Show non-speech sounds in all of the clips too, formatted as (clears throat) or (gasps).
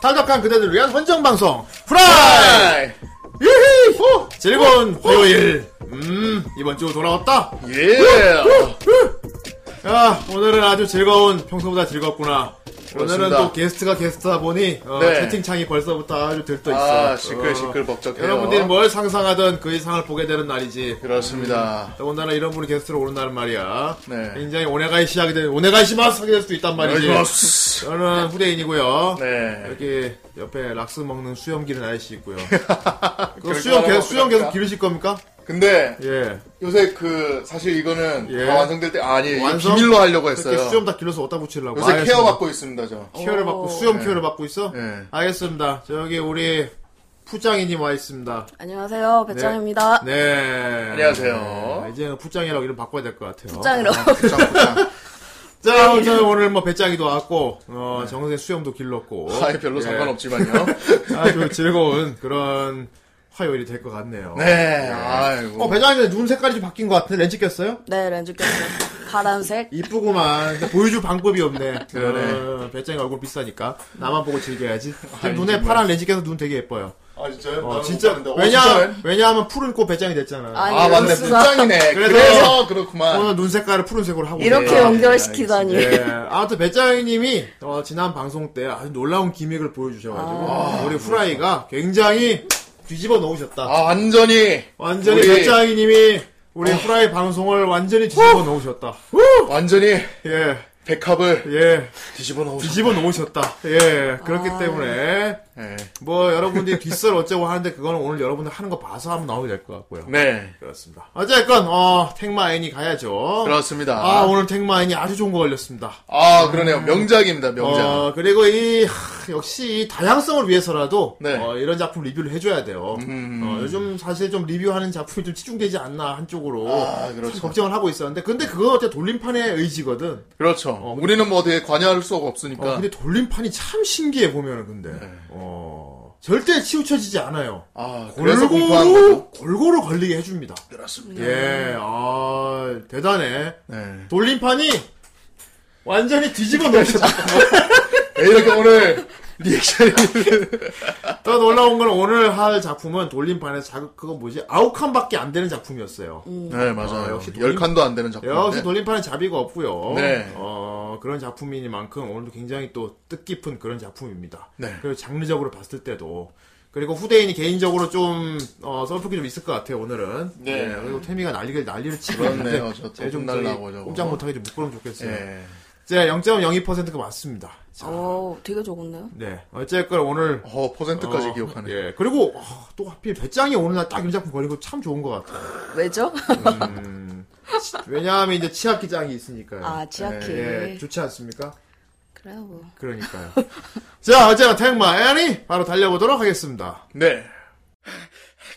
탈덕한 그대들을 위한 헌정방송 프라이! 예히! 호! 즐거운 화요일! 음, 이번 주 돌아왔다! 예. 야, 오늘은 아주 즐거운, 평소보다 즐겁구나. 오늘은 그렇습니다. 또 게스트가 게스트다 보니, 어, 네. 채팅창이 벌써부터 아주 들떠있어요. 아, 어, 시끌 시끌 벅적해요. 여러분들이 뭐- 뭘 상상하던 그 이상을 보게 되는 날이지. 그렇습니다. 더군다나 이런 분이 게스트로 오는 날은 말이야. 네. 굉장히 오네가이 시작이 되, 오네가이 시마스 하게 될 수도 있단 말이지. 마스. 저는 후대인이고요. 네. 여기 옆에 락스 먹는 수염 기른 아저씨 (laughs) 있고요. 그 그럴 수염 거라고 계속 수염 계속 생각합니다. 기르실 겁니까? 근데 예. 요새 그 사실 이거는 예. 다 완성될 때 아니 이거 완성? 비밀로 하려고 그렇게 했어요. 수염 다 길러서 어디다 붙이려고. 요새 알겠습니다. 케어 받고 네. 있습니다, 저. 케어를 받고 수염 케어를 받고 있어? 예. 알겠습니다. 저기 우리 푸짱이님 와 있습니다. 안녕하세요, 배짱입니다. 네. 안녕하세요. 네, 이제 푸짱이라고 이름 바꿔야 될 것 같아요. 그렇죠, (laughs) 배짱이라고. 부장부장. 자, 오늘, 오늘 뭐 배짱이도 왔고, 어, 정선생 수염도 길렀고. 아예 별로 예. (laughs) 상관없지만요. 아주 즐거운 그런 화요일이 될 것 같네요. 네. 아이고. 어, 배장님 눈 색깔이 좀 바뀐 것 같은데 렌즈 꼈어요? 네, 렌즈 꼈어요. 파란색. 이쁘구만. 근데 보여줄 방법이 없네. 그러네. 어, 배짱이 얼굴 비싸니까. 나만 보고 즐겨야지. 근데 아이, 눈에 정말. 파란 렌즈 껴서 눈 되게 예뻐요. 아 진짜요? 어, 나는 진짜. 못 봤는데. 어, 왜냐, 진짜요? 왜냐하면 푸른 꽃 배짱이 됐잖아. 아이, 예. 아 맞네. 그렇습니다. (laughs) 부장이네. 그래서- 어. 그래서, 그렇구만. 오늘 눈 색깔을 푸른색으로 하고 이렇게 있네요. 연결시키다니. 예, 아무튼 배짱이님이 어, 지난 방송 때 아주 놀라운 기믹을 보여주셔가지고 아. 아, 우리 후라이가 굉장히 뒤집어 놓으셨다. 아 완전히 완전히 우리- 어. 배짱이님이 우리 후라이 방송을 완전히 뒤집어 놓으셨다. 완전히 예, 백합을 예, 뒤집어 놓으. 뒤집어 놓으셨다. 예, 그렇기 아. 때문에 네. 뭐 여러분들이 뒷설 어쩌고 하는데 그거는 오늘 여러분들 하는 거 봐서 한번 나오게 될 것 같고요. 네. 그렇습니다. 어쨌건 어 택마인이 가야죠. 그렇습니다. 아 오늘 택마인이 아주 좋은 거 걸렸습니다. 아 그러네요 명작입니다 명작 어, 그리고 이 하, 역시 이 다양성을 위해서라도 네. 음, 어, 이런 작품 리뷰를 해줘야 돼요. 어, 요즘 사실 좀 리뷰하는 작품이 좀 치중되지 않나 한쪽으로 아, 그렇죠. 참 걱정을 하고 있었는데 근데 그건 어째 돌림판의 의지거든. 그렇죠 우리는 뭐 어떻게 관여할 수가 어, 없으니까 네. 근데 돌림판이 참 신기해 보면은 근데 어, 절대 치우쳐지지 않아요. 아 그래서 공부한 거죠 네. 골고루 골고루 걸리게 해줍니다. 그렇습니다 예, 아 대단해. 네. 돌림판이 완전히 뒤집어 (laughs) 놓으셨다. 네, 이렇게 오늘 (laughs) 리액션이 더 놀라운 건 오늘 할 작품은 돌림판에서 자극 그거 뭐지 아홉 칸밖에 안 되는 작품이었어요. 네 맞아요 아, 역시 열 돌림- 칸도 안 되는 작품 역시 돌림판에 자비가 없고요. 네. 어, 그런 작품이니만큼 오늘도 굉장히 또 뜻깊은 그런 작품입니다. 네. 그리고 장르적으로 봤을 때도 그리고 후대인이 개인적으로 좀 어, 썰풀기 좀 있을 것 같아요 오늘은. 네. 예, 그리고 태미가 난리를 난리를 치고 그렇네요. 있는데 저또 제가 좀 혼날라고 저기 저거. 꼼짝 못하게 좀 묶으면 좋겠어요. 예. 제가 0.02%가 맞습니다. 자, 오, 되게 적었네요. 네. 어쨌건 오늘 어 퍼센트까지 어, 기억하네 예. 그리고 어, 또 하필 배짱이 오늘 날 딱 이런 작품 걸린 거 참 좋은 것 같아. 왜죠? (laughs) 왜냐하면 이제 치아키짱이 있으니까요. 아, 치아키. 예, 예. 좋지 않습니까? 그래요, 뭐. 그러니까요. (laughs) 자, 어쨌든 택마 애니 바로 달려보도록 하겠습니다. 네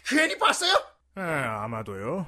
괜히 봤어요? 에, 예, 아마도요.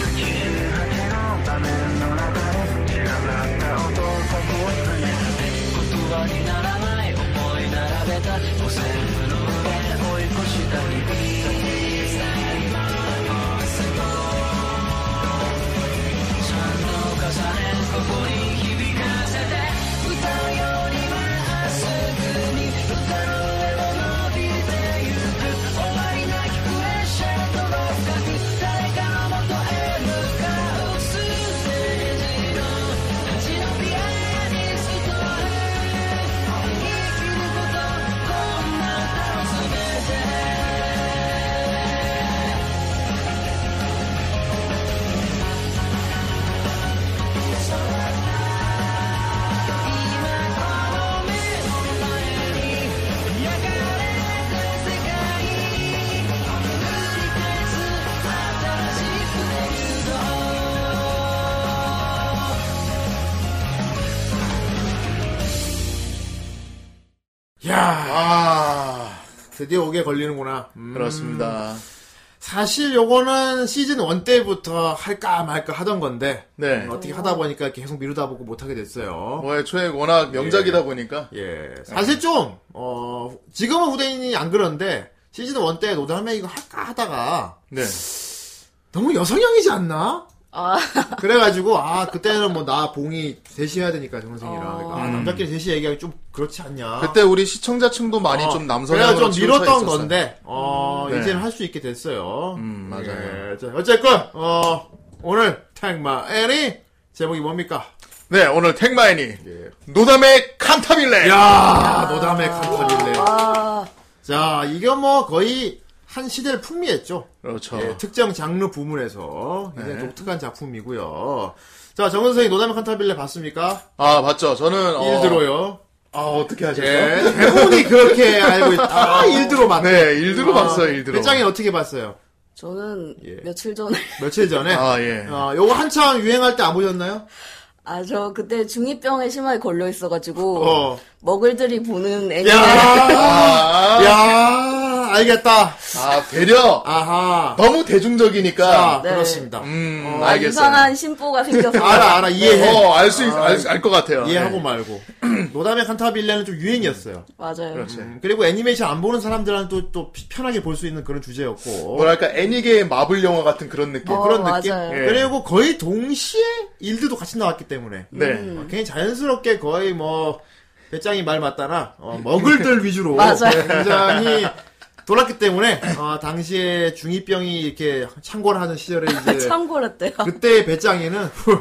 야, 아 드디어 오게 걸리는구나. 음, 아, 음. 그렇습니다 음. 사실 요거는 시즌 1 때부터 할까 말까 하던 건데 네. 음, 어떻게 하다 보니까 계속 미루다 보고 못하게 됐어요. 뭐 애초에 워낙 명작이다 보니까 예. 사실 좀, 어, 지금은 후대인이 안 그런데, 시즌 1때 노담에 이거 할까 하다가, 네. 너무 여성형이지 않나? 아, 그래가지고, 아, 그때는 뭐, 나 봉이 셋이해야 되니까, 정선생이랑. 그러니까, 아, 음. 남자끼리 셋이 얘기하기 좀 그렇지 않냐. 그때 우리 시청자층도 많이 어, 좀 아. 그래가 남성향으로 좀 치우쳐 미뤘던 있었어요. 건데, 어, 네. 이제는 할 수 있게 됐어요. 음, 맞아요. 예, 자, 어쨌건, 어, 오늘, 탱마 애니, 제목이 뭡니까? 네 오늘 택마이니 노담의 칸타빌레. 야 노담의 칸타빌레. 아, 자, 이거 뭐, 거의, 한 시대를 풍미했죠. 그렇죠. 예, 특정 장르 부문에서 굉장히 네. 독특한 작품이고요. 자, 정은 선생님 노담의 칸타빌레 봤습니까? 아 맞죠. 저는 어, 일드로요. 아 어떻게 하셨어요? 예, 대부분이 그렇게 알고 있다. 아, 일드로 맞네. 네 일드로 봤어요 일드로. 배짱이 어떻게 봤어요? 저는 예. 며칠 전에 며칠 전에. 아 예. 어, 요거 한참 유행할 때 안 보셨나요? 아, 저 그때 중2병에 심하게 걸려있어가지고, 어. 먹을들이 보는 애니 아, 야, 알겠다. 아 되려 아하. 너무 자, 대중적이니까. 네. 그렇습니다. 음 아, 알겠어요. 어, 이상한 심보가 생겨서. 알아, 알아, 이해해. 어알수알것 같아요. 이해하고 네. 말고. (clears throat) 노담의 칸타빌레는 좀 유행이었어요. 맞아요. 그렇지. 음, 그리고 애니메이션 안 보는 사람들한테 또, 또 편하게 볼 수 있는 그런 주제였고. 뭐랄까 애니게의 마블 영화 같은 그런 느낌. 어, 그런 느낌. 맞아요. 예. 그리고 거의 동시에 일드도 같이 나왔기 때문에 네. 어, 굉장히 자연스럽게 거의 뭐 배짱이 말 맞다나 어, 먹을들 위주로 (laughs) 맞아요. 굉장히 돌았기 때문에 어, 당시에 중이병이 이렇게 창궐 하는 시절에 (laughs) 이제 (laughs) 참고랬대요. 그때의 배짱이는 후,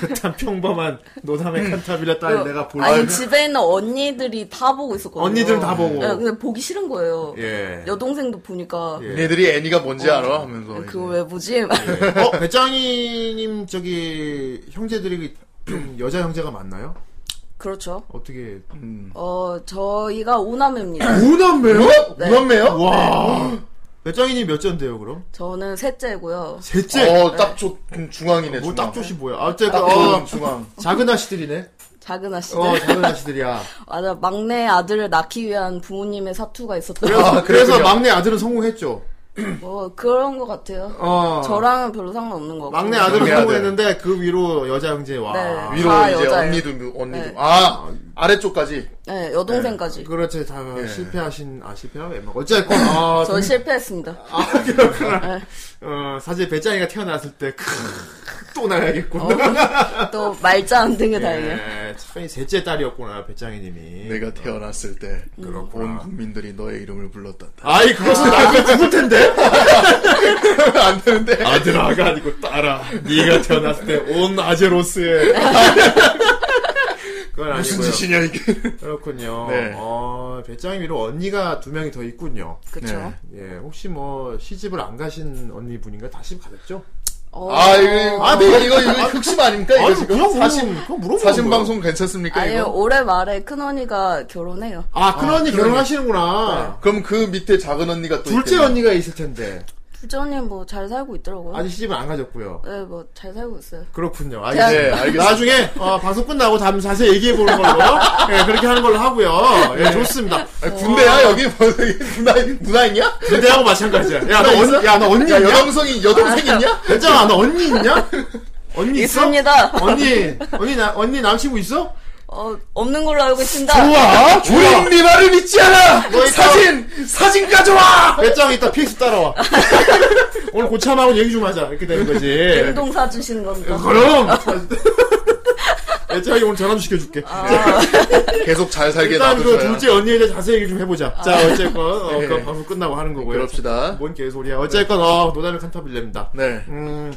그딴 평범한 노담의 음. 칸타빌레 딸 내가 볼 어, 아니, 집에 있는 언니들이 다 보고 있었거든요. 언니들은 다 보고. 예, 근데 보기 싫은 거예요. 예. 여동생도 보니까, 예. 얘들이 애니가 뭔지 알아 하면서. 그거 왜 보지? 어, 배짱이님 저기 형제들이 좀 여자 형제가 많나요? (laughs) 그렇죠. 어떻게 음. 어, 저희가 오남입니다. 오남매요? 네. 우남매요? 와. 아. 배짱이님 몇 전데요 그럼? 저는 셋째고요. 셋째. 어딱좋 중앙이네. 뭐 중앙. 딱조시 뭐야? 아, 어쨌든 딱 어, 좋은 중앙. 작은 아씨들이네. 작은 아씨. 어, 작은 아씨들이야. 맞아, 막내 아들을 낳기 위한 부모님의 사투가 있었던 그래서, 아, 그래서 그렇군요. 막내 아들은 성공했죠. 뭐 그런 것 같아요. 어. 저랑은 별로 상관없는 것 같고. 막내 아들은 막내 아들. 성공했는데 그 위로 여자 형제 와. 네. 위로 다 이제 여자예요. 언니도 언니도 네. 아 아래쪽까지. 네, 여동생까지. 그렇지 다 예. 실패하신 아 실패하고 막 어쨌건 아, 전 실패했습니다. 네. 어, 사실 배짱이가 태어났을 때또 나야겠구나. 어, 또 말자 안 등에 달려. 예, 참이 셋째 딸이었구나 배짱이님이. 내가 태어났을 때 온 국민들이 너의 이름을 불렀단다. (laughs) 아이 그것은 나중에 죽을 텐데. 안 되는데. 아들아가 아니고 딸아. 네가 태어났을 때 온 아제로스에. 그건 무슨 아니고요. 짓이냐 이게. 그렇군요. 네. 어, 배짱이 위로 언니가 두 명이 더 있군요. 그쵸? 네. 예, 혹시 뭐 시집을 안 가신 언니분인가 다시 가셨죠? 어, 아 이거 아, 아, 네. 이거 이거, 이거 흑심 아닙니까 이거 지금 사심 그럼 물어보는 사심 거예요. 방송 괜찮습니까 아니 이거? 올해 말에 큰 언니가 결혼해요. 아, 큰 언니 그러네. 결혼하시는구나. 그럼 그 밑에 작은 언니가 또 둘째 있겠네. 언니가 있을 텐데 둘째 언니는 뭐 잘 살고 있더라고요. 아직 시집을 안 가셨고요. 네, 뭐 잘 살고 있어요. 그렇군요. 네, 알겠습니다. 알겠습니다. 나중에 어, 방송 끝나고 다음 자세히 얘기해 보는 걸로 예, 그렇게 하는 걸로 하고요. 예, 좋습니다. 아, 군대야 어. 여기 뭐 누나 누나이냐? 그대하고 마찬가지야. 야, 너 언니, 야, 너 언니 야 있냐? 여동생이 여동생 있냐? 배짱아, 너 언니 있냐? 언니 있어? 있습니다. 언니, 언니, 나, 언니 남친구 있어? 어, 없는 걸로 알고 있습니다. 좋아, 우린 네 말을 믿지 않아. 너 이따- 사진 사진 가져와. 배짱 이따 PX (laughs) 따라와. 오늘 고참하고 얘기 좀 하자. 이렇게 되는 거지. 냉동 사주시는 겁니다. 그럼! 배짱이 오늘 전화 좀 시켜줄게. 계속 잘 살게 일단 그 놔두셔요. 둘째 언니에 대해 자세히 얘기 좀 해보자. 자, 어쨌건, 어, 예. 그 방송 끝나고 하는 거고요. 그럽시다. 뭔 개소리야. 어쨌건, 어, 노다는 칸타빌레입니다. 네. 음,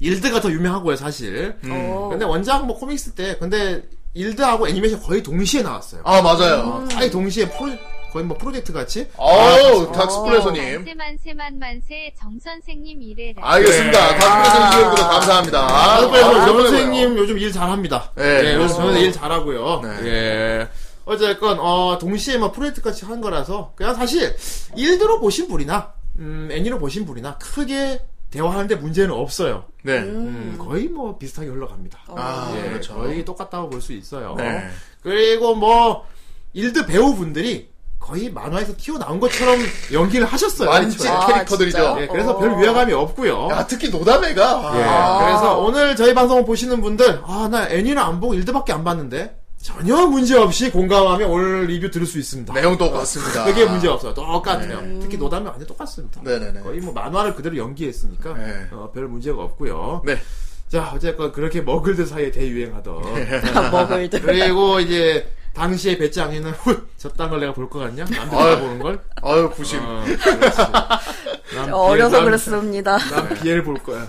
일드가 더 유명하고요, 사실. 어, 근데 원작 뭐 코믹스 때, 근데 일드하고 애니메이션 거의 동시에 나왔어요. 아 맞아요. 아예 동시에 프로, 거의 뭐 프로젝트 같이. 아, 어우 닥스플레서님. 만세 만세 만만세 정 선생님 이래라. 알겠습니다. 닥스플레서님 기억으로 감사합니다. 네. 아, 아, 그래서 아, 선생님 요즘 일 잘합니다. 예. 예, 요즘 저는 일 잘하고요. 네. 예. 어쨌건 어 동시에 막 프로젝트 같이 한 거라서 그냥 사실 일드로 보신 분이나 음, 애니로 보신 분이나 크게 대화하는데 문제는 없어요. 네. 음, 거의 뭐 비슷하게 흘러갑니다. 어. 아 예, 그렇죠. 네. 거의 똑같다고 볼 수 있어요. 네. 그리고 뭐 일드 배우분들이 거의 만화에서 튀어나온 것처럼 연기를 하셨어요. 만찢 아, 캐릭터들이죠. 진짜요? 예, 그래서 어. 별 위화감이 없고요. 야, 특히 노다메가. 예, 아. 그래서 오늘 저희 방송을 보시는 분들, 아, 나 애니는 안 보고 일드밖에 안 봤는데, 전혀 문제없이 공감하며 오늘 리뷰 들을 수 있습니다. 내용도 같습니다. 네. 그게 문제없어요. 똑같아요. 특히 노담이 완전 똑같습니다. 네네네. 거의 뭐 만화를 그대로 연기했으니까, 네. 어, 별 문제가 없고요 네. 자, 어쨌건 그렇게 머글들 사이에 대유행하던. 네. 먹을들. 그리고 이제, 당시에 (laughs) 배짱이는, 훗! 저 딴 걸 내가 볼 것 같냐? 남들 다 아유. 보는 걸? 아유, 구심. 어, 그렇지. 난 (laughs) 어려서 비엘- 그랬습니다. (laughs) 난, 난 비엘 볼 거야.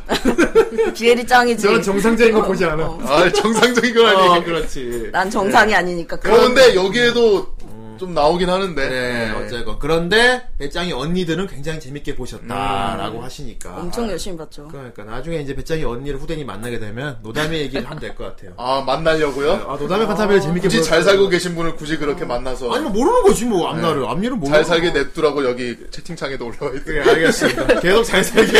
비엘이 짱이지. 저는 정상적인 거 보지 않아. 어. 아, 정상적인 건 아니에요. 어, 그렇지. 난 정상이 아니니까. 그런데 여기에도 좀 나오긴 하는데. 음. 네, 어쨌건. 그런데, 배짱이 언니들은 굉장히 재밌게 보셨다라고 하시니까. 엄청 열심히 봤죠. 그러니까 나중에 이제 배짱이 언니를 후대니 만나게 되면 노담의 얘기를 하면 될 것 같아요. 아, 만나려고요? 아 노담의 칸타베를 재밌게 굳이 보여줘. 잘 살고 계신 분을 굳이 그렇게 만나서 뭐 음. 아니면 모르는 거지 뭐 앞날을 앞일은 모르는 잘 살게 냅두라고 여기 채팅창에도 올라와 예, 있대요. 알겠습니다. 계속 잘 살게.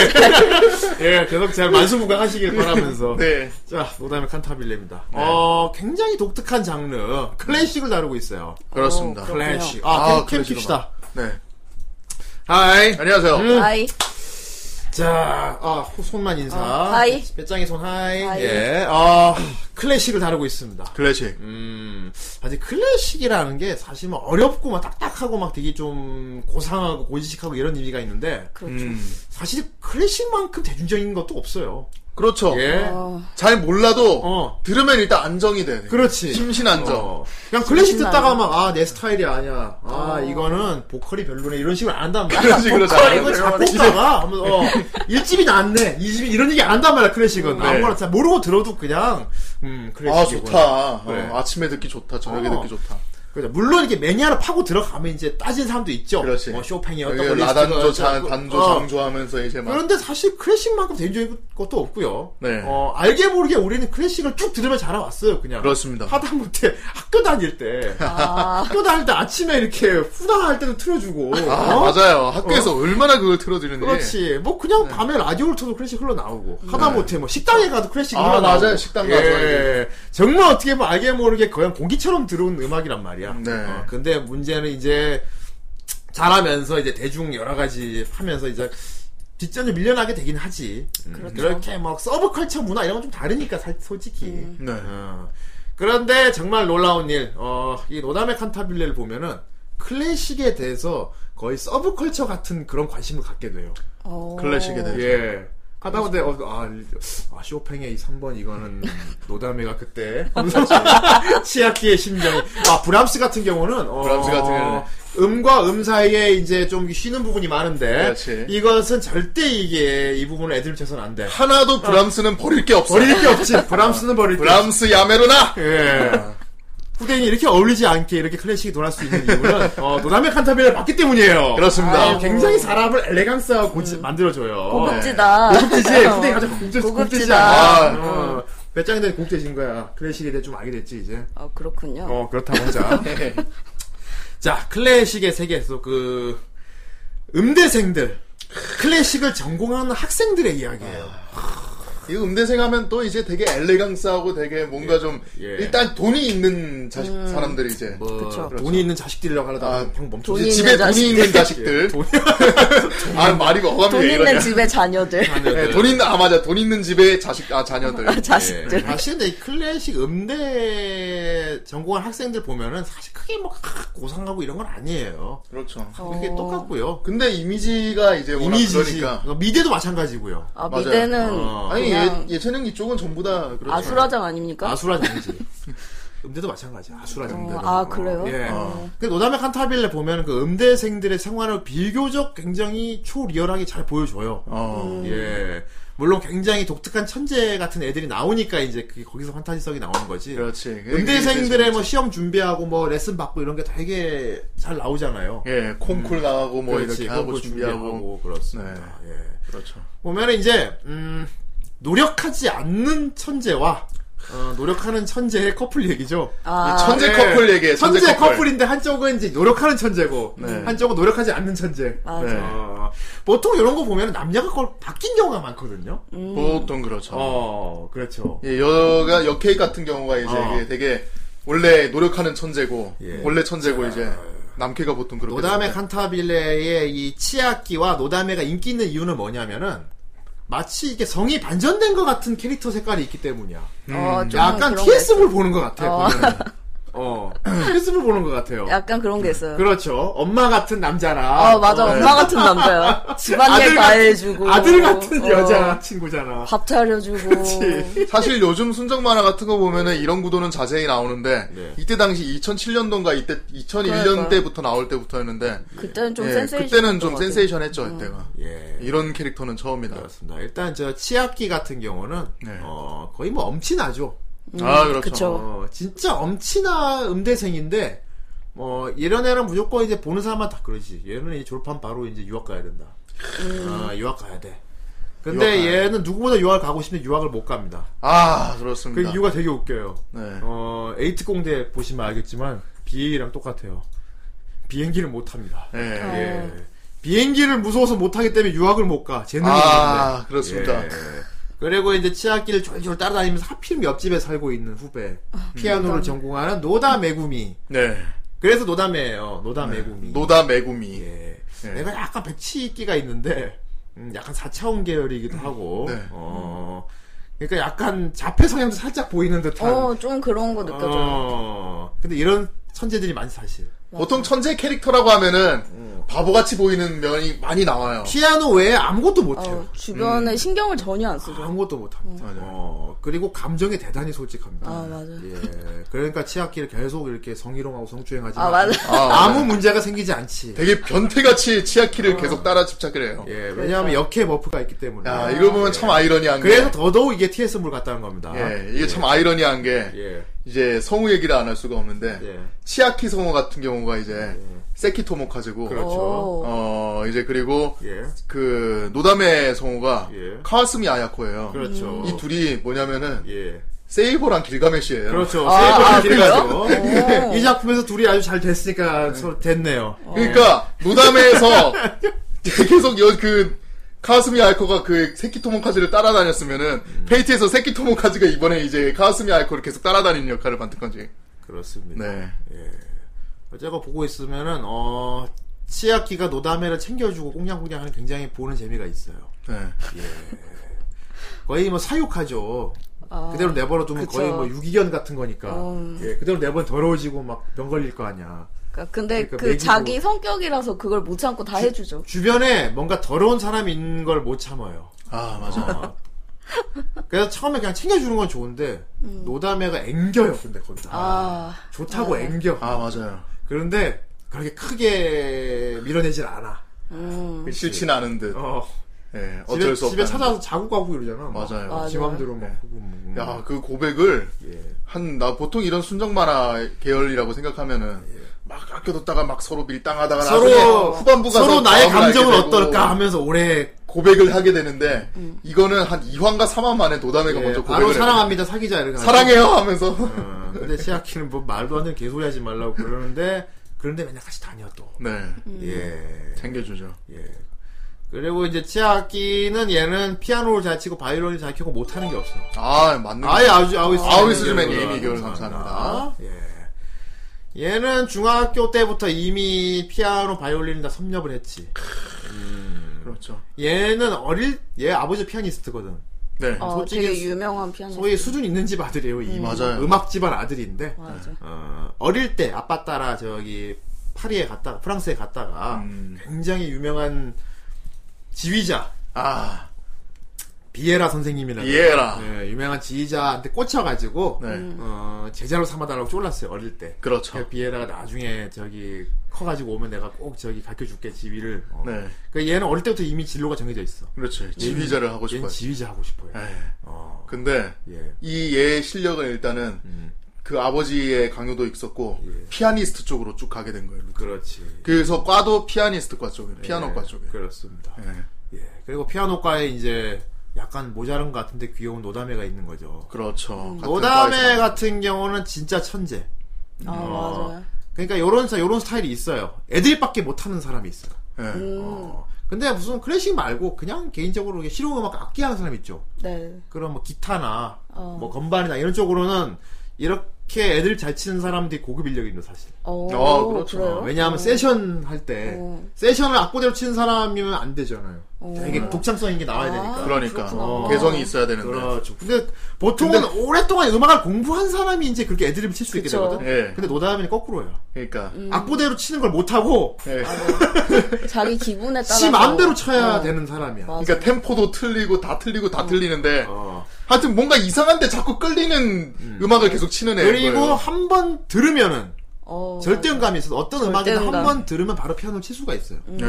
(laughs) 예, 계속 잘 만수무강하시길 바라면서. 네. 자, 노담의 칸타빌레입니다. 어, 굉장히 독특한 장르 클래식을 다루고 있어요. 그렇습니다. 어, 그럼- 클래식. 아, 아, 캠 클래식으로 킵시다. 네. 하이. 안녕하세요. 음. 아이. 자, 아, 호- 손만 인사. 어, 하이. 배짱이 손 하이. 하이. 예. 아, 클래식을 다루고 있습니다. 클래식. 음, 사실 클래식이라는 게 사실 막 어렵고 막 딱딱하고 막 되게 좀 고상하고 고지식하고 이런 의미가 있는데 음. 그렇죠. 사실 클래식만큼 대중적인 것도 없어요. 그렇죠. 예. 어, 잘 몰라도 어. 들으면 일단 안정이 돼. 그렇지. 심신 안정. 아, 어. 그냥 클래식 심심하네. 듣다가 막, 아, 내 스타일이 아니야. 아, 이거는 보컬이 별로네. 이런 식으로 안 한단 말이야. 그런 식으로 잘 이거 작곡가가, 하면서, 어, 1집이 낫네. 2집이 이런 얘기 안 한단 말이야, 클래식은. 네. 아무거나 잘 모르고 들어도 그냥, 음, 아, 클래식이구나. 좋다. 그래. 어, 아침에 듣기 좋다. 저녁에 네. 어. 듣기 좋다. 그죠. 물론 이게 매니아로 파고 들어가면 이제 따진 사람도 있죠. 그렇지. 뭐 쇼팽이었던 여기 뭐 라단조, 리스트가 자, 있고. 단조, 어. 장조하면서 이제 막. 그런데 사실 클래식만큼 대중적인 것도 없고요. 네. 어, 알게 모르게 우리는 클래식을 쭉 들으면 자라왔어요, 그냥. 그렇습니다. 하다못해 학교 다닐 때. 아. 학교 다닐 때 아침에 이렇게 후다할 때도 틀어주고. 아, 어? 맞아요. 네. 학교에서 얼마나 그걸 틀어드리는지. 그렇지. 뭐 그냥 밤에 라디오를 틀어도 클래식 흘러나오고. 하다못해 뭐 식당에 가도 클래식 네. 아, 흘러나오고. 맞아요. 식당 가서 예. 정말 어떻게 보면 알게 모르게 거의 공기처럼 들어온 음악이란 말이야. 네. 어, 근데 문제는 이제 자라면서 이제 대중 여러 가지 하면서 이제 뒷전을 밀려나게 되긴 하지. 그 그렇죠. 렇게막 서브컬처 문화 이런 건 좀 다르니까 살- 솔직히. 음. 네. 어. 그런데 정말 놀라운 일, 어, 이 노담의 칸타빌레를 보면은 클래식에 대해서 거의 서브컬처 같은 그런 관심을 갖게 돼요. 어. 클래식에 대해. 예. 하다못해, 어, 아, 아, 쇼팽의 이 3번 (laughs) 이거는 노담회가 그때 하면서 치아키의 심정이. 아, 브람스 같은 경우는, 어, 브람스 같은 경우는. 음과 음 사이에 이제 좀 쉬는 부분이 많은데, 그렇지. 이것은 절대 이게, 이 부분을 애들 쳐서는 안 돼. 하나도 브람스는 버릴 게 없어. 버릴 게 없지. 브람스는 버릴 게 없지. 브람스 야메로나! 예. 후대인이 이렇게 어울리지 않게 이렇게 클래식이 돌아수 있는 이유는, 어, 노담의 칸타벨을 봤기 때문이에요. 그렇습니다. 네. 어, 굉장히 사람을 엘레강스하고 고치, 만들어줘요. 예. 고급지다. 어. 고급지지. 후대인 가장 고급지, 고급지잖아. 고급지다. 어, 배짱이 된 고급지진 거야. 클래식에 대해 좀 알게 됐지, 이제. 아, 그렇군요. 어, 그렇다고 하자. (laughs) 네. 자, 클래식의 세계에서 그, 음대생들. 클래식을 전공하는 학생들의 이야기예요. 아, 이 음대생 하면 또 이제 되게 엘레강스하고 되게 뭔가 좀 예. 뭐 일단 돈이 있는 자식 음. 사람들이 이제 그쵸. 돈이 있는 자식들이라고 하려다가 아, 방금 멈춰. 돈이 이제 있는 집에 돈이 자식들. 있는 자식들 (laughs) 아 말이 돈 어감이 왜 있는 이러냐 집의 자녀들. (laughs) 네, 돈 있는 아 맞아 돈 있는 집에 자식 아 자녀들 자식들. 사실 근데 예. 이 클래식 음대 전공한 학생들 보면은 사실 크게 뭐 하, 고상하고 이런 건 아니에요. 그렇죠 그게 어. 똑같고요. 근데 이미지가 이제 워낙 이미지지. 그러니까 그 미대도 마찬가지고요. 아, 맞아요. 미대는 어. 아니 그냥 예, 예체능 이쪽은 전부 다 그렇죠 아수라장 아닙니까? 아수라장이지. (laughs) 음대도 마찬가지야. 아수라장대도. 그러니까? 어, 아, 그래요? 예. 어. 근데 노담의 칸타빌레 보면 그 음대생들의 생활을 비교적 굉장히 초리얼하게 잘 보여줘요. 어. 음. 예. 물론 굉장히 독특한 천재 같은 애들이 나오니까 이제 그게 거기서 환타지성이 나오는 거지. 예, 그렇지 음대생들의 뭐 시험 준비하고 뭐 레슨 받고 이런 게 되게 잘 나오잖아요. 네, 예 콩쿨 나가고 뭐 그렇지, 이렇게 하고 그거 준비하고 그렇습니다. 예. 그렇죠 보면은 이제 음, 노력하지 않는 천재와 어, 노력하는 천재의 커플 얘기죠. 네. 아, 천재 커플 얘기예요, 천재 천재 커플. 커플인데 한쪽은 이제 노력하는 천재고 네. 한쪽은 노력하지 않는 천재. 맞아. 네. 어, 보통 이런 거 보면 남녀가 걸 바뀐 경우가 많거든요. 음. 보통 그렇죠 어, 그렇죠. 예, 여가 역케이 같은 경우가 이제 어. 이게 되게 원래 노력하는 천재고 예. 원래 천재고 이제 남캐가 보통 그렇게. 노담의 됩니다. 칸타빌레의 이 치아키와 노담의가 인기 있는 이유는 뭐냐면은 마치 이게 성이 반전된 것 같은 캐릭터 색깔이 있기 때문이야. 어, 음. 좀 약간 그런 게 있- TS물 보는 것 같아. 어. 보면은. (laughs) 어, TS물 보는 것 같아요. 약간 그런 게 있어요. 뭐. 그렇죠. 엄마 같은 남자라. 아, 맞아. 어, 엄마 같은 남자야. 집안일 아들 다 같은- 해주고. 아들 같은 어, 여자 친구잖아. 밥 차려주고. 그치. 사실 요즘 순정 만화 같은 거 보면은 이런 구도는 자세히 나오는데 네. 이때 당시 2007년도인가 이때 2001년 그러니까요. 때부터 나올 때부터였는데 그때는 좀 예, 센세이션. 그때는 좀 센세이션했죠 음. 이때가 예. 이런 캐릭터는 처음이다. 그렇습니다. 일단 저 치아키 같은 경우는 네. 어, 거의 뭐 엄친아죠. 아 그렇죠. 음, 그쵸. 어, 진짜 엄친아 음대생인데 어, 이런 애는 무조건 이제 보는 사람만 다 그러지. 얘는 이 졸업하면 바로 이제 유학 가야 된다. 아, 유학 가야 돼. 근데 유학 가야 얘는 누구보다 유학을 가고 싶은데 유학을 못 갑니다. 아 그 그렇습니다. 이유가 되게 웃겨요. 네. 어, 에이트 공대 보시면 알겠지만 BA랑 똑같아요. 비행기를 못 탑니다. 예. 어. 예. 비행기를 무서워서 못 타기 때문에 유학을 못 가. 재능이 있는데. 아 그렇습니다. 예. 그리고 이제 치아길을 졸졸 따라다니면서 하필 옆집에 살고 있는 후배 피아노를 전공하는 노다 메구미 네. 그래서 노다메예요 노다 메구미 노다 메구미. 예. 예. 내가 약간 백치기가 있는데 음, 약간 4차원 계열이기도 하고 네. 어, 그러니까 약간 자폐 성향도 살짝 보이는 듯한 어, 좀 그런 거 느껴져요. 어, 근데 이런 천재들이 많이 사실 보통 천재 캐릭터라고 하면은 어. 바보같이 보이는 면이 많이 나와요. 피아노 외에 아무것도 못해요 어, 음. 주변에 신경을 전혀 안 쓰죠. 아무것도 못합니다. 맞아요. 어, 그리고 감정에 대단히 솔직합니다. 음. 아, 맞아요. 예. 그러니까 치아키를 계속 이렇게 성희롱하고 성추행하지만 아, 맞아. 아, 아무 문제가 생기지 않지. 되게 변태같이 치아키를 계속 따라 집착을 해요. 예, 왜냐하면 그렇죠. 역해 머프가 있기 때문에. 아, 야, 아, 이걸 네. 보면 참 아이러니한 게. 그래서 더더욱 이게 TS물 같다는 겁니다. 예, 이게 참 아이러니한 게 예. 이제 성우 얘기를 안 할 수가 없는데 예. 치아키 성우 같은 경우가 이제 세키토모카즈고 그렇죠. 오. 어 이제 그리고 예. 그 노담의 성우가 예. 카와스미 아야코예요. 그렇죠. 음. 이 둘이 뭐냐면은 예. 세이버랑 길가메시예요. 그렇죠. 아, 아, 세이버 아, 그래요? 가지고. 이 작품에서 둘이 아주 잘 됐으니까 서로 됐네요. 어. 그러니까 노담에서 (laughs) 계속 여, 그 카스미 알코가 그 세키토모카즈를 따라다녔으면은 음. 페이트에서 세키토모카즈가 이번에 이제 카스미 알코를 계속 따라다니는 역할을 맡을 예. 건지. 그렇습니다. 네. 제가 보고 있으면은 어 치아키가 노다메를 챙겨주고 꽁냥꽁냥하는 굉장히 보는 재미가 있어요. 네. 거의 뭐 사육하죠. 그대로 내버려두면 아, 그쵸. 거의 뭐 유기견 같은 거니까. 어. 예, 그대로 내버려 더러워지고 막 병 걸릴 거 아니야. 그러니까 근데 그러니까 그 매기고- 자기 성격이라서 그걸 못 참고 다 해주죠. 주변에 뭔가 더러운 사람이 있는 걸 못 참아요. 아 맞아. (laughs) 어. 그래서 처음에 그냥 챙겨주는 건 좋은데 노다메가 앵겨요. 근데 거기다 음. 아, 좋다고 앵겨. 아 맞아요. 그런데 그렇게 크게 밀어내질 않아. 음, 그치? 싫진 않은 듯. 어. 예, 집에, 어쩔 수 없다. 집에 찾아와서 자고 가고 이러잖아. 막. 맞아요. 맞아. 지 맘대로 막 네. 하고 뭐. 야, 그 고백을 예. 한 나 보통 이런 순정 만화 계열이라고 생각하면은 막 아껴뒀다가 막 서로 밀당하다가 예. 서로 나중에 후반부 가서 서로 나의 마음을 알게 감정은 되고 어떨까 하면서 오래 고백을 하게 되는데 이거는 한 2화인가 3화 만에 노담회가 예, 먼저 고백을 바로 해요. 사랑합니다 사귀자 이렇게 사랑해요 하면서 어, 근데 시아키는 뭐 말도 안 되는 개소리 하지 말라고 그러는데 그런데 맨날 같이 다녀 또. (laughs) 네 예. 챙겨주죠. 예. 그리고 이제 치아키는 얘는 피아노를 잘 치고 바이올린을 잘 켜고 못하는 게 없어. 아 맞는 거 아예 아우스 아우스 아우스 주맨 예미 겨울 감사합니다. 예. 얘는 중학교 때부터 이미 피아노 바이올린 다 섭렵을 했지. 그렇죠. 얘는 어릴 얘 아버지 피아니스트거든. 네 어, 솔직히 되게 유명한 피아니스트. 소위 수준 있는 집 아들이에요. 이미 맞아요. 음악 집안 아들인데 맞아. 어, 어릴 때 아빠 따라 저기 파리에 갔다가 프랑스에 갔다가 음. 굉장히 유명한 지휘자 아 비에라 선생님이라고 이해라. 예, 유명한 지휘자한테 꽂혀가지고 네 어, 제자로 삼아달라고 쫄랐어요 어릴 때. 그렇죠. 그 비에라가 나중에 저기 커가지고 오면 내가 꼭 저기 가르쳐 줄게 지휘를. 어. 네 그 얘는 어릴 때부터 이미 진로가 정해져 있어. 그렇죠. 지휘자를 하고 얘는 싶어요. 지휘자 하고 싶어요. 예. 어, 근데 예. 이 얘의 실력은 일단은 음. 그 아버지의 강요도 있었고 예. 피아니스트 쪽으로 쭉 가게 된 거예요. 그렇지. 그래서 과도 피아니스트과 쪽에 피아노과 예, 쪽에. 그렇습니다. 예. 예. 그리고 피아노과에 이제 약간 모자른 것 같은데 귀여운 노다메가 있는 거죠. 그렇죠. 같은 음, 노다메 과에서. 같은 경우는 진짜 천재. 아, 어. 맞아요. 그러니까 요런 사- 요런 스타일이 있어요. 애들밖에 못하는 사람이 있어요. 예. 음, 어. 근데 무슨 클래식 말고 그냥 개인적으로 이게 실용음악 악기하는 사람 있죠. 네. 그런 뭐 기타나 어. 뭐 건반이나 이런 쪽으로는 이렇게 그렇게 애들 잘 치는 사람들이 고급 인력입니다, 사실. 어, 아, 그렇죠. 래요 왜냐하면 세션 할 때 어. 세션을 악보대로 치는 사람이면 안 되잖아요. 되게 음. 독창성인 게 나와야 아. 되니까. 그러니까 그렇구나. 개성이 있어야 되는데. 그렇죠. 근데 보통은 오랫동안 음악을 공부한 사람이 이제 그렇게 애드립을 칠 수 있게 그쵸. 음. 되거든. 예. 근데 노다하면 거꾸로예요. 그러니까. 악보대로 치는 걸 못하고 예. 자기 기분에 따라서. 어, 지 마음대로 쳐야 되는 사람이야. 맞아. 그러니까 템포도 틀리고 다 틀리고 음. 다 틀리는데 어. 하여튼 뭔가 이상한데 자꾸 끌리는 음. 악을 계속 치는 애. 네, 그리고 거예요. 한 번 들으면은 어, 절대음감이 있어서 어떤 음악이든 절대음감. 음. 한 번 들으면 바로 피아노를 칠 수가 있어요. 예.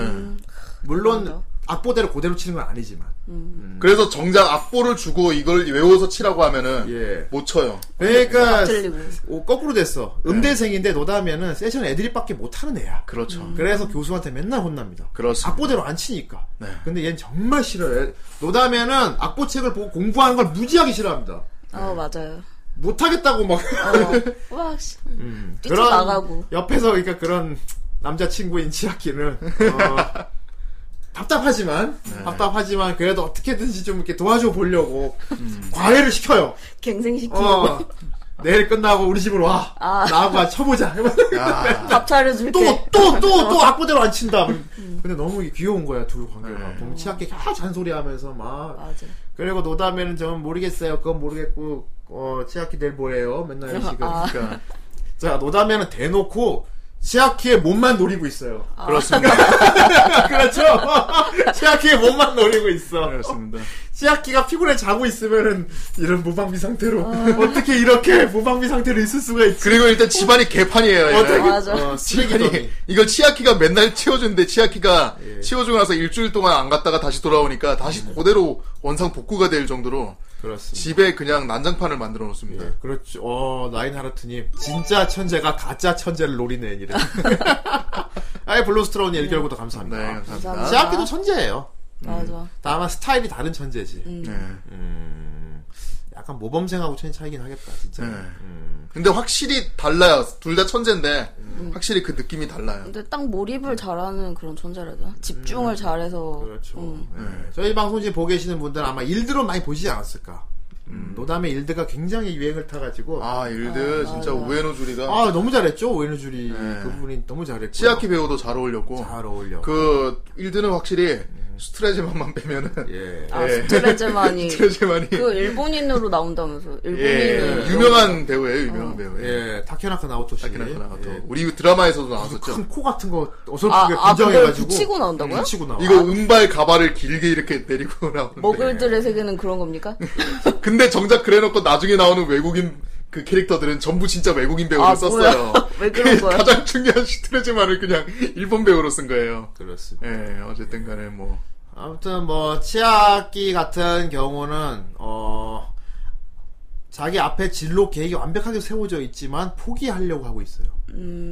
물론 맞아. 악보대로 그대로 치는 건 아니지만. 음. 음. 그래서 정작 악보를 주고 이걸 외워서 치라고 하면은 예. 못 쳐요. 그러니까 다 틀리고. 어, 거꾸로 됐어. 음대생인데 노다하면은 세션 애드립밖에 못하는 애야. 그렇죠. 그래서 교수한테 맨날 혼납니다. 그렇습니다. 악보대로 안 치니까. 네. 근데 얘는 정말 싫어요. 노다면은 악보책을 보고 공부하는 걸 무지하게 싫어합니다. 어, 네. 맞아요. 못하겠다고 막. 어, 와, 씨. (laughs) 음. 뛰쳐나가고. 옆에서 그러니까 그런 남자친구인 치아키는 어, (laughs) 답답하지만 네. 답답하지만 그래도 어떻게든지 좀 이렇게 도와줘 보려고 음. 과외를 시켜요. 갱생시키고. 어, 내일 끝나고 우리 집으로 와. 아. 나하고 쳐보자. 야. (laughs) 밥 차려줄게. 음, 또 또 또 또 악보대로 안 친다. 근데 너무 귀여운 거야 둘 관계가. 네. 보면 치아키 다 잔소리하면서 막 음. 맞아. 그리고 노담에는 저는 모르겠어요. 그건 모르겠고 어 치아키 내일 뭐예요? 맨날 이런 식으로. 아. 그러니까 자 노담에는 대놓고 치아키의 몸만 노리고 있어요. 아. 그렇습니다. 아. (laughs) 그렇죠. 치아키의 몸만 노리고 있어. (laughs) 그렇습니다. 치아키가 피곤해 자고 있으면은 이런 무방비 상태로 아. 어떻게 이렇게 무방비 상태로 있을 수가 있지? 그리고 일단 집안이 개판이에요. 얘는. 어떻게 네, 맞아. 어, 쓰레기더미. 집안이 이걸 치아키가 맨날 치워주는데 치아키가 예. 치워주고 나서 일주일 동안 안 갔다가 다시 돌아오니까 다시 그대로 원상 복구가 될 정도로 그렇습니다. 집에 그냥 난장판을 만들어 놓습니다. 예, 그렇죠. 어, 라인하르트님. 진짜 천재가 가짜 천재를 노리네, 이래. (laughs) 아예 블루스트러운 일결부터 네, 감사합니다. 감사합니다. 감사합니다. 시아키도 천재예요. 맞아. 다만 스타일이 다른 천재지. 네. 음, 약간 모범생하고 천재 차이긴 하겠다, 진짜. 네. 음. 근데 확실히 달라요. 둘 다 천재인데 확실히 그 느낌이 달라요. 근데 딱 몰입을 잘하는 그런 존재라 해야 되나? 집중을 잘해서. 음. 그렇죠. 음. 예. 저희 방송지 보고 계시는 분들은 아마 일드로 많이 보시지 않았을까. 음, 노담의 일드가 굉장히 유행을 타가지고. 아, 음. 아 일드 진짜 우에노 주리가 너무 잘했죠? 오에누줄이 네. 그 부분이 너무 잘했고. 치아키 배우도 잘 어울렸고 잘 어울려. 그 일드는 확실히 스트레제만만 빼면은 예. 아, 예. (laughs) 스트레제만이. 스트레제만이 그 어. 일본인으로 나온다면서. 예, 일본인을. 유명한 배우예요. 유명한 배우. 예. 예, 타케나카 나오토 씨. 다키나카 나가도 예. 우리 드라마에서도 나왔었죠. 큰코 같은 거 아, 어설프게 아, 그걸 분장해가지고. 음. 네. 붙이고 나온다고요? 붙이고 나와. 이거 음- 은발 가발을 길게 이렇게 내리고 (laughs) 나오는데 머글들의 세계는 그런 겁니까? 네, 근데 정작 그래놓고 나중에 나오는 외국인 그 캐릭터들은 전부 진짜 외국인 배우를 아, 썼어요. 뭐야? 왜 (laughs) 그런 그 거야? 가장 중요한 스트레즈만을 그냥 일본 배우로 쓴 거예요. 그렇습니다. 예, 어쨌든 간에 뭐. 아무튼 뭐 치아키 같은 경우는 어 자기 앞에 진로 계획이 완벽하게 세워져 있지만 포기하려고 하고 있어요.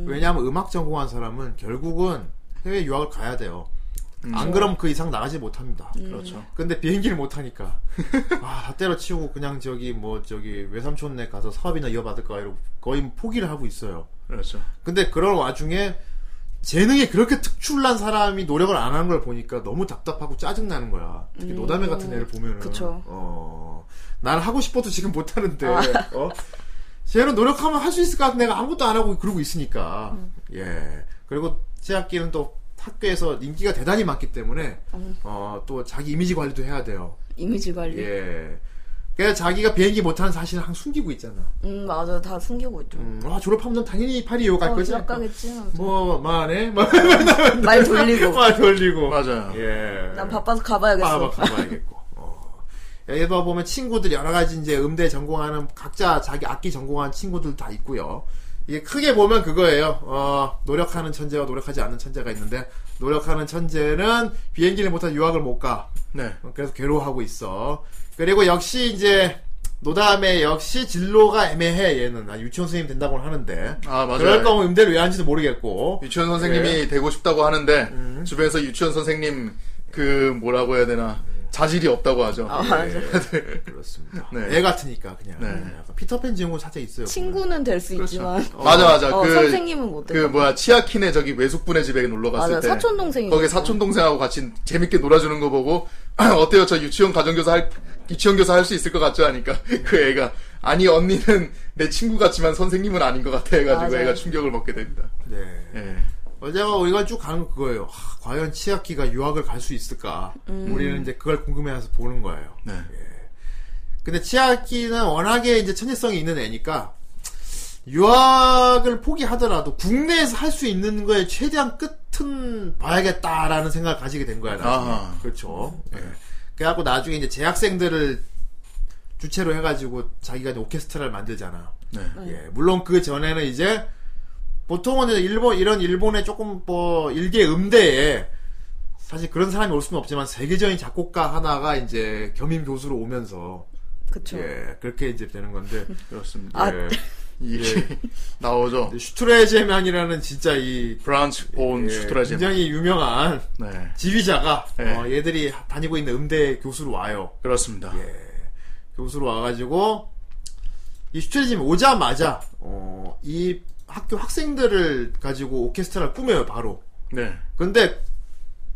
왜냐하면 음악 전공한 사람은 결국은 해외 유학을 가야 돼요. 안 그럼 그 이상 나가지 못합니다. 음. 그렇죠. 근데 비행기를 못 타니까 (laughs) 아, 다 때려치우고 그냥 저기 뭐 저기 외삼촌네 가서 사업이나 이어받을까 이러고 거의 뭐 포기를 하고 있어요. 그렇죠. 근데 그런 와중에 재능이 그렇게 특출난 사람이 노력을 안 하는 걸 보니까 너무 답답하고 짜증나는 거야. 특히 노다메 같은 애를 보면은. 음. 그쵸. 아. 어, 난 하고 싶어도 지금 못하는데, 어? 쟤는 노력하면 할 수 있을 것 같은데 내가 아무것도 안 하고 그러고 있으니까. 음. 예. 그리고 제 학기는 또 학교에서 인기가 대단히 많기 때문에, 음. 어, 또 자기 이미지 관리도 해야 돼요. 이미지 관리. 예. 그러니까 자기가 비행기 못하는 사실을 항상 숨기고 있잖아. 음, 맞아. 다 숨기고 있죠. 음, 아, 졸업하면 전 당연히 파리에 갈 어, 거지. 지각 가겠지. 뭐, 만해? (laughs) 막 (laughs) 말 돌리고. 막 돌리고. 맞아요. 예. 난 바빠서 봐봐, 가봐야겠어. 가봐야겠고. 어. 예를 들어 보면 친구들 여러 가지 이제 음대 전공하는 각자 자기 악기 전공한 친구들 다 있고요. 이게 크게 보면 그거예요. 어, 노력하는 천재와 노력하지 않는 천재가 있는데 노력하는 천재는 비행기를 못한 유학을 못 가. 네. 어, 그래서 괴로워하고 있어. 그리고 역시 이제 노담에 역시 진로가 애매해 얘는 아, 유치원 선생님 된다고 하는데 아, 맞아요. 그럴 거면 음대를 왜 하는지도 모르겠고 유치원 선생님이 예. 되고 싶다고 하는데 음. 주변에서 유치원 선생님 그 뭐라고 해야 되나 자질이 없다고 하죠. 아, 맞아. 그렇습니다. 네. 애 같으니까 그냥 네. 약간 피터팬 증후 살짝 있어요. 친구는 될 수 그렇죠. 있지만. 맞아 맞아. 어, 그 선생님은 못 그 돼요. 뭐야 치아키네 저기 외숙분의 집에 놀러 갔을 맞아, 때 사촌동생이 거기 있어요. (clears throat) 사촌 동생하고 같이 재밌게 놀아주는 거 보고 어때요 저 유치원 가정교사 할 유치원 교사 할 수 있을 것 같죠 하니까 (laughs) 그 애가 아니 언니는 내 친구 같지만 선생님은 아닌 것 같아 해가지고 맞아요. 애가 충격을 먹게 됩니다. 네. 예. 어제가 우리가 쭉 가는 거 그거예요. 하, 과연 치아키가 유학을 갈 수 있을까? 음. 우리는 이제 그걸 궁금해서 보는 거예요. 네. 근데 치아키는 워낙에 이제 천재성이 있는 애니까 유학을 포기하더라도 국내에서 할 수 있는 거에 최대한 끝은 봐야겠다라는 생각을 가지게 된 거야. 나중에. 아하. 그렇죠. 예. 그래갖고 나중에 이제 재학생들을 주체로 해가지고 자기가 이제 오케스트라를 만들잖아. 네. 예, 물론 그 전에는 이제 보통은 이제 일본 이런 일본의 조금 뭐 일개 음대에 사실 그런 사람이 올 수는 없지만 세계적인 작곡가 하나가 이제 겸임 교수로 오면서 그쵸. 음, 예 그렇게 이제 되는 건데 그렇습니다. (laughs) 아, 예. 이게 나오죠. 슈트레제만이라는 진짜 이 브란치 본 예, 슈트라제. 굉장히 유명한 네. 지휘자가 예. 어, 얘들이 다니고 있는 음대 교수로 와요. 그렇습니다. 예. 교수로 와가지고 이 슈트레짐 오자마자 어, 이 학교 학생들을 가지고 오케스트라를 꾸며요 바로 네. 근데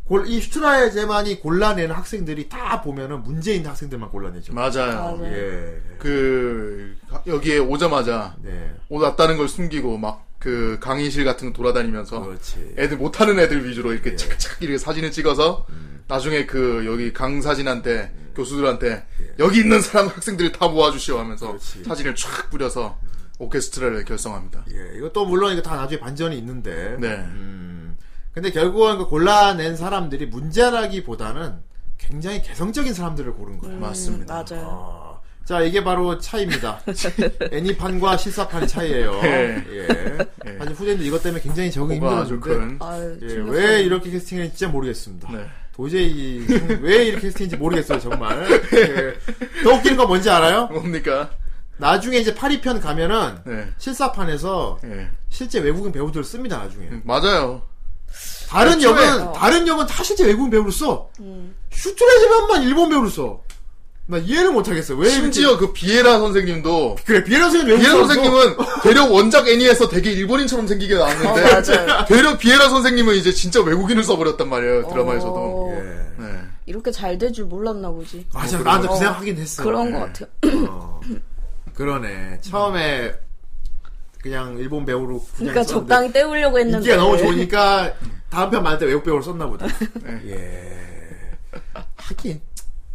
골, 이 슈트라제만이 골라내는 학생들이 다 보면은 문제 있는 학생들만 골라내죠 맞아요. 맞아요. 예. 그 여기에 오자마자 네 옷 왔다는 걸 숨기고 막 그 강의실 같은 거 돌아다니면서 그렇지 애들 못하는 애들 위주로 예. 이렇게 착착 이렇게 사진을 찍어서 음. 나중에 그 여기 강사진한테 교수들한테 여기 있는 사람 학생들을 다 모아주시오 하면서 예. 그렇지. 사진을 촥 뿌려서 오케스트라를 결성합니다. 예 이것도 물론 이거 다 나중에 반전이 있는데 네. 음, 근데 결국은 그 골라낸 사람들이 문제라기보다는 굉장히 개성적인 사람들을 고른 거예요 음. 맞습니다. 맞아요. 아, 자, 이게 바로 차이입니다. (laughs) 애니판과 실사판의 차이예요. 예. 예. 예. 사실 후대인도 이것 때문에 굉장히 적응이 뭐가 좀 힘들었는데 그런 아유, 예, 신경 왜 쓰이네. 이렇게 캐스팅했는지 진짜 모르겠습니다. 네. 도저히 이- 왜 이렇게 캐스팅인지 모르겠어요, 정말. 예. 더 웃기는 건 뭔지 알아요? 뭡니까? 나중에 이제 8위편 가면은 네. 실사판에서 예. 실제 외국인 배우들을 씁니다, 나중에. 음, 맞아요. 다른 애초에- 역은, 어. 다른 역은 다 실제 외국인 배우를 써. 음, 슈트레즈만만 일본 배우를 써. 나 이해를 못하겠어요. 왜 이렇게- 심지어 그 비에라 선생님도 그래, 비엘 선생님 외국 비에라 사람도- 선생님은 되려 원작 애니에서 되게 일본인처럼 생기게 어, 나왔는데 맞아요. 되려 비에라 선생님은 이제 진짜 외국인을 써버렸단 말이에요 드라마에서도. 어, 예. 네. 이렇게 잘 될 줄 몰랐나 보지. 맞아, 뭐 나도 그런 그 거. 생각하긴 했어. 그런 예. 것 같아요. 어. 그러네. 처음에 그냥 일본 배우로 그냥 그러니까 적당히 때우려고 했는데. 인기가 너무 좋으니까 다음 편 만들 때 외국 배우로 썼나 (laughs) 보다. 예. 하긴 네.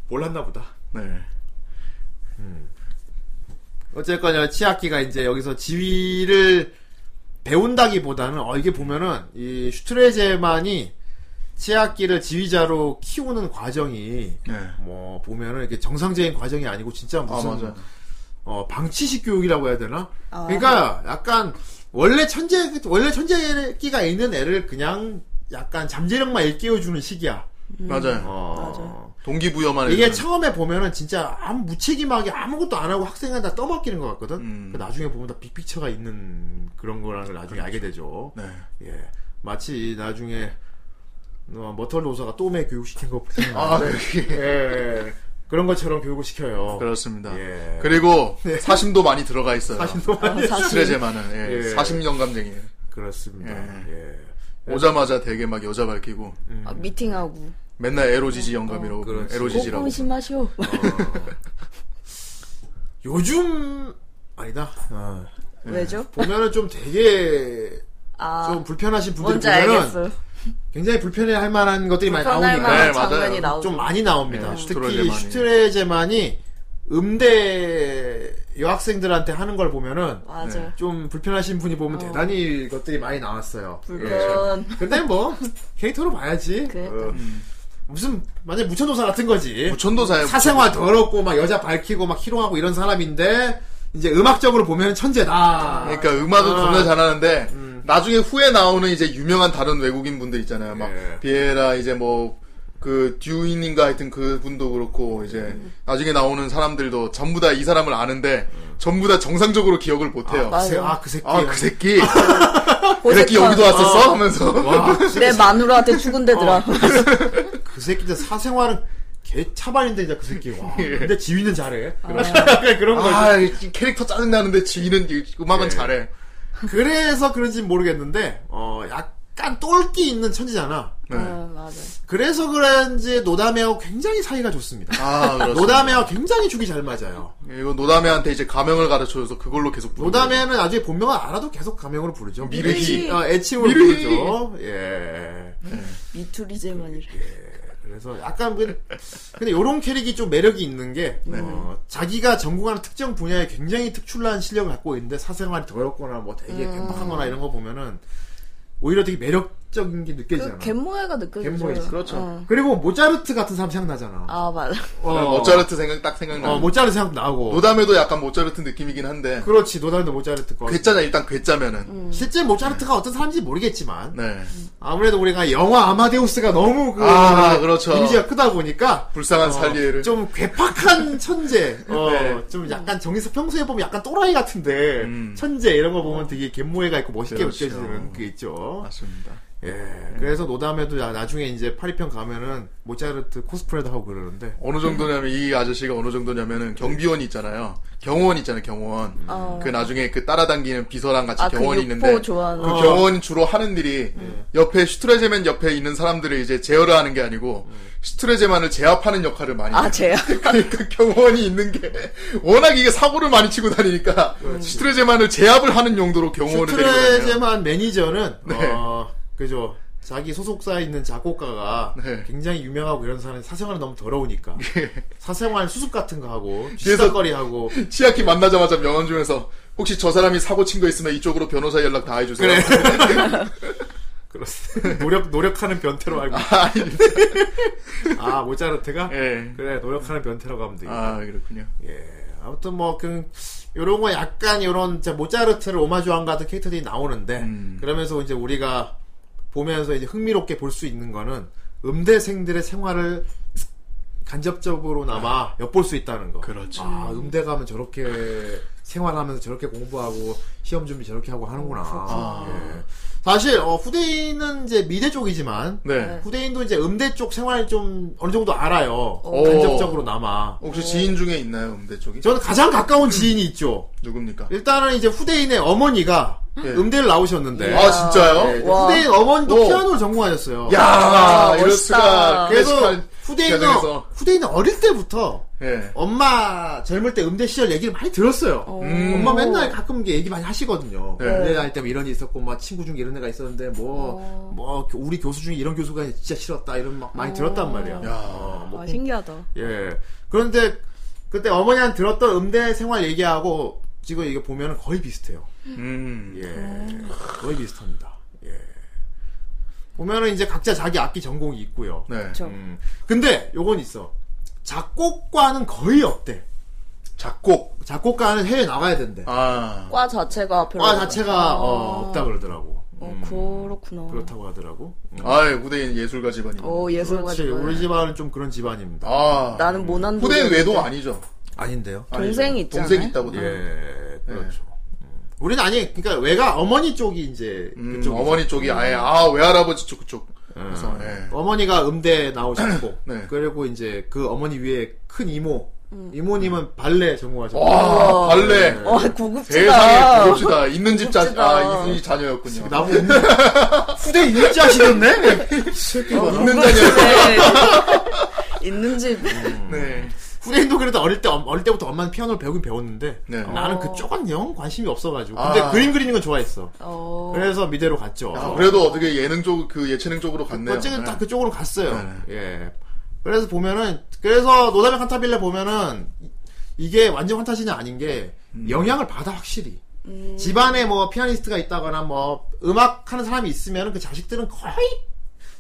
몰랐나 보다. 네. 어쨌거나 치아키가 이제 여기서 지휘를 배운다기보다는 어 이게 보면은 이 슈트레제만이 치아키를 지휘자로 키우는 과정이 네. 뭐 보면은 이게 정상적인 과정이 아니고 진짜 아 무슨 맞아. 어, 방치식 교육이라고 해야 되나? 그러니까 약간 원래 천재 원래 천재기가 있는 애를 그냥 약간 잠재력만 일깨워주는 시기야. 맞아요. 어, 동기부여만 이게 해주는. 처음에 보면은 진짜 아무 무책임하게 아무것도 안 하고 학생한테 다 떠맡기는 것 같거든. 음. 그 나중에 보면 다 빅픽처가 있는 그런 거라는 걸 나중에 알게 되죠. 네. 예, 마치 나중에 어, 머털 노사가 또매 교육시킨 것 같은 아, 네. 예, 그런 것처럼 교육을 시켜요. 그렇죠. 그렇습니다. 예. (laughs) 그리고 사심도 많이 들어가 있어요. 사실도 많이 사실. 스트레제만은 예. 예. 사심 영감쟁이에요. 그렇습니다. 예. 예. 오자마자 되게 막 여자 밝히고 아, 미팅하고. 맨날 에로지지 영감이라고 어, 그렇지. 에로지지라고. 꼬꼬미 신마시오. 요즘 아니다. 어. (laughs) 왜죠? 보면은 좀 되게 아, 좀 불편하신 분들이 뭔지 보면은 알겠어요. 굉장히 불편해할 만한 것들이 많이 불편할 나오니까 네, 만한 예. 맞아요. 장면이 나오고. 좀 많이 나옵니다. 네, 특히 슈트레제만이. 슈트레제만이 음대 여학생들한테 하는 걸 보면은 맞아. 네. 요 좀 불편하신 분이 보면 어. 대단히 것들이 많이 나왔어요. 불편. 예. 근데 뭐 (laughs) 캐릭터로 봐야지. 그러니까. 어, 무슨 만약 무천도사 같은 거지. 무천도사예요. 사생활 더럽고 막 여자 밝히고 막 희롱하고 이런 사람인데 이제 음악적으로 보면 천재다. 그러니까 음악은 아. 음. 겁나 잘하는데 나중에 후에 나오는 이제 유명한 다른 외국인 분들 있잖아요. 막 예. 비에라 이제 뭐 그 듀인인가 하여튼 그 분도 그렇고 이제 음. 나중에 나오는 사람들도 전부 다 이 사람을 아는데 전부 다 정상적으로 기억을 못해요. 아, 아, 그 새- 맞아요. 아, 그 새끼. 아, 그 새끼, 그 새끼 여기도 왔었어 하면서 와, 내 마누라한테 죽은 데더라. 어, 그 새끼 진짜 사생활은 개 차반인데 진짜 그 새끼. 와. 근데 지휘는 잘해. 약간 그런 (laughs) 거지. 예. 예. 아 이 캐릭터 짜증 나는데 지인은 이- 음악은 잘해. 그래서 그런지는 모르겠는데 어 약 약간 똘끼 있는 천재잖아. 네. (laughs) 어, 맞아. 그래서 그런지 노다메하고 굉장히 사이가 좋습니다. 아, 그렇습니다. 노다메와 굉장히 죽이 잘 맞아요. 이거 노담에한테 이제 가명을 가르쳐줘서 그걸로 계속 부르는 노다메는 나중에 본명을 알아도 계속 가명으로 부르죠. 미르히. 어, 애칭으로 미르히. 부르죠. 예. 미투리제만이래. 그래서 약간 그, 근데 요런 캐릭이 좀 매력이 있는 게 네. 어, 자기가 전공하는 특정 분야에 굉장히 특출난 실력을 갖고 있는데 사생활이 더럽거나 뭐 되게 음. 괴팍한거나 이런 거 보면은 오히려 되게 매력적인 게 그 느껴지잖아. 갯모해가 느껴져요. 갯모해지, 그렇죠. 어. 그리고 모차르트 같은 사람 생각나잖아. 아 맞아. 어, 거예요. 네, 모차르트 생각 딱 생각나. 어, 요 모차르트 생각 나고. 노담에도 약간 모차르트 느낌이긴 한데 그렇지 노다르도 모차르트 거. 괴짜냐 일단 괴짜면은. 음. 실제 모차르트가 어떤 사람인지 모르겠지만 네. 아무래도 우리가 영화 아마데우스가 너무 그 아, 그렇죠. 이미지가 크다 보니까 불쌍한 어, 살리에를. 좀 괴팍한 천재, (laughs) 어, 네. 좀 약간 정에서 평소에 보면 약간 또라이 같은데 음. 천재 이런 거 보면 되게 갯모해가 있고 멋있게 그렇죠. 아. 음. 느껴지는 그게 있죠. 맞습니다. 예, 그래서 노담에도 나- 나중에 이제 파리편 가면은 모차르트 코스프레도 하고 그러는데 어느 정도냐면 이 아저씨가 어느 정도냐면은 경비원이 있잖아요. 경호원 있잖아요. 경호원. 어. 그 나중에 그 따라다니는 비서랑 같이 아, 그 경호원이 육포 있는데 좋아하는. 그 어. 경호원이 주로 하는 일이 네. 옆에 슈트레제맨 옆에 있는 사람들을 이제 제어를 하는 게 아니고 음. 슈트레제만을 제압하는 역할을 많이 아 해요. (laughs) 제야. 그러니까 경호원이 있는 게 워낙 이게 사고를 많이 치고 다니니까 슈트레제만을 제압을 하는 용도로 경호원을 데리고 다녀요. 슈트레제만 매니저는 음. (laughs) 네. 어, 그죠. 자기 소속사에 있는 작곡가가 네. 예. 굉장히 유명하고 이런 사람이 사생활이 너무 (laughs) 더러우니까 사생활 수습 같은 거 하고 뒤에서- 쥐싸거리 하고 치아키 만나자마자 명언 중에서 혹시 저 사람이 사고 친 거 있으면 이쪽으로 변호사 연락 다 해주세요. (laughs) 그렇습니다. 노력 노력하는 변태로 알고 있- 아, (laughs) 아닙니다. 아 모차르트가 예. 그래 노력하는 변태라고 하면 되겠다. 아 그렇군요. 아무튼 뭐그 요런 거 약간 요런 진짜 모차르트를 오마주한 같은 캐릭터들이 나오는데 음. 그러면서 이제 우리가 보면서 이제 흥미롭게 볼 수 있는 거는 음대생들의 생활을 간접적으로나마 엿볼 수 있다는 거. 그렇죠. 아 음대 가면 저렇게 생활하면서 저렇게 공부하고 시험 준비 저렇게 하고 하는구나. 예. 사실 어, 후대인은 이제 미대 쪽이지만 네. 후대인도 이제 음대 쪽 생활 좀 어느 정도 알아요. 오. 간접적으로 남아. 혹시 지인 중에 있나요, 음대 쪽이? 저는 가장 가까운 지인이 있죠. 누굽니까? 일단은 이제 후대인의 어머니가 네. 음대를 나오셨는데 아 진짜요? 네, 와. 후대인 어머니도 오. 피아노를 전공하셨어요. 야, 아, 이럴 수가. 멋있다. 그래서 클래식한 후대인은 가정에서. 후대인은 어릴 때부터 예. 엄마 젊을 때 음대 시절 얘기를 많이 들었어요. 음. 엄마 맨날 가끔 이게 얘기 많이 하시거든요. 네. 음대 다닐 때 이런 일 있었고, 막 친구 중에 이런 애가 있었는데, 뭐, 어. 뭐, 우리 교수 중에 이런 교수가 진짜 싫었다, 이런 막 많이 들었단 말이야. 야. 어, 뭐 아, 신기하다. 예. 그런데 그때 어머니한테 들었던 음대 생활 얘기하고 지금 이거 보면 거의 비슷해요. 음. 예. 어. 거의 비슷합니다. 예. 보면은 이제 각자 자기 악기 전공이 있고요. 네. 그쵸. 음. 근데 요건 있어. 작곡과는 거의 없대. 작곡. 작곡가는 해외 나가야 된대. 아. 과 자체가 별로. 과 자체가 아. 어, 없다 그러더라고. 어, 음, 그렇구나. 그렇다고 하더라고. 음. 아이, 후대인 예술가 집안이. 오 예술가. 그렇지. 우리 집안은 좀 그런 집안입니다. 아. 어, 나는 모난 후대인 노래였는데. 외도 아니죠. 아닌데요. 동생이 아니죠. 음. 있잖아요. 동생이 있다고. 들었는데. 예, 그렇죠. 음. 우리는 아니, 그러니까 외가 어머니 쪽이 이제 음, 그쪽 어머니 쪽이 아예, 아, 외할아버지 쪽, 그쪽. 그래서, 예. 어머니가 음대 나오셨고 네. 그리고 이제 그 어머니 위에 큰 이모 음. 이모님은 발레 전공하셨고 와, 발레. 와 네. 세상에, 고급지다. 부럽시다. 있는 집 자, 부럽지다. 아, 이, 이 자녀였군요. 나무 음, 후대 있는 지 아시겠네 있는 자녀. 어, 네. (laughs) 있는 집. 네. 후대인도 그래도 어릴 때 어릴 때부터 엄마는 피아노를 배우긴 배웠는데 네. 나는 어. 그쪽은 영 관심이 없어가지고 근데 아. 그림 그리는 건 좋아했어 어. 그래서 미대로 갔죠 아, 그래도 어떻게 예능 쪽, 그 예체능 쪽으로 갔네요. 어쨌든 딱 네. 그쪽으로 갔어요. 예. 그래서 보면은 그래서 노다메 칸타빌레 보면은 이- 이게 완전 환타지는 아닌 게 음. 영향을 받아 확실히. 집안에 뭐 피아니스트가 있다거나 뭐 음악하는 사람이 있으면은 그 자식들은 거의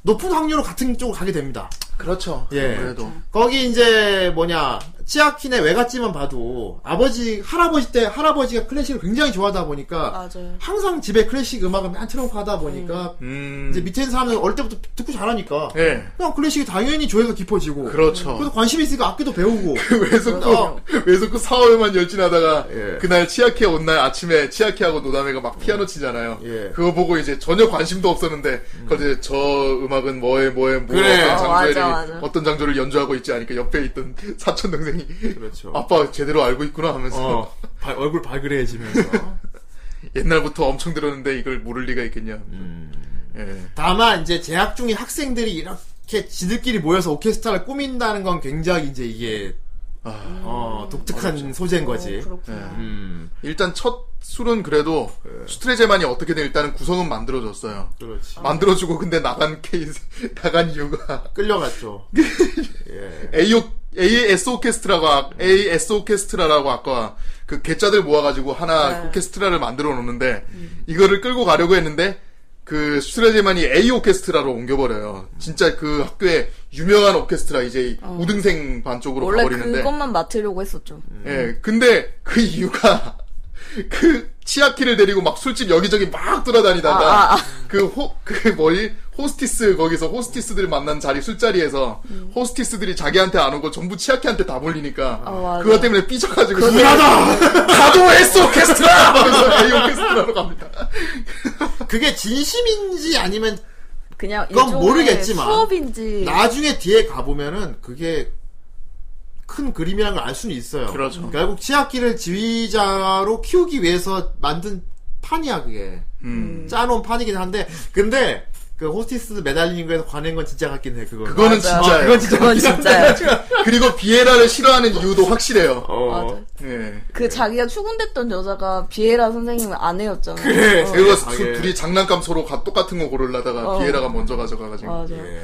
높은 확률로 같은 쪽으로 가게 됩니다. 그렇죠. 예. 그래도. 거기 이제 뭐냐 치아킨의 외갓집만 봐도 아버지 할아버지 때 할아버지가 클래식을 굉장히 좋아하다 보니까 맞아요. 네. 항상 집에 클래식 음악을 맨 틀어놓고 하다 보니까 음. 이제 밑에 있는 사람들은 어릴 때부터 듣고 잘하니까 예. 그냥 클래식이 당연히 조예가 깊어지고 그렇죠. 그래서 관심이 있으니까 악기도 (laughs) 배우고 외숙고, 어. 외숙고 사업에만 열진하다가, 예. 그날 치아키 온 날 아침에 치아키하고 노다메가 막 피아노 치잖아요. 예. 음. 그거 보고 이제 전혀 관심도 없었는데, 그걸 이제 저 음악은 뭐에 뭐에 뭐, 그래. 어떤 어, 장조를, 맞아, 맞아. 어떤 장조를 연주하고 있지 않으니까 옆에 있던 (laughs) 사촌 동생이, 그렇죠 아빠 제대로 알고 있구나 하면서, (laughs) 어, 발- 얼굴 발그레해지면서 옛날부터 엄청 들었는데 이걸 모를 리가 있겠냐. (laughs) 하면서. 음, 예. 다만 이제 재학 중인 학생들이 이렇게 지들끼리 모여서 오케스트라를 꾸민다는 건 굉장히 이제 이게 아, 어, 독특한 소재인 거지. 어, 그렇구나. 음, 일단 첫 술은 그래도 스트레제만이 어떻게든 일단은 구성은 만들어줬어요. 그렇지. 만들어주고 근데 나간 케이스 (laughs) 나간 이유가 (laughs) 끌려갔죠. 예. AO, AS 오케스트라가 AS 오케스트라라고 아까 그 개짜들 모아가지고 하나 네. 오케스트라를 만들어 놓는데 이거를 끌고 가려고 했는데 그 스트레제만이 A 오케스트라로 옮겨버려요. 진짜 그 학교에 유명한 오케스트라 이제 우등생 반 쪽으로 어. 원래 가버리는데 그것만 맡으려고 했었죠. 예, 근데 그 이유가 (laughs) 그 치아키를 데리고 막 술집 여기저기 막 돌아다니다가 아, 아, 아. 그호그 뭐지 호스티스 거기서 호스티스들 만난 자리 술자리에서 호스티스들이 자기한테 안 오고 전부 치아키한테 다 몰리니까 음. 아, 맞아. 그것 때문에 삐져가지고 불하다 (laughs) 가도 S 오케스트라 하면서 A 오케스트라로 갑니다. 그게 진심인지 아니면 그냥 그건 일종의 모르겠지만. 수업인지 나중에 뒤에 가보면은 그게 큰 그림이라는 걸 알 수는 있어요. 그렇죠. 결국 치아키를 지휘자로 키우기 위해서 만든 판이야, 그게. 음. 짜놓은 판이긴 한데, 근데 그 호스티스 매달리는 거에서 관한 건 진짜 같긴 해, 그거. 그거는 맞아요. 진짜예요. 그건 진짜 그건 진짜예요. (laughs) 그리고 비에라를 싫어하는 이유도 확실해요. 어. 맞아. 예. 그 자기가 추근됐던 여자가 비에라 선생님의 아내였잖아. 그래. 어, 그리고 아, 수- 예. 둘이 장난감 서로 가- 똑같은 거 고르려다가 어. 비에라가 먼저 가져가가지고 맞아. 예,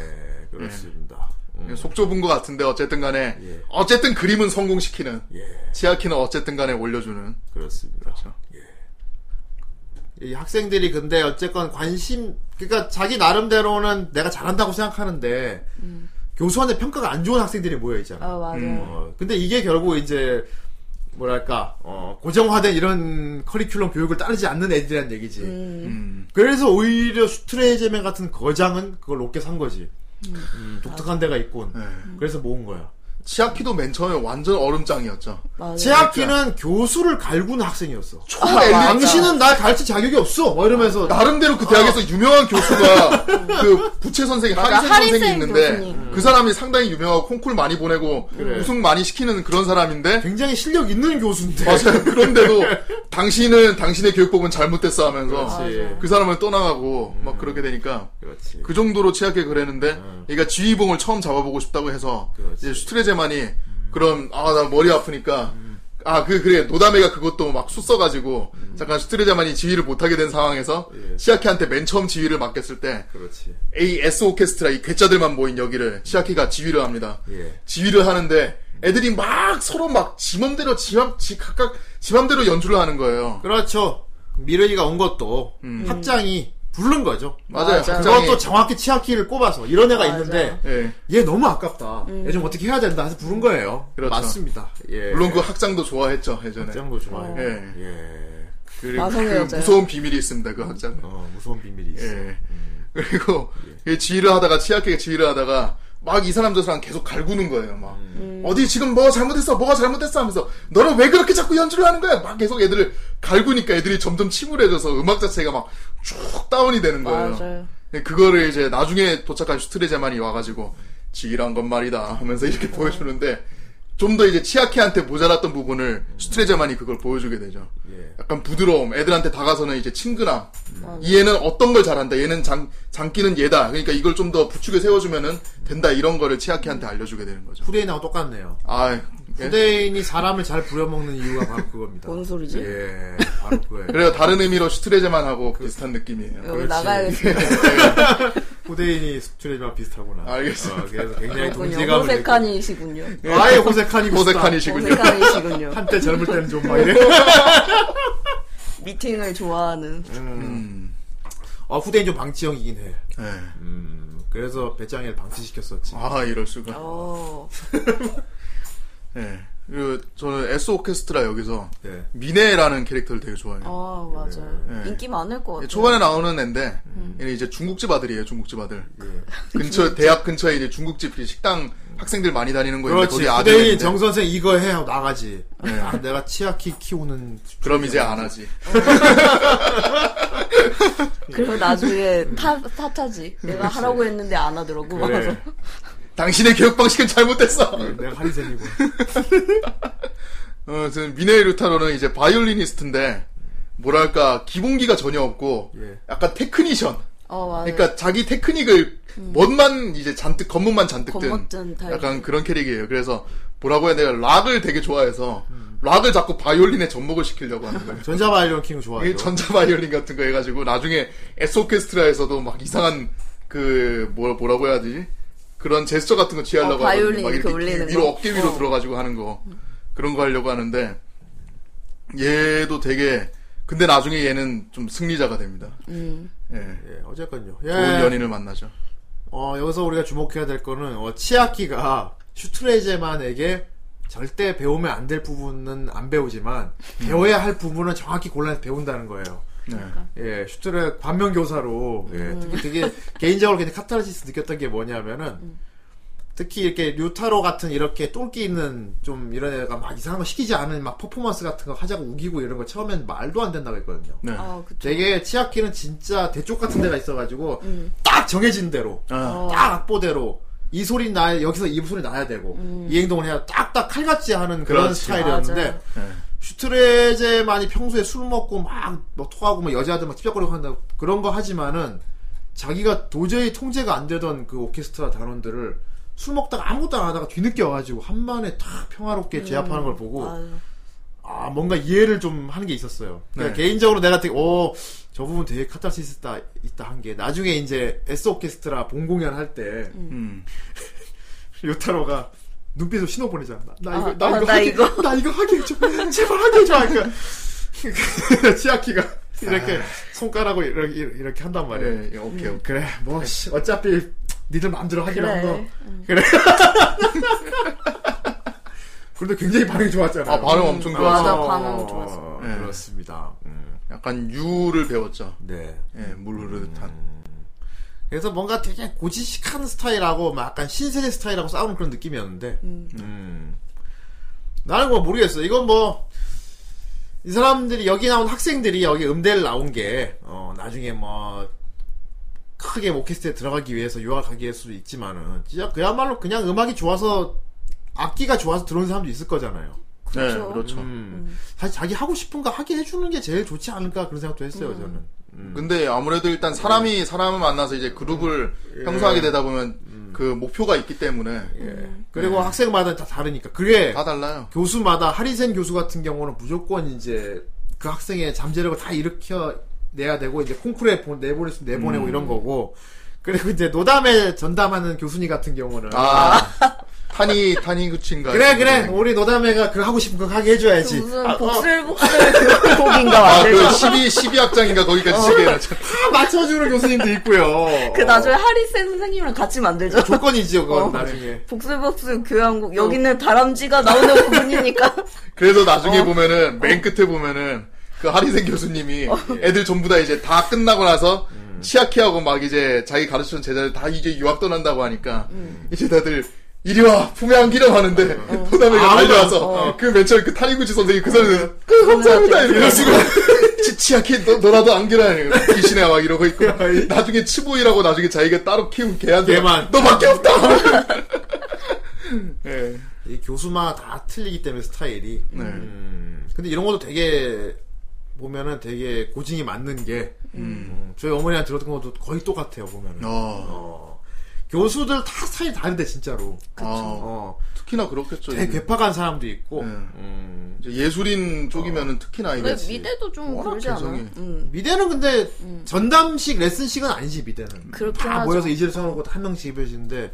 그렇습니다. 네. 음. 예, 속 좁은 것 같은데 어쨌든 간에 예. 어쨌든 그림은 성공시키는 예, 치아키는 어쨌든 간에 올려주는 그렇습니다. 그렇죠. 예. 이 학생들이 근데 어쨌건 관심, 그러니까 자기 나름대로는 내가 잘한다고 생각하는데 교수한테 평가가 안 좋은 학생들이 모여 있잖아. 아, 맞아. 음. 음. 어, 근데 이게 결국 이제 뭐랄까 어, 고정화된 이런 커리큘럼 교육을 따르지 않는 애들이란 얘기지. 음. 그래서 오히려 슈트레이제맨 같은 거장은 그걸 높게 산 거지. 음, 독특한 데가 있군. 네. 그래서 모은 거야. 치아키도 맨 처음에 완전 얼음장이었죠 맞아. 제아키는 교수를 갈구는 학생이었어. 초 엘리 당신은 날 가르칠 자격이 없어. 막 이러면서 나름대로 그 대학에서 유명한 교수가 그 부채 선생이 맞아, 하리센 하리센 선생이 있는데 교수님. 그 사람이 상당히 유명하고 콩쿨 많이 보내고 그래. 우승 많이 시키는 그런 사람인데 굉장히 실력 있는 교수인데. 맞아요 그런데도 당신은 당신의 교육법은 (laughs) 잘못됐어 하면서 그렇지. 그 사람을 떠나가고 막 그렇게 되니까 그렇지. 그 정도로 취약해 그랬는데 음. 얘가 지휘봉을 처음 잡아보고 싶다고 해서 그렇지. 음. 이제 스트레제만이 그럼 아 나 머리 아프니까 아 그 그래 노다메가 그것도 막 sus어가지고 잠깐 스트레제만이 지휘를 못하게 된 상황에서 음. 예. 시아키한테 맨 처음 지휘를 맡겼을 때 그렇지. AS 오케스트라 이 괴짜들만 모인 여기를 시아키가 지휘를 합니다. 예. 지휘를 하는데 애들이 막 서로 막 지맘대로 지맘 지 각각 지맘대로 연주를 하는 거예요. 그렇죠. 미르이가 온 것도 합장이 부른 거죠. 음. 맞아요. 맞아. 갑자기. 그것도 정확히 치아키를 꼽아서 이런 애가 맞아. 있는데 예. 얘 너무 아깝다. 음. 얘 좀 어떻게 해야 된다 해서 부른 거예요. 그렇죠. 맞습니다. 예. 물론 그 학장도 좋아했죠 예전에. 합장도 좋아요. 어. 예. 예. 그리고 그 마성의 여자요. 무서운 비밀이 있습니다 그 학장. 어, 무서운 비밀이 있어. 예. 그리고 이 지휘를 하다가 치아키가 지휘를 하다가 막 이 사람 저 사람 계속 갈구는 거예요. 막 음. 어디 지금 뭐 잘못했어, 뭐가 잘못했어 하면서 너는 왜 그렇게 자꾸 연주를 하는 거야? 막 계속 애들을 갈구니까 애들이 점점 침울해져서 음악 자체가 막 쭉 다운이 되는 거예요. 맞아요. 예, 그거를 이제 나중에 도착한 슈트레제만이 와가지고 지휘란 건 말이다 하면서 이렇게 음. 보여주는데 좀 더 이제 치아키한테 모자랐던 부분을 슈트레제만이 그걸 보여주게 되죠. 음. 예. 음. 약간 부드러움, 애들한테 다가서는 이제 친근함. 아, 네. 이 얘는 어떤 걸 잘한다. 얘는 장, 장기는 얘다. 그러니까 이걸 좀 더 부축에 세워주면은 된다. 이런 거를 치아키한테 알려주게 되는 거죠. 후대인하고 똑같네요. 아, 예. 후대인이 사람을 잘 부려먹는 이유가 바로 그겁니다. 뭔 소리지? 예, 바로 그거예요. 그래요. 다른 의미로 슈트레제만하고 비슷한 느낌이에요. 여기 나가야겠어. 후대인이 스트레이트랑 비슷하구나. 알겠습니다. 어, 그래서 굉장히 그렇군요. 동질감을 느끼고. 호세칸이시군요. 아예 호세칸이고 고색한이시군요. 어. 호세칸이시군요. (laughs) 한때 젊을 때는 좀 막 이래. 미팅을 좋아하는. 음. 어, 후대인 좀 방치형이긴 해. 예. 음, 그래서 배짱이를 방치시켰었지. 아, 이럴 수가. 어. 예. 그리고 저는 S 오케스트라 여기서 네. 미네라는 캐릭터를 되게 좋아해요. 아, 맞아요. 예. 인기 많을 것 같아요. 초반에 나오는 앤데 얘는 이제 중국집 아들이에요. 중국집 아들. 예. 근처 (laughs) 대학 근처에 이제 중국집 이 식당 학생들 뭐 많이 다니는 거 있는데 그렇지. 거기 아들이 후대인이 정... 정선생 이거 해 하고 나가지. 네. 아, 내가 치아키 키우는. 그럼 이제 안 하지. 그리고 나중에 음. 타, 타타지. 내가 하라고 했는데 안 하더라고. 그래. 당신의 교육 방식은 잘못됐어. 내가 하리생이고. 어, 저는 미네이 루타로는 이제 바이올리니스트인데 뭐랄까 기본기가 전혀 없고 예. 약간 테크니션. 어, 어, 맞아. 그러니까 자기 테크닉을 뭔만 이제 잔뜩 겉문만 잔뜩 든 겁먹든 다 약간 그런 캐릭이에요. 그래서 뭐라고 해야 되나 락을 되게 좋아해서 음. 락을 자꾸 바이올린에 접목을 시키려고 하는 (laughs) 거예요. 전자 바이올린 킹 이게 좋아해요. 전자 바이올린 같은 거 해가지고 나중에 에소케스트라에서도 막 이상한 그 뭐, 뭐라고 해야 되지? 그런 제스처 같은 거 취하려고 어, 하거든요. 바이올린 막 이렇게 올리는 위로 거? 어깨 위로 어. 들어가지고 하는 거 그런 거 하려고 하는데 얘도 되게 근데 나중에 얘는 좀 승리자가 됩니다. 음. 예. 예, 어쨌건요. 예. 좋은 연인을 만나죠. 어, 여기서 우리가 주목해야 될 거는, 어, 치아키가 슈트레제만에게 절대 배우면 안 될 부분은 안 배우지만, 배워야 할 부분은 정확히 골라서 배운다는 거예요. 네. 그러니까. 예, 슈트레 관명교사로, 예, 특히 되게, 개인적으로 굉장히 카타르시스 느꼈던 게 뭐냐면은, 특히 이렇게 류타로 같은 이렇게 똘끼 있는 좀 이런 애가 막 이상한 거 시키지 않은 막 퍼포먼스 같은 거 하자고 우기고 이런 거 처음엔 말도 안 된다고 했거든요. 네. 아, 아, 그쵸. 되게 치아키는 진짜 대쪽 같은 데가 있어가지고, 딱 정해진 대로, 아, 네. 어. 딱 악보대로 이 소리 나 여기서 이 소리 나야 되고 이 행동을 해야 딱딱 칼같이 하는 그런 그렇지. 스타일이었는데 음. 맞아요. 네. 슈트레제만이 평소에 술 먹고 막, 뭐 토하고 막 여자들 막 찝쩍거리고 한다 그런 거 하지만은 자기가 도저히 통제가 안 되던 그 오케스트라 단원들을 술 먹다가 아무것도 안 하다가 뒤늦게 와가지고 한 번에 탁 평화롭게 제압하는 걸 보고 음. 맞아. 아 뭔가 이해를 좀 하는 게 있었어요. 그러니까 네. 개인적으로 내가 되게 오저 부분 되게 카타르시스 있다 있다 한 게 나중에 이제 S 오케스트라 본 공연 할때 음. 요타로가 눈빛으로 신호 보내잖아. 나, 나 이거, 아, 나 아, 이거 나 하게, 이거. 나 이거 하게 해줘. (laughs) 제발 하게 해줘. 그러니까 치아키가 이렇게 손가락으로 이렇게, 이렇게 한단 말이야. 음. 예, 예, 오케이, 오케이. 그래, 뭐, 씨, 어차피 니들 마음대로 하기로 한 거. 그래. 그런데 굉장히 반응이 좋았잖아. 아, 반응 엄청 음, 좋았어. 맞아, 반응 좋았어. 어, 네. 그렇습니다. 음, 약간 유를 배웠죠. 네. 예, 물 흐르듯 한. 그래서 뭔가 되게 고지식한 스타일하고 막 약간 신세대 스타일하고 싸우는 그런 느낌이었는데 음. 음. 나는 뭐 모르겠어 이건 뭐 이 사람들이 여기 나온 학생들이 여기 음대를 나온 게 어, 나중에 뭐 크게 오케스트라에 들어가기 위해서 유학 가기 할 수도 있지만은 진짜 그야말로 그냥 음악이 좋아서 악기가 좋아서 들어온 사람도 있을 거잖아요 네, 그렇죠. 음. 사실 자기 하고 싶은 거 하게 해주는 게 제일 좋지 않을까 그런 생각도 했어요 저는 음. 근데 아무래도 일단 사람이 사람을 만나서 이제 그룹을 음. 예. 형성하게 되다 보면 그 목표가 있기 때문에 그리고 학생마다 다 다르니까 그게 다 달라요. 교수마다 하리센 교수 같은 경우는 무조건 이제 그 학생의 잠재력을 다 일으켜 내야 되고 이제 콩쿠르에 보- 내보내서 내보내고 이런 거고 그리고 이제 노담에 전담하는 교수님 같은 경우는 아 탄이 탄이 네. 그친가 그래 그래 우리 노담회가 그 하고 싶은 거 하게 해줘야지 그 무슨 아, 어, (laughs) 복슬복슬 곡인가 봐. 아그 그, 12 12 학장인가 거기까지 지게 다 맞춰주는 교수님도 어. 있고요 그 어. 나중에 하리센 선생님이랑 (laughs) 같이 만들죠. 조건이지요 그건 어. 나중에 복슬복슬 어. 교향곡 여기는 바람쥐가 (laughs) 나오는 부분이니까 그래서 나중에 보면은 맨 끝에 보면은 그 하리생 교수님이 애들 전부 다 이제 다 끝나고 나서 치아키하고 막 이제 자기 가르치던 제자들 다 이제 유학 떠난다고 하니까 이제 다들 이리 와 품에 안기렴 하는데 (laughs) 도담에가 아, 달려와서 그 맨 처음에 그 타리구치 선생님 그 사람들 그 감사합니다 이러고 (laughs) 치- 치아키 너, 너라도 안기라 이러고 귀신에 막 이러고 (laughs) 있고 나중에 치보이라고 나중에 자기가 따로 키운 개한테 걔만. 너밖에 (laughs) 없다 예. 이 교수마다 다 틀리기 때문에 스타일이 네. 음, 근데 이런 것도 되게 보면은 되게 고증이 맞는 게 음, 저희 어머니랑 들었던 것도 거의 똑같아요 보면은 어. 어, 교수들 다 스타일이 다른데 진짜로 아, 어, 특히나 그렇겠죠. 네. 되게 이게. 괴팍한 사람도 있고 네. 음, 이제 예술인 어. 쪽이면은 특히나 왜 이게 미대도 좀 워낙 그러지 않아? 개성이. 음. 미대는 근데 전담식 레슨식은 아니지 미대는 그렇긴 다 하죠. 모여서 이지를 써놓고 한 명씩 입혀지는데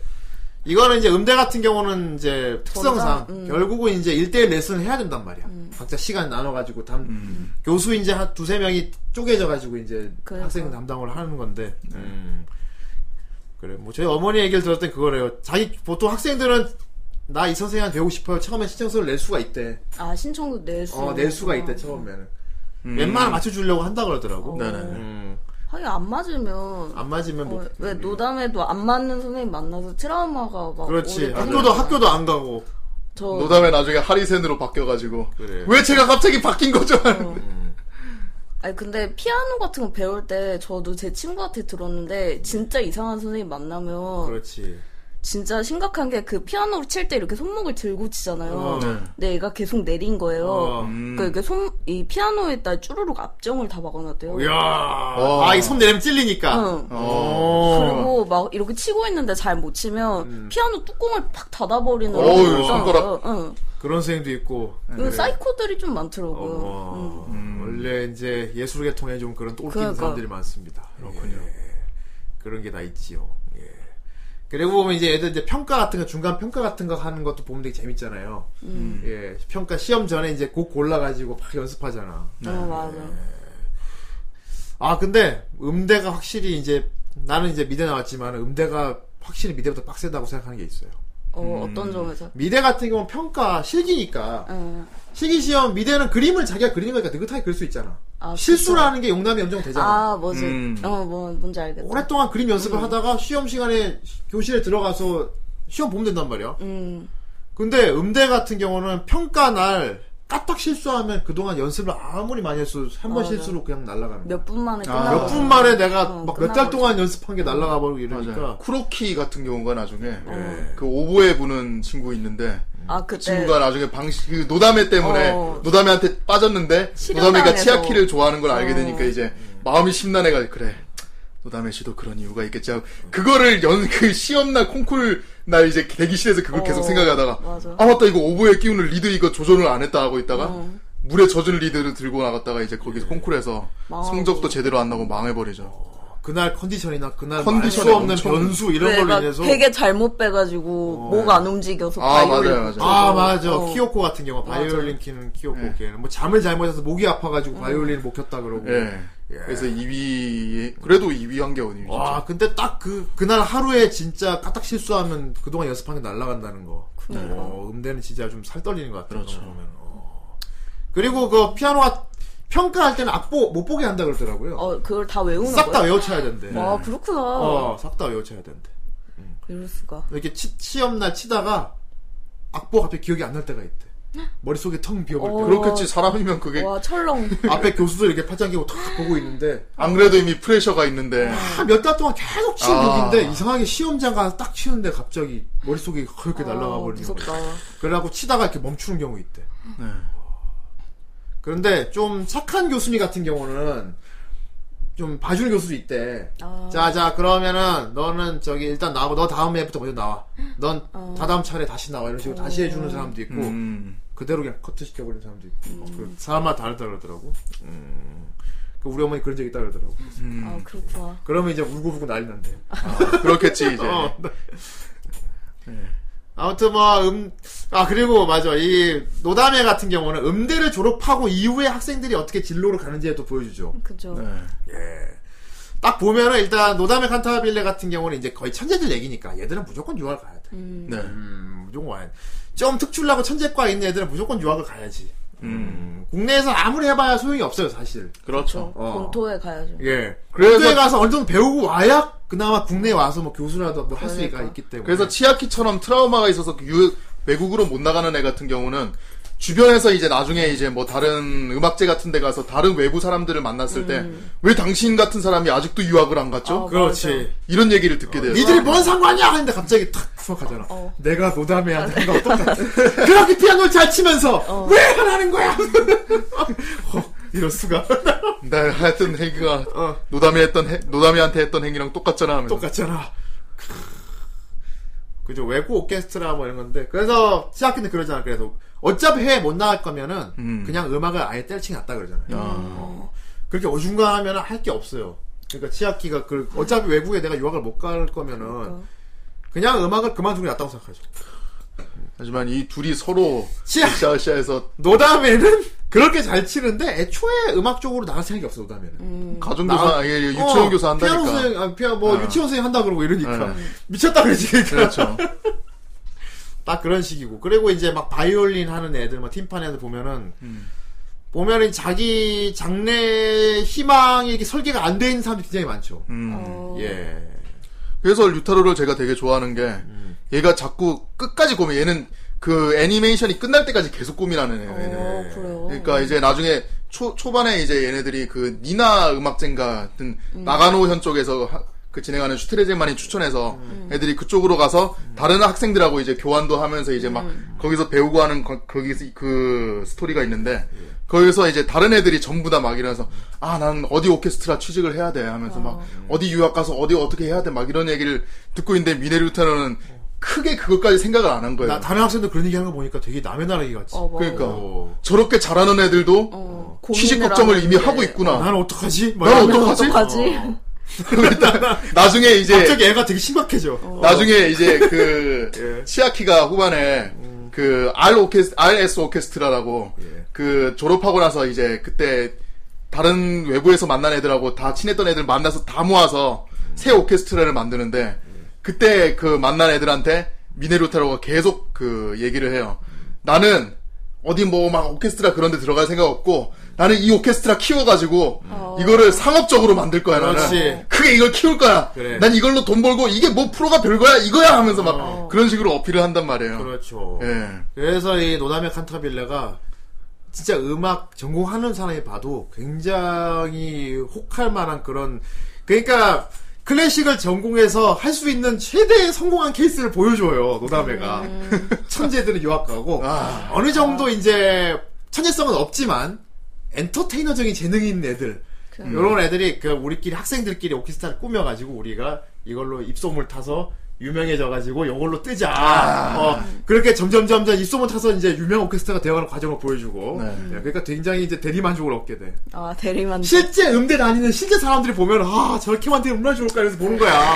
이거는 이제 음대 같은 경우는 이제 특성상 전담, 음. 결국은 이제 일대일 레슨을 해야 된단 말이야 각자 시간 나눠가지고 담, 음. 교수 이제 한 두세 명이 쪼개져가지고 이제 그래서. 학생 담당을 하는 건데 음. 그래 뭐 저희 어머니 얘기를 들었을 땐 그거래요 자기 보통 학생들은 나 이 선생님한테 배우고 싶어요 처음에 신청서를 낼 수가 있대 아 신청도 낼 수. 어, 낼 수가 있대, 처음에는. 웬만하면 맞춰주려고 한다 그러더라고. 네네. 음, 어. 하긴 안 맞으면 안 맞으면 뭐. 어, 왜 노담에도 안 맞는 선생님 만나서 트라우마가 막 그렇지. 오래 학교도, 걸리잖아요. 학교도 안 가고. 저 음. 노담에 나중에 하리센으로 바뀌어가지고 그래. 왜 제가 갑자기 바뀐 거죠? 어. (laughs) 아니 근데 피아노 같은 거 배울 때 저도 제 친구한테 들었는데 진짜 이상한 선생님 만나면 그렇지. 진짜 심각한 게 그 피아노를 칠 때 이렇게 손목을 들고 치잖아요. 어. 네. 근데 얘가 계속 내린 거예요. 어. 그러니까 이게 손, 이 피아노에다 쭈루룩 앞정을 다 박아놨대요. 이야. 아, 이 손 내리면 찔리니까. 응. 어. 어. 음. 그리고 막 이렇게 치고 있는데 잘 못 치면 피아노 뚜껑을 팍 닫아버리는 어우, 애들 있잖아요. 손가락. 응. 그런 선생님도 있고. 그 사이코들이 좀 많더라고요. 네. 어, 원래 이제 예술 계통에 좀 그런 똘끼 있는 음. 그러니까. 사람들이 많습니다. 그렇군요. 그런 게 다 있지요. 예. 그리고 보면 이제 애들 이제 평가 같은 거 중간 평가 같은 거 하는 것도 보면 되게 재밌잖아요. 음. 예, 평가 시험 전에 이제 곡 골라가지고 막 연습하잖아. 음. 어, 맞아. 아 근데 음대가 확실히 이제 나는 이제 미대 나왔지만 음대가 확실히 미대보다 빡세다고 생각하는 게 있어요. 어, 음. 어떤 점에서? 미대 같은 경우는 평가 실기니까 응. 실기 시험 미대는 그림을 자기가 그리는 거니까 느긋하게 그릴 수 있잖아. 아, 실수라는 게 용납이 엄정 되잖아. 아, 뭐지? 음. 어, 뭐, 뭔지 알겠다. 오랫동안 그림 연습을 음. 하다가 시험 시간에 교실에 들어가서 시험 보면 된단 말이야. 음. 근데 음대 같은 경우는 평가 날 까딱 실수하면 그동안 연습을 아무리 많이 해도 한 번 맞아. 실수로 그냥 날아가는 거야. 몇분 만에 아, 끝나고. 몇 분 만에 내가 어, 막 몇 달 끝나버리지. 동안 연습한 게 날아가 버리고 이러니까. 네. 맞아요. 쿠로키 같은 경우가 나중에 그 오보에 부는 친구 있는데 아, 그 그때. 친구가 나중에 방식 그 노다메 때문에 어. 노다메한테 빠졌는데 실현당해서. 노다메가 치아키를 좋아하는 걸 알게 어. 되니까 이제 마음이 심란해가지고 그래 노다메 씨도 그런 이유가 있겠지 하고 그거를 연 그 시험날 콩쿨 날 이제 대기실에서 그걸 어. 계속 생각하다가 맞아. 아 맞다 이거 오보에 끼우는 리드 이거 조절을 안 했다 하고 있다가 어. 음. 물에 젖은 리드를 들고 나갔다가 이제 거기서 콩쿨에서 망하고. 어. 성적도 제대로 안 나고 망해버리죠. 그날 컨디션이나 그날 알 컨디션이 수 없는 엄청- 변수 이런 왜 걸로 네, 막 인해서 되게 잘못 빼가지고 목 안 움직여서 아, 바이올린 맞아요, 맞아요. 붙여서. 아 맞아 어. 네. 키오코 같은 경우 바이올린 키는 키오코 걔는 뭐 잠을 잘못해서 목이 아파가지고 음. 바이올린을 못 켰다 그러고 예. 그래서 2위 그래도 2위 한게 어디죠? 와 근데 딱 그 그날 하루에 진짜 까딱 실수하면 그동안 연습한 게 날아간다는 거 그러니까. 어, 음대는 진짜 좀 살 떨리는 것 같아요 그렇죠. 보면. 어. 그리고 그 피아노가 평가할 때는 악보 못 보게 한다 그러더라고요 어, 뭐. 그걸 다 외우는 싹 다 거야? 외워쳐야 된대 와, 그렇구나. 어싹 다 외워쳐야 된대 이럴 수가. 이렇게 치, 시험날 치다가 악보 갑자기 기억이 안 날 때가 있대 머릿속에 텅 비어버릴 때 그렇겠지 사람이면 그게 와, 철렁. 앞에 교수도 이렇게 팔짱 끼고 탁 보고 있는데 안 그래도 이미 프레셔가 있는데 몇 달 동안 계속 치는 아. 곡인데 이상하게 시험장 가서 딱 치는데 갑자기 머릿속이 그렇게 날아가 아, 버리는 거예요. 무섭다. 그래갖고 치다가 이렇게 멈추는 경우 있대. 네. 음. 그런데 좀 착한 교수님 같은 경우는 좀 봐주는 교수도 있대. 아. 자, 자, 그러면은 너는 저기 일단 나와봐. 너 다음 해부터 먼저 나와. 넌 아. 다다음 차례 다시 나와. 이런 식으로 어. 다시 해주는 사람도 있고. 음. 그대로 그냥 커트 시켜버리는 사람도 있고 음. 그 사람마다 다르다 그러더라고 음. 그 우리 어머니 그런 적 있다 그러더라고 아, 그렇구나. 그러면 이제 울고불고 난리 난대 아, 그렇겠지 이제 네. 어. 아무튼 뭐 음 아 그리고 맞아 이 노담회 같은 경우는 음대를 졸업하고 이후에 학생들이 어떻게 진로로 가는지에 또 보여주죠. 예. 그죠. 네. 딱 보면은 일단 노담회 칸타빌레 같은 경우는 이제 거의 천재들 얘기니까 얘들은 무조건 유학을 가야 돼. 네. 음, 무조건 와야 돼. 좀 특출나고 천재과 있는 애들은 무조건 유학을 가야지. 음. 음, 국내에서 아무리 해봐야 소용이 없어요 사실. 그렇죠 어. 본토에 가야죠. 예. 그래서- 그래서 가서 어느 정도 배우고 와야 그나마 국내에 와서 뭐 교수라도 뭐 할 수가 그러니까. 있기 때문에. 그래서 치아키처럼 트라우마가 있어서 그 유, 외국으로 못 나가는 애 같은 경우는 주변에서 이제 나중에 이제 뭐 다른 음악제 같은 데 가서 다른 외부 사람들을 만났을 음. 때 왜 당신 같은 사람이 아직도 유학을 안 갔죠? 아, 그렇지. 이런 얘기를 듣게 돼요 니들이 뭐- 뭔 상관이야 하는데 갑자기 탁 수학하잖아. 어. 내가 노담에 하는 거 똑같아. 그렇게 피아노를 잘 치면서 왜 하라는 거야? (laughs) 어, 이럴 수가 (laughs) 나 네, 하여튼 행위가 어. 노담이 했던 해- 노담이한테 했던 행위랑 똑같잖아 하면서 똑같잖아. 그죠 외국 오케스트라 뭐 이런 건데 그래서 시작했는데 그러잖아. 그래서 어차피 해외 못 나갈 거면은 음. 그냥 음악을 아예 때려치기 낫다 그러잖아요. 어. 그렇게 어중간하면 할 게 없어요. 그러니까 치아키가 그 어차피 외국에 내가 유학을 못 갈 거면은 그냥 음악을 그만두는 게 낫다고 생각하죠. 하지만 이 둘이 서로 치아- 시아시아에서 노담에는 (laughs) 그렇게 잘 치는데 애초에 음악 쪽으로 나갈 생각이 없어 노담에는 음. 가정교사 나- 아니, 그 유치원 어, 교사 한다니까 피아노 선생 아, 피아 뭐 어. 유치원 선생 한다 그러고 이러니까 어. (laughs) 미쳤다 그러지 그러니까 그렇죠 (laughs) 딱 그런 식이고 그리고 이제 막 바이올린 하는 애들 막 팀판에서 보면은 음. 보면은 자기 장래 희망이 이렇게 설계가 안 돼 있는 사람들이 굉장히 많죠 음. 어, 예 그래서 류타로를 제가 되게 좋아하는 게 얘가 자꾸 끝까지 고민 얘는 그 애니메이션이 끝날 때까지 계속 고민하는 애예요 얘는. 어, 그래요. 그러니까 이제 나중에 음. 초 초반에 이제 얘네들이 그 니나 음악쟁가 같은 나가노 현 쪽에서 하- 그 그 진행하는 슈트레제만이 추천해서 음. 애들이 그쪽으로 가서 다른 학생들하고 이제 교환도 하면서 이제 막 음. 거기서 배우고 하는 거, 거기서 그 스토리가 있는데 거기서 이제 다른 애들이 전부 다 막 이러면서 아, 난 어디 오케스트라 취직을 해야 돼 하면서 막 어디 유학 가서 어디 어떻게 해야 돼 막 이런 얘기를 듣고 있는데 미네루타로는 크게 그것까지 생각을 안 한 거예요. 나 다른 학생들 그런 얘기 하는 거 보니까 되게 남의 나라 얘기 같지. 어, 뭐, 그러니까 어. 저렇게 잘하는 애들도 어, 취직 고민을 걱정을 이미 하는데. 아, 하고 있구나. 나는 어떡하지? 막 나는 이러면서 어떡하지? 어떡하지? 나중에 이제 갑자기 애가 되게 심각해져. 나중에 이제 그 (laughs) 예. 음. 치아키가 후반에 그 R 오케스 RS 오케스트라라고 예. 그 졸업하고 나서 이제 그때 다른 외부에서 만난 애들하고 다 친했던 애들 만나서 다 모아서 새 오케스트라를 만드는데 그때 그 만난 애들한테 미네루타로가 계속 그 얘기를 해요. 나는 어디 뭐 막 오케스트라 그런 데 들어갈 생각 없고 나는 이 오케스트라 키워가지고 이거를 상업적으로 만들 거야 나는 그렇지. 크게 이걸 키울 거야 그래. 난 이걸로 돈 벌고 이게 뭐 프로가 별거야 이거야 하면서 막 그런 식으로 어필을 한단 말이에요. 그렇죠. 예. 그래서 이 노담의 칸타빌레가 진짜 음악 전공하는 사람이 봐도 굉장히 혹할 만한 그런 그러니까 클래식을 전공해서 할 수 있는 최대의 성공한 케이스를 보여줘요 노담회가 (laughs) 천재들은 유학 가고 아. 어느 정도 이제 천재성은 없지만 엔터테이너적인 재능이 있는 애들 그래요. 요런 애들이 그 우리끼리 학생들끼리 오케스트라를 꾸며가지고 우리가 이걸로 입소문 타서 유명해져가지고 이걸로 뜨자 아. 어, 그렇게 점점점점 입소문 타서 이제 유명 오케스트라가 되어가는 과정을 보여주고 네. 음. 예, 그러니까 굉장히 이제 대리만족을 얻게 돼 아, 대리만. 실제 음대 다니는 실제 사람들이 보면 아 저렇게 만들면 얼마나 좋을까 이래서 보는 거야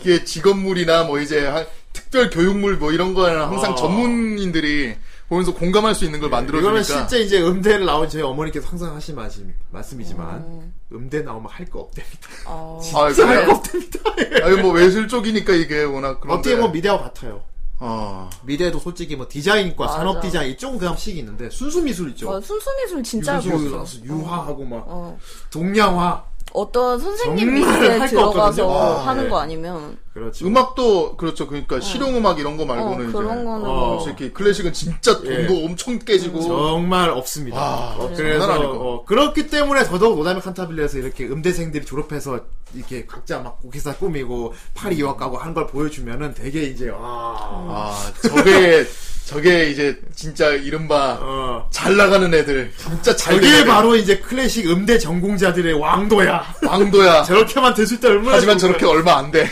이게 직업물이나 뭐 이제 하- 특별 교육물 뭐 이런 거는 항상 아. 전문인들이 보면서 공감할 수 있는 걸 만들어주니까 예, 이거는 실제 이제 음대를 나온 저희 어머니께서 항상 하신 말씀, 말씀이지만 음대 나오면 할 거 없답니다 어, 아, 할 거 그래요? 없답니다 아니 뭐 외술 쪽이니까 이게 워낙 그런 어떻게 뭐 보면 미대하고 같아요 어. 미대도 솔직히 뭐 디자인과 맞아. 산업 디자인 이쪽은 그 감씩 있는데 순수 미술 있죠. 어, 순수미술 진짜 순수 미술 배웠어. 나와서 유화하고 막 어, 동양화 어떤 선생님 정말 밑에 할거 들어가서 없거든요. 아, 하는 예. 거 아니면 그렇죠. 음악도 그렇죠 그러니까 네. 실용음악 이런 거 어, 말고는 그런 이제 거는 아, 어. 뭐 솔직히 클래식은 진짜 돈도 예. 엄청 깨지고 정말 없습니다. 와, 어, 아, 그렇죠. 장난 그래서 아니고. 어, 그렇기 때문에 더더욱 노담의 칸타빌레에서 이렇게 음대생들이 졸업해서 이렇게 각자 막 오케스트라 꾸미고 음. 파리 유학 가고 하는 걸 보여주면은 되게 이제 아, 아 저게 저게 이제 진짜 이른바 어, 잘 나가는 애들 진짜 잘 저게 되는 바로 이제 클래식 음대 전공자들의 왕도야. 애들. (laughs) 왕도야 저렇게만 될 수 있다 얼마나 아. 하지만 좋을까요? 저렇게 얼마 안 돼.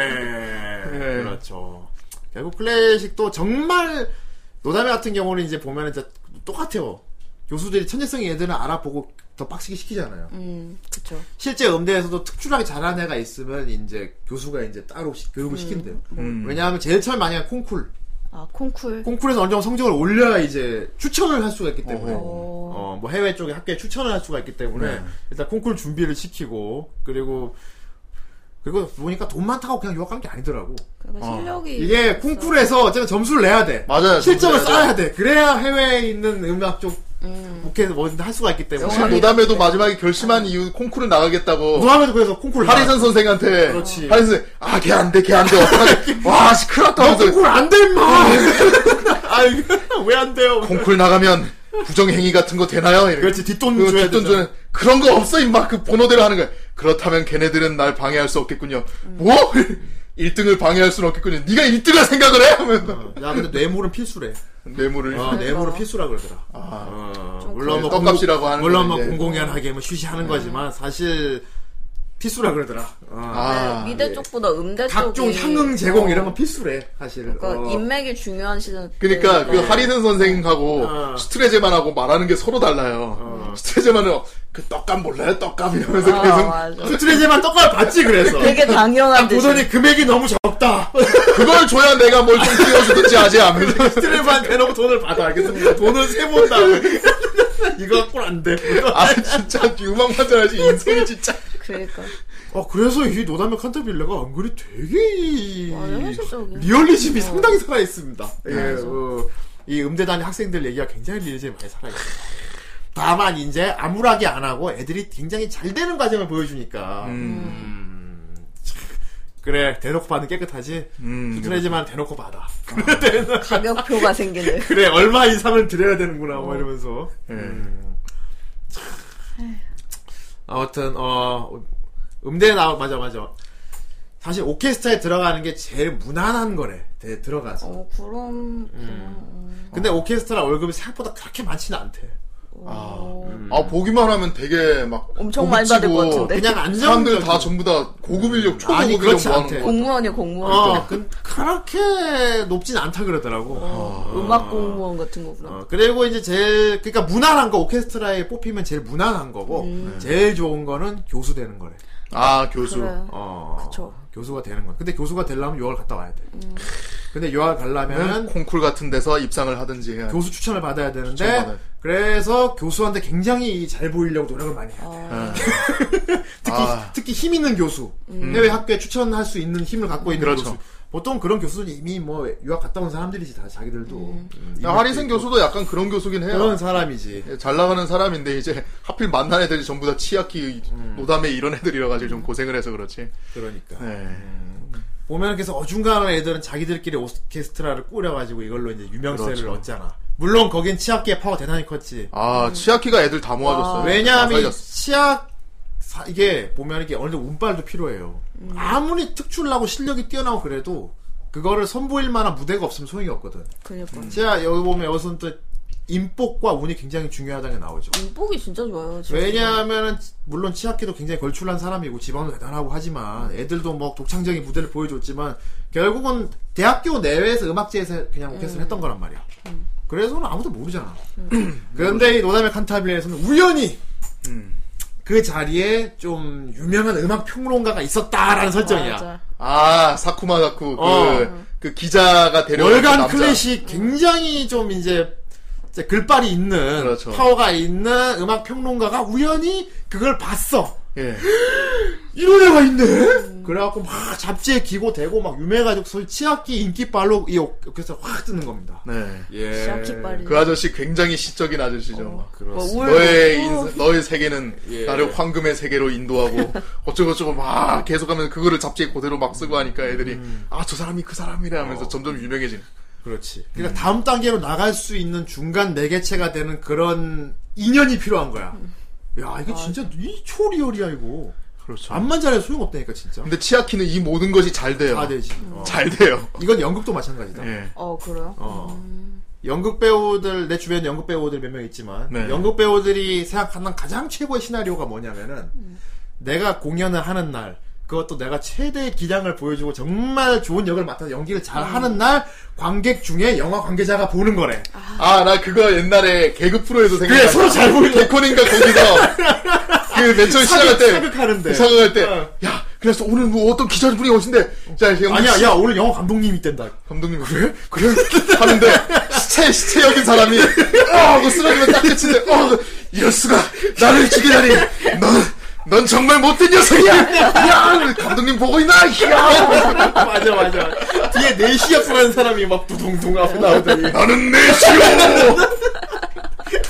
예. 예. 그렇죠. 결국 클래식도 정말 노담회 같은 경우는 이제 보면은 진짜 똑같아요. 교수들이 천재성이 애들은 알아보고 더 빡시게 시키잖아요. 음, 그쵸. 실제 음대에서도 특출하게 잘하는 애가 있으면 이제 교수가 이제 따로 시- 교육을 시킨대요. 왜냐하면 제일 처음 많이 한 콩쿨. 아, 콩쿨. 콩쿨에서 어느 정도 성적을 올려야 이제 추천을 할 수가 있기 때문에. 어. 어, 뭐 해외 쪽에 학교에 추천을 할 수가 있기 때문에 일단 콩쿨 준비를 시키고 그리고 그리고 보니까 돈 많다고 그냥 유학 간 게 아니더라고. 그러니까 실력이. 어. 이게 있어. 콩쿨에서 어쨌든 점수를 내야 돼. 맞아요. 실적을 점수를 내야 쌓아야 돼. 그래야 해외에 있는 음악 쪽 음. 국회에서 뭐든 할 수가 있기 때문에. 사실 노담에도 마지막에 결심한 이유 콩쿠르 나가겠다고 노하면도 그래서 콩쿨 하리선 선생한테 뭐? 그렇지. 하리선 선생 아 걔 안 돼 걔 안 (laughs) 돼 어떡하지 와 씨, 큰일 났다 너 하면서 콩쿨 안돼 임마. (laughs) 아 이거 왜 안 돼요? 콩쿠르 나가면 부정행위 같은 거 되나요? 이렇게. 그렇지 뒷돈 그 줘야 뒷돈 되 주는 그런 거 없어 임마 그 번호대로 하는 거야 그렇다면 걔네들은 날 방해할 수 없겠군요 음. 뭐? (laughs) 1등을 방해할 수는 없겠군요 네가 1등을 생각을 해? 하면서 야 근데 뇌물은 필수래. 뇌물을 어, 뇌물은 그래서. 필수라 그러더라. 아, 어, 좀 물론 뭐 떡값이라고 하는 물론 거는 뭐 이제. 네. 공공연하게 뭐 쉬쉬하는 거지만 사실 필수라 그러더라. 어. 아, 네, 미대 쪽보다 음대 쪽이. 어, 각종 향응 제공 이런 건 필수래 사실은. 그러니까 어. 인맥이 중요한 네. 시즌. 그러니까 그 하리는 선생하고 네, 어. 스트레제만하고 말하는 게 서로 달라요. 스트레제만은 그 떡값 몰라요 떡값 이러면서 아, 계속 맞아. 스트레제만 똑바로 받지 그래서. (laughs) 되게 딱 당연한 듯이. 보더니 금액이 너무 적다. (laughs) 그걸 줘야 내가 뭘 좀 띄워주든지 하지 않으면 스트레만 대놓고 돈을 받아. 그래서 돈을 세본다. (laughs) 이거 갖고는 안 돼. 아 진짜 유망만 잘하지 인성이 진짜 그러니까. 아 그래서 이 노담의 칸타빌레가 안 그리 되게 이- 맞아, 현실적이야. 리얼리즘이 상당히 살아 있습니다. 예, 네, 맞아. 어, 이 음대 다니 학생들 얘기가 굉장히 리얼리즘이 많이 살아 있어요. 다만 이제 암울하게 안 하고 애들이 굉장히 잘 되는 과정을 보여주니까. 음. 음, 참. 그래 대놓고 받는 깨끗하지. 음. 두드레지만 대놓고 받아. (laughs) 가격표가 생기네. 그래 얼마 이상을 드려야 되는구나 뭐 이러면서. 예. 아무튼 어 음대 나와 맞아 맞아. 사실 오케스트라에 들어가는 게 제일 무난한 거래. 대- 들어가서. 어, 그럼. 그럼, 근데 오케스트라 월급이 생각보다 그렇게 많지는 않대. 어. 어. 아 보기만 하면 되게 막 엄청 많이 받을 것 고급지고 같은데. 어, 그냥 안정적인 사람들 다 전부 다 고급 인력 초고급 아니, 인력 그렇지 모아놓은 않대. 거. 공무원이야, 공무원. 어, 그, 그렇게 높진 않다 그러더라고. 어. 음악 공무원 같은 거구나. 어, 그리고 이제 제일 그러니까 무난한 거 오케스트라에 뽑히면 제일 무난한 거고 제일 좋은 거는 교수 되는 거래. 아 교수. 그래. 어. 그쵸. 음. 교수가 되는 건. 근데 교수가 되려면 유학을 갔다 와야 돼. 근데 유학을 는 가려면 콩쿨 같은 데서 입상을 하든지 해야. 교수 추천을 받아야 되는데 음. 추천 받아야 돼. 그래서 교수한테 굉장히 잘 보이려고 노력을 많이 해야 돼. 아, 특히 아. 특히 힘 있는 교수. 음. 음. 해외 학교에 추천할 수 있는 힘을 갖고 있는 그렇죠. 교수. 보통 그런 교수는 이미 뭐 유학 갔다 온 사람들이지 다 자기들도. 음, 야, 아, 하리생 교수도 약간 그런 교수긴 해요. 그런 사람이지. 예, 잘 나가는 사람인데 이제 (laughs) 하필 만난 애들이 전부 다 치아키 음. 노담에 이런 애들이라 가지고 좀 고생을 해서 그렇지. 그러니까. 네. 보면 그래서 어중간한 애들은 자기들끼리 오케스트라를 꾸려가지고 이걸로 이제 유명세를 그렇죠. 얻잖아. 물론 거긴 치악기의 파워 대단히 컸지. 아 치아키가 애들 다 모아줬어요. 다 왜냐하면 이 살렸어. 치악 사- 이게 보면 이게 어느 정도 운빨도 필요해요. 음. 아무리 특출나고 실력이 뛰어나고 그래도 그거를 선보일 만한 무대가 없으면 소용이 없거든. 음. 그니까. 치아 여기 보면 여기서는 또 인복과 운이 굉장히 중요하다는 게 나오죠. 인복이 진짜 좋아요. 진짜. 왜냐하면 물론 치아키도 굉장히 걸출한 사람이고 지방도 대단하고 하지만 애들도 뭐 독창적인 무대를 보여줬지만 결국은 대학교 내외에서 음악제에서 그냥 오케스트라 했던 거란 말이야. 음. 그래서는 아무도 모르잖아. (clears throat) 그런데 이 노담의 칸타빌레에서는 우연히 음. 그 자리에 좀 유명한 음악 평론가가 있었다라는 설정이야. 맞아. 아 사쿠마 다쿠 그, 어. 그 기자가 데려온 그 월간 남자. 음. 클래식 굉장히 좀 이제 이제 글빨이 있는 그렇죠. 파워가 있는 음악 평론가가 우연히 그걸 봤어. 예. 이런 애가 있네? 그래갖고 막 잡지에 기고되고 막 유명해가지고 소위 치약기 인기빨로 이 오케스트라 확 뜨는 겁니다. 네. 예. 시아키빨이. 그 아저씨 굉장히 시적인 아저씨죠. 막. 뭐 울- 너의 어, 인, 너의 세계는 예. 나를 황금의 (laughs) 세계로 인도하고 어쩌고저쩌고 막 계속하면 그거를 잡지에 그대로 막 쓰고 하니까 애들이 음. 아 저 사람이 그 사람이래 하면서 어. 점점 유명해지는 그렇지. 그러니까 다음 단계로 나갈 수 있는 중간 네 매개체가 되는 그런 인연이 필요한 거야. 야, 이거 진짜 이 초리얼이야 이거. 그렇죠. 암만 잘해 소용없다니까 진짜. 근데 치아키는 이 모든 것이 잘 돼요. 다 되지. 어. 잘 돼요. 이건 연극도 마찬가지다. 예. 어, 그래요? 어. 연극 배우들 내 주변 연극 배우들 몇 명 있지만 네. 연극 배우들이 생각하는 가장 최고의 시나리오가 뭐냐면은 내가 공연을 하는 날 그것도 내가 최대의 기량을 보여주고 정말 좋은 역을 맡아서 연기를 잘 하는 날 관객 중에 영화 관계자가 보는 거래. 아 나 그거 옛날에 개그 프로에서 생각나. 그래, 서로 잘 보이네. 개콘인가 거기서 (laughs) 그맨 처음 시작할 때 사극하는데. 사극할 때 어. 야, 그래서 오늘 뭐 어떤 기자분이 오신데 자 형, 아니야, 야 오늘 영화 감독님 있댄다. 감독님 그래? 그래? 하는데 시체 시체역인 사람이 어 하고 쓰러지면 딱 끝인데 어 이럴 수가 나를 죽이다니 넌넌 정말 못된 녀석이야 야 감독님 보고 있나 야 (laughs) 맞아 맞아. 뒤에 내시역사라는 사람이 막 부둥둥 하고 나오더니 나는 내시오 (laughs)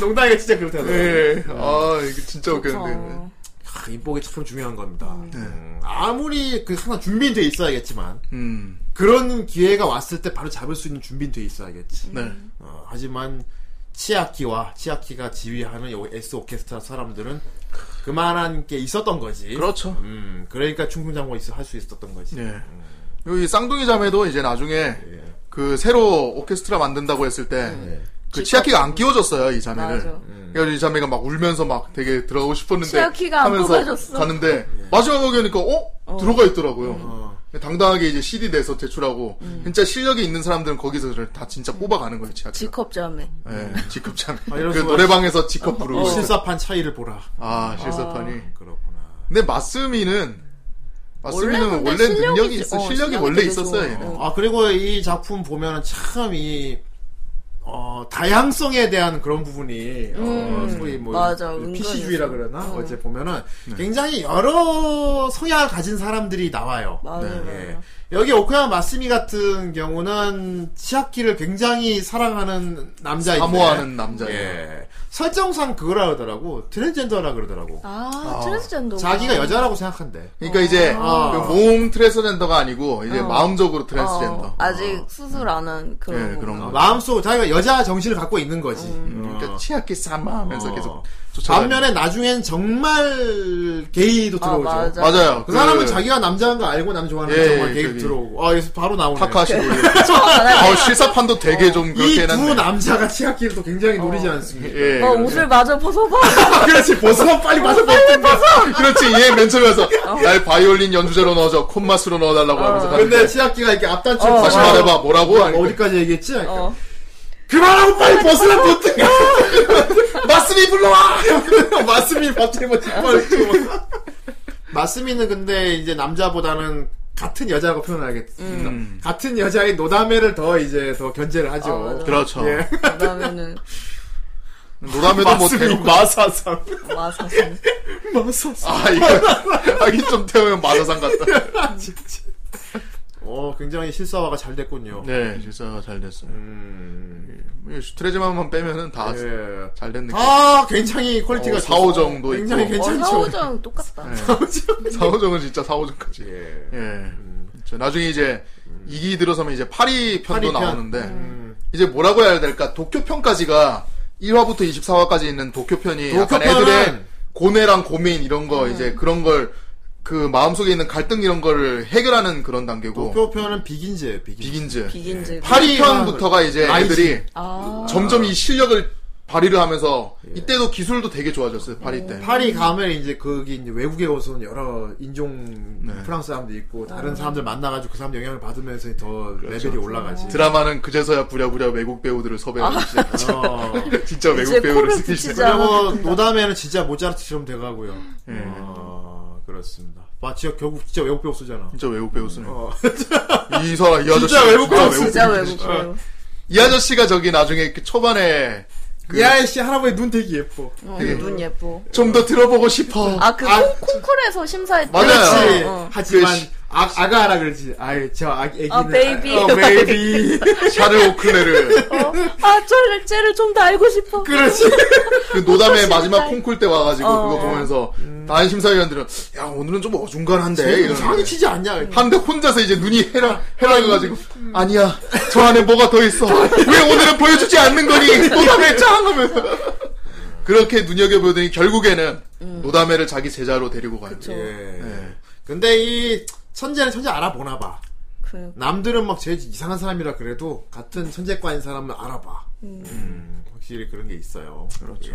농담이가 진짜 그렇다. 네. 예아 이거 진짜 웃겼는데 어. 아, 인복이 참 중요한 겁니다. 음, 아무리 그 항상 준비는 돼 있어야겠지만 음네 그런 기회가 왔을 때 바로 잡을 수 있는 준비는 돼 있어야겠지. 음. 네. 어, 하지만 치아키와 치아키가 지휘하는 요 S 오케스트라 사람들은 그만한 게 있었던 거지. 그렇죠 음, 그러니까 충분장고 있어 할 수 있었던 거지. 음. 예. 여기 쌍둥이 자매도 이제 나중에 예. 그 새로 오케스트라 만든다고 했을 때. 그 치아키가 안 끼워줬어요 이 자매를. 맞아. 예. 그래서 이 자매가 막 울면서 막 되게 들어가고 싶었는데 치아키가 안 뽑아줬어. 가는데 예. 마지막에 오니까 어? 들어가 있더라고요. 음. 당당하게 이제 CD 내서 제출하고 음. 진짜 실력이 있는 사람들은 거기서 다 진짜 뽑아가는 거예요 치아키. 직업 자매. 예, 직업 자매. 아, 이럴 그 수가 노래방에서 직업 이 부르고. 어, 어. 실사판 차이를 보라. 음, 아 실사판이. 그렇구나. 근데 마스미는 마스미는 근데 원래 실력이 능력이 있- 있어 어, 실력이 실력이 원래 되게 있었어요 좋아. 얘는. 어. 아 그리고 이 작품 보면은 참이 어, 다양성에 대한 그런 부분이 어, 소위 뭐 음. 맞아, PC주의라 은근히. 음. 그러나 어. 제 보면은 굉장히 여러 성향을 가진 사람들이 나와요. 맞아요. 예. 맞아요. 여기 오크야 마스미 같은 경우는 치아키를 굉장히 사랑하는 남자인데 사모하는 남자예요. 예. 설정상 그거라 그러더라고 트랜젠더라 그러더라고 아, 트랜스젠더. 자기가 여자라고 생각한대 그러니까 이제 아. 그 몸 트랜스젠더가 아니고 이제 어. 마음적으로 트랜스젠더. 어, 아직 수술 안 한 그런 예, 거. 그런 어, 거. 마음속 자기가 여자 정신을 갖고 있는 거지 음. 그러니까 어. 치아키 삼아 하면서 어. 계속 쫓아다니고. 반면에 나중엔 정말 게이도 아, 들어오죠 맞아. 맞아요. 그 사람은 자기가 남자인 거 알고 남 좋아하는 예, 데 정말 게이 저기. 들어오고 아 여기서 바로 나오네 타카시로. 아, 실사판도 되게 좀 그렇게 이 두 해놨네. 남자가 치아키를 또 굉장히 노리지 않습니까 (laughs) 예. 어, 그렇죠. 옷을 마저 벗어봐. 그렇지 벗어 빨리 벗어 빨리 벗어! 그렇지, 얘 맨 처음에 와서, 날 바이올린 연주자로 넣어줘, 콧맛으로 넣어달라고 하면서 가는데, 근데 치아키가 이렇게 앞단추 어. 다시 어. 말해봐, 뭐라고? 하니까 어디까지 얘기했지? 어. 그만하고 빨리 벗으라 벗든가 (laughs) 마스미 불러와! 마스미 밥차리 뭐 뒷발을 마스미는 근데 이제 남자보다는 같은 여자라고 표현하겠습니다 같은 여자의 노다메를 더 이제 더 견제를 하죠 아, 맞아. 그렇죠. (laughs) 예. 그다음에는 노라메도 뭐 대고, 마사상 마사신. (laughs) 마사상 아, 이거, 하긴 좀 태우면 마사상 같다. 진짜 어 굉장히 실사화가 잘 됐군요 네, 실사가 잘 됐어요. 음, 이 예, 슈트레즈만만 빼면은 다 잘 된 예. 느낌. 아 굉장히 퀄리티가 어, 좋 4, 5 정도 굉장히 있고. 어, 괜찮죠 사오정 똑같다. 예. (laughs) 사오정은 진짜 사오정까지. 예. 예. 저 나중에 이제 이기 들어서면 이제 파리 파리 편도 편. 음. 나오는데 이제 뭐라고 해야 될까? 도쿄 편까지가 1화부터 24화까지 있는 도쿄 편이 도쿄 예, 약간 편은- 음. 애들의 고뇌랑 고민 이런 거 이제 그런 걸 그 마음속에 있는 갈등 이런 거를 해결하는 그런 단계고 도쿄편은 비긴즈예요 비긴즈 비긴즈 비긴즈. 파리 파리 편부터가 이제 라이징. 애들이 아. 점점 이 실력을 발휘를 하면서 이때도 기술도 되게 좋아졌어요 파리 때. 파리 가면 이제 거기 이제 외국에 오선 여러 인종 네. 프랑스 사람도 어. 있고 다른 사람들 만나가지고 그 사람 영향을 받으면서 더 레벨이 올라가지. 그렇죠. 드라마는 그제서야 부랴부랴 외국 배우들을 섭외하기 시작했죠. (laughs) 어. 진짜 이제 외국 코를 배우를 쓰기 붙이자. 시작. 그리고 노담에는 진짜 모차르트처럼 돼가고요. 예. 어, 그렇습니다. 아, 진짜 결국 진짜 외국 배우 쓰잖아. 진짜 외국 배우 쓰네. 어. 이 사람 이 아저씨 진짜 외국 배우 쓰네. 진짜 외국 어, 배우. 이 아저씨가 저기 나중에 그 초반에 (laughs) 그이 아저씨 할아버지 눈 되게 예뻐. 어, 예. 눈 예뻐. 좀 더 들어보고 싶어. 아, 그 아, 콩, 콩쿨에서 심사했던. 맞아요. 그렇지. 어, 어. 하지만 그 시- 아, 아가라 그러지. 아이 저 아기 애기는 아, 베이비. 아, 어, (laughs) 베이비. 샤를 오클레를 어. 아, 쟤를, 쟤를 좀 더 알고 싶어. 그렇지. 그 노담의 심사위. 마지막 콩쿨 때 와가지고 어. 그거 보면서 다른 심사위원들은 야 오늘은 좀 어중간한데 음. 이상하게 이러는데 치지 않냐. 한데 혼자서 이제 눈이 아, 해라 해라가지고 음. 아니야 저 안에 뭐가 더 있어 왜 오늘은 보여주지 않는 거니 노담에 짱 하면서 그렇게 눈여겨 보더니 결국에는 노담회를 자기 제자로 데리고 가요. 음. 그쵸. 예. 예. 근데 이 천재는 천재 알아보나 봐. 그, 남들은 막 제일 이상한 사람이라 그래도 같은 천재과인 사람은 알아봐. 음, 확실히 그런 게 있어요. 그렇죠.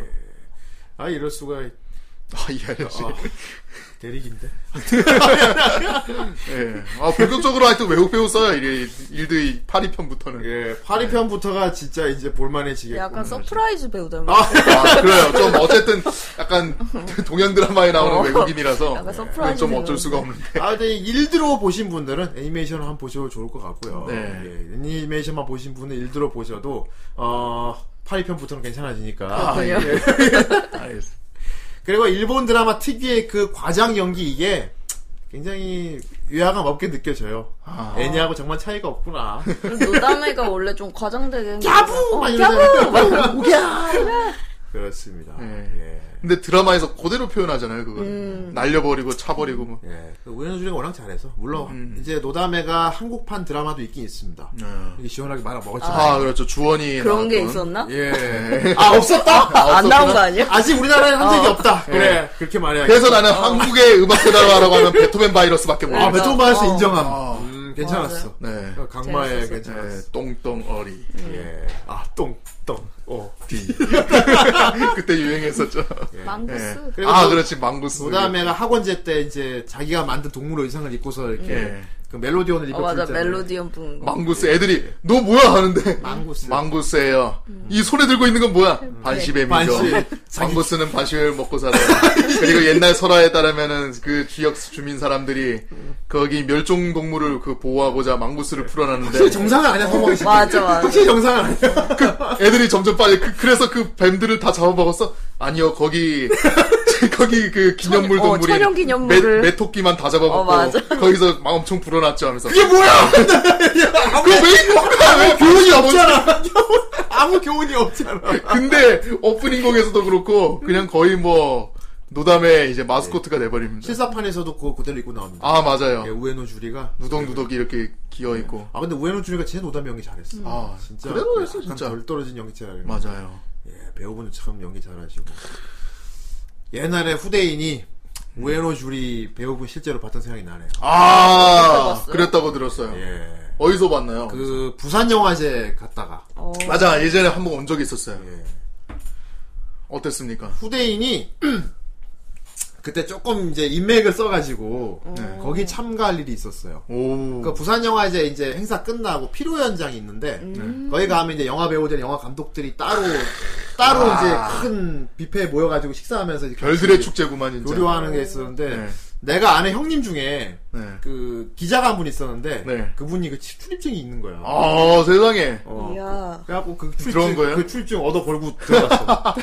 아 이럴 수가 아이 (laughs) 아저씨. 아, 대리기인데. 예. 아, 본격적으로 하여튼 외국 배우 써요. 일, 일드 파리 편부터는. 예, 파리편부터가 진짜 이제 볼만해지겠구나. 약간 서프라이즈 배우 닮은 아, 아, 그래요. 좀 어쨌든 약간 동양 드라마에 나오는 어. 외국인이라서 약간 서프라이즈 좀 되는. 어쩔 수가 없는데. 아, 근데 일드로 보신 분들은 애니메이션을 한번 보셔도 좋을 것 같고요. 네. 예, 애니메이션만 보신 분은 일드로 보셔도 어 파리편부터는 괜찮아지니까. 아, 그렇군요. 예. (laughs) 알겠습니다. 그리고 일본 드라마 특유의 그 과장 연기 이게 굉장히 위화감 없게 느껴져요. 아. 애니하고 정말 차이가 (laughs) 없구나. 그리고 노담애가 원래 좀 과장되게. 야부! 어, 막 (laughs) 야부! 막 이러잖아요. 오야! (laughs) 그렇습니다. 예. 예. 근데 드라마에서 그대로 표현하잖아요, 그거. 음. 날려버리고 차버리고 뭐. 예. 그 우연수리가 워낙 잘해서. 물론, 음. 이제 노다메가 한국판 드라마도 있긴 있습니다. 음, 이게 시원하게 말아 먹었지만. 아, 그렇죠. 주원이 그런 게 나왔던. 네. 있었나? 예. 아, 없었다? 아, 안 나온 거 없었구나. 아니야? 아직 우리나라에 한 적이 없다. 그래. 그렇게 말해야겠다. 그래서 나는 한국의 음악 드라마라고 하면 베토벤 바이러스밖에 아, 모르겠어. 베토벤 바이러스 어. 인정함. 아. 음, 괜찮았어. 네. 강마에 재밌었어. 괜찮았어. 네, 똥똥 어리. 예. 아, 똥, 똥, 어. (laughs) 비. (laughs) 그때 유행했었죠. 아. 망고스. 예. 그리고 아, 또 그렇지. 망구스. 노다메가 학원제 때 이제 자기가 만든 동물 의상을 입고서 이렇게 예. 그 멜로디온을 입고 음. 어, 맞아. 불잖아요. 멜로디언 부는 거. 망구스 애들이 너 뭐야 하는데 음. 망구스. 예요이 손에 들고 있는 건 뭐야? 반시뱀이죠. 반시뱀. 망구스는 반시뱀을 먹고 살아요. 그리고 옛날 설화에 따르면은 그 지역 주민 사람들이 거기 멸종 동물을 그 보호하고자 망구스를 확실히 (laughs) 풀어놨는데 정상은 아니야, (laughs) 성공이 씨. 맞아, 맞아. 네. 확실히 정상은 아니야. 그 애들이 점점 빨리 그, 래서그 뱀들을 다 잡아먹었어? 아니요 거기 (laughs) 거기 그 기념물 천- 어, 동물이 천연 기념물을. 메, 토끼만다 잡아먹고 어, 맞아. 거기서 막 엄청 불어났죠 하면서 이게 (laughs) 뭐야! 그왜 있는 거야 왜 (laughs) 교훈이 없잖아. 아무 교훈이 (laughs) 없잖아. 근데 오프닝 곡에서도 그렇고 그냥 거의 뭐 노담의 이제 마스코트가 돼버립니다 실사판에서도 그거 그대로 입고 나옵니다. 아 예, 맞아요 우에노 주리가. 누덕누덕이 이렇게 기어있고 아, 근데 우에노 주리가 진짜 노담 연기 잘했어. 아, 음. 진짜. 그래도 했어, 약간 진짜. 덜 떨어진 연기 잘하고. 맞아요 예, 배우분 참 연기 잘하시고. 옛날에 후대인이 우에노 주리 배우분 실제로 봤던 생각이 나네요. 아 봤어요? 그랬다고 들었어요 예. 어디서 봤나요? 그, 부산영화제 갔다가. 어, 맞아 예전에 한 번 온 적이 있었어요 예. 어땠습니까? 후대인이 (clears throat) 그때 조금 이제 인맥을 써가지고 예, 음. 거기 참가할 일이 있었어요. 오 그 부산 영화제 이제 행사 끝나고 피로 현장이 있는데 네, 음. 거기 가면 이제 영화 배우들, 영화 감독들이 따로 따로 이제 큰 뷔페에 모여가지고 식사하면서 이제 아. 별들의 같이 축제구만 진짜 교류하는 게 있었는데 네. 내가 아는 형님 중에 네. 그 기자가 한 분 있었는데 네. 그분이 그 치- 출입증이 있는 거야. 아 세상에 어. 이야. 그래갖고 그 들어온 출입증 거예요? 그 출입증 얻어 걸고 들어갔어.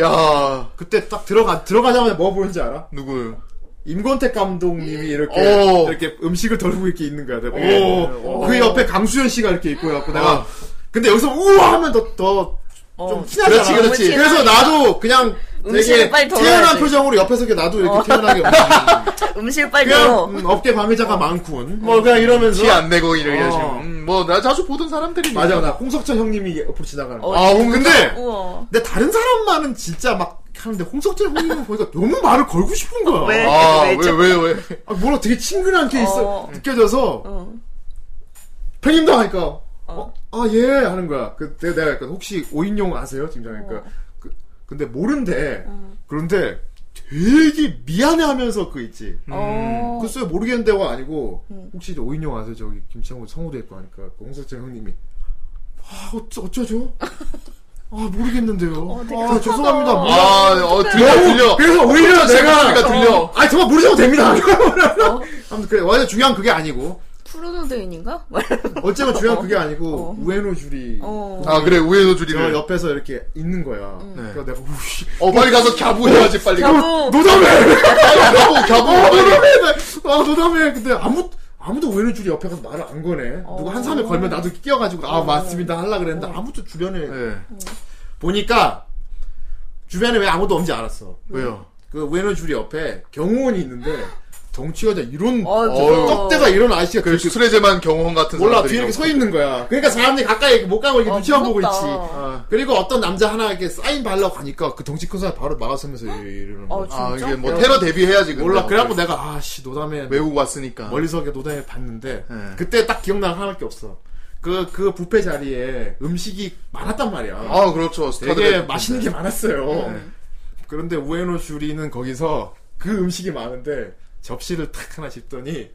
야 (laughs) 그때 딱 들어가 들어가자마자 뭐 보는지 알아? 누구요? 임권택 감독님이 이렇게 오. 이렇게 음식을 덜고 이렇게 있는 거야. 내가. 예. 오. 그 옆에 강수현 씨가 이렇게 있고 해갖고 아. 내가 근데 여기서 우와 하면 더더좀 어. 티나잖아. 그렇지, 그렇지. 그래서 나도 그냥 되게 음식을 빨리 덜어야지. 어. 태연한 표정으로 옆에서 이렇게 나도 이렇게 (laughs) 태연하게 먹는. 음식 빨리 그냥 넣어. 음, 업계 방해자가 많군. 뭐 그냥 이러면서 티 안 내고 이렇게 어. 하시고 음, 뭐나 자주 보던 사람들이니까 맞아 나 홍석천 형님이 옆으로 지나가는 거. 어. 아 근데 우와. 근데 다른 사람만은 진짜 막 하는데 홍석천 형님은 보니까 너무 말을 걸고 싶은 거야. 왜? 아왜 왜, 왜왜 아, 뭐라 되게 친근한 게 있어 어. 느껴져서 어. 팬님도 하니까 어? 아, 예 하는 거야. 그 내- 내가 약간 혹시 오인용 아세요? 어. 팀장이니까. 그, 근데 모른데. 그런데 되게 미안해하면서 그 있지. 음. 어. 음. 글쎄요 모르겠는데가 아니고 혹시 저 오인용 아세요? 저기 김창호 성우도 했고 하니까 그 홍석천 형님이 아 어쩌 (laughs) 어쩌죠? 아 모르겠는데요. 어, 되게 아 착하다. 죄송합니다. 몰라. 아어 들려 들려 그래서 오히려 내가 그러니까 들려 어? 아 정말 모르셔도 됩니다. 아무튼 그래 완전 중요한 그게 아니고 프로노데인인가? (laughs) 뭐 어쨌건 중요한 그게 아니고 어. 우에노 줄이 어. 아 그래 우에노 저 줄이를 옆에서 이렇게 있는 거야. 음. 그래서 내가 우씨 어 빨리 가서 갸부 해야지 빨리 갸부. 어. 노담해 갸부 아 갸부 노담해, 나- 아 노담해. 근데 아무 아무도 우에노 줄이 옆에 가서 말을 안 거네. 어. 누구 한 사람이 걸면 나도 끼어가지고 아 맞습니다 할라 그랬는데 아무도 주변에 예 보니까 주변에 왜 아무도 없는지 알았어. 왜요 그 우에노 줄이 옆에 경호원이 있는데 덩치가 이런 어, 저- 어휴, 떡대가 이런 아저씨가 그 그렇게 수레제만 경호원 같은 몰라 사람들이 뒤에 이렇게 서 있는 거야. 그러니까 사람들이 가까이 못 가고 이렇게 어, 눈치만 보고 있지. 무섭다. 아, 그리고 어떤 남자 하나 이렇게 사인 발라고 가니까 그 덩치 큰 사람 바로 막아서면서 이러는 거야. 어, 진짜? 아 이게 뭐 테러 대비해야지 근데. 네, 몰라. 그래갖고 내가 아씨 노담에 외국 왔으니까 멀리서 이렇게 노담에 봤는데 네. 그때 딱 기억나는 거 하나밖에 없어. 그, 그 부페 자리에 음식이 많았단 말이야. 아 그렇죠 되게 스타들의 맛있는 게 많았어요. 네. 그런데 우에노 슈리는 거기서 그 음식이 많은데 접시를 탁 하나 집더니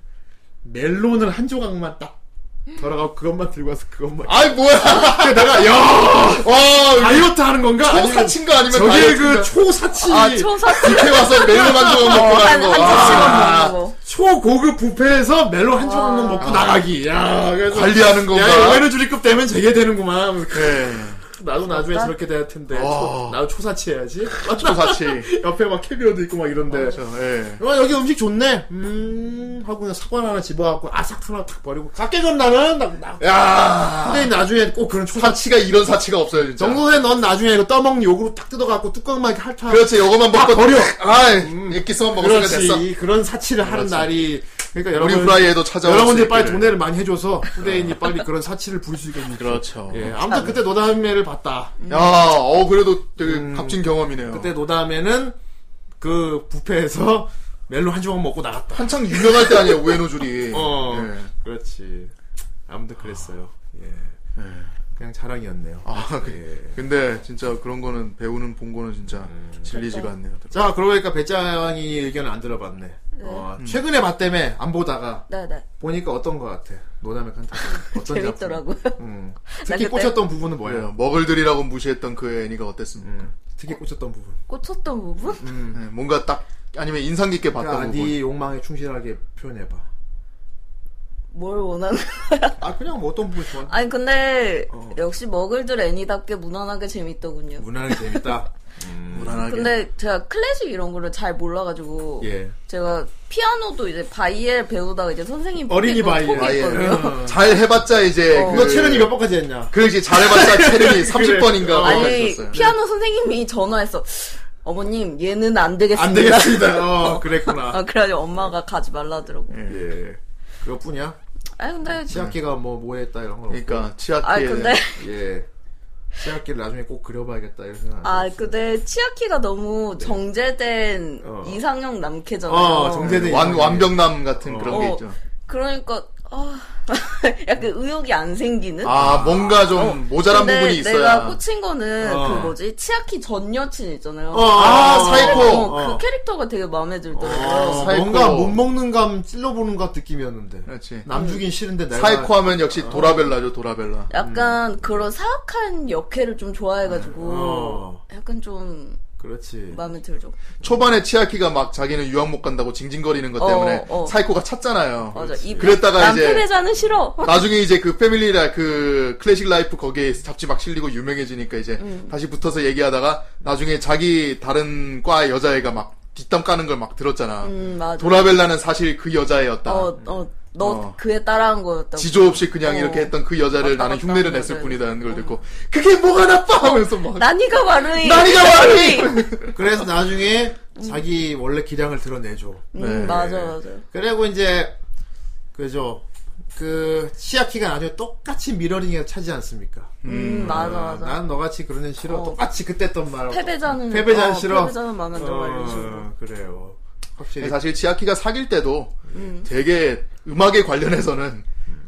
멜론을 한 조각만 딱 덜어가고 그것만 들고 와서 그것만 아이 뭐야 (laughs) 내가 야 와뭐 다이어트 하는 건가? 초사친가 아니면 저게 그 다이어트인가? 초사치 아, (laughs) 초사치. 이렇게 와서 메뉴 만들어 먹고 한, 한 가는 거 아, 접시만 먹는 거. 초고급 뷔페에서 멜론 한 조각만 먹고 나가기. 야 그래서 관리하는 건가? 야 여행을 줄이급 되면 저게 되는구만. 네. 나도 나중에 맞다. 저렇게 될 텐데 와. 초- 나도 초사치 해야지. (laughs) 초사치 네, 옆에 막 캐비어도 있고 막 이런데. 그렇죠 예 어, 여기 음식 좋네. 음 하고 그냥 사과 하나 집어갖고 아삭 하나 탁 버리고 깎게건 나는 나, 나. 야 근데 나중에 꼭 아, 그런 초사치. 사치가 이런 사치가 없어요 진짜 정도에 넌 나중에 이거 떠먹는 욕으로 탁 뜯어갖고 뚜껑만 이렇게 핥아. 그렇지 요거만 다 먹고 버려. 아이 액기스만 먹었으면 그렇지. 됐어 이- 그런 사치를 하는 날이 그러니까 우리 여러분 후라이에도 예. 찾아올 여러분들이 빨리 있기를. 돈을 많이 해줘서 후대인이 빨리 그런 사치를 부릴 수 있겠니? 그렇죠 예, 아무튼 그때 노담회를 봤다. 야어 그래도 되게 값진 경험이네요 음. 그때 노담회는 그 부페에서 (laughs) 멜론 한 조각 먹고 나갔다. 한창 유명할 때 아니에요 우에노 줄이 (laughs) 어, 예. 그렇지. 아무튼 그랬어요. 예, 그냥 자랑이었네요. 아, 그- 예. 근데 진짜 그런 거는 배우는 본 거는 진짜 음. 질리지가 않네요 자, 그러고 보니까 배짱이 의견을 안 들어봤네. 어, 최근에 봤다며 안 보다가 네네. 보니까 어떤 것 같아? 노담회 칸타빌 어떤 작품? 재밌더라고요. (laughs) 음. 나 특히 그때- 꽂혔던 부분은 뭐예요? 뭐예요 먹을들이라고 무시했던 그 애니가 어땠습니까 음. 특히 꽂혔던 부분. 꽂혔던 음. 부분? 네, 뭔가 딱 아니면 인상 깊게 봤던 그러니까 부분 네 욕망에 충실하게 표현해봐. 뭘 원하는 아 그냥 뭐 어떤 부분 좋아? 아니 근데 어. 역시 먹을들 애니답게 무난하게 재밌더군요. 무난하게 (laughs) 재밌다. 뭐. 무난하게. 근데 제가 클래식 이런 거를 잘 몰라가지고 예. 제가 피아노도 이제 바이엘 배우다가 이제 선생님 어린이 포기- 바이엘. 포기했거든요. 예. 잘 해봤자 이제 어. 그거 그- 체련이 몇 번까지 했냐? 그렇지 잘해봤자 (laughs) 체력이 어, 30번인가 (laughs) 뭐 아니 네. 피아노 선생님이 전화해서 어머님 얘는 안 되겠습니다. 안 되겠습니다. 어, 그랬구나. (laughs) 아, 그래가지고 엄마가 가지 말라 하더라고. 예. 그것뿐이야. 아니 근데 치아키가 예. 뭐 뭐했다 이런 거. 그러니까 치아키에 아 근데 예. 치아키를 나중에 꼭 그려봐야겠다 이런 생각. 아 근데 치아키가 너무 정제된 네. 어. 이상형 남캐잖아요. 어, 정제된 (laughs) 완, 이상형. 완벽남 같은 그런 게 어. 있죠 그러니까 아, (laughs) 약간 의욕이 안 생기는. 아 뭔가 좀 모자란 어. 근데 부분이 있어야 내가 꽂힌 거는 어. 그 뭐지 치아키 전 여친 있잖아요. 어, 아, 사이코. 어, 어. 그 캐릭터가 되게 마음에 들더라고요. 어, 사이코. 뭔가 못 먹는 감 찔러보는 감 느낌이었는데. 그렇지 어. 남 주긴 싫은데 내가 사이코 하면 역시 도라벨라죠 도라벨라 약간 그런 사악한 역캐를 좀 좋아해가지고 어. 약간 좀 그렇지. 마음에 들죠. 초반에 치아키가 막 자기는 유학 못 간다고 징징거리는 것 어, 때문에 어. 사이코가 찼잖아요 맞아. 이 그랬다가 남 이제- 패배자는 싫어. 나중에 이제 그 패밀리라 그 클래식 라이프 거기에 잡지 막 실리고 유명해지니까 이제 음. 다시 붙어서 얘기하다가 나중에 자기 다른 과의 여자애가 막 뒷담 까는 걸 막 들었잖아. 음 맞아. 도라벨라는 사실 그 여자애였다. 어, 어, 너 어. 그에 따라한 거였다고. 지조 없이 그냥 어. 이렇게 했던 그 여자를 맞다, 나는 맞다 흉내를 하는 냈을 여자애. 뿐이다는 어. 걸 듣고 그게 뭐가 나빠 하면서 막 난이가 음, 말이. 난이가 말이! 그래서 나중에 자기 원래 기량을 드러내줘. 음, 네. 맞아, 맞아. 그리고 이제 그죠. 그 치아키가 나중에 똑같이 미러링에 차지 않습니까? 음, 맞아, 맞아. 난 너같이 그런 애 싫어. 어. 똑같이 그때 했던 말. 패배자는. 패배자는 어, 싫어. 패배자는 뭐. 마음에 들어, 막 이런 식으로. 어, 그래요. 네, 확실히 사실 치아키가 사귈 때도 음. 되게 음악에 관련해서는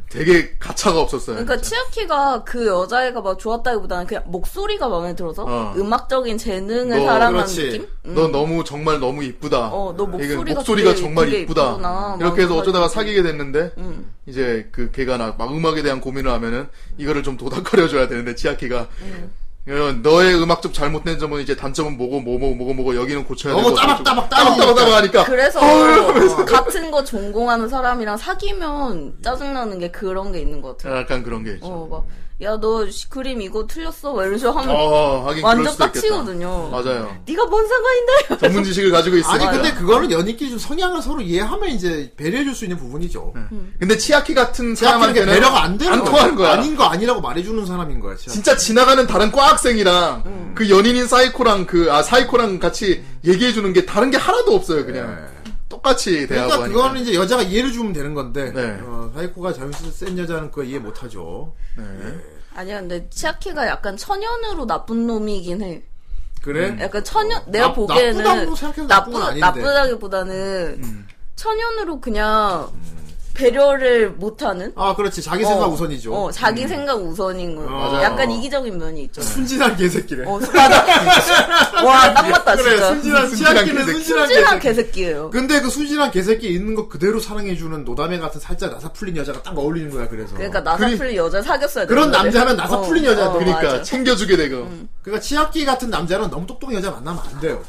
되게 가차가 없었어요. 그러니까 진짜. 치아키가 그 여자애가 막 좋았다기보다는 그냥 목소리가 마음에 들어서 어. 음악적인 재능을 너, 사랑하는 그렇지. 느낌? 음. 너 너무 정말 너무 이쁘다. 어, 너 이게 목소리가, 목소리가 되게- 정말 되게 이쁘다. 이쁘구나. 이렇게 해서 막 어쩌다가 그래가지고. 사귀게 됐는데 음. 이제 그 걔가 나 막 음악에 대한 고민을 하면은 이거를 좀 도닥거려 줘야 되는데 치아키가 음. 어, 너의 음악 좀 잘못된 점은 이제 단점은 뭐고 뭐뭐 뭐고 뭐고 여기는 고쳐야 너무 되고 따박따박 따박 따박 따박 하니까 그래서 어, 같은 거 전공하는 사람이랑 사귀면 짜증나는 게 그런 게 있는 것 같아요. 약간 그런 게 있죠. 어, 막, 야, 너 시- 그림 이거 틀렸어? 막 이런 식으로 어, 하면 하긴 그럴 완전 수도 있겠다. 빡치거든요. 맞아요. 네가 뭔 상관인데? (laughs) 전문 지식을 가지고 있으니까. 아니 근데 그거는 연인끼리 좀 성향을 서로 이해하면 이제 배려해줄 수 있는 부분이죠. 네. 음. 근데 치아키 같은 제가 게 사람한테는 배려가 안 되는 안 통하는 거야. 아닌 거 아니라고 말해주는 사람인 거야. 진짜. 진짜 지나가는 다른 과학생이랑 음. 그 연인인 사이코랑 그 아 사이코랑 같이 얘기해 주는 게 다른 게 하나도 없어요 그냥 똑같이 대하고 네. 그러니까 하니까. 그거는 이제 여자가 이해를 주면 되는 건데 네. 어, 사이코가 자존심 센 여자는 그거 이해 못하죠. 네. 아니야, 근데 치아키가 약간 천연으로 나쁜 놈이긴 해. 그래? 약간 천연, 내가 나- 보기에는 나쁘다고 생각해도 나쁜 건 아닌데. 음. 나쁘다기보다는 천연으로 그냥 배려를 못하는? 아 그렇지 자기 생각 우선이죠. 음. 어. 어, 자기 생각 우선인 거. 맞아요. 요 약간 이기적인 면이 (laughs) 있죠. 순진한 개새끼래. 어, (laughs) 맞아. 와, 딱 맞다, 그래 진짜. 순진한 순진한 치아끼는 개새끼. 순진한 순진한 개새끼. 개새끼예요. 근데 그 순진한 개새끼 있는 거 그대로 사랑해주는 노담에 같은 살짝 나사 풀린 여자가 딱 어울리는 거야 그래서. 그러니까 나사풀 여자 사귀었어야 어, 돼. 그런 남자는 나사 풀린 여자야. 그러니까 챙겨주게 되고 음. 그러니까 치아끼 같은 남자는 너무 똑똑한 여자 만나면 안 돼요.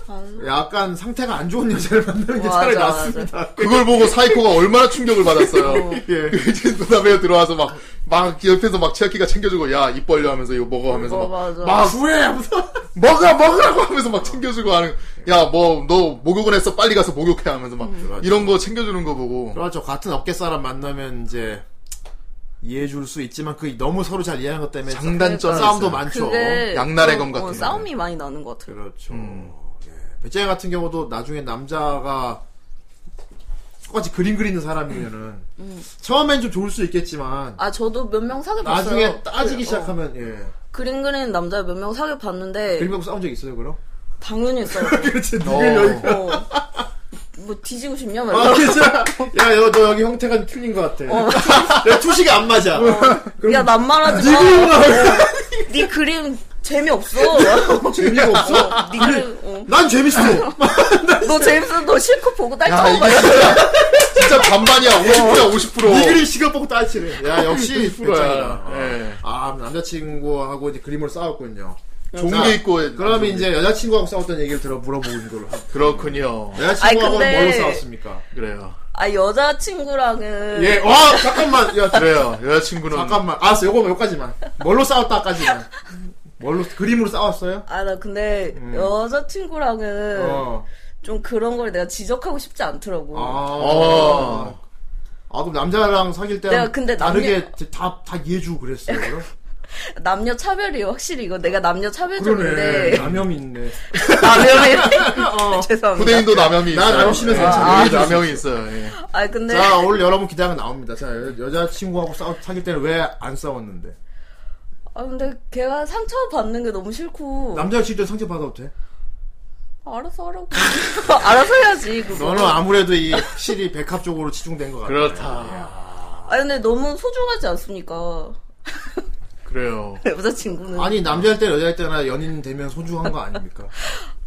약간 상태가 안 좋은 여자를 만나는 게 어. 맞아, 차라리 맞아. 낫습니다. 그걸 보고 사이코가 얼마나 충격을 (laughs) 받았어요. 예. 이제 누나베에 들어와서 막 막 옆에서 막 치아키가 챙겨주고 야입 벌려 하면서 이거 먹어 하면서 어, 막 맞아. 아 후회 하면서 먹어 (laughs) 먹으라고 하면서 막 챙겨주고 하는 야 뭐 너 목욕을 했어 빨리 가서 목욕해 하면서 막 음. 이런 거 챙겨주는 거 보고 그렇죠. 같은 업계 사람 만나면 이제 이해해줄 수 있지만 그 너무 서로 잘 이해하는 것 때문에 장단점 싸움도 있어요. 많죠. 그게 양날의 검 어, 같은 어, 거. 싸움이 많이 나는 것 같아요. 그렇죠. 예. 배짱이 같은 경우도 나중에 남자가 똑같이 그림 그리는 사람이면은 처음엔 좀 좋을 수 있겠지만 아 저도 몇 명 사귀 봤어요. 나중에 따지기 그, 시작하면 예. 어, 그림 그리는 남자 몇 명 사귀 봤는데 그림하고 싸운 적 있어요 그럼? 당연히 있어요. (laughs) 그렇지. 어. 어. 뭐 뒤지고 싶냐 말. 아 진짜 야너 너 여기 형태가 틀린 것 같아. (laughs) 내 투식이 안 맞아. 야난 말하지 마. 어, 네 그림 재미 없어. 재미가 없어? 어, 네 그림 어. 난 재밌어. 너 재밌어. 너 실컷 보고 야 딸처럼 이게 말. 진짜, 진짜 반반이야 50%야 50%. 네 그림 시간 보고 따지래. 야 역시 그 배짱이다. 야 어. 예. 아 남자친구하고 이제 그림으로 싸웠군요. 좋은 자, 게 있고 그럼 이제 여자친구하고 싸웠던 얘기를 들어 물어보는 걸로. 하고. 그렇군요 네? 여자친구하고는 아니, 근데- 뭘로 싸웠습니까? 그래요 아 여자친구랑은 예, 와, 잠깐만. 야, 그래요. 여자친구는. 잠깐만. 알았어, 요거, 요까지만. 뭘로 싸웠다까지만. 뭘로, 그림으로 싸웠어요? 아 나 근데 여자친구랑은 음. 어. 좀 그런 걸 내가 지적하고 싶지 않더라고. 아. 어. 아, 그럼 남자랑 사귈 때랑 내가 근데 다르게 다, 다 이해해주고 그랬어요. 그럼? 남녀 차별이에요 확실히 이거 내가 그러네. 남녀 어. 차별적인데 남염이 있네. (laughs) 남녀의 (laughs) 죄송합니다. 후대인도 남염이 있어요. 나 남염 심해서 예, 괜찮아요. 예, 남염이 있어요. 예. 아 근데 자, 오늘 여러분 기대하면 나옵니다. 자, 여- 여자친구하고 싸우, 사귈 때는 왜 안 싸웠는데? 아 근데 걔가 상처 받는 게 너무 싫고 남자가 실제 상처받아도 돼? 알아서 하라고 (laughs) 알아서 해야지 그거. 너는 아무래도 이 실이 백합 쪽으로 치중된 것 같아. 그렇다. 아 근데 너무 소중하지 않습니까? 그래요. 여자친구는 아니, 남자일 때나 여자일 때나 연인 되면 소중한 거 아닙니까?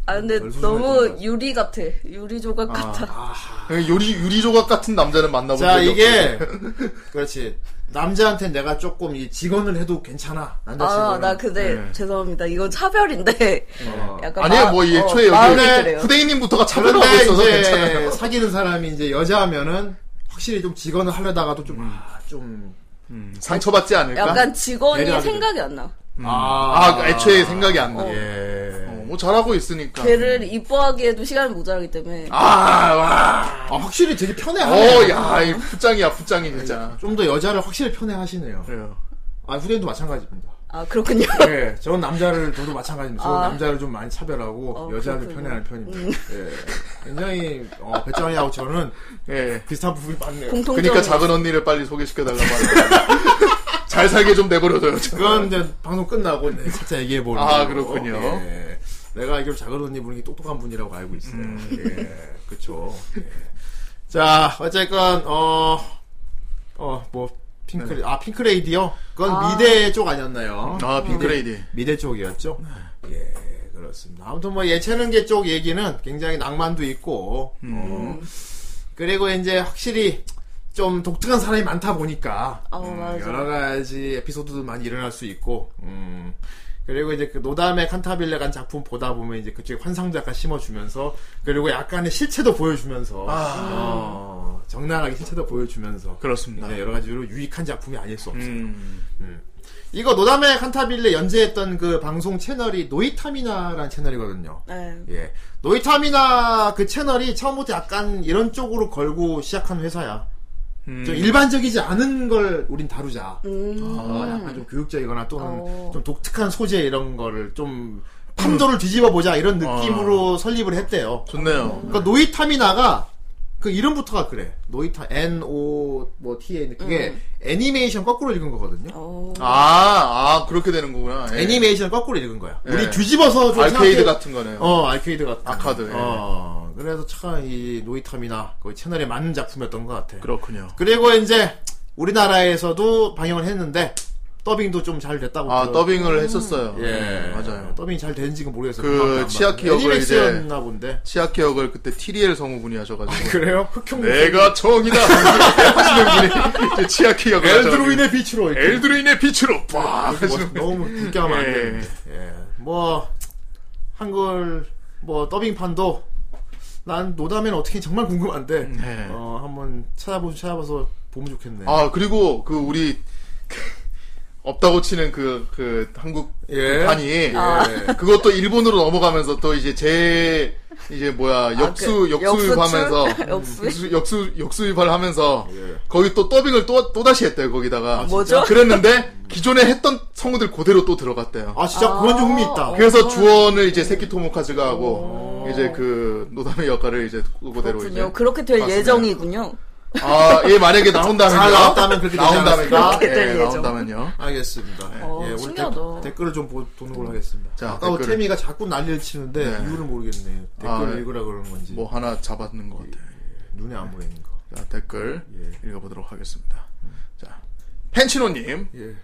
아 근데 별 소중하지 너무 않아요. 유리 같아 유리 조각 같아 요리, 유리조각 같은 남자는 만나본 자, 적이 이게, 그렇지. 남자한테 내가 조금 이 직원을 해도 괜찮아. 남자친구는. 어. 아 나 근데 죄송합니다 이건 차별인데 약간 네. 어. 아니에요, 마- 뭐, 이 어, 애초에 마음이 여기 그래요. 후대인님부터가 차별하고 그런데 있어서 이제 괜찮아요. 사귀는 사람이 이제 여자하면은 확실히 좀 직원을 하려다가도 음. 좀, 아, 좀. 상처받지 않을까? 약간 직원이 배려하게 생각이 안 나. 아, 애초에 생각이 안 나. 예. 예. 어, 뭐, 잘하고 있으니까. 걔를 이뻐하기에도 시간이 모자라기 때문에 아, 와. 아, 확실히 되게 편해하네. 어, 야, 이 풋장이야, fut장이 진짜. 좀 더 여자를 확실히 편해하시네요. 그래요. 아, 후대인도 마찬가지입니다. 아 (laughs) 그렇군요. 예, 저는 남자를, 저도 마찬가지입니다. 저는 아. 남자를 좀 많이 차별하고, 어, 여자를 그렇군요. 음. 편애하는 편입니다. 예. 굉장히, 어, 배짱이하고 저는 예. 비슷한 부분이 많네요. 공통점. 그니까 그러니까 작은 언니를 빨리 소개시켜달라고 하는 거예요. 잘 살게 좀 내버려둬요, 저. 그건 이제 방송 끝나고 네, 각자 얘기해 보는 아, 그렇군요. 예. 내가 알기로 작은 언니 분이 똑똑한 분이라고 알고 있어요. 음. 예, 그쵸. 예. 자, 어쨌건, 어, 어, 뭐, 핑크, 네. 아, 핑크레이디요? 그건 아. 미대 쪽 아니었나요? 아, 빙크레이디. 미대 쪽이었죠? 예, 그렇습니다. 아무튼 뭐 예체능계 쪽 얘기는 굉장히 낭만도 있고, 어, 그리고 이제 확실히 좀 독특한 사람이 많다 보니까, 어, 음, 맞아. 여러 가지 에피소드도 많이 일어날 수 있고, 음, 그리고 이제 그 노담의 칸타빌레 간 작품 보다 보면 이제 그쪽에 환상도 약간 심어주면서, 그리고 약간의 실체도 보여주면서, 어, 적나라하게 실체도 보여주면서, 그렇습니다. 네, 여러 가지로 유익한 작품이 아닐 수 없어요. 음. 이거 노담의 칸타빌레 연재했던 그 방송 채널이 노이타미나라는 채널이거든요. 아. 네. 예. 노이타미나 그 채널이 처음부터 약간 이런 쪽으로 걸고 시작한 회사야. 좀 일반적이지 않은 걸 우린 다루자. 음. 어, 약간 좀 교육적이거나 또는 어. 좀 독특한 소재 이런 거를 좀 판도를 뒤집어 보자 이런 어. 느낌으로 설립을 했대요. 좋네요. 그러니까 노이타미나가 그 이름부터가 그래. 노이타 N O 뭐 T A 그게 음. 애니메이션 거꾸로 읽은 거거든요. 어. 아, 아, 그렇게 되는 거구나. 예. 네. 애니메이션 거꾸로 읽은 거야. 예. 우리 뒤집어서 좀 알케이드 생각해- 같은 거네요. 어, 알케이드 같은. 아카드, 예. 어, 그래서 참 이 노이탐이나 그 채널에 맞는 작품이었던 것 같아. 그렇군요. 그리고 이제 우리나라에서도 방영을 했는데 더빙도 좀 잘 됐다고. 아, 들어요. 더빙을 했었어요. 예, 맞아요. 더빙이 잘 되는지가 모르겠어요. 그 그만큼 안 치아키 봤는데. 역을 이제- 애니맥스였나 본데. 치아키 역을 그때 TDL 성우분이 하셔가지고. 그래요? 네, 흑형. 내가 정이다! 하시는 분이 이제 치아키 역을 하셔가지고. 엘드루인의 빛으로. 이렇게. 엘드루인의 빛으로! 빡! 뭐, 하시는 분이. 너무 굳게 하면 안 아, 예. 되는데. 예. 뭐, 한글, 뭐, 더빙판도, 난 노다면 어떻게 정말 궁금한데, 예. 어, 한번 찾아보, 찾아봐서 보면 좋겠네. 아, 그리고 그 우리, 없다고 치는 그, 그, 한국 예. 판이, 아. 그것도 일본으로 넘어가면서 또 이제 제, 이제 뭐야, 역수, 그 역수입하면서, 역수출? 역수, (laughs) 역수? 역수, 역수입을 하면서, 예. 거기 또 더빙을 또, 또다시 했대요, 거기다가. 뭐죠? 그랬는데, 기존에 했던 성우들 그대로 또 들어갔대요. 아, 진짜 그런 좀 흥미 있다. 어. 그래서 주원을 이제 세키 토모카즈가 하고, 이제 그, 노담의 역할을 이제 그대로 그렇군요. 이제. 그렇게 될 맞습니다. 예정이군요. 아, 예, 만약에 나온다면요. 잘 나왔다면 그렇게 되지 나온다면요. 않았을까? 예, 그때 예정. 나온다면요. 알겠습니다. 어, 예, 우리 신기하다. 댓, 글을좀 보, 도는 걸로 하겠습니다. 음. 자, 아까 댓글을. 태미가 자꾸 난리를 치는데 네. 이유를 모르겠네. 댓글 아, 을 네. 읽으라 그러는 건지. 뭐 하나 잡았는 것 같아요. 눈에 안 보이는 거. 자, 댓글 예. 읽어보도록 하겠습니다. 자, 펜치노님. 예.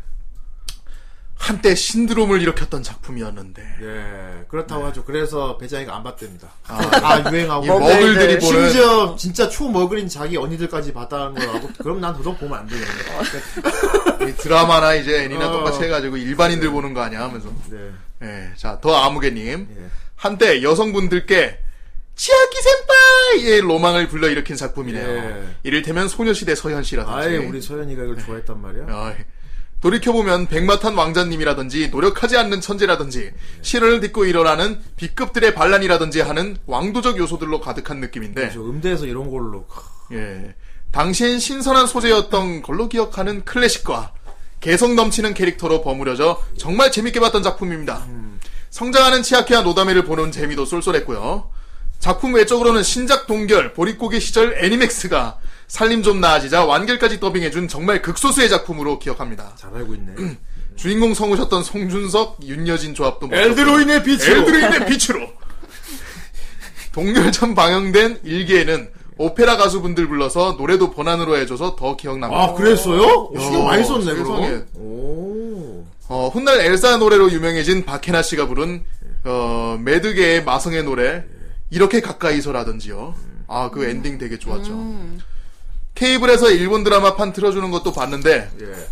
한때 신드롬을 일으켰던 작품이었는데. 예, 그렇다고 하죠. 그래서 배짱이가 안 봤답니다. 네. 아, 아, 유행하고. 이 머글들이 보는. 심지어 진짜 초머글인 자기 언니들까지 봤다는 거라고 그럼 난 도덕 보면 안 되네. 이 드라마나 이제 애니나 어. 똑같이 해가지고 일반인들 보는 거 아니야 하면서. 네. 예, 자, 더 아무개님. 예. 한때 여성분들께 치아키 센파이의 로망을 불러일으킨 작품이네요. 예. 이를테면 소녀시대 서현 씨라든지. 아예 우리 서현이가 이걸 좋아했단 말이야. 아, 예. 돌이켜보면 백마탄 왕자님이라든지 노력하지 않는 천재라든지 실언을 딛고 일어나는 B급들의 반란이라든지 하는 왕도적 요소들로 가득한 느낌인데 저 음대에서 이런 걸로 크, 예. 당시엔 신선한 소재였던 걸로 기억하는 클래식과 개성 넘치는 캐릭터로 버무려져 정말 재밌게 봤던 작품입니다. 성장하는 치아키와 노다메를 보는 재미도 쏠쏠했고요. 작품 외적으로는 신작 동결, 보릿고개 시절 애니맥스가 살림 좀 나아지자 완결까지 더빙해준 정말 극소수의 작품으로 기억합니다. 잘 알고 (clears throat) 있네. 주인공 성우셨던 송준석, 윤여진 조합도 멋졌고요. 엘드로인의 빛으로. 엘드로인의 빛으로. 동결전 방영된 일기에는 오페라 가수분들 불러서 노래도 번안으로 해줘서 더 기억납니다. 아 그랬어요? 오, 신경 야, 많이 썼네 세상에. 그럼. 오. 어, 훗날 엘사 노래로 유명해진 박해나 씨가 부른 어, 매드게의 마성의 노래 이렇게 가까이서라든지요. 아 음. 그 엔딩 되게 좋았죠. 케이블에서 일본 드라마 판 틀어주는 것도 봤는데 예.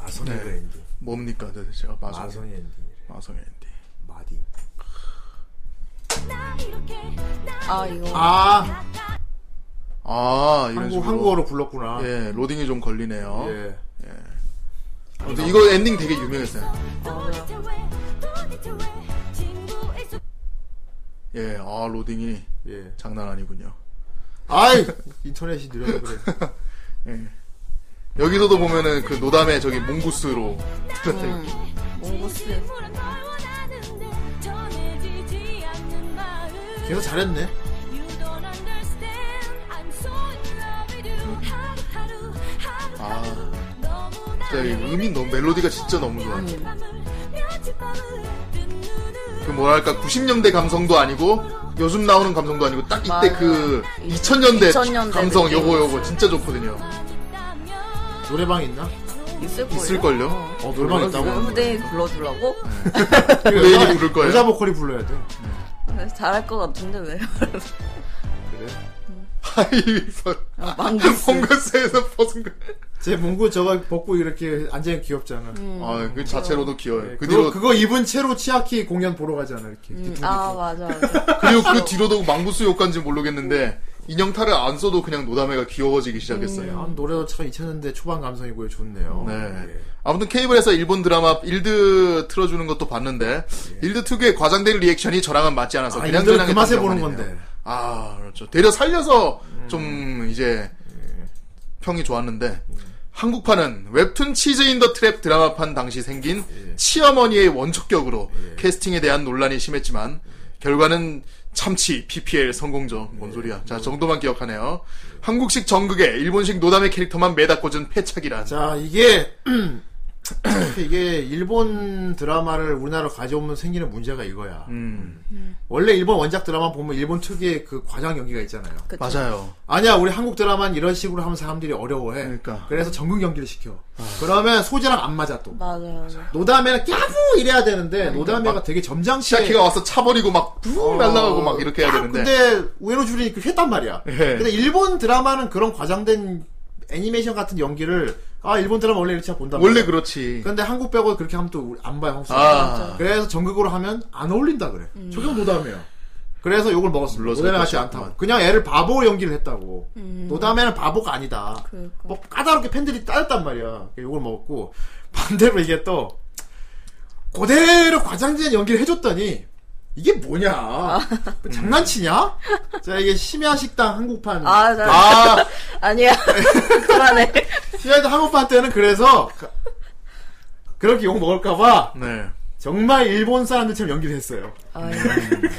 마성의 그 엔딩. 뭡니까 도대체 네. 마성 마성의 엔딩. 마성의 엔딩. 마디. 아 이거 아 아 이런 한국 식으로 한국어로 아. 불렀구나. 예. 예 로딩이 좀 걸리네요. 예. 아무튼 이거 엔딩 되게 유명했어요. 예, 아 로딩이 예. 장난 아니군요. 아이 (laughs) 인터넷이 느려서 (laughs) 그래. 예. 여기서도 보면은 그 노담의 저기 몽구스로 음. 몽고스 걔가 잘했네. 아 진짜 이 음이 너무 멜로디가 진짜 너무 좋아요. 음. 그 뭐랄까 90년대 감성도 아니고 요즘 나오는 감성도 아니고 딱 이때 맞아요. 그 2000년대, 2000년대 감성 느낌. 요거 요거 진짜 좋거든요. 노래방 있나? 있을 거예요. 있을걸요? (laughs) 어 노래방 그 있다고. 후대인 불러주려고 왜 네. 이리 부를 거예요? 여자 보컬이 불러야 돼. 네, 잘할 것 같은데 왜? 그래. 아, 하이서 아, 망고스 몽구스에서 벗은 거. 제 문구 저거 벗고 이렇게 앉아있는 귀엽잖아. 음. 아그 자체로도 귀여워요. 네, 그 그거, 뒤로 그거 입은 채로 치아키 공연 보러 가잖아 이렇게. 뒤통수. 아 맞아 맞아 그리고 그 뒤로도 망구스 욕간지 모르겠는데 인형 탈을 안 써도 그냥 노담회가 귀여워지기 시작했어요. 아, 노래도 참 2000년대 초반 감성이고요. 좋네요. 네. 예. 아무튼 케이블에서 일본 드라마 일드 틀어주는 것도 봤는데 일드 특유의 과장된 리액션이 저랑은 맞지 않아서 예. 아, 그냥 일드는 그냥 그 맛에 했던 보는 영화네요. 건데. 아 그렇죠. 되려 살려서 음. 좀 이제 예. 평이 좋았는데 한국판은 웹툰 치즈 인 더 트랩 드라마판 당시 생긴 예. 치어머니의 원초격으로 캐스팅에 대한 논란이 심했지만 결과는 참치 PPL 성공적 예. 뭔 소리야 자 정도만 기억하네요 한국식 정극에 일본식 노담의 캐릭터만 매다 꽂은 패착이란 자 이게 (clears throat) 이게 일본 드라마를 우리나라로 가져오면 생기는 문제가 이거야. 음, 원래 일본 원작 드라마 보면 일본 특유의 그 과장 연기가 있잖아요. 그쵸. 맞아요 아니야 우리 한국 드라마는 이런 식으로 하면 사람들이 어려워해. 그러니까. 아. 래서 전극 연기를 시켜. 그러면 소재랑 안 맞아 또. 맞아 맞아 노다메는 까부 이래야 되는데 노다메가 되게 점잖게 그러니까 시아키가 와서 차버리고 막부웅 어, 날라가고 막 이렇게 해야 딱 되는데 근데 우에노 주린이 그 했단 말이야. 예. 근데 일본 드라마는 그런 과장된 애니메이션 같은 연기를 아 일본 드라마 원래 이렇게 본단 말이야. 원래 그렇지 근데 한국 배우 그렇게 하면 또 안 봐요 한국 사람. 아 그래서 전극으로 하면 안 어울린다 그래. 음. 저게 노담이에요. 그래서 욕을 먹었어. 물러설 노담에 같이 것이 않다고. 없구만. 그냥 애를 바보 연기를 했다고. 노담에는 바보가 아니다. 음. 그러니까. 뭐 까다롭게 팬들이 따졌단 말이야. 욕을 먹었고 반대로 이게 또 그대로 과장된 연기를 해줬더니 이게 뭐냐? 아. 뭐 장난치냐? 자 이게 심야식당 한국판. 아, 나- 아, 아니야 그만해 심야식당 한국판 때는 그래서 그렇게 욕 먹을까봐 네 정말 일본 사람들처럼 연기를 했어요. 아유,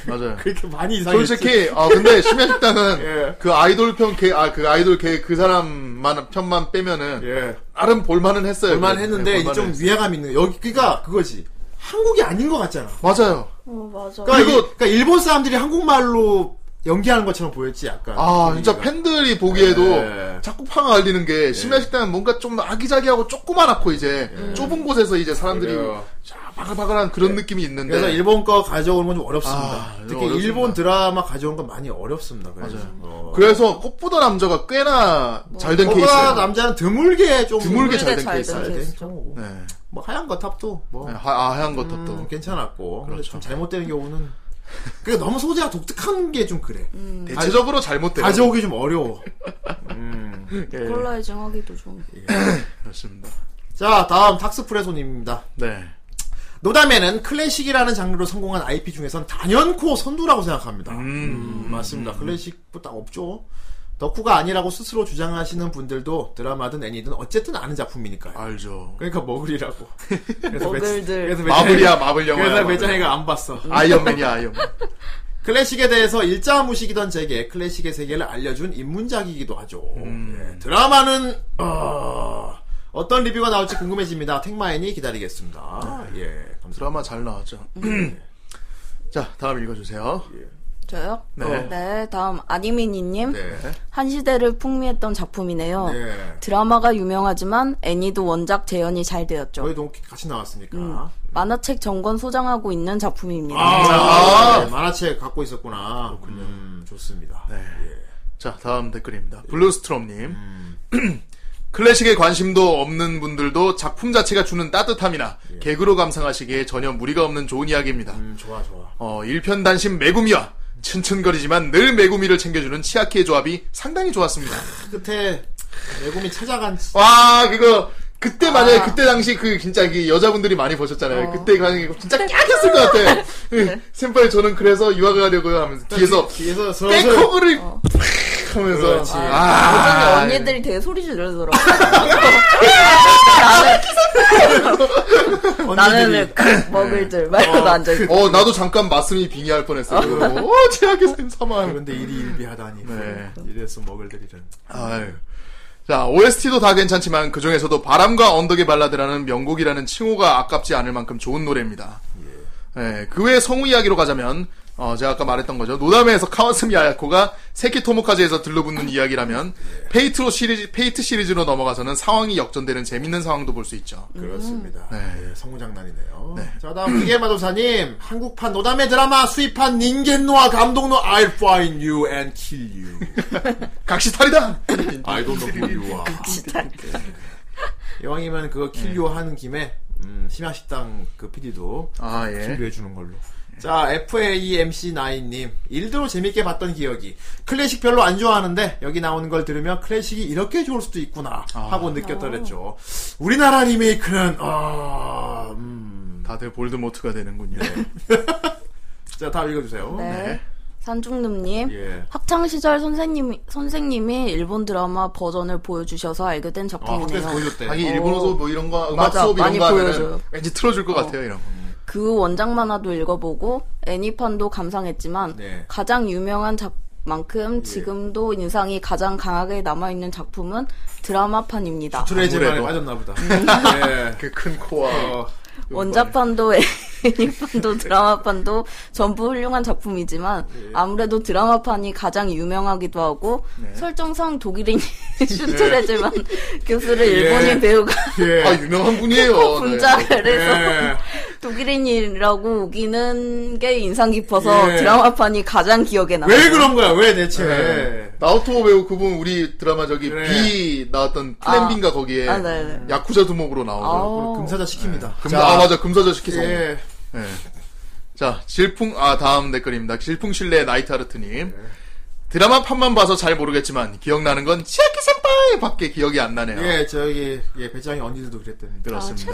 맞아요 그렇게 많이 이상했지. 네. 솔직히 아 근데 심야식당은 (laughs) 예. 그 아이돌 편걔아그 아이돌 걔 그 사람만 편만 빼면은 예. 나름 볼만은 했어요. 볼만 그, 했는데 예, 이게 볼만은 좀 했어요. 위화감 있는 거. 여기가 그거지. 한국이 아닌 것 같잖아. 맞아요. 어, 맞아 그러니까, 그리고- 이- 그러니까 일본 사람들이 한국말로 연기하는 것처럼 보였지 약간. 아 진짜 분위기가. 팬들이 보기에도 음. 예. 자꾸 파가 알리는 게 심야식당은 뭔가 좀 아기자기하고 조그만하고 이제 좁은 곳에서 이제 사람들이 예. 그래요. 예. 자, 바글바글한 그런 느낌이 있는데 그래서 일본 거 가져오는 건 좀 어렵습니다. 네. 아, 이거 특히 어렵습니다. 일본 드라마 가져오는 건 많이 어렵습니다. 그래서. 맞아요. 어. 그래서 꽃보다 남자가 꽤나 잘된 거기다 케이스예요. 남자는 드물게 좀 드물게 잘된 잘된 케이스. 잘 케이스. 된 경우고. 네. 뭐 하얀 거 탑도 뭐 네, 하, 아, 하얀 것도 음, 또. 괜찮았고. 근데 그렇죠. 좀 잘못된 경우는 그러니까 너무 소재가 독특한 게 좀 그래. 대체적으로 잘못돼요. 음. 가져오기 좀 어려워. 음. 예, 네. 콜라이징 하기도 좀. 그렇습니다. 예. 자, 다음 탁스프레소님입니다. 네. 노담에는 클래식이라는 장르로 성공한 IP 중에선 단연코 선두라고 생각합니다. 음, 맞습니다. 클래식보다 없죠. 덕후가 아니라고 스스로 주장하시는 분들도 드라마든 애니든 어쨌든 아는 작품이니까요. 알죠. 그러니까 (laughs) 먹으리라고. 그래서 매- 머글들. 그래서 매장이- 마블이야 음. 마블 영화. 그래서 매장이가 안 봤어. 아이언맨이야 아이언맨. 클래식에 대해서 일자무식이던 제게 클래식의 세계를 알려준 인문작이기도 하죠. 예, 드라마는 어... 떤 리뷰가 나올지 궁금해집니다. 택마인이 기다리겠습니다. 예, 감사합니다. 드라마 잘 나왔죠. 음. 자 다음 읽어주세요. 저요? 어, 네. 다음 아니미니님. 네. 한 시대를 풍미했던 작품이네요. 네. 드라마가 유명하지만 애니도 원작 재현이 잘 되었죠. 저희도 오늘 같이 나왔으니까. 만화책 정권 소장하고 있는 작품입니다. 아, 네, 만화책 갖고 있었구나. 그렇군요. 좋습니다. 예. 자, 다음 댓글입니다. 블루스트롬님. (clears throat) 클래식에 관심도 없는 분들도 작품 자체가 주는 따뜻함이나 개그로 감상하시기에 전혀 무리가 없는 좋은 이야기입니다. 예. 음, 좋아, 좋아. 어, 일편단심 메구미와 츤츤거리지만 늘 메구미를 챙겨주는 치아키의 조합이 상당히 좋았습니다. 끝에 매구미 찾아간 치- 와, 그거 그때 만약에 그때 당시 그 진짜 이 여자분들이 많이 보셨잖아요. 그때 가는 게 진짜 깍했을 것 같아. 샘플 저는 그래서 유학을 하려고요 하면서 어, 뒤에서 뒤에서 슬슬 백허그를 하면서 네. 그렇지. 아, 요즘에 언니들이 되게 소리 지르더라고. 나는 (laughs) 그- 언니들이 왜 아, 먹을 줄그 말고 앉아 있고. 어, 나도 잠깐 마슴이 빙의할 뻔했어요. (laughs) 어, 최악의 샘 사망. 그런데 일이 일비하다니. 네. 이래서 먹을 들이는. 아유. 자, OST도 다 괜찮지만 그 중에서도 바람과 언덕의 발라드라는 명곡이라는 칭호가 아깝지 않을 만큼 좋은 노래입니다. 예, 그 외 성우 이야기로 가자면 어, 제가 아까 말했던 거죠. 노담에서 카와스미 아야코가 세키 토모카즈에서 들러붙는 이야기라면 페이트로 시리즈 페이트 시리즈로 넘어가서는 상황이 역전되는 재밌는 상황도 볼 수 있죠. 그렇습니다. 네. 예, 성우장난이네요. 자, 다음, (clears throat) 기계마도사님. 한국판 노담의 드라마 수입한 닌겐노와 감독노 I'll find you and kill you. 각시탈이다. (laughs) I don't know who you (laughs) are. 이왕이면 그거 kill you 하는 김에, 음, 심야식당 그 PD도 아, 예. 준비해주는 걸로. 네. 자, FAMC9님. 일드로 재밌게 봤던 기억이. 클래식 별로 안 좋아하는데, 여기 나오는 걸 들으면 클래식이 이렇게 좋을 수도 있구나. 하고 느꼈더랬죠. 우리나라 리메이크는, 아, 음. 다들 볼드모트가 되는군요. 자, 다음 읽어주세요. 네. 산중름님. 예. 학창 시절 선생님이 선생님이 일본 드라마 버전을 보여주셔서 알게 된 아, 학교에서 작품이네요. 보여줬대. 하긴 일본어 수업 뭐 이런 거 음악 맞아, 수업 이런 많이 거 하면은 보여줘요. 왠지 틀어줄 것 같아요 이런 거. 그 원작 만화도 읽어보고 애니판도 감상했지만 네. 예. 가장 유명한 작 만큼 지금도 인상이 가장 강하게 남아있는 작품은 드라마판입니다. 트레이즈만에 아무래도. 빠졌나보다. 예. 그 큰 코와 원작판도 (laughs) 애니판도 드라마판도 전부 훌륭한 작품이지만 예. 아무래도 드라마판이 가장 유명하기도 하고 네. (laughs) 설정상 독일인 슈트레즈만 교수를 일본인 예. 배우가 아 유명한 분이에요. 네. 분장을 해서 예. 독일인이라고 우기는 게 인상 깊어서 예. 드라마판이 가장 기억에 남아요. 왜 그런 거야? 왜 대체? 네. 나오토 배우 그분 우리 드라마 저기 그래. B 나왔던 플랜빈가 거기에 아, 네네. 야쿠자 두목으로 나오죠. 아우. 어. 네. 금사자 시킵니다. 금, 아 맞아 금서자 시키성. 예. 네. 자, 질풍, 아, 다음 댓글입니다. 질풍실레 나이타르트님. 드라마 판만 봐서 잘 모르겠지만, 기억나는 건 치아키 센파이 밖에 기억이 안 나네요. 예, 저기, 예, 배짱이 언니들도 그랬답니다. 그렇습니다.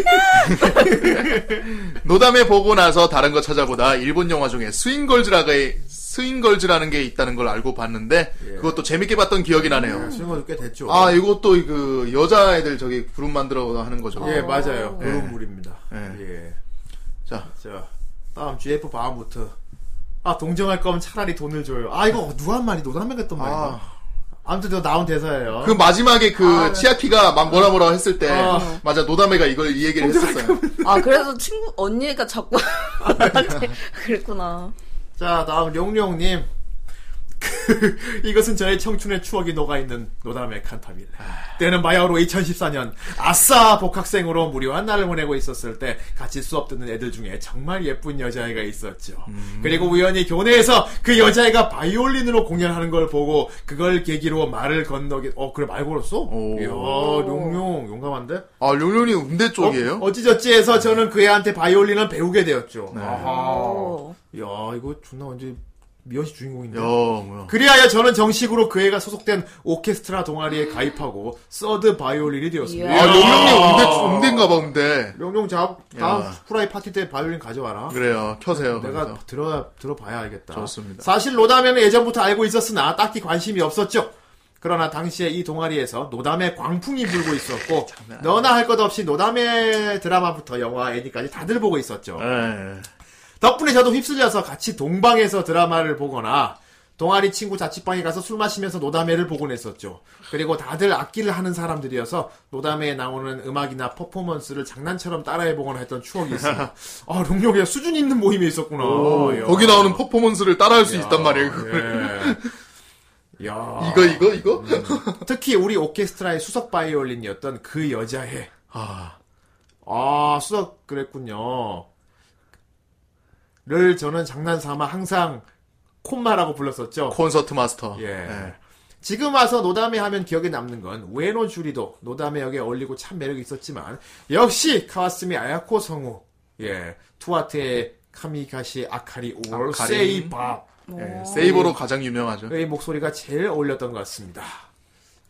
(laughs) 노담에 보고 나서 다른 거 찾아보다 일본 영화 중에 스윙걸즈라가 스윙걸즈라는 게 있다는 걸 알고 봤는데 예. 그것도 재밌게 봤던 기억이 나네요. 수영어도 꽤 됐죠. 아 이것도 그 여자애들 저기 그룹 만들어 하는 거죠. 예, 맞아요. 예. 그룹물입니다. 예. 자 자, 다음, GF 바하무트. 아, 동정할 거면 차라리 돈을 줘요. 아, 이거 누가 한 말이 노담에 했던 말인가? 아. 무튼저 나온 대사예요. 그 마지막에 그 치아키가 막 뭐라 뭐라 했을 때 아. 맞아 노다메가 이걸 이 얘기를 했었어요. 아 그래서 친구 (laughs) 언니가 자꾸 나한테 그랬구나. 자, 다음, 용룡님. 그, 이것은 저의 청춘의 추억이 녹아있는 노담의 칸타빌레. 때는 바야흐로 2014년 아싸 복학생으로 무료한 날을 보내고 있었을 때 같이 수업 듣는 애들 중에 정말 예쁜 여자애가 있었죠. 그리고 우연히 교내에서 그 여자애가 바이올린으로 공연하는 걸 보고 그걸 계기로 말을 건너기 어 그래 말 걸었어? 오. 이야 용용 용감한데? 아, 룡룡이 음대 쪽이에요? 어, 어찌저찌 해서 저는 그 애한테 바이올린을 배우게 되었죠. 네. 아하. 어. 야, 이거 존나 완전 미연씨 주인공인데. 야, 뭐야. 그리하여 저는 정식으로 그 애가 소속된 오케스트라 동아리에 가입하고 서드 바이올린이 되었습니다. 이야. 아, 룡룡이 음대, 음대인가 봐, 음대. 명룡 자, 다음 야. 후라이 파티 때 바이올린 가져와라. 그래요, 켜세요. 내가 그래서. 들어 들어봐야 알겠다. 좋습니다. 사실 노담에는 예전부터 알고 있었으나 딱히 관심이 없었죠. 그러나 당시에 이 동아리에서 노담의 광풍이 불고 있었고 너나 할 것 없이 노담의 드라마부터 영화 애니까지 다들 보고 있었죠. 예. 덕분에 저도 휩쓸려서 같이 동방에서 드라마를 보거나 동아리 친구 자취방에 가서 술 마시면서 노담회를 보곤 했었죠. 그리고 다들 악기를 하는 사람들이어서 노담회에 나오는 음악이나 퍼포먼스를 장난처럼 따라해보거나 했던 추억이 (laughs) 있습니다. 아, 롱룡이야 수준 있는 모임이 있었구나. 야. 거기 나오는 (laughs) 퍼포먼스를 따라할 수 있단 말이에요. 그거를. 예. 야. 이거, 이거, 이거? 음. 특히 우리 오케스트라의 수석 바이올린이었던 그 여자애. 아, 아, 수석 그랬군요. 를 저는 장난 삼아 항상 콤마라고 불렀었죠. (laughs) 콘서트 마스터. 예. 예. 지금 와서 노담에 하면 기억에 남는 건 우에노 주리도 노담에 역에 어울리고 참 매력이 있었지만 역시 카와스미 아야코 성우 예 투아테의 카미가시 아카리 올 아카리. 세이바의 예, 세이버로 가장 유명하죠. 음. 목소리가 제일 어울렸던 것 같습니다.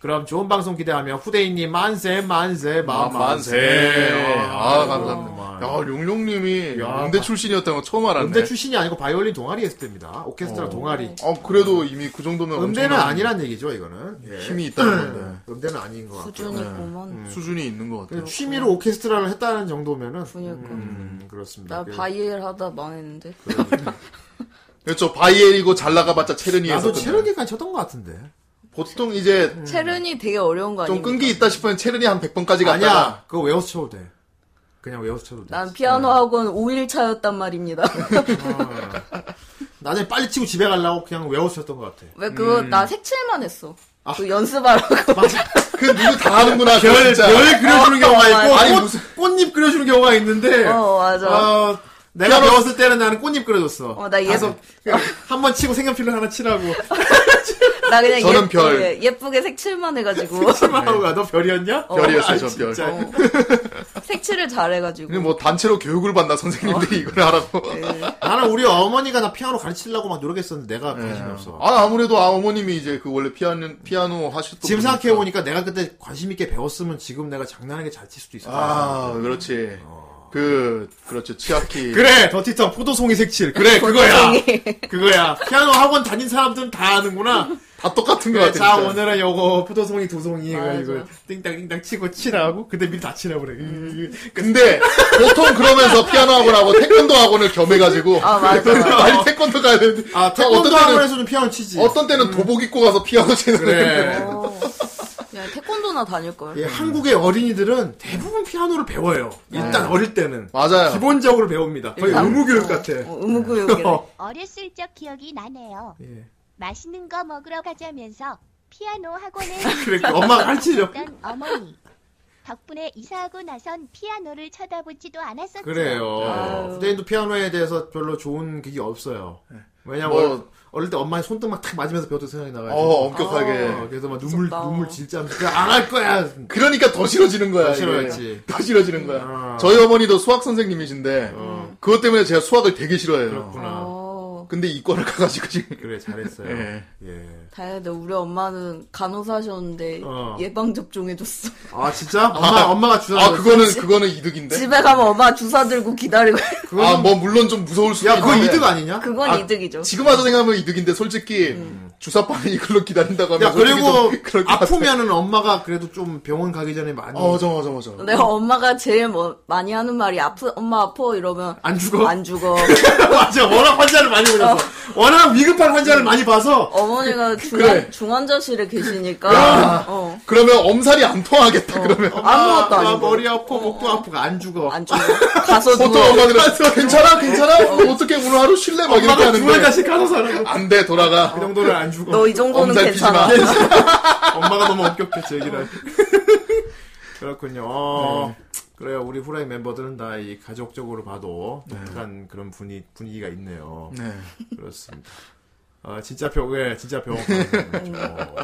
그럼 좋은 방송 기대하며 후대인님 만세 만세 아, 만- 만세. 아, 정말. 감사합니다. 야, 룡룡님이 야, 음대 출신이었다는 거 처음 알았네. 음대 출신이 아니고 바이올린 동아리 했을 때입니다. 오케스트라 어. 동아리. 어, 그래도 이미 그 정도면 음대는 엄청난 아니란 얘기죠, 이거는. 예. 힘이 있다는 건데. 음대는 아닌 것 같아요. 수준이구먼. 음. 수준이 있는 것 같아요. 그냥 취미로 오케스트라를 했다는 정도면은 그러니까. 음, 그렇습니다. 나 바이엘 하다 망했는데. 그렇죠. 바이엘이고 잘 나가봤자 체르니에서. 나도 음. 끝나요. 체력이까지 쳤던 것 같은데. 보통 이제 체른이 되게 어려운 거 좀 아니야? 끈기 있다 싶으면 체르니 한 100번까지 갔다가 아니야, 그거 외워서 쳐도 돼. 그냥 외워서 쳐도 돼. 난 피아노 학원 5일 차였단 말입니다. (laughs) 나중에 빨리 치고 집에 가려고 그냥 외워서 쳤던 것 같아. 왜 그거 나 색칠만 했어. 그 연습하라고. 그 누구 다 하는구나. 그거 (laughs) 별, 진짜. 별 그려주는 어, 경우가 있고, 아니, 꽃, 무슨- 꽃잎 그려주는 경우가 있는데, 어 맞아. 어, 내가 배웠을 때는 나는 꽃잎 그려줬어. 어, 나 예쁘- 가서 그냥 한번 치고 색연필로 하나 치라고. 나 그냥 저는 예쁘게, 별. 예쁘게 색칠만 해가지고 실망하고 가. 너 별이었냐? 별이었어요, 저 아, 별. 진짜. 색칠을 잘해가지고. 그냥 뭐 단체로 교육을 받나 어? 선생님들이 이걸 하라고. 나는 우리 어머니가 나 피아노 가르치려고 막 노력했었는데 내가 관심이 없어. 아 아무래도 아 어머님이 이제 그 원래 피아노 피아노 하셨던 지금 분이니까. 생각해 보니까 내가 그때 관심 있게 배웠으면 지금 내가 장난하게 잘 칠 수도 있었다. 아 그렇지. 그 그렇죠. 치아키. 어. 그래 더티턴 포도송이 색칠 그래 그거야 그거야 피아노 학원 다닌 사람들은 다 아는구나 다 똑같은 것 그래, 같아. 네, 자 진짜. 오늘은 요거 포도송이 두송이 맞아. 이거 띵땅 띵땅 치고 치라고 근데 미리 다 치라고 그래 음. 근데 보통 그러면서 피아노 학원하고 태권도 학원을 겸해가지고 아 맞아. 맞아. 빨리 태권도 가야 되는데 아 어떤 태권도 때는 학원에서 좀 피아노 치지 어떤 때는 도복 입고 가서 피아노 치는 그래 어. 그냥 태권도나 다닐 걸. 예, 한국의 어린이들은 대부분 피아노를 배워요 일단 어릴 때는 맞아요. 기본적으로 배웁니다 거의 네. 일단- 의무교육 같아 어, 의무교육이래. (laughs) 어. 어렸을 적 기억이 나네요. 예. 맛있는 거 먹으러 가자면서 피아노 학원에 (laughs) 그래 그 엄마가 가르치죠 있던 어머니. 덕분에 이사하고 나선 피아노를 쳐다보지도 않았었죠. 그래요. 후대인도 피아노에 대해서 별로 좋은 그게 없어요. 왜냐면 뭐- 어릴- 어릴 때 엄마의 손등 막 탁 맞으면서 배웠던 생각이 나가지고. 어 엄격하게. 어, 그래서 막 눈물 무섭다. 눈물 질짜면서 안할 거야. 그러니까 더 싫어지는 거야. 더 이게. 싫어했지. 더 싫어지는 거야. 아. 어. 저희 어머니도 수학 선생님이신데 그것 때문에 제가 수학을 되게 싫어해요. 그렇구나. 어. 근데 이과를 가가지고 지금 그래 잘했어요. 예. 예. 다행이다. 우리 엄마는 간호사셨는데 어. 예방 접종해줬어. 아 진짜? 엄마 엄마가 주사. 아 그거는 그거는 이득인데. 집에 가면 엄마 주사 들고 기다리고. (laughs) 아 뭐 물론 좀 무서울 수도 야 그거 있는데. 이득 아니냐? 그건 아, 이득이죠. 지금 와서 생각하면 이득인데 솔직히 주사빠는 이걸로 기다린다고 하면 음. 야 그리고 솔직히 좀 (laughs) 그럴 것 같아. 아프면은 엄마가 그래도 좀 병원 가기 전에 많이 어 맞아 맞아 맞아. 내가 엄마가 제일 뭐- 많이 하는 말이 아프 엄마 아파 이러면 안 죽어. 안 죽어. (laughs) 맞아. 워낙 환자를 많이 보셔서 워낙 위급한 환자를 많이 봐서 어. 음. 어머니가 중, 그래. 중환자실에 계시니까 어, 그러면 엄살이 안 통하겠다 그러면. 아무것도 아, 아, 아니고 머리 아프고 목도 아프고 안 죽어. 안 죽어. 가서 보통 누워. 엄마들은 괜찮아 괜찮아 어, 어떻게 오늘 하루 쉴래 막 이렇게 어. 엄마가 두 하는데 번씩 가서 살아. 안 돼 그러니까 돌아가 그 정도는 안 죽어. 너 이 정도는 엄살 피지 마. 괜찮아. 엄마가 너무 엄격해 제 얘기를. (laughs) 그렇군요. 어, 네. 그래요. 우리 후라이 멤버들은 다 이 가족적으로 봐도 독특한 그런 분위 분위기가 있네요. 네. 그렇습니다. 아 진짜 병, 예, 진짜 (laughs) 병. 네. 어.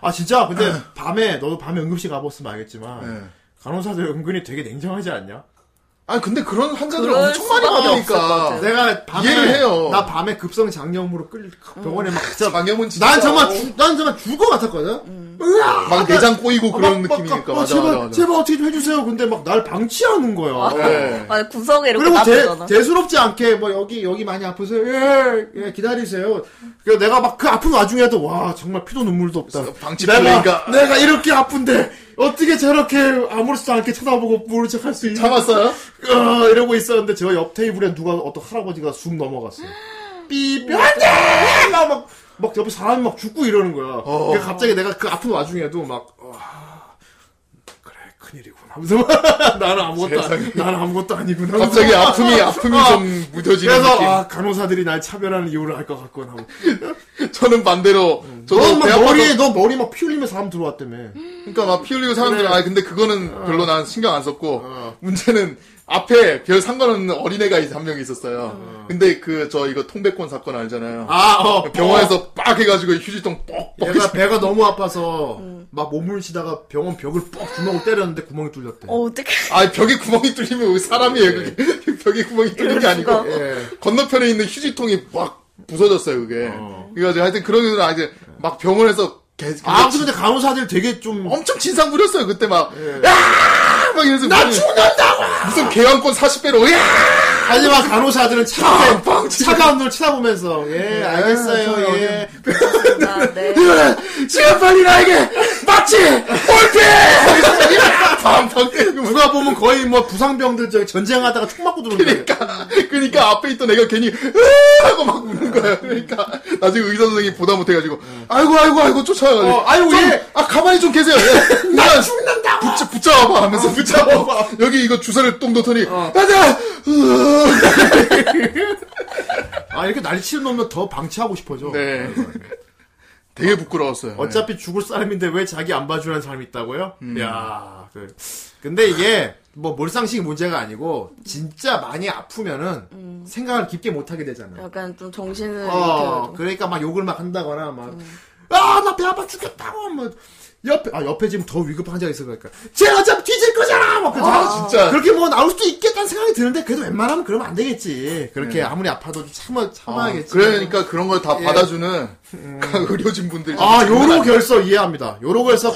아 진짜 근데 밤에 너도 밤에 응급실 가봤으면 알겠지만 네. 간호사들 은근히 되게 냉정하지 않냐? (laughs) 아 근데 그런 환자들 그럴 엄청 많이 수밖에 받으니까. 없을 내가 밤에 네. 이해를 해요. 나 밤에 급성 장염으로 끌 병원에 막 진짜 장염은 진짜. 어. 난 정말 죽, 난 정말 죽을 것 같았거든. 음. 으아! 막 내장 꼬이고 막- 그런 막- 느낌이니까. 어, 맞아, 제발, 맞아, 맞아. 제발 어떻게 좀 해주세요. 근데 막 날 방치하는 거야. 네. 아니, 구석에 이렇게 그리고 놔두잖아. 대, 대수롭지 않게 뭐 여기 여기 많이 아프세요. 예, 예 기다리세요. 그래서 내가 막 그 아픈 와중에도 와 정말 피도 눈물도 없다. 방치 내가 플레이가 내가 이렇게 아픈데 어떻게 저렇게 아무렇지도 않게 쳐다보고 모른 척할 수 있는? 참았어요? 어, 이러고 있었는데 저 옆 테이블에 누가 어떤 할아버지가 쑥 넘어갔어. (gasps) 삐뼈한데 막막 막 옆에 사람이 막 죽고 이러는 거야. 어. 그러니까 갑자기 내가 그 아픈 와중에도 막 아, 그래 큰일이구나. 하면서 (laughs) 나는 아무것도 아니, 나는 아무것도 아니구나. 하면서 갑자기 아픔이 아픔이 좀 무뎌지는 뭐, 그래서 느낌. 아 간호사들이 날 차별하는 이유를 알 것 같구나. 하고. 저는 반대로 저도 배 너막 아파서 머리에 너 머리 막 피 흘리면 사람 들어왔다며. 그러니까 막 피 흘리고 사람들 그래. 아 근데 그거는 별로 난 신경 안 썼고 네. 어. 문제는 앞에 별 상관없는 어린애가 한 명 있었어요. 근데 그 저 이거 통백권 사건 알잖아요. 아 어. 병원에서 빡 해가지고 휴지통 뻑뻑 (laughs) 얘가 배가 너무 아파서 막 몸을 치다가 병원 벽을 뻑 주먹으로 때렸는데 구멍이 뚫렸대. 어, 어떡해. 아 벽에 구멍이 뚫리면 사람이에요 그게 (laughs) 벽에 구멍이 뚫린 게 아니고 이럴 예. 건너편에 있는 휴지통이 막 부서졌어요 그게 그래가지고 하여튼 그런 일은 아니제 막 병원에서 개, 아, 아무튼 근데 간호사들 되게 좀. 엄청 진상 부렸어요 그때 막 예. 막 이러면서 나 죽는다고 무슨 개왕권 40배로 야 하지만 간호사들은 차가운, 빵 치고. 네, 차가운 눈을 쳐다보면서, 예, 알겠어요, 저기 예. 나, 네. 지금 빨리 나에게 맞지 볼펜 팡팡 때리고 누가 보면 거의 뭐 부상병들 저기 전쟁하다가 총 맞고 들어오는 거예요. 그러니까 그러니까 앞에 있던 애가 괜히 으 하고 막 우는 거야 그러니까 나중에 의사 선생님 보다 못해가지고 아이고 아이고 아이고 쫓아가지고 어, 아이고, 좀, 얘. 아 가만히 좀 계세요 예. (laughs) 나 죽는다 붙잡 붙잡아봐 하면서 (laughs) 붙잡아봐 어. 여기 이거 주사를 똥 넣더니 맞아 으. 아, 이렇게 날치를 놓으면 더 방치하고 싶어져. 네 되게 부끄러웠어요 어차피 죽을 사람인데 왜 자기 안 봐주라는 사람이 있다고요? 음. 야 그. 근데 이게, 뭐, 몰상식 문제가 아니고, 진짜 많이 아프면은, 생각을 깊게 못하게 되잖아요. 약간 좀 정신을 어, 이렇게. 음. 그러니까 막 욕을 막 한다거나 막, 아, 나 배 아파 죽겠다고! 막, 옆에, 아, 옆에 지금 더 위급한 환자가 있어, 그러니까. 쟤 어차피 뒤질 거잖아! 막, 그래서 아, 진짜. 그렇게 뭐 나올 수도 있겠다는 생각이 드는데, 그래도 웬만하면 그러면 안 되겠지. 그렇게 아무리 아파도 좀 참아, 참아야겠지. 음. 그러니까 그런 걸 다 예. 음. 받아주는 (laughs) 의료진 분들. 아, 요로 결석 이해합니다. 요로 결석,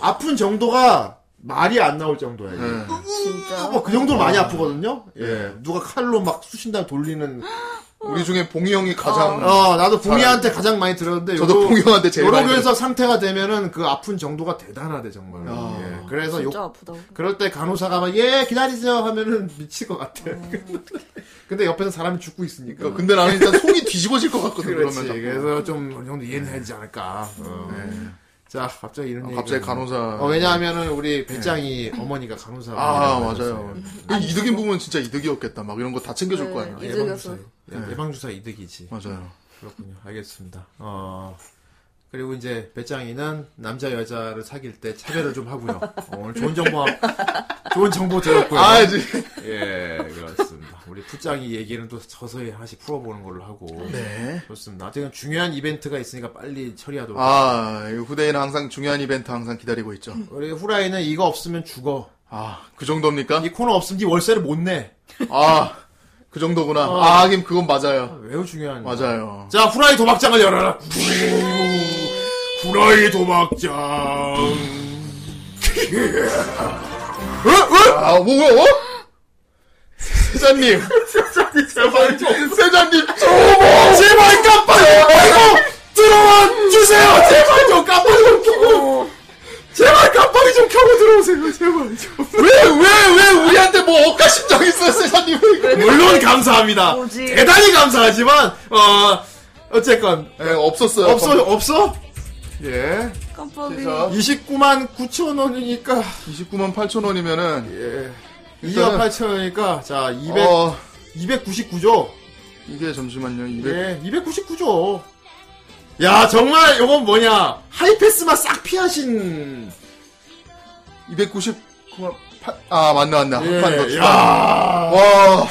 아픈 정도가 말이 안 나올 정도야, 이게. 네. 예. 진짜. 뭐, 그 정도로 많이 아프거든요? 예. 누가 칼로 막 쑤신 다음 돌리는. 우리 중에 봉이 형이 가장 어, 나도 봉이한테 가장 많이 들었는데, 저도 아, 요로- 봉이 형한테 제일 많이. 여러교에서 상태가 되면은 그 아픈 정도가 대단하대 정말. 아, 예. 그래서 진짜 욕 아프다고. 그럴 때 간호사가 막 예 기다리세요 하면은 (laughs) 미칠 것 같아. 근데 옆에서 사람이 죽고 있으니까. 들었어요. 그러니까 근데 나는 일단 속이 뒤집어질 것 같거든 그렇지. 그 그러면. 자꾸. 그래서 좀 어느 정도 이해는 해야지 않을까. 어. 자 갑자기 이런 예. 아, 얘기. 네. 갑자기 간호사. 어, 왜냐하면은 우리 배짱이 어머니가 간호사. 예. 아 맞아요. 이 이득인 부분은 진짜 이득이었겠다. 막 이런 거 다 챙겨줄 네, 거 아니야. 이득. 예방주사. 예방주사 이득이지. 맞아요. 그렇군요. 알겠습니다. 어. 그리고 이제 배짱이는 남자 여자를 사귈 때 차별을 좀 하고요. 어, 오늘 좋은 정보 좋은 정보 들었고요. 아 이제 예, 그렇습니다. 우리 풋짱이 얘기는 또 서서히 하나씩 풀어보는 걸로 하고. 네. 좋습니다. 하여튼 중요한 이벤트가 있으니까 빨리 처리하도록. 아 이거 후대인은 항상 중요한 이벤트 항상 기다리고 있죠. 우리 후라이는 이거 없으면 죽어. 아 그 정도입니까? 이 코너 없으면 니 월세를 못 내. 아 그 정도구나. 어. 아 하긴 그건 맞아요. 매우 중요한. 맞아요. 자, 후라이 도박장을 열어라. 후라이 도박장. 어? 어? 아 뭐야? 어? 세자님. 세자님 제발 세자님 좀 제발 깜빡이. 들어와 주세요. 제발 좀 깜빡이 좀 켜고. 제발 깜빡이 좀 켜고 들어오세요. 제발 좀. 왜, 왜, 왜 우리한테 뭐 억가심정 있어요, 세자님? 물론 감사합니다. 뭐지? 아, 대단히 감사하지만 어 어쨌건 예, 없었어요. 없어 없어 예. 깜빡이. 그래서 29만 9천 원이니까 29만 8천 원이면은, 예. 일단은- 2만 8천 원이니까 자 200, 어, 299죠. 이게 잠시만요, 200. 예, 299죠. 야, 정말 요건 뭐냐. 하이패스만 싹 피하신. 299만 8, 아, 맞나, 맞나. 예, 한판더 야, 추가. 와,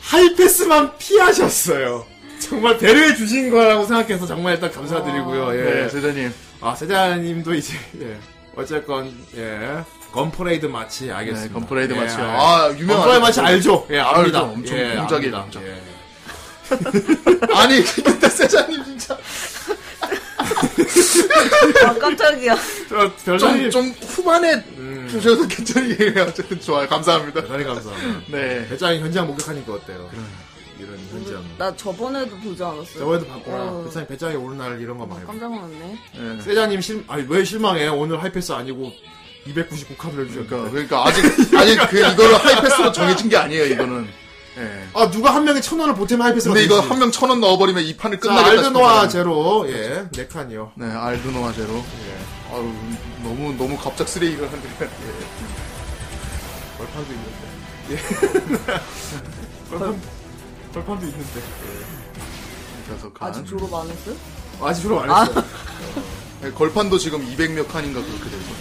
하이패스만 피하셨어요. 정말 배려해 주신 거라고 생각해서 정말 일단 감사드리고요. 예. 네, 제자님. 아, 세자님도 이제, 예. 어쨌건, 예. 건프레이드 마치 알겠습니다. 네, 건프레이드 예, 마치. 알- 아, 유명한. 건프레이드 마치 알죠? 예, 압니다. 알죠. 엄청 예, 공작이에요, 압니다. 공작. 예. 아니, (laughs) 근데 세자님 진짜. 아, 깜짝이야. 저, 별장이, 음, 좀, 좀 후반에 주셔도 괜찮으세요. (laughs) 어쨌든 좋아요. 감사합니다. 별장이 감사합니다. 네. 배짱이 현장 목격하니까 어때요? 이런 현장. 나 저번에도 보지 않았어요. 저번에도 봤구나. 어. 배짱이 배짱이 오는 날 이런 거 많이 봐. 깜짝 놀랐네. 네. 세자님 실, 아니, 왜 실망해? 오늘 하이패스 아니고 299 카드를 주셨까 그러니까, 그러니까 아직, 아직 그, 이거를 하이패스로 정해진 게 아니에요, 이거는. 예. 아, 누가 한 명에 천 원을 보태면 하이패스가 근데 이거 되지. 한 명 천 원 넣어버리면 이 판을 자, 끝나겠다. 알드노아 싶은 제로. 예, 네 칸이요. 사람. 네, 알드노아 제로. 예. 아유, 너무, 너무 갑작스레 이걸 한데. 벌판도 있는데. 예. 벌판, 벌판도 있는데. 다섯 칸. 아직 졸업 안 했어요? 음. 아직 졸업 안 했어요. 네, 걸판도 지금 200몇 칸인가 그렇게 돼서.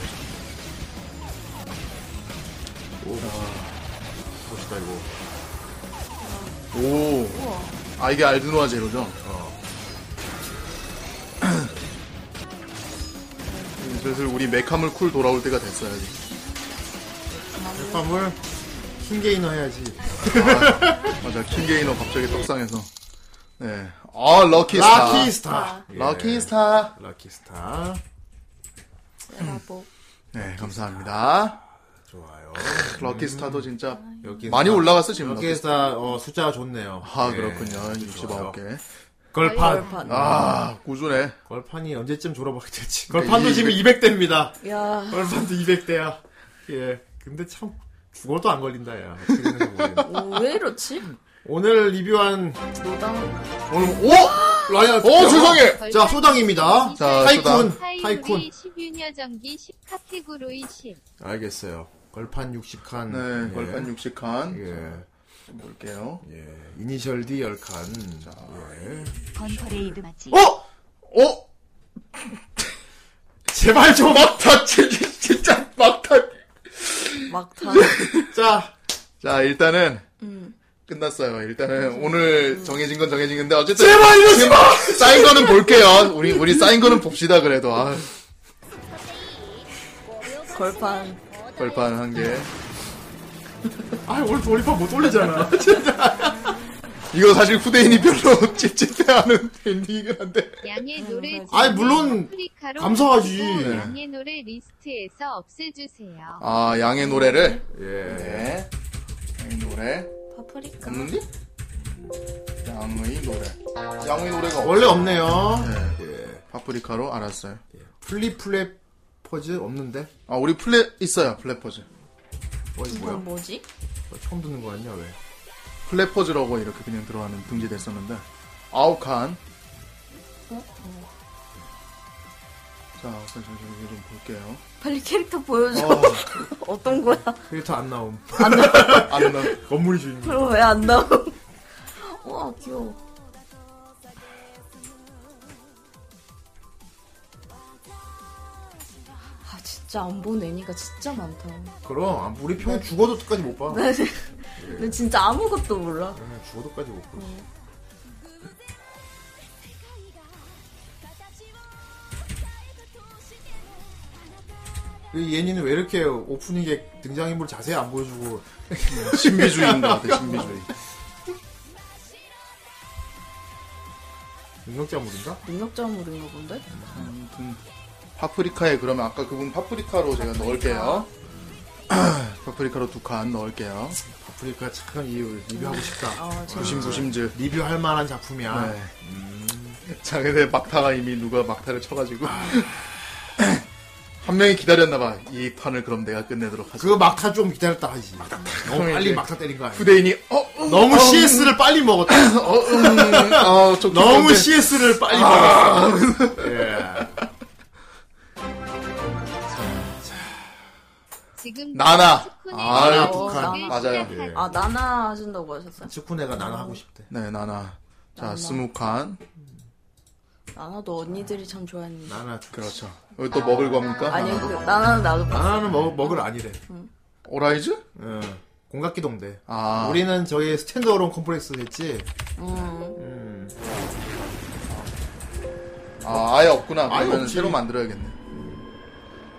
멋있다, 이거. 오. 아, 이게 알드노아 제로죠? 어. (clears throat) 음, 슬슬 우리 메카물 쿨 돌아올 때가 됐어야지. 백화물, 킹게이너 해야지. 맞아, 킹게이너 갑자기 떡상해서. 네. 아, 럭키스타. 라키스타. 예. 럭키스타. 럭키스타. 내가 뭐 네, 감사합니다. 좋아요. 럭키스타도 진짜 여기 많이 올라갔어, 지금. 아, 럭키스타, 어, 숫자가 좋네요. 아, 예. 그렇군요. 좋아요. 69개. 걸판. 판 아, 꾸준해. 걸판이 언제쯤 졸업하게 될지. 걸판도 네, 이- 지금 200대입니다. 야, 걸판도 200대야. 예. 근데 참, 죽어도 안 걸린다, 야. 어떻게 생각해 보면. 왜 이렇지? 오늘 리뷰한 노당. 오늘, 뭐, 오! 라이언. 오, 어, 죄송해! 자, 소당입니다. 자, 타이쿤. 타이쿤. 타이쿤 10유녀 전기 10 카테고로이 10 알겠어요. 걸판 60칸. 네, 예. 걸판 60칸. 예. 볼게요. 예. 이니셜 D 10칸. 예. 건퍼레이드 마치 어? 어? (laughs) 제발 좀! 막타 치- 진짜 막타. (laughs) 막탄. 자, 자 일단은 끝났어요. 일단은 오늘 정해진 건 정해진 건데 어쨌든 제발 이러지 지금 쌓인 거는 볼게요. 우리 우리 쌓인 거는 봅시다 그래도 아 걸판. 벌판 한 개. 아, 오늘 돌림판 못 돌리잖아. 이거 사실 후대인이 별로 (laughs) 찝찝해하는 엔딩이긴 한데 양의 음, 노래 아니, 물론 아프리카로 감사하지. 네. 바꾸고 양의 노래 리스트에서 없애주세요. 아 양의 노래를 예. 네 양의 노래 파프리카. 없는데 양의 노래 양의 노래가 없... 원래 없네요. 네 예. 파프리카로 알았어요. 플리플랩 퍼즈 없는데? 아 우리 플랫 있어요 플랫포즈 어, 이거 뭐야? 이건 뭐지? 뭐 처음 듣는 거 아니야, 왜? 플랫포즈라고 이렇게 그냥 들어가는 등재됐었는데 아홉 칸. 자, 우선 잠시만 이거 좀 볼게요. 빨리 캐릭터 보여줘. (laughs) 어. 떤 거야? 캐릭터 안 나옴. 안 나. 건물이 주인공. 그럼 왜 안 나오? (laughs) 우와, 귀여워. 아, 진짜 안 본 애니가 진짜 많다. (laughs) 네. 그럼, 아, 우리 평 죽어도 끝까지 못 봐. 근데 진짜 아무것도 몰라. 응, 죽어도까지 못 봐. 이 예니는 왜 이렇게 오프닝에 등장인물 자세히 안 보여주고 신비주의인 것 같아, (laughs) 신비주의. 능력자물인가? 능력자물인가 본데? 아무튼 파프리카에 그러면 아까 그분 파프리카로 제가 넣을게요. (clears throat) 파프리카로 두 칸 넣을게요. 아프리카 착한 이유 리뷰하고 싶다. 아, 저 부심부심즈. 리뷰할 만한 작품이야. 음. 어, 네. 자, 근데 막타가 이미 누가 막타를 쳐가지고. 한 명이 기다렸나봐. 이 판을 그럼 내가 끝내도록 하자. 그거 막타 좀 기다렸다 하지. 너무 그럼 빨리 이제 막타 때린 거 아니야? 후대인이, 어, 음, 너무 어, 음, CS를 빨리 먹었다. 어, 음, 어, (laughs) 좀 너무 기쁜데. 아. CS를 빨리 먹었어. 예. 지금 나나. 아, 아유, 북한. 맞아요. 예. 아, 나나 하신다고 하셨어요? 츠쿠네가 나나 하고 싶대. 네, 나나. 자, 스무 칸. 나나도 언니들이 참 좋아했는데. 나나 그렇죠. 여기 또 먹을 겁니까? 아니 그 나나는 나도 봤어. 나나는 먹, 먹을 아니래. 오라이즈? 응. 공각기동대. 아. 우리는 저희 스탠드어론 컴플렉스 했지. 아, 아예 없구나. 아예 그러면 없지. 새로 만들어야겠네.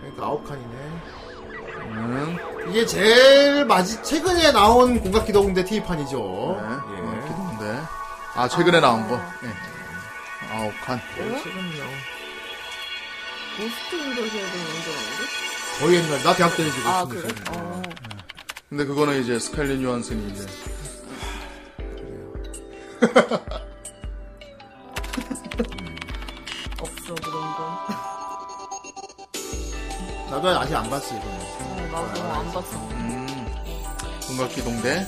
그러니까 아홉 칸이네. 음. 이게 제일 마지 최근에 나온 공각기동대 네. TV판이죠. 어, 예. 기도인데. 아, 최근에 나온 거. 예. 아홉 칸. 최근이요. 모스트 인도시에도 먼저 나오는데? 거의 옛날 나 대학 때는 지금 아 무슨 그래? 무슨. 어. 근데 그거는 이제 스칼린 요한슨이 이제 없어 그런 건. 나도 아직 안 봤어 이거는. 어, 나도 안 봤어. 공각기동대.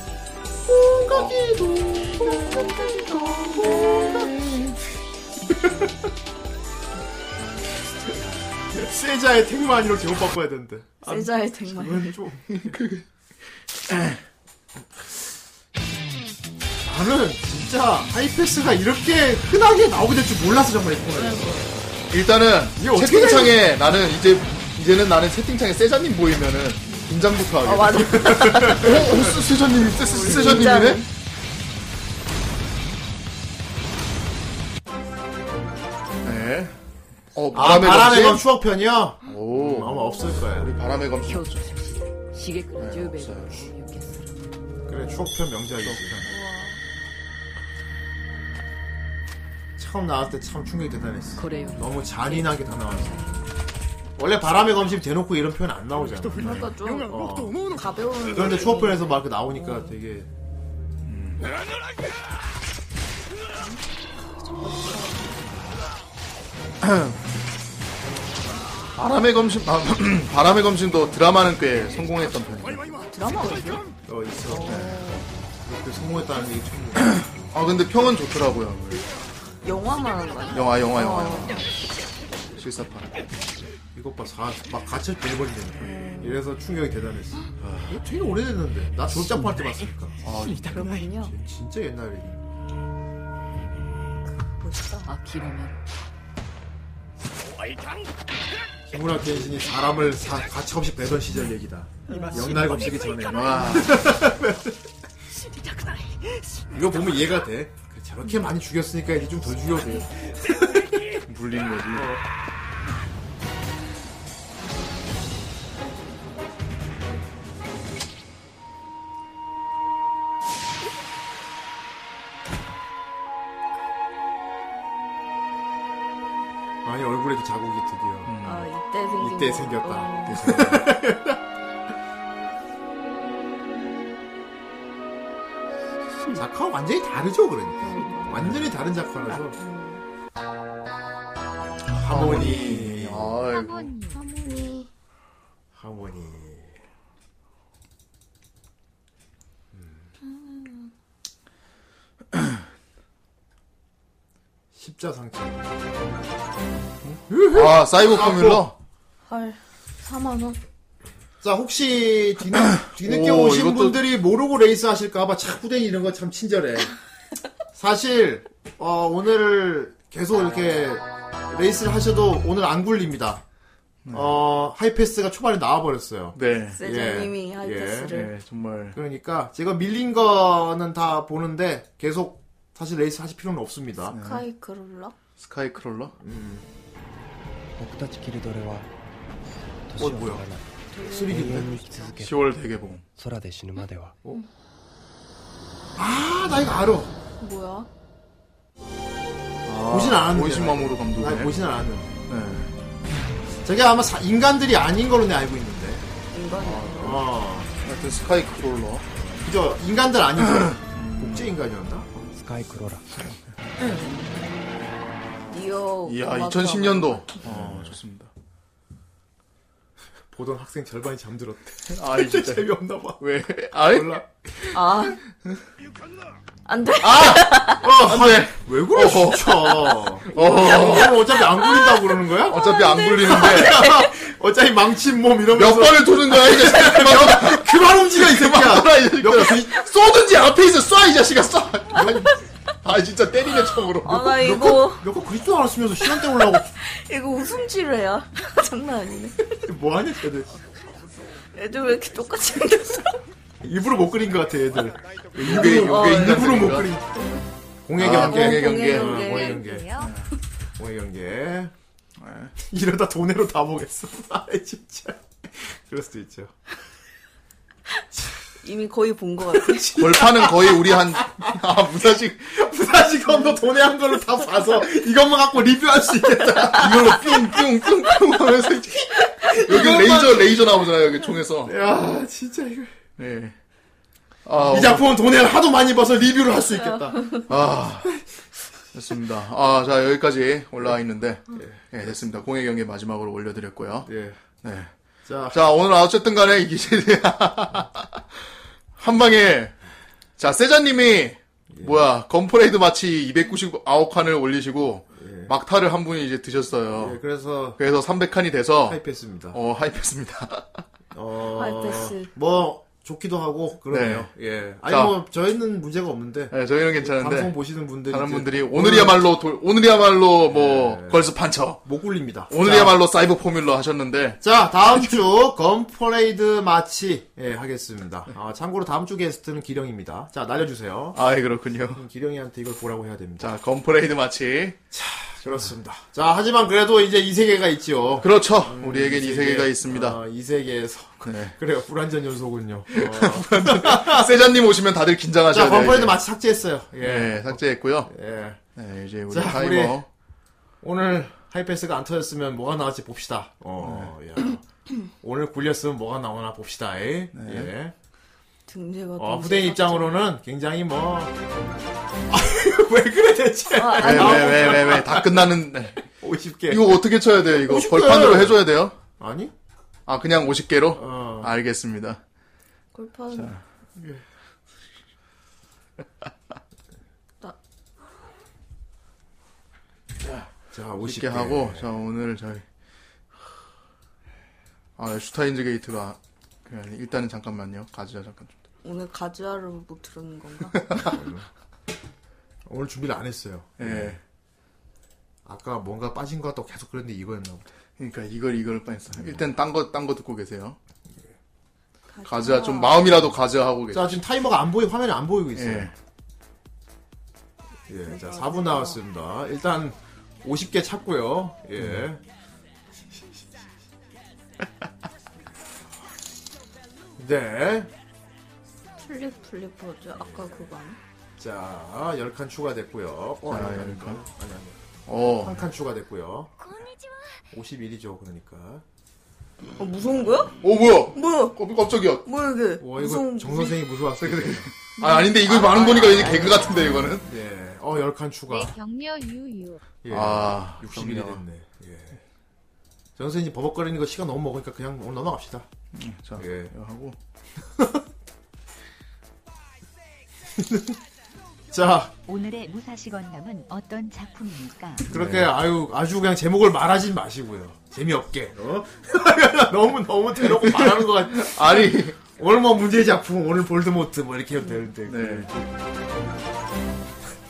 세자의 택마니로 제목 바꿔야 되는데. 세자의 댕만. 좀. 나는 진짜 하이패스가 이렇게 흔하게 나오게 될 줄 몰라서 정말 네. 예쁘거든요. 일단은 이게 어떻게 채팅창에 나는 이제 이제는 나는 채팅창에 세자님 보이면은 긴장부터 하게. 아 (laughs) 맞아. 어, 어, 세- 세자님이 세- 세- 세자님이네. 긴장은. 네. 어 아, 바람의 바람의 검 검수. 추억편이요? 오. 아마 없을 거야. 우리 바람의 검수. 시계끈 네, 즈베가 그래, 추억편 명작이지. 처음 나왔을 때 참 충격이 대단했어. 그래요. 너무 잔인하게 다 나왔어. 원래 바람의 검심 대놓고 이런 표현 안 나오잖아. 그러니까 좀 어. 가벼운. 그런데 추억편에서 막 이렇게 나오니까 되게 바람의 검심. 아, (clears throat) 바람의 검심도 드라마는 꽤 성공했던 편이에요. 드라마가 있어. 어 있어. 이렇게 성공했다는 게 충격. (clears throat) 아 근데 평은 좋더라고요. 영화만 하는 거 아니야? 영화 영화 영화. 실사판. 이것 봐, 사, 막 갇혀 돼버리네. 이래서 충격이 대단했어. 아, 이거 되게 오래됐는데. 나 졸작할 때 봤으니까. 아 그렇군요. 진짜 옛날 얘기. 멋있다. 아키라면 김우라 켄신이 사람을 사, 가차없이 배던 시절 얘기다. 영날 검식이 전에. 와. 이거 보면 이해가 돼. 그래, 저렇게 많이 죽였으니까 이제 좀 덜 죽여도 돼. (laughs) 물린 거지. 아니, 얼굴에 그 자국이 드디어. 아 이때 생긴. 이때 거. 생겼다. 어. 이때 생겼다. (laughs) 작화 완전히 다르죠, 그러니까. 완전히 다른 작화라서. 음. 하모니. 아이고. 어머니. 네. 하모니. 음. (clears throat) 십자상처. 아 사이버 포뮬러. 헐. 4만 원. 자, 혹시 (coughs) 뒤늦, 뒤늦게 오, 오신 이것도- 분들이 모르고 레이스 하실까봐 차후대니 이런 거 참 친절해. 사실, 어, 오늘 계속 이렇게 레이스를 하셔도 오늘 안 굴립니다. 어, 하이패스가 초반에 나와버렸어요. 네. 세자님이 예, 하이패스를. 네 정말. 그러니까 제가 밀린 거는 다 보는데 계속 사실 레이스 하실 필요는 없습니다. 네. 예. 카이 크롤러? 스카이 크롤러. 僕たちキルドレは年おをい取おやらないす永り切る遠に生き続ける 10월 대개봉. 空で死ぬまでは 아, 나 이거 알아. 뭐야? 보진 않았는데. 아, 오이시마모로 감독. 나 보진 않았는데. 네. 저게 아마 사- 인간들이 아닌 걸로 내가 알고 있는데. 인간. 어. 하여튼 스카이 크롤러. 그죠? 인간들 (coughs) 아니죠? 복제 인간이었나? スカイクロラ 니오. 이야 음악 2010년도. 어 좋습니다. 보던 학생 절반이 잠들었대. 아 (laughs) 이제 진짜 재미없나 봐. 왜? 아이. 어, 몰라. 드라마. 아. 안 돼. 아, 안돼. 왜 그래, 진짜. 어. 그럼 어차피 안 굴린다고 그러는 거야? 어차피 안 굴리는데 어차피 망친 몸 몇 이러면서. 번을 도는 거야 (laughs) 이 자식. 그만 그만 움직여, 이 새끼야. 돌아 이 자식아. 쏘든지 앞에 있어 쏴이 자식아 쏴. 아 진짜 때리네 처음으로. 아, 나 이거, 몇거 그리스도 알았으면서 시간대 올라오고 이거 웃음질해야. (laughs) 장난 아니네. 뭐하냐 쟤들 애들 왜 이렇게 똑같이 생겼어? 일부러 못 그린 것 같아 얘들 유괴 어, 유괴 인간 일부러 못 소리가. 그린 공예 아, (laughs) 경계 공예 경계. 경계. 공예 경계 네, 공예 경계 이러다 돈으로 다 보겠어 (laughs) 아 진짜 그럴 수도 있죠 (laughs) 이미 거의 본 (laughs) 것 같아. 벌판은 거의 우리 한아 무사식 부사시 건너 돈에 한 걸로 다 봐서 이것만 갖고 리뷰할 수 있겠다 이걸로 뿅뿅뿅뿅 하면서 이제 여기 레이저 레이저 나오잖아요 여기 총에서. 야 진짜 이거 예. 아, 이 작품은 돈을 하도 많이 벌어서 리뷰를 할 수 있겠다 아, 됐습니다. 아, 자, 여기까지 올라와 있는데. 예, 됐습니다. 공예 경기 마지막으로 올려드렸고요. 예자 네. 자, 오늘 어쨌든 간에 이게, (laughs) 한 방에, 자, 예. 세자님이, 뭐야, 건프레이드 마치 299칸을 올리시고, 막타를 한 분이 이제 드셨어요. 예, 그래서 그래서 300칸이 돼서, 타입했습니다 어, 하입했습니다. (laughs) 어, 하이패스. 뭐 좋기도 하고 그러네요. 예. 아니 자. 뭐 저희는 문제가 없는데 네, 저희는 괜찮은데, 방송 보시는 분들이 다른 이제 분들이, 오늘이야말로, 돌- 오늘이야말로, 뭐, 예. 걸스 판처, 못 굴립니다. 오늘이야말로 사이버 포뮬러 하셨는데 자, 자, 다음 주 건퍼레이드 마치 예, 하겠습니다. 아, 참고로 다음 주 게스트는 기령입니다. 자, 날려주세요. 아이 그렇군요. 기령이한테 이걸 보라고 해야 됩니다. 자 건프레이드 마치 그렇습니다. 자, 하지만 그래도 이제 이 세계가 있지요. 그렇죠. 우리에겐 이 세계가 있습니다. 아, 음, 이 세계에서 네. 아, 그래요. 불안전 (laughs) 연속은요. 네, 어. 세자님 오시면 다들 긴장하셔야 자, 돼요. 건퍼레이드 이제. 마치 삭제했어요. 예. 예 삭제했고요. 예. 네, 이제 우리 자, 타이머 오늘 하이패스가 안 터졌으면 뭐가 나왔지 봅시다. 어, 야. (clears throat) 오늘 굴렸으면 뭐가 나오나 봅시다. 에. 예. 등재가 어, 등재가 후대인 입장으로는 굉장히 뭐. 왜 그래 대체? 아, 아니, 왜 왜 왜 왜 다 끝나는 네. 50개. 이거 어떻게 쳐야 돼요? 이거 50 예. 개. 벌판으로 해줘야 돼요? 아니? 아 그냥 50개로? 어. 알겠습니다. 골판 자, 50개 50개 하고 자 오늘 저희 아 슈타인즈 게이트가 그냥 일단은 잠깐만요. 가지자 잠깐. 좀. 오늘 가즈아를 못 들은 건가? 오늘 준비를 안 했어요. 예. 아까 뭔가 빠진 것 같다고 계속 그랬는데 이거였나 보다. 그러니까 이걸 이걸 뻔했어. 일단 딴 거 딴 거 듣고 계세요. 가즈아 좀 마음이라도 가즈하고 계세요. 자, 지금 타이머가 안 보이, 화면이 안 보이고 있어요. 예. 예, 자, 4분 나왔습니다. 일단 50개 찾고요. 예. (laughs) 네. (laughs) 플립 플립 버즈 아까 그거 아니? 자, 10칸 추가됐고요. 어, 아니, 자, 아니, 아니, 열 칸. 아니, 아니. 어. 한 칸 추가됐고요. 51이죠, 그러니까. 아 무서운 거야? 오 뭐야? 어, 뭐야? 깜- 깜짝이야. 뭐야 이게? 와, 무서운 어, 이거 정선생이 무서웠어요. (laughs) 아 아닌데 이거 많은 거니까 이제 개그 같은데 이거는. 네. 예. 어, 10칸 추가. 내 격려 유유. 예. 아, 61이 그럼요. 됐네. 예. 정선생이 버벅거리는 거 시간 너무 먹으니까 그냥 오늘 넘어갑시다. 자 예. 이거 하고 자, 오늘의 무사시 건담은 어떤 작품입니까? 그렇게 네. 아유 아주 그냥 제목을 말하진 마시고요. 재미없게. 어? (laughs) 너무 너무 대놓고 말하는 것 같. 아니 (laughs) 오늘 뭐 문제 작품, 오늘 볼드모트 뭐 이렇게 해도 되는데. 네.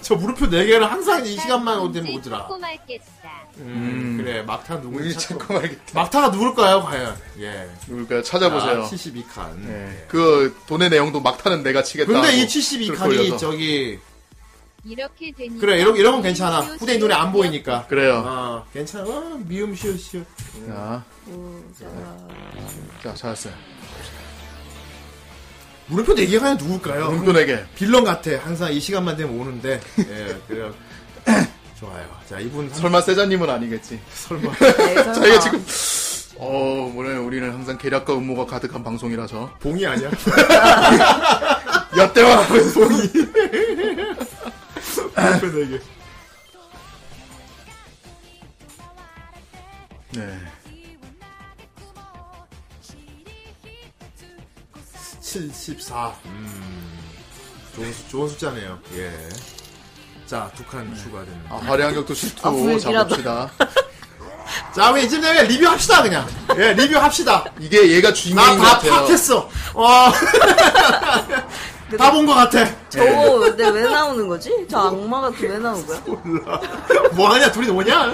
저 물음표 4 개를 항상 네, 이 시간만 올 때면 꼼지 오더라. 찾고 말겠다. 음, 그래 막타 우리 누구지? 잠깐 말겠다. 막타가 누굴까요 과연? 예. 누굴까요? 찾아보세요. 아, 72칸. 예. 그 돈의 내용도 막타는 내가 치겠다. 근데 이 하고 그렇게 72칸이 올려서. 저기 이렇게 되니 그래 이러 이러면 괜찮아. 후대인 눈에 안 보이니까. 그래요. 아 괜찮아. 어, 미음 쉬어 쉬어. 아. 자, 뭐, 네. 무자 자 찾았어요. 물음표 4 개가 과연 누굴까요? 돈돈에게 빌런 같아. 항상 이 시간만 되면 오는데. 예, 그래요. 좋아요. 자, 이분 설... 설마 세자님은 아니겠지. 설마. (laughs) 저희가 지금 어 뭐래 우리는 항상 계략과 음모가 가득한 방송이라서 봉이 아니야? 야대와 (laughs) 봉이. 물음표 4개. 네. 74. 음. 좋은, 수- 좋은 숫자네요. 예. 자, 두 칸 추가되는. 아, 화려한격도 시투 아, 불길하다. 잡읍시다. 자, 우리 이쯤 되면 리뷰합시다, 그냥. 예, 아, (laughs) 리뷰합시다. 이게 얘가 나 주인공인 것 다 같아요. 파악했어. 와. (laughs) 다 본 것 같아. 저거 네. 근데 왜 나오는 거지? 저 악마 같은 왜 나오는 거야? 뭐하냐 둘이 뭐냐?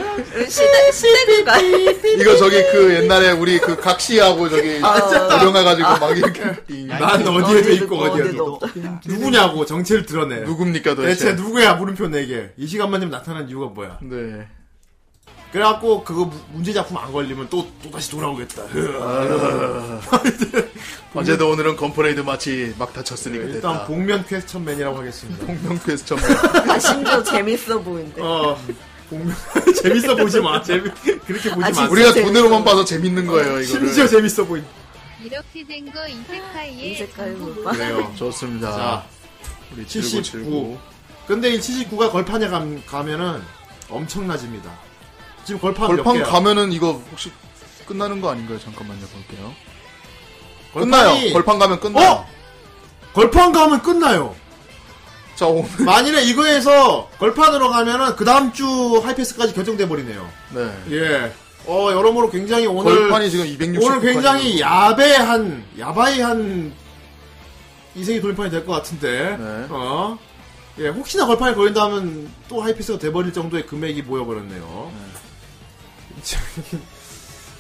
시댁 그 시댁인가? (laughs) 이거 저기 그 옛날에 우리 그 각시하고 저기 아, 고령해가지고 막 이렇게 띵. 난 어디에도 어디에도 있고 어디에도 어디에도 없다. 누구냐고 정체를 드러내. 누굽니까 도대체? 대체 누구야 물음표 내게. 이 시간만 되면 나타난 이유가 뭐야? 네. 그래갖고 그거 무- 문제 작품 안 걸리면 또 또 다시 돌아오겠다. 네, 어제도 오늘은 건프레이드 마치 막 다쳤으니까 네, 일단 됐다. 복면 퀘스천맨이라고 하겠습니다. 복명 퀘스천. 아, 심지어 재밌어 보인대. 어 복면 (laughs) 재밌어 보지 마. 재미 그렇게 보지 아, 마. 진짜 우리 (laughs) 우리가 돈으로만 봐서 재밌는 거예요 이거를. 심지어 재밌어 보인. 이렇게 된 거 이세카이의 이세카이 전부 오빠. 그래요. 좋습니다. 자, 우리 79. 79. 근데 이 79가 걸판에 감, 가면은 엄청나집니다. 지금 걸판 몇 벌판 개야? 가면은 이거 혹시 끝나는 거 아닌가요? 잠깐만요 볼게요. 걸판이- 끝나요. 벌판 가면 끝나요. 어? 걸판 가면 끝나요. 자 오늘 만일에 이거에서 걸판으로 가면은 그 다음 주 하이패스까지 결정돼 버리네요. 네. 예. 어 여러모로 굉장히 오늘 벌판이 지금 260. 오늘 굉장히 야배한 야바이한 이세기 돌림판이 될 것 같은데. 네. 어. 예, 혹시나 걸판에 걸린다면 또 하이패스가 돼버릴 정도의 금액이 모여버렸네요. (laughs) 참,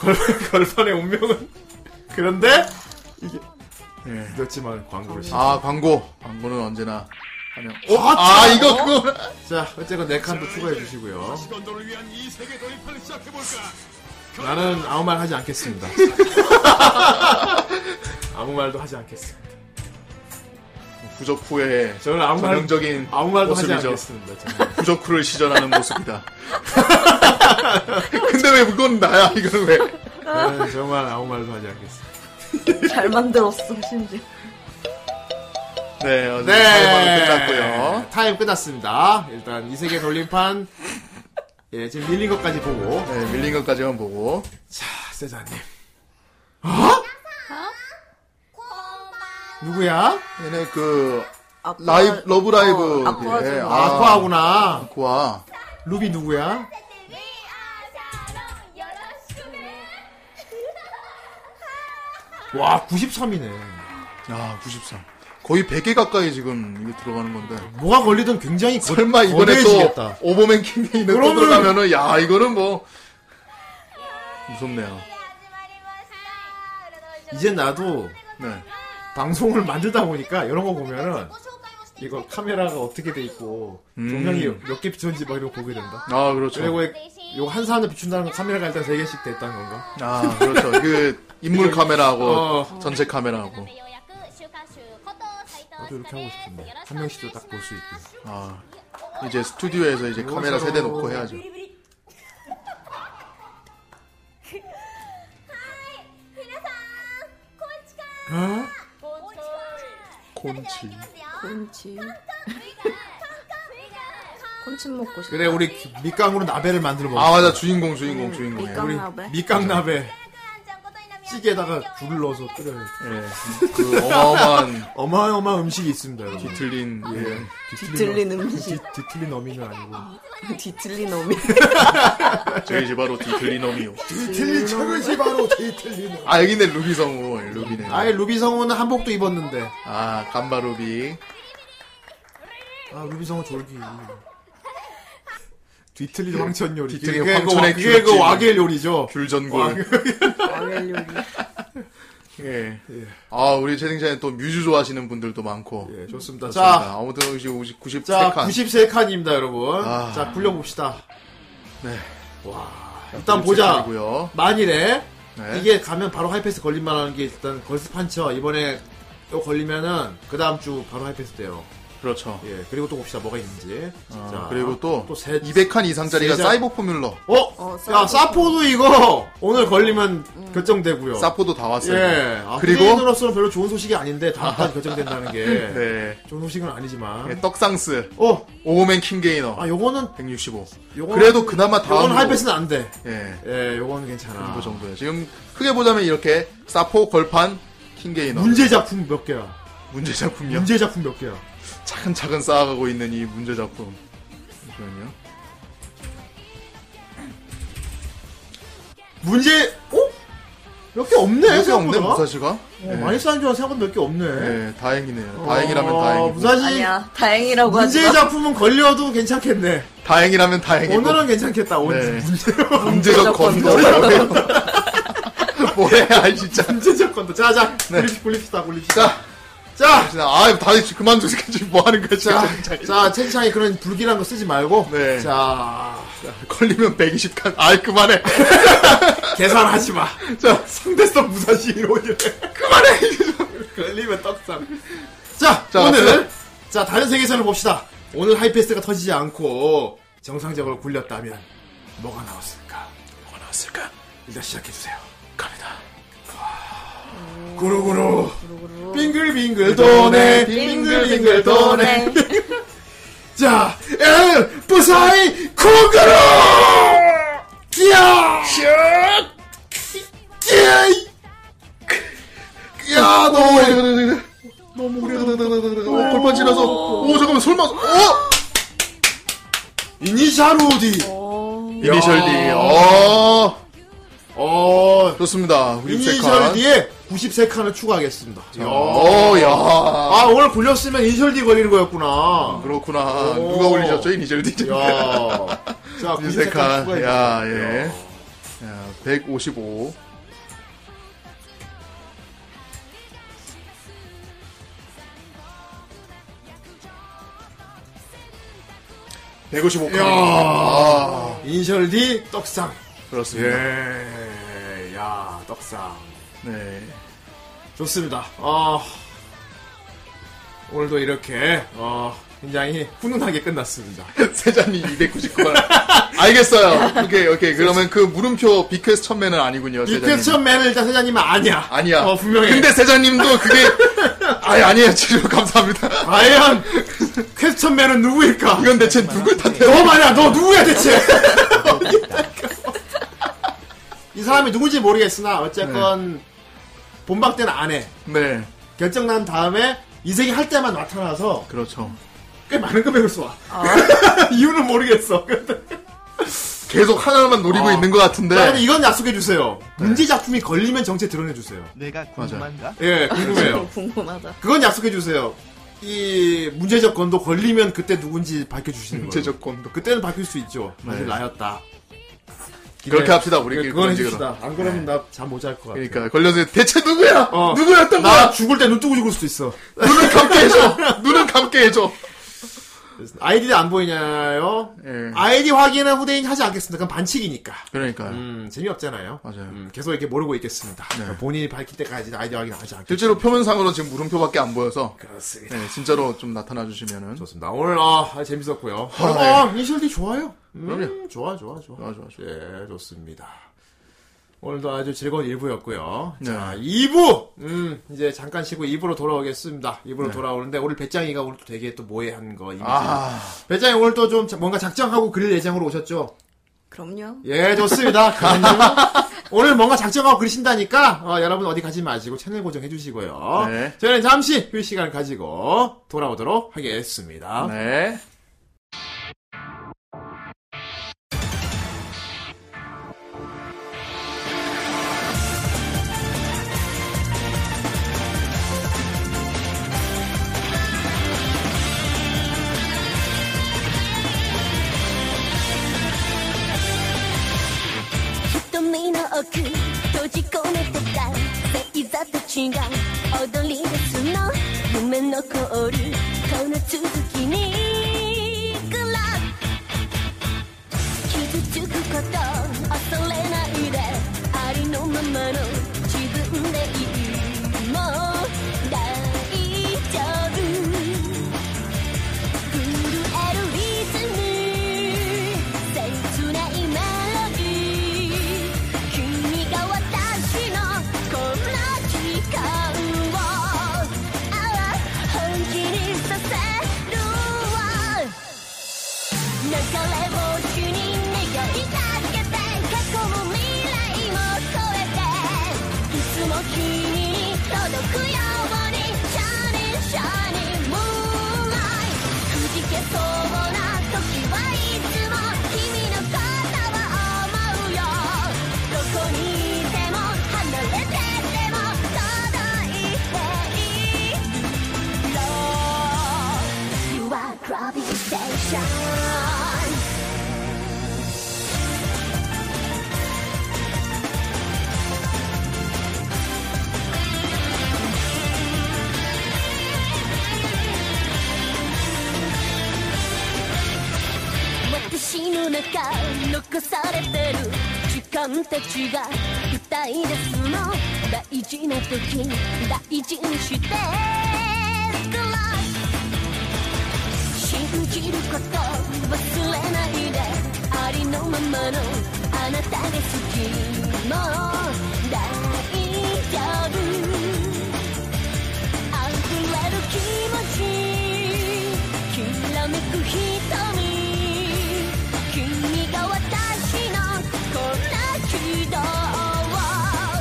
걸- 걸판의 운명은 (laughs) 그런데 예. 그렇지만 광고를 시. 아 광고. 광고는 언제나. 하면. 어, 아 이거 그거. 자, 어쨌건 네 칸도 추가해 주시고요. 나는 아무 말 하지 않겠습니다. (laughs) 아무 말도 하지 않겠습니다. 부적 후에 저는 아무 말 전형적인 아무 말도 하지 모습이죠. 않겠습니다. 저는. 부적후를 시전하는 모습이다. (laughs) 근데 왜 그건 나야? 이건 왜? 저는 정말 아무 말도 하지 않겠습니다. (laughs) 잘 만들었어 심지어. 네, 어제 네. 끝났고요. 타임 끝났습니다. 일단 이 세계 돌림판 예 지금 밀린 것까지 보고 네, 밀린 것까지만 보고. 자 세자님. 어? 누구야? 얘네 그 아쿠아- 라이브 러브 라이브 어, 아쿠아 예, 좀 아, 아쿠아구나. 아쿠아. 루비 누구야? 와, 93이네. 야, 93. 거의 100개 가까이 지금 이게 들어가는 건데. 뭐가 걸리든 굉장히 거, 설마 이번에 또 거대해지겠다. 오버맨 킹에 있는 또 그러면은- 들어가면은 야, 이거는 뭐 무섭네요. 이제 나도 네. 방송을 만들다 보니까 이런 거 보면은 이거 카메라가 어떻게 돼 있고 음. 조명이 몇 개 비쳤는지 막 이런 거 보게 된다. 아, 그렇죠. 그리고 이거 한 사람을 비춘다는 건 카메라가 일단 세 개씩 됐다는 건가? 아, 그렇죠. 그 인물 카메라하고 어. 전체 카메라하고. 나도 이렇게 하고 싶은데 한 명씩도 딱 볼 수 있게. 아, 이제 스튜디오에서 이제 카메라 세대 놓고 해야죠. 어? 콘치. 콘치. 콘치 먹고 싶다. 그래 우리 밑강으로 나베를 만들어 먹어. 아, 맞아. 주인공, 주인공, 주인공. 예. 밑강 나베. 밑강 나베 찌개에다가 굴을 넣어서 끓여요. 예. 그 어마어마한 어마어마한 음식이 있습니다. 여러분. 틀린, 예. 뒤틀린 음식. 뒤- 뒤틀린 어미는 아니고 뒤틀린 어미. (laughs) 저희 집 바로 뒤틀린 놈이요. 뒤틀린 철근시 바로 뒤틀린. 어미. 아, 여기네, 루비 성우. 루비네. 아예 루비 성우는 한복도 입었는데. 아, 감바 루비. 아 루비 성우 졸기. 뒤틀린 황천 요리. 뒤틀린 그게 그 황천의 와- 그게 그 귤찜. 와겔 요리죠. 와, 귤전골. 어렐 요리. 예. 아, 우리 채팅창에 또 뮤즈 좋아하시는 분들도 많고. 예, 좋습니다. 자, 자, 아무튼 이제 90, 자 93칸. 93칸입니다, 여러분. 아. 자, 굴려봅시다. 네. 와, 일단 보자. 고요 만일에 네. 이게 가면 바로 하이패스 걸릴만 하는 게 일단 걸스 판처 이번에 또 걸리면은 그 다음 주 바로 하이패스 돼요. 그렇죠. 예, 그리고 또 봅시다. 뭐가 있는지. 아, 자, 그리고 또, 또 세- 200칸 이상짜리가 세 장. 사이버 포뮬러. 어? 어, 야, 사포도. 음. 사포도 이거 (laughs) 오늘 걸리면 결정되고요. 사포도 다 왔어요. 예. 아, 그리고- 그리고인으로서는 별로 좋은 소식이 아닌데 (laughs) 다음까지 결정된다는 게 네. 좋은 소식은 아니지만. 예, 떡상스. 어, 오맨 킹게이너. 아 요거는 165. 요거는 그래도 그나마 다음. 요건 하이패스는 안 돼. 예. 예, 요거는 괜찮아. 그 정도예요. 지금 크게 보자면 이렇게 사포 걸판 킹게이너. 문제 작품 몇 개야? 문제 작품이요. 문제 작품 몇 개야? 차근차근 쌓아가고 있는 이 문제 작품. 잠시만요. 문제 어? 몇 개 없네, 몇개 없네 생각보다. 무사시가. 어, 많이 쌓인 줄 알았는데 생각보다 몇 개 없네. 네, 다행이네요. 어, 다행이라면 다행이고. 무사시 아니야 다행이라고 하지 문제의 마. 작품은 걸려도 괜찮겠네. 다행이라면 다행이고. 오늘은 괜찮겠다. 오늘 예. 네. (laughs) 문제, 문제적 건도. 뭐래요? (laughs) 뭐래야 진짜. 문제적 건도. 자, 자. 네. 굴립시, 굴립시다, 굴립시다. 자, 자! 진짜 아, 다들 지금 그만 두세요. 지금 뭐 하는 거야, 진짜. 자, 자, 채팅창에 그런 불길한 거 쓰지 말고. 네. 자, 걸리면 120칸. 아, 그만해. 계산하지 마. 자, 상대성 무사시 이론이래. 그만해! 걸리면 떡상. 자, 자, 오늘. 갑시다. 자, 다른 세계선을 봅시다. 오늘 하이패스가 터지지 않고 정상적으로 굴렸다면 뭐가 나왔을까? 뭐가 나왔을까? 일단 시작해주세요. 갑니다. 구루구루. 빙글빙글 도네. 빙글빙글 도네. 네. 자, 엘, 부사이, 콩그루! 야! 야! 야, 어, 너무 네, 오래, 너무 오래. 오, 네, 어, 골반 지나서. 오, 잠깐만, 설마. 어? 이니셜 오디. 이니셜 D. 어. 어, 좋습니다. 이니셜 60칸. D에 93칸을 추가하겠습니다. 어, 야. 아, 오늘 굴렸으면 이니셜 D 걸리는 거였구나. 그렇구나. 오. 누가 올리셨죠? 이니셜 D. 야. 자, 아, 93칸 유세칸, 야, 추가했습니다. 예. 야, 155. 야. 155칸. 아. 이니셜 D 떡상. 그렇습니다. 예. 야, 떡상. 네. 좋습니다. 어, 오늘도 이렇게 어, 굉장히 훈훈하게 끝났습니다. (laughs) 세자님 299만. 알겠어요. 오케이, 오케이. 그러면 그 물음표 비퀘스트 천맨은 아니군요. 이 세자님. 퀘스천 맨은 일단 세자님은 아니야. 아니야. 어, 분명히. 근데 세자님도 그게, (laughs) 아니, 아니에요. 치료 감사합니다. 과연 퀘스천 맨은 누구일까? 이건 대체 누굴 탓해요? 너 말이야, 너 누구야 대체? 이 사람이 누군지 모르겠으나 어쨌건 본방 때는 안 해. 네. 결정 난 다음에 이색이 할 때만 나타나서 그렇죠. 꽤 많은 금액을 쏘아. (laughs) 이유는 모르겠어. 네. 계속 하나만 노리고 아. 있는 것 같은데. 자, 근데 이건 약속해 주세요. 네. 문제 작품이 걸리면 정체 드러내 주세요. 내가 궁금한가? 예, (laughs) 궁금해요. 네. 궁금하다 그건 약속해 주세요. 이 문제적 건도 걸리면 그때 누군지 밝혀 주시는 거예요. 문제적 건도. 그때는 밝힐 수 있죠. 사실 네. 나였다. 그렇게 합시다, 우리끼리. 그건 그런 네. 해줍시다. 안 그러면 나 잠 못 잘 것 같아. 그러니까 걸려서 대체 누구야? 어. 누구였던 나 거야? 죽을 때 눈 뜨고 죽을 수도 있어. 눈을 감게 해줘. 눈을 감게 해줘. 아이디 안 보이냐요? 예. 아이디 확인은 후대인 하지 않겠습니다. 그건 반칙이니까. 그러니까요. 음, 재미없잖아요. 맞아요. 네. 음, 계속 이렇게 모르고 있겠습니다. 그러니까 본인이 밝힐 때까지 아이디 확인 하지 않겠습니다. 실제로 표면상으로 지금 물음표밖에 안 보여서 그렇습니다. 네, 진짜로 좀 나타나 주시면은 좋습니다. 오늘 아 재밌었고요. 아, 네. 아, 이실디 좋아요. 음, 그럼요. 좋아 좋아 좋아. 좋아, 좋아, 좋아. 예 좋습니다. 오늘도 아주 즐거운 1부였고요. 네. 자 2부 음 이제 잠깐 쉬고 2부로 돌아오겠습니다. 2부로 돌아오는데 오늘 배짱이가 오늘 또 되게 또 모해한 거. 이미지. 네. 아, 배짱이 오늘 또 좀 뭔가 작정하고 그릴 예정으로 오셨죠? 그럼요 예 좋습니다. 그럼요. 오늘 뭔가 작정하고 그리신다니까 어, 여러분 어디 가지 마시고 채널 고정해 주시고요. 네. 저희는 잠시 휴식 시간 가지고 돌아오도록 하겠습니다. 네. 瞳の奥閉じ込めてた星座と違う踊りですの夢の氷この続きにグラ傷つくこと恐れないでありのままの自分でいいもう大丈夫震えるリズム切ないメロディー君が私のこんな時間をああ本気にさせるわ流れ星に願いかけて過去も未来も超えていつも君に届くように Shining Shining Moonlight くじけそうな時はいつも君のことを思うよどこにいても離れて station「私の中残されてる時間たちが痛いですの」「大事な時大事にしてく信じること忘れないで」「ありのままのあなたが好きもう大丈夫」溢れる気持ちきらめく瞳君が私のこんな軌道をああ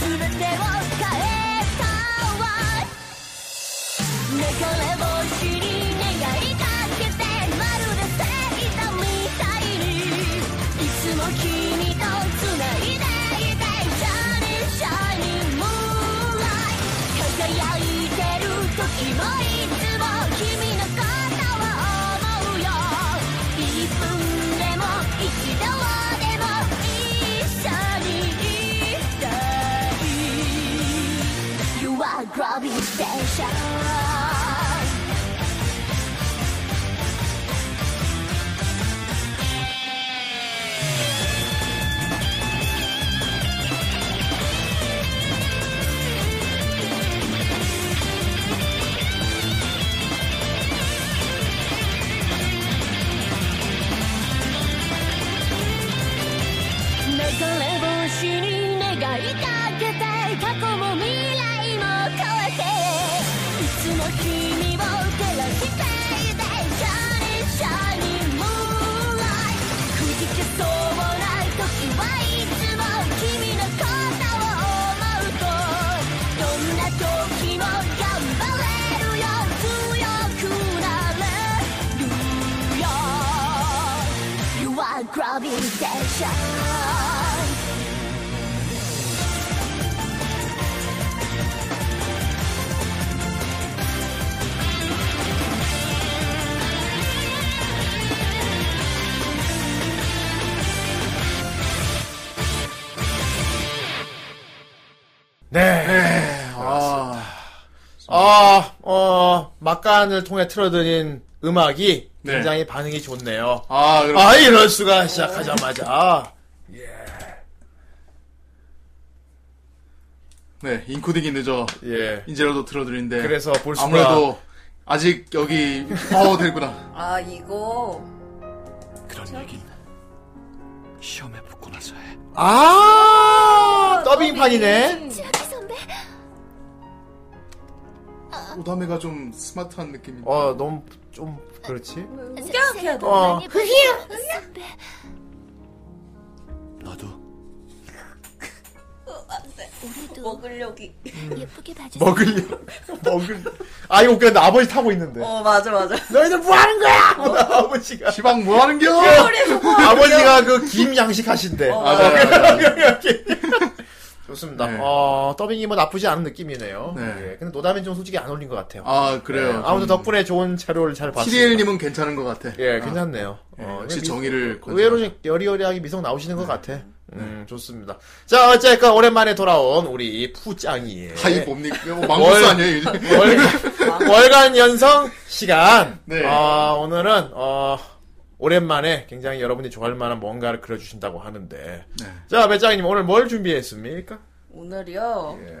全てを変えたわ流れ星に願いかけてまるで聖いたみたいにいつも君と繋いでいて Shining Shining Moonlight 輝いてる時もいつも君のことを思うよ一分でも一度でも一緒にいたい You are grubby station. 流れ星に願いかけて過去も未来も変えていつも君を照らしていて Shining Shining Moonlight くじけそうな時はいつも君のことを思うとどんな時も頑張れるよ強くなれるよ You are grubby station. 네. 아 네. 어, 막간을 통해 틀어드린 음악이 네. 굉장히 반응이 좋네요. 아, 그럼 아 이럴 수가 시작하자마자 아, 네 인코딩이 늦어 예 이제라도 들어드린데 그래서 볼 수가 아무래도 아직 여기 파워 (laughs) 되구나. 아 이거 그런 얘긴 시험에 붙고 나서 해. 아 더빙판이네 지라키 선배, 오다메가 좀 스마트한 느낌이. 어 너무 좀 그렇지 생각해야 돼. 어 선배, 너도 먹으려기. 예쁘게 (laughs) 봐주세요. 먹을려 먹을 아 이거 웃겨 아버지 타고 있는데 어 맞아 맞아. 너희들 뭐 하는 거야 (laughs) 아버지가 시방 뭐 하는겨? 아버지가 그 김 양식 하신대 아, 맞아, 맞아. 좋습니다 네. 어 더빙이 뭐 나쁘지 않은 느낌이네요 네. 예, 근데 노담엔 좀 솔직히 안 어울린 것 같아요 아 그래요. 예, 아무튼 좀 덕분에 좋은 자료를 잘 봤습니다 TDL님은 괜찮은 것 같아. 예 괜찮네요 어, 역시 미- 정의를 네. 의외로 좀 여리여리하게 미성 나오시는 것 같아. 음, 좋습니다. 자, 어쨌건 오랜만에 돌아온 우리 푸짱이. 하이 뭡니까? 이거 망고스 월- 아니에요? 이제? 월간, 월간 연성 시간. 네. 어, 오늘은, 어, 오랜만에 굉장히 여러분이 좋아할 만한 뭔가를 그려주신다고 하는데. 자, 배짱이님 오늘 뭘 준비했습니까? 오늘이요. 예.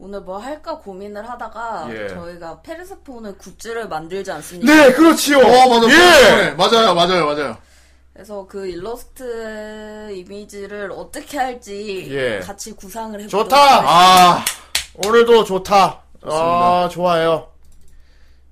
오늘 뭐 할까 고민을 하다가 예. 저희가 페르세폰의 굿즈를 만들지 않습니까? 네, 그렇지요. 어 맞아 예. 네, 맞아요 맞아요 맞아요. 그래서 그 일러스트 이미지를 어떻게 할지 예. 같이 구상을 해보도록 좋다! 하겠습니다. 아 오늘도 좋다. 아, 좋아요.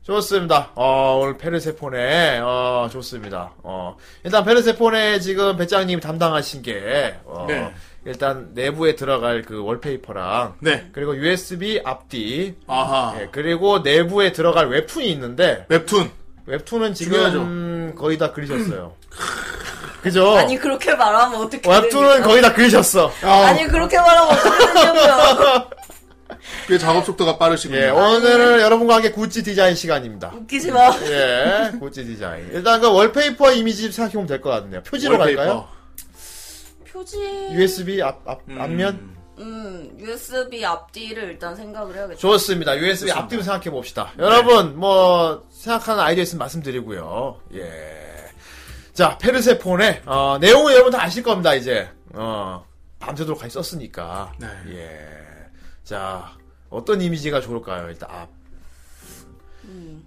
좋습니다. 어, 오늘 페르세폰에, 어, 좋습니다. 어, 일단 페르세폰에 지금 배짱님이 담당하신 게, 어, 네. 일단 내부에 들어갈 그 월페이퍼랑, 네. 그리고 USB 앞뒤, 아하. 예, 그리고 내부에 들어갈 웹툰이 있는데, 웹툰. 웹툰은 지금 중요하죠. 거의 다 (laughs) 그리셨어요. 그죠? 아니 그렇게 말하면 어떻게 웹툰은 되냐고. 거의 다 그리셨어. 아, (laughs) 아니 그렇게 말하면 어떻게 되냐고요 꽤 작업 속도가 빠르시군요. 예, 오늘은 여러분과 함께 굿즈 디자인 시간입니다. 웃기지 마. 예, 굿즈 디자인. 일단 그 월페이퍼 이미지 생각해보면 될 것 같네요. 표지로 월페이퍼. 갈까요? 표지. USB 앞, 앞, 음. 앞면? 음, USB 앞뒤를 일단 생각을 해야겠죠. 좋습니다. USB 앞뒤로 생각해봅시다. 네. 여러분, 뭐, 생각하는 아이디어 있으면 말씀드리고요. 예. 자, 페르세폰의, 어, 내용은 여러분 다 아실 겁니다, 이제. 어, 밤새도록 같이 썼으니까. 네. 예. 자, 어떤 이미지가 좋을까요? 일단 앞.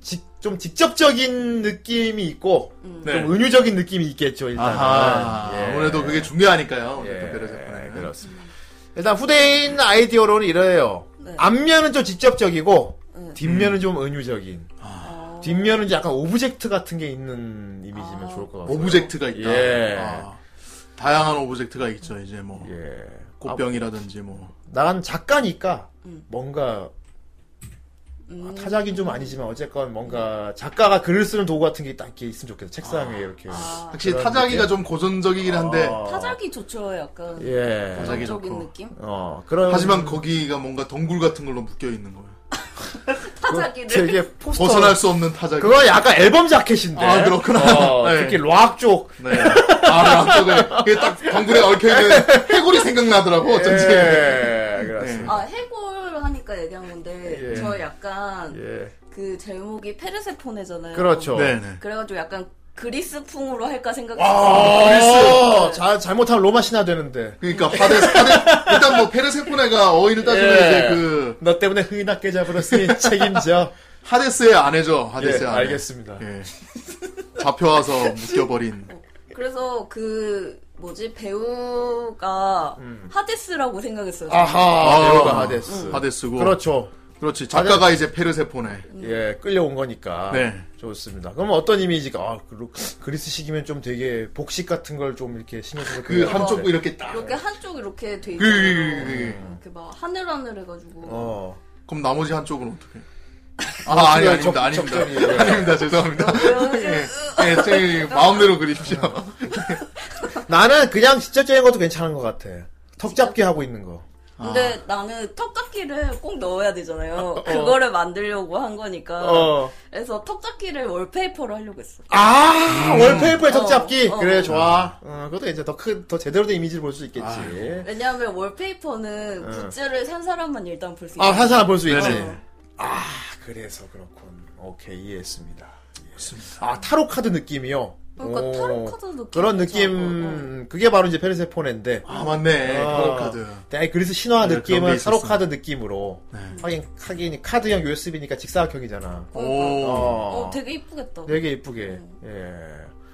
직, 좀 직접적인 느낌이 있고, 네. 좀 은유적인 예. 느낌이 있겠죠, 일단. 아하, 아무래도 그게 중요하니까요. 오늘 예, 특별히 접근하는. 네. 그렇습니다. 일단 후대인 아이디어로는 이래요. 음. 네. 앞면은 좀 직접적이고 뒷면은 좀 은유적인. 아. 어. 뒷면은 이제 약간 오브젝트 같은 게 있는 이미지면 아. 좋을 것 같아요. 오브젝트가 있다. 예. 아, 다양한 오브젝트가 있죠. 이제 뭐 예. 꽃병이라든지 뭐. 난 작가니까 음. 뭔가 음. 타작인 좀 아니지만 어쨌건 뭔가 작가가 글을 쓰는 도구 같은 게 딱 이렇게 있으면 좋겠다. 책상에 이렇게. 아, 확실히 그런 타자기가 느낌? 좀 고전적이긴 한데 어. 타작이 좋죠, 약간. 예. 네. 타작. 타작이 적인 좋고. 느낌? 어 그런. 하지만 거기가 뭔가 덩굴 같은 걸로 묶여 있는 거예요. 타작이를. 되게 포스터. 벗어날 수 없는 타자기. 그건 약간 앨범 자켓인데. 아, 그렇구나. 어, (laughs) 네. 특히 락 쪽. 네. 아, 그딱 덩굴에 얽혀 있는 해골이 생각나더라고. 어쩐지. 예, 그렇습니다. 아, 해골 하니까 얘기한 건데, 예. 저 약간 예. 그 제목이 페르세폰이잖아요. 그렇죠. 네, 네. 그래가지고 약간 그리스풍으로 할까 아, 생각했어요. 그리스. 자, 잘못하면 로마 신화 되는데. 그러니까 화대 화대 일단 뭐 페르세포네가 어휘를 따지면 예. 이제 그 너 때문에 흥이나 (laughs) 깨져버렸으니 책임져. 하데스의 아내죠. 하데스의 예, 아내. 알겠습니다. 예. 잡혀와서 묶여버린. 그래서 그 뭐지 배우가 하데스라고 생각했어요. 음. 아하, 아, 배우가 하데스. 하데스고. 그렇죠. 그렇지. 작가가 이제 페르세포네. 예, 끌려온 거니까. 네. 좋습니다. 그럼 어떤 이미지가, 아, 그, 그리스식이면 좀 되게 복식 같은 걸 좀 이렇게 신경 네. 써서. 그 한쪽 그려놨는데. 이렇게 딱. 이렇게 한쪽 이렇게 돼 그, 그, 그, 있잖아요. 그, 이렇게 막 하늘하늘해가지고 어. 그럼 나머지 (laughs) 한쪽은 어떻게? 아, 아니, 적- 아닙니다. 아닙니다. 적절히. (laughs) 아닙니다. 죄송합니다. 예. 예, 선생님, 마음대로 그리십시오. 아. 나는 그냥 직접적인 것도 괜찮은 것 같아. 턱 잡기 하고 있는 거. 근데 아. 나는 턱잡기를 꼭 넣어야 되잖아요. 그거를 만들려고 한 거니까. 어. 그래서 턱잡기를 월페이퍼로 하려고 했어. 아, 월페이퍼의 턱 잡기. 어, 어. 그래, 좋아. 어, 그것도 이제 더 큰, 더 제대로 된 이미지를 볼 수 있겠지. 아. 왜냐하면 월페이퍼는 굿즈를 산 사람만 일단 볼 수 있어. 아, 한 사람 볼 수 있지. 네네. 아, 그래서 그렇군. 오케이, 이해했습니다. 예. 아, 타로 카드 느낌이요. 그러니까 오, 타로 카드 느낌 그런 괜찮아. 느낌, 그게 바로 이제 페르세포네인데. 아, 맞네. 아. 그런카드. 대그 그리스 신화 네, 그런 느낌은 게 타로 있었어. 카드 느낌으로. 네. 하긴, 하긴, 카드형 USB니까 직사각형이잖아. 오. 어, 어, 되게 이쁘겠다. 되게 이쁘게. 예.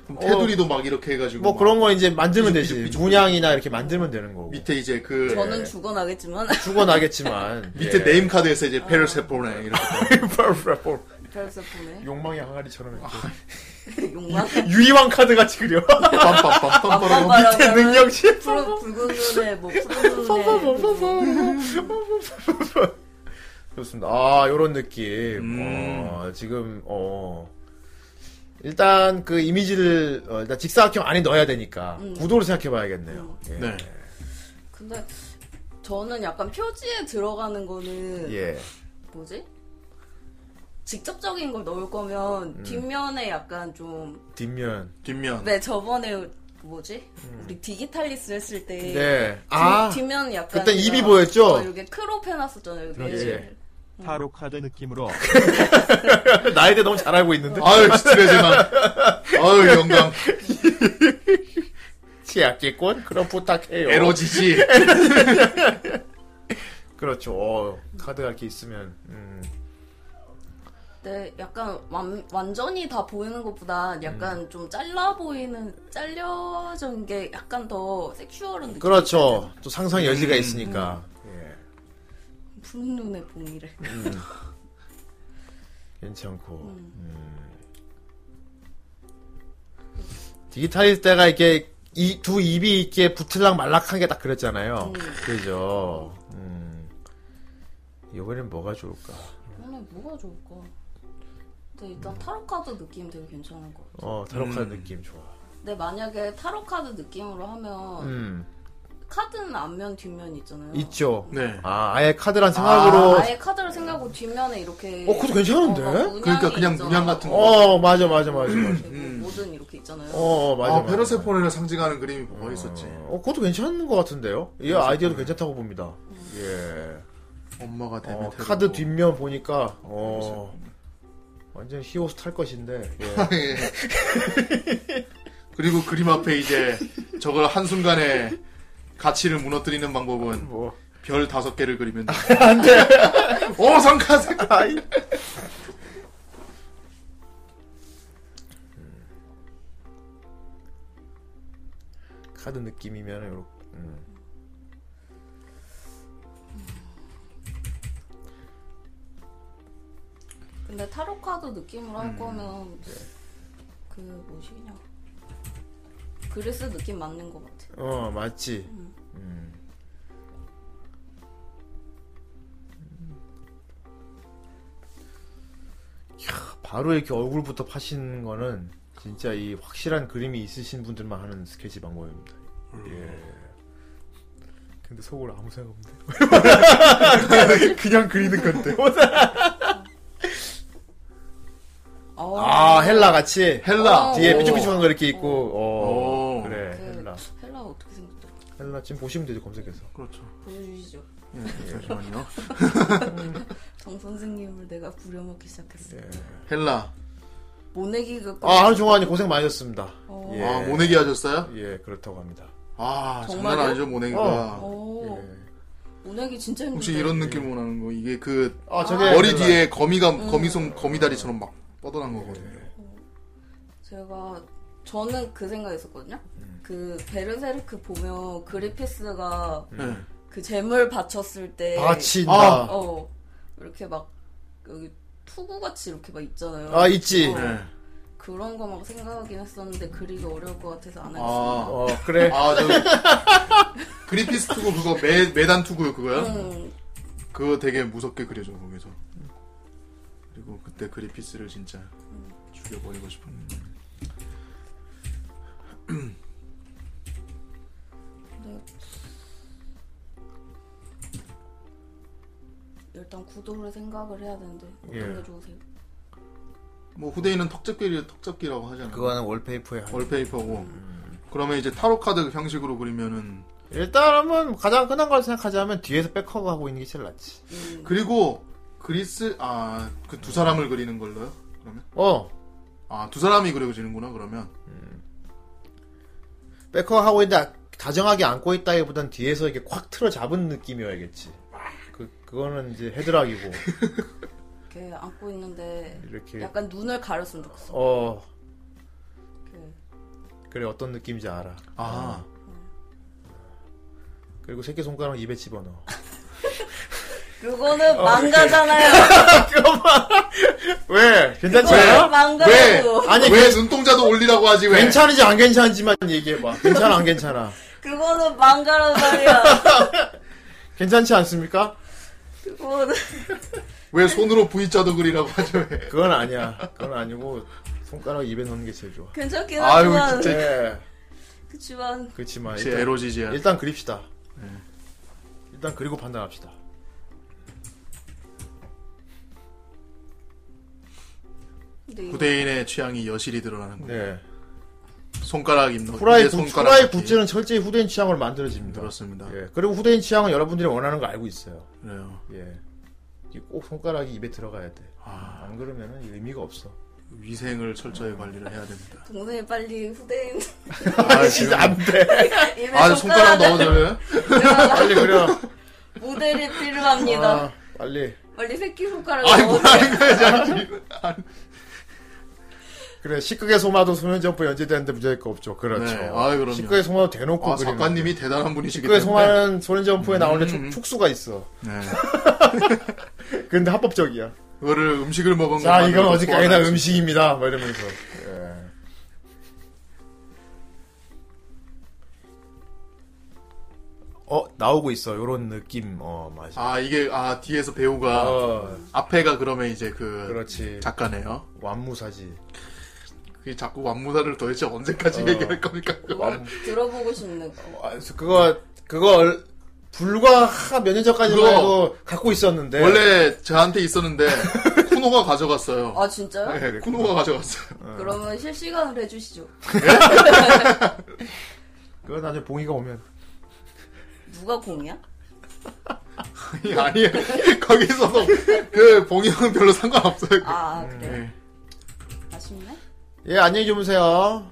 그럼 테두리도 막 이렇게 해가지고. 뭐 막 그런 거 이제 만들면 삐죽, 삐죽, 되지. 삐죽. 문양이나 이렇게 만들면 되는 거고. 밑에 이제 그. 저는 죽어나겠지만 (laughs) (laughs) 죽어나겠지만. 밑에 네임카드에서 이제 페르세포네. 이렇게. 페르세포. 페르세폰에 욕망의 항아리처럼. 이렇게. (laughs) 욕망 유이왕 카드 같이 그려. 아, 빰빰빰빰빰. 밑에 능력치. 푸른 붉은 눈에 (laughs) 뭐 푸른 뭐. 눈에 좋습니다. 아, 요런 느낌. 음. 어, 지금, 어. 일단 그 이미지를, 어, 일단 직사각형 안에 넣어야 되니까. 구도를 생각해 봐야겠네요. 예. 네. 근데 저는 약간 표지에 들어가는 거는 예. 뭐지? 직접적인 걸 넣을 거면 음. 뒷면에 약간 좀 네 뒷면. 뒷면. 저번에 뭐지? 우리 디지털리스 했을 때 음. 네. 뒷- 아! 뒷면 약간 그때 입이 이런- 보였죠? 어, 이렇게 크롭 해놨었잖아요. 이렇게. 네. 그렇지. 타로 카드 느낌으로 (laughs) 나에 대해 너무 잘 알고 있는데? 아유, (laughs) 스트레지만. 아유, 영광. 치약기꾼? 그럼 부탁해요. (laughs) 에로지지. 그렇죠. 어, 카드가 이렇게 있으면, 음. 네, 약간 완, 완전히 다 보이는 것보다 약간 음. 좀 잘라 보이는 잘려진 게 약간 더 섹슈얼한 느낌. 그렇죠. 또 상상 여지가 있으니까. 예. 푸른 눈의 봉이래. 괜찮고. 음. 디지털일 때가 이렇게 이 두 입이 이렇게 붙을락 말락한 게 딱 음. 그랬잖아요. 그죠. 음. 이번엔 뭐가 좋을까? 오늘 뭐가 좋을까? 근데 일단 타로 카드 느낌 되게 괜찮은 것 같아. 음. 어, 타로카드 느낌 좋아. 어. 근데 만약에 타로 카드 느낌으로 하면 음. 카드는 앞면 뒷면 있잖아요. 있죠. 네. 아, 아예 카드란 생각으로. 아, 아예 카드를 생각하고 뒷면에 이렇게. 어, 그것도 괜찮은데? 문양이 그러니까 그냥 있잖아요. 문양 같은 거. 어, 맞아, 맞아, 맞아, 맞아. 그리고 뭐든 이렇게 있잖아요. 어, 어, 맞아. 아, 맞아. 페르세포네를 상징하는 그림이 뭐가 있었지? 어, 그것도 괜찮은 것 같은데요? 이 아이디어도 괜찮다고 봅니다. 예. 엄마가 되면 어, 되고. 카드 뒷면 보니까, 어, 완전 히오스 탈 것인데, 예. 예. 그리고 그림 앞에 이제 저걸 한순간에 가치를 무너뜨리는 방법은 (laughs) 뭐. 별 다섯 개를 그리면 돼. 아, 안 돼! 오성카세! 카드 느낌이면, 요렇게. 음. 근데 타로 카드 느낌으로 음. 할 거면 그 뭐시냐 그리스 느낌 맞는 것 같아. 어, 맞지. 음. 음. 음. 캬, 바로 이렇게 얼굴부터 파신 거는 진짜 이 확실한 그림이 있으신 분들만 하는 스케치 방법입니다. 예. 근데 속으로 아무 생각 없는데. 그냥 그리는 건데. 어, 아, 헬라 같이. 헬라! 어. 아, 뒤에 오. 삐죽삐죽한 거 이렇게 있고, 오. 어, 그래, 그 헬라. 헬라 어떻게 생겼더라? 헬라 지금 보시면 되죠, 검색해서. 그렇죠. 보여주시죠. 예, 잠시만요. 정 선생님을 내가 부려먹기 시작했어. 헬라. 모내기가 예. 네. 아, 하루 종일 고생 많으셨습니다. 어. 예. 아, 모내기 하셨어요? 예, 그렇다고 합니다. 아, 장난 정말요? 아니죠, 모내기가. 어. 오, 예. 모내기 진짜 힘든데. 혹시 이런 느낌 원하는 거, 이게 그, 아, 저게. 머리 헬라. 뒤에 거미가, 음. 거미손, 거미다리처럼 막 뻗어난 거거든요. 제가 저는 그 생각했었거든요. 음. 그 베르세르크 보면 그리피스가 네. 음. 그 재물 바쳤을 때 바친다. 아. 어 이렇게 막 여기 투구같이 이렇게 막 있잖아요. 아 있지. 어. 네. 그런 거 막 생각하긴 했었는데 그리기 어려울 것 같아서 안 했어요. 아, 어 그래. 아, 저 그리피스 투구 그거 매, 매단 투구요 그거요? 음, 그거 되게 무섭게 그려줘 거기서. 그리고 그때 그리피스를 진짜 죽여버리고 싶었는데. 근데 일단 구도를 생각을 해야 되는데 어떤 예. 게 좋으세요? 뭐 후대인은 턱잡기를 턱잡기라고 (laughs) 하잖아. 그거는 월페이퍼에 한. 월페이퍼고. 음. 그러면 이제 타로 카드 형식으로 그리면은 일단 한번 가장 흔한 걸 생각하자면 뒤에서 백허가 하고 있는 게 제일 낫지. 음, 그리고 그리스 아 그 두 사람을 그리는 걸로요? 그러면 어 아 두 사람이 그려지는구나 그러면. 백허 하고 있는데 다정하게 안고 있다기보단 뒤에서 이렇게 콱 틀어 잡은 느낌이어야겠지. 그 그거는 이제 헤드락이고 이렇게 안고 있는데 이렇게 약간 눈을 가렸으면 좋겠어. 어 이렇게. 그래 어떤 느낌인지 알아. 아 그리고 새끼 손가락 입에 (laughs) 집어넣어. 그거는 망가잖아요. 왜? 괜찮지 그거는 않아? 왜? 망가고 아니 왜 눈동자도 올리라고 하지 왜? 괜찮은지 안 괜찮은지만 얘기해봐. 괜찮아 안 괜찮아. 그거는 망가란 말이야. 괜찮지 않습니까? 그거는 (laughs) 왜 손으로 V자도 그리라고 하지 왜? 그건 아니야. 그건 아니고 손가락 입에 넣는 게 제일 좋아. 괜찮긴 아유, 하지만 진짜. 네. 그치만 그렇지만 역시 아, 일단, 에로지지야. 네. 일단 그립시다. 일단 그리고 판단합시다. 근데 이거 구대인의 취향이 여실히 드러나는 거예요. 네. 손가락 입는 후라이 이제 굿, 손가락 후라이 잡기. 굿즈는 철저히 후대인 취향으로 만들어집니다. 그렇습니다. 예. 그리고 후대인 취향은 여러분들이 원하는 거 알고 있어요. 그래요. 예. 이꼭 손가락이 입에 들어가야 돼. 아. 안 그러면 의미가 없어. 위생을 철저히 관리를 해야 (laughs) 됩니다. 동생이 빨리 후대인 아, 진짜 안 돼. 입에 아, 손가락 손가락을 넣어줘요? 빨리 그려. 모델이 필요합니다. 아, 빨리. 빨리 새끼 손가락 아니, 넣어. 뭐라는 거야, 자기. 그래 식극의 소마도 소년 점프 연재되는데 문제가 없죠. 그렇죠. 네, 아, 그럼요. 식극의 소마도 대놓고 아, 그리는. 작가님이 대단한 분이시기 식극의 때문에. 소마는 소년 점프에 나오는 음, 음. 촉, 촉수가 있어. 네. 근데 합법적이야. 그거를 음식을 먹은 자, 것만으로도 이건 어디까지나 소화하지. 음식입니다. 막 이러면서. 예. 어, 나오고 있어. 요런 느낌. 어, 맞아. 아, 이게, 아, 뒤에서 배우가, 어, 앞에가 그러면 이제 그, 그렇지. 작가네요. 완무사지. 이 자꾸 완무사를 도대체 언제까지 어. 얘기할 겁니까? 네. 뭐 들어보고 싶는 거. 아, 그래서 그거 그거 얼- 불과 몇 년 전까지만 그거- 해도 갖고 있었는데 원래 저한테 있었는데 쿠노가 가져갔어요. 아 진짜요? 네, 쿠노가 가져갔어요. 그러면 실시간으로 해주시죠. 그거 나중에 봉이가 오면 누가 공이야? (laughs) 아니, 아니에요. 거기서도 그 봉이 형은 별로 상관없어요. 아 그래. 네. 아쉽네. 예 안녕히 주무세요.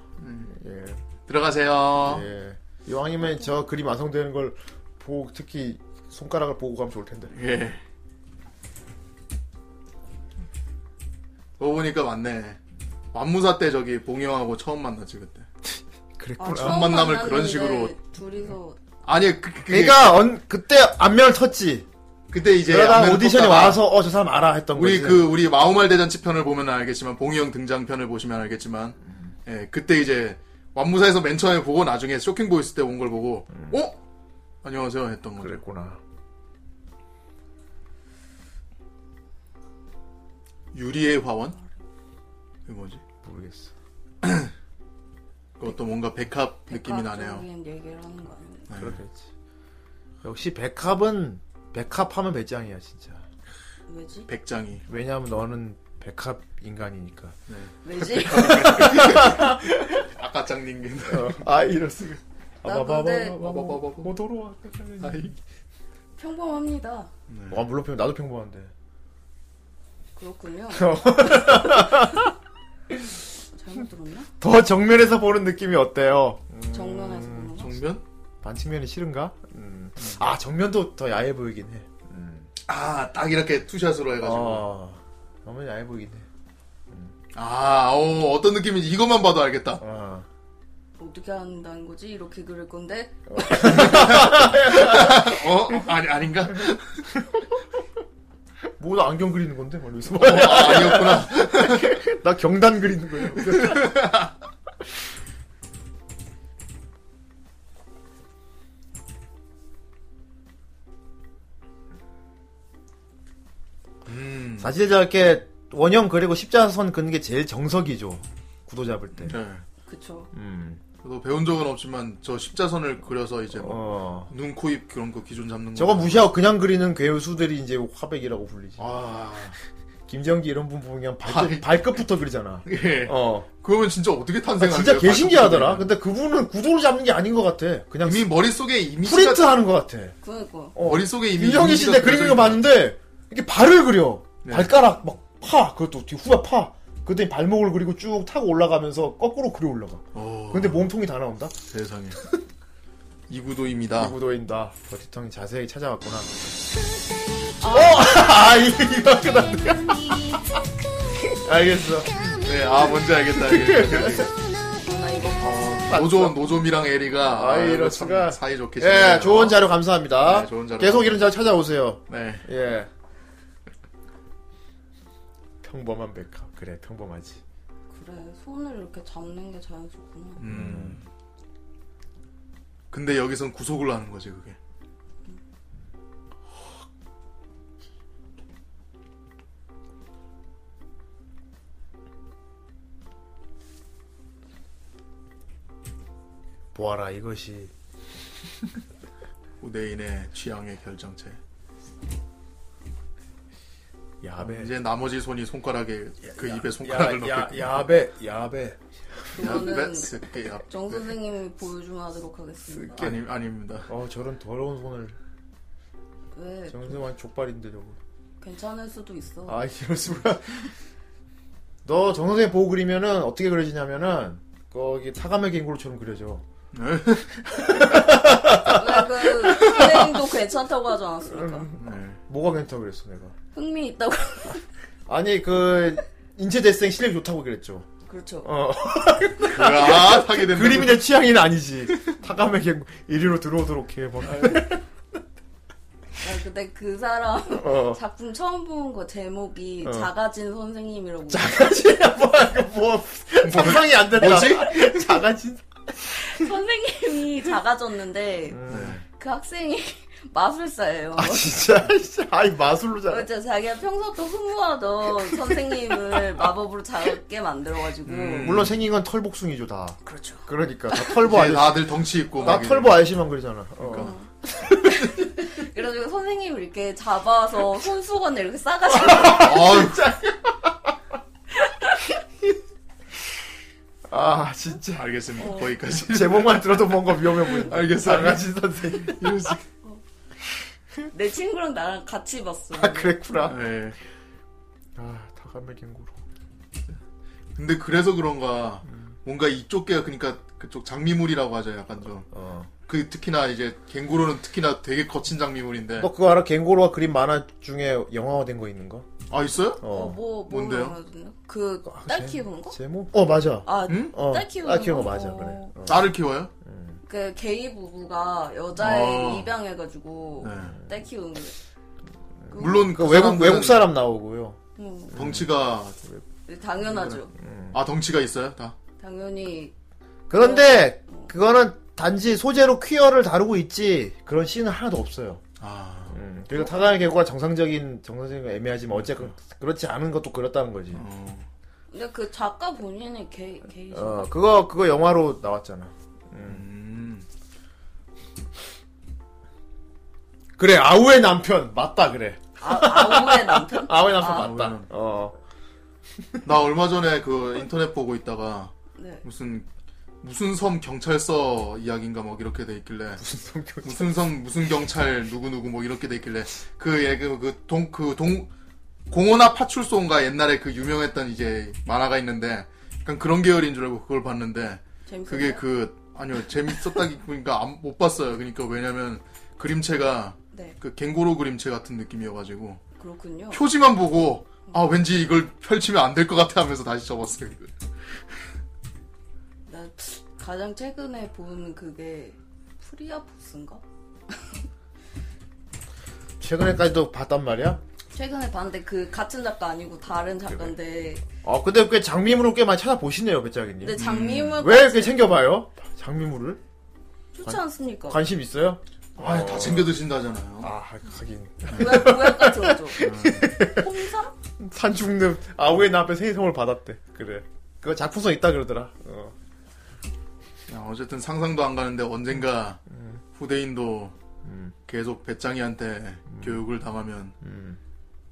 들어가세요. 예 이왕이면 저 그림 완성되는 걸 보고 특히 손가락을 보고 가면 좋을 텐데. 예. 그러고 보니까 맞네. 완무사 때 저기 봉이 형하고 처음 만났지 그때. 아, 그랬구나. 처음 만남을 만났는데 그런 식으로. 둘이서 아니 그, 그게 그러니까 언- 그때 안면을 텄지. 그때 이제 그러다 안면을 오디션이 떴다가 와서 어 저 사람 알아 했던 우리 거지. 그 우리 마오말 대잔치 편을 보면 알겠지만 봉이 형 등장 편을 보시면 알겠지만 예 그때 이제 완무사에서 맨 처음에 보고 나중에 쇼킹 보이스 때 온 걸 보고 음. 어 안녕하세요 했던 거죠. 그랬구나. 유리의 화원 그 뭐지 모르겠어. 그것도 뭔가 백합 느낌이 나네요. 네. 백과적인 얘기를 하는 거 아니에요? 그렇겠지. 역시 백합은 백합하면 배짱이야 진짜. 왜지? 백장이 왜냐하면 너는 백합 인간이니까. (laughs) 왜지? 아까 장님긴 (laughs) 아 이럴 수가. 나 근데 뭐, 뭐, 모도로 아까 평범합니다. 와 물론 평- 나도 평범한데. (laughs) 그렇군요. 잘못 들었나? 더 정면에서 보는 느낌이 어때요? 정면에서 보는 거? 정면 반측면이 싫은가? 음. 아 정면도 더 야해 보이긴 해. 아 딱 이렇게 투샷으로 해가지고 어, 너무 야해 보이긴 해. 아 어, 어떤 느낌인지 이것만 봐도 알겠다. 어. 어떻게 한다는 거지? 이렇게 그릴 건데 어 (laughs) 아니 아닌가 뭐나 안경 그리는 건데 멀리서. 아, 아니었구나. (laughs) 나 경단 그리는 거야. 음. 사실 저렇게 원형 그리고 십자선 그는 게 제일 정석이죠. 구도 잡을 때. 네. 그쵸? 음. 저도 배운 적은 없지만 저 십자선을 그려서 이제 뭐 어. 눈, 코, 입 그런 거 기준 잡는 거. 저거 무시하고 그냥 그리는 괴수들이 이제 화백이라고 불리지. 아, 김정기 이런 분 보면 그냥 아이. 발끝, 발끝부터 그리잖아. 예. 어. 아, 그러면 진짜 어떻게 탄생한 거예요? 진짜 개 신기하더라. 근데 그분은 구도를 잡는 게 아닌 것 같아. 그냥 이미 머릿속에 이미지가 프린트 하는 것 같아. 그니까 어. 머릿속에 이미 윤정희 씨내 그리는 거 봤는데 이렇게 발을 그려. 네. 발가락 막 파. 그것도 뒤 후가 파. 그때 발목을 그리고 쭉 타고 올라가면서 거꾸로 그려 올라가. 어, 근데 몸통이 다 나온다. 세상에. (laughs) 아. 이구도입니다. 이 구도인다. 버티통이 자세히 찾아왔구나. 어, (laughs) 아 이- 이렇게 난데. 알겠어. 네, 아 뭔지 알겠다. (laughs) 알겠다. 노조 노조미랑 에리가 아, 아이, 아이고, 이럴 참 수가. 예, 사이좋게 지내네요. 좋은 자료 감사합니다. 네, 좋은 자료 계속 이런 자료 찾아오세요. 네. 예. 평범한 백합. 그래, 평범하지. 그래 손을 이렇게 잡는 게 자연스럽구나. 음. 근데 여기선 구속을 하는 거지 그게. 보아라, 이것이 우대인의 취향의 결정체. 야배. 이제 나머지 손이 손가락에 그 입에 손가락을 예. 야, 야, 넣겠고. 야배, 야배. 그거는 새끼 야. 네. 정 선생님이 보여주하도록 하겠습니다. 아니 아닙니다. 어, 저런 더러운 손을. 왜 정승환 족발인데, 저거. 괜찮을 수도 네. 있어. 아, 이럴 수가. (laughs) 너 정선생 보고 그리면은 어떻게 그려지냐면은, 거기 타가메 갱구로처럼 그려져. 왜그 선생님도 괜찮다고 하지 음. 않았습니까? 네. 뭐가 괜찮다고 그랬어, 내가. 흥미 있다고. (laughs) 아니, 그, 인체 대생 실력 이 좋다고 그랬죠. 그렇죠. 어. (laughs) 아 사게 된다. 그림이 내 취향이는 아니지. 타가메 갱구, 이리로 들어오도록 해, 뭐. 막. 아, 근데 그 사람 (laughs) 어. 작품 처음 본 거 제목이 어. 작아진 선생님이라고. 작아지냐, 뭐야, 이거 뭐. 상상이 안 된다. (laughs) 뭐지? 작아진. 선생님이 (laughs) 작아졌는데 그 학생이 마술사예요. 아 진짜 (laughs) 진짜. 아이 마술로 잘. 진짜 자기가 평소부터 흠모하던 선생님을 마법으로 작게 만들어가지고 물론 생긴 건 털복숭이죠 다. 그렇죠. 그러니까 다 털보 아저씨. 다들 덩치 있고 나 막 이래. 털보 아저씨만 그러잖아. 어. 그러니까. 그래가지고 선생님을 이렇게 잡아서 손수건을 이렇게 싸가지고 (laughs) 아유. 아 진짜 알겠습니다 (laughs) 거기까지 제목만 들어도 뭔가 위험해 보인다. 알겠어요. 강아지 선생님. (laughs) 내 친구랑 나랑 같이 봤어. 아 그랬구나. 네. 아 다감의 갱구로. 근데 그래서 그런가 뭔가 이쪽 개가 그러니까 그쪽 장미물이라고 하죠 약간 좀 어. 그 특히나 이제 갱고로는 특히나 되게 거친 장미물인데 너뭐 그거 알아? 갱고로가 그린 만화 중에 영화화된 거 있는 거? 아 있어요? 어, 어. 뭐, 뭐 뭔데요? 영화거든요? 그, 아, 딸 제- 키우는 거? 제목? 어 맞아. 아, 응? 어. 딸 키우는 아, 키우는 거? 거 맞아. 어. 그래. 어. 딸을 키워요? 그 게이 부부가 여자애 어. 입양해가지고 네. 딸 키우는 거. 그- 물론 그 외국 사람들은 외국 사람 나오고요. 음, 네, 덩치가 당연하죠. 아 덩치가 있어요 다. 당연히 그런데 네. 그거는 단지 소재로 퀴어를 다루고 있지 그런 씬은 하나도 없어요. 음, 아 그리고 어? 타가의 개구가 정상적인 정상적인 건 애매하지만 어쨌든 그렇지 않은 것도 그렇다는 거지. 어. 근데 그 작가 본인이 게, 게이죠. 어 그거 그거 영화로 나왔잖아. 음. 그래 아우의 남편 맞다 그래. 아, 아우의 남편? 아우의 남편 아. 맞다. 아우의 어 나 얼마 전에 그 인터넷 보고 있다가 네. 무슨 무슨 섬 경찰서 이야기인가 막 이렇게 돼 있길래 무슨 섬 무슨 경찰 누구 누구 뭐 이렇게 돼 있길래 그예그동그동 공원화 파출소인가 옛날에 그 유명했던 이제 만화가 있는데 약간 그런 계열인 줄 알고 그걸 봤는데 재밌었어요? 그게 그 아니요 재밌었다기 그러니까 안- 못 봤어요 그러니까 왜냐면 그림체가 네, 그 갱고로 그림체 같은 느낌이어가지고 그렇군요. 표지만 보고 아 왠지 이걸 펼치면 안 될 것 같아 하면서 다시 접었어요 나 가장 최근에 본 그게 프리아포스인가? 최근에까지도 봤단 말이야. 최근에 봤는데 그 같은 작가 아니고 다른 작가인데 어 근데 꽤 장미물을 꽤 많이 찾아보시네요 배짱이님. 근데 장미물 음. 왜 이렇게 챙겨봐요? 장미물을 좋지 않습니까? 관심 있어요? 아 다 챙겨 드신다잖아요 아 하긴 모양 모양 (laughs) 같은 거죠. 음. 홍삼? 산 죽는 아우의 남편 생일선물 받았대. 그래. 그거 작품성 있다 그러더라. 어. 야, 어쨌든 상상도 안 가는데 언젠가 음. 후대인도 계속 배짱이한테 음. 교육을 당하면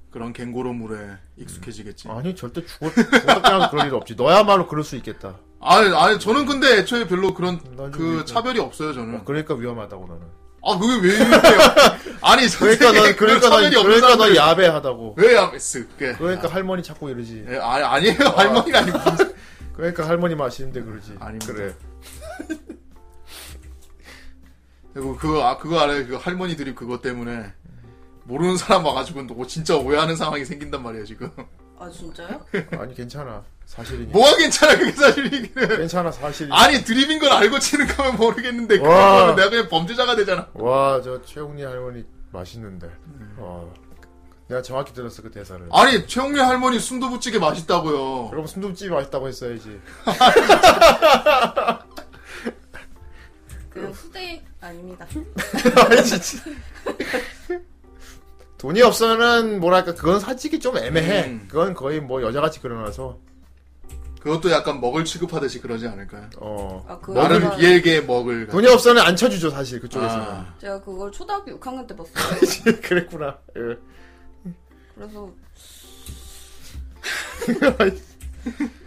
그런 갱고로 물에 익숙해지겠지. 음. 아니 절대 죽을 죽었다고 그럴 일 없지. 너야말로 그럴 수 있겠다. 아니, 아니, 저는 근데 애초에 별로 그런 난좀 그 음, 믿어. 차별이 없어요, 저는. 그러니까 위험하다고 너는. 아, 그게 (laughs) 왜 이래요? 아니, 그러니까 넌 그러니까 넌 차별이 없는 그러니까 사람. 넌 야배하다고. 왜 야매스? 그게. 그러니까 할머니 자꾸 이러지. 예, 아니, 아니에요. 어. 할머니가 아니고. 무슨- 그러니까 할머니 마시는데 그러지. 아닙니다. 그래. 그리고 그, 아, 그거 알아요. 그 할머니들이 그것 때문에 모르는 사람 와가지고 또 진짜 오해하는 상황이 생긴단 말이에요, 지금. 아 진짜요? 아니 괜찮아. 사실이니. 뭐가 괜찮아, 그게 사실이기는. 괜찮아 사실이. 아니 드립인 걸 알고 치는 거면 모르겠는데 그거 와. 하면 내가 그냥 범죄자가 되잖아. 와저 최홍리 할머니 맛있는데. 어. 내가 정확히 들었어 그 대사를. 음. 아니 최홍래 할머니 순두부찌개 맛있다고요. 그럼 순두부집이 맛있다고 (laughs) 했어야지. 그 후대인 아닙니다. (laughs) 돈이 없으면은 뭐랄까 그건 사직이 좀 애매해. 음. 그건 거의 뭐 여자같이 그려놔서 그것도 약간 먹을 취급하듯이 그러지 않을까요? 어 아, 그거 나름 제가- 비엘게 먹을. 돈이 없으면 안 쳐주죠 사실 그쪽에서는. (laughs) 아, 제가 그걸 초등학교 6학년 때 봤어요. 그랬구나. 예. 그래서 (laughs)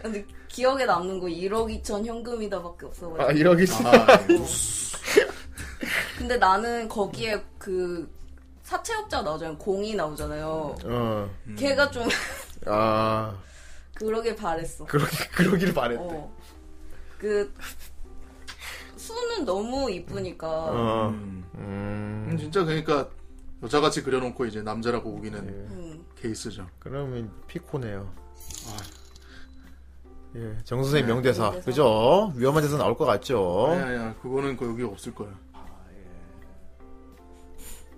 근데 기억에 남는 거 1억 2천 현금이다밖에 없어가지고. 아 이러기 아, 예. 근데 나는 거기에 그 사채업자 나오잖아요. 공이 나오잖아요. 어. 걔가 좀 (laughs) 아 그러길 바랬어. 그러기 (laughs) 그러길 바랬대. 어. 어. 그 수는 너무 이쁘니까 음. 음. 음, 진짜 그러니까 여자같이 그려놓고 이제 남자라고 우기는 음. 케이스죠. 그러면 피코네요. 아. 예, 정 선생 님 명대사. 명대사. 그죠? 위험한 데서 나올 것 같죠? 네, 아니 아니 그거는 그 여기 없을 거야.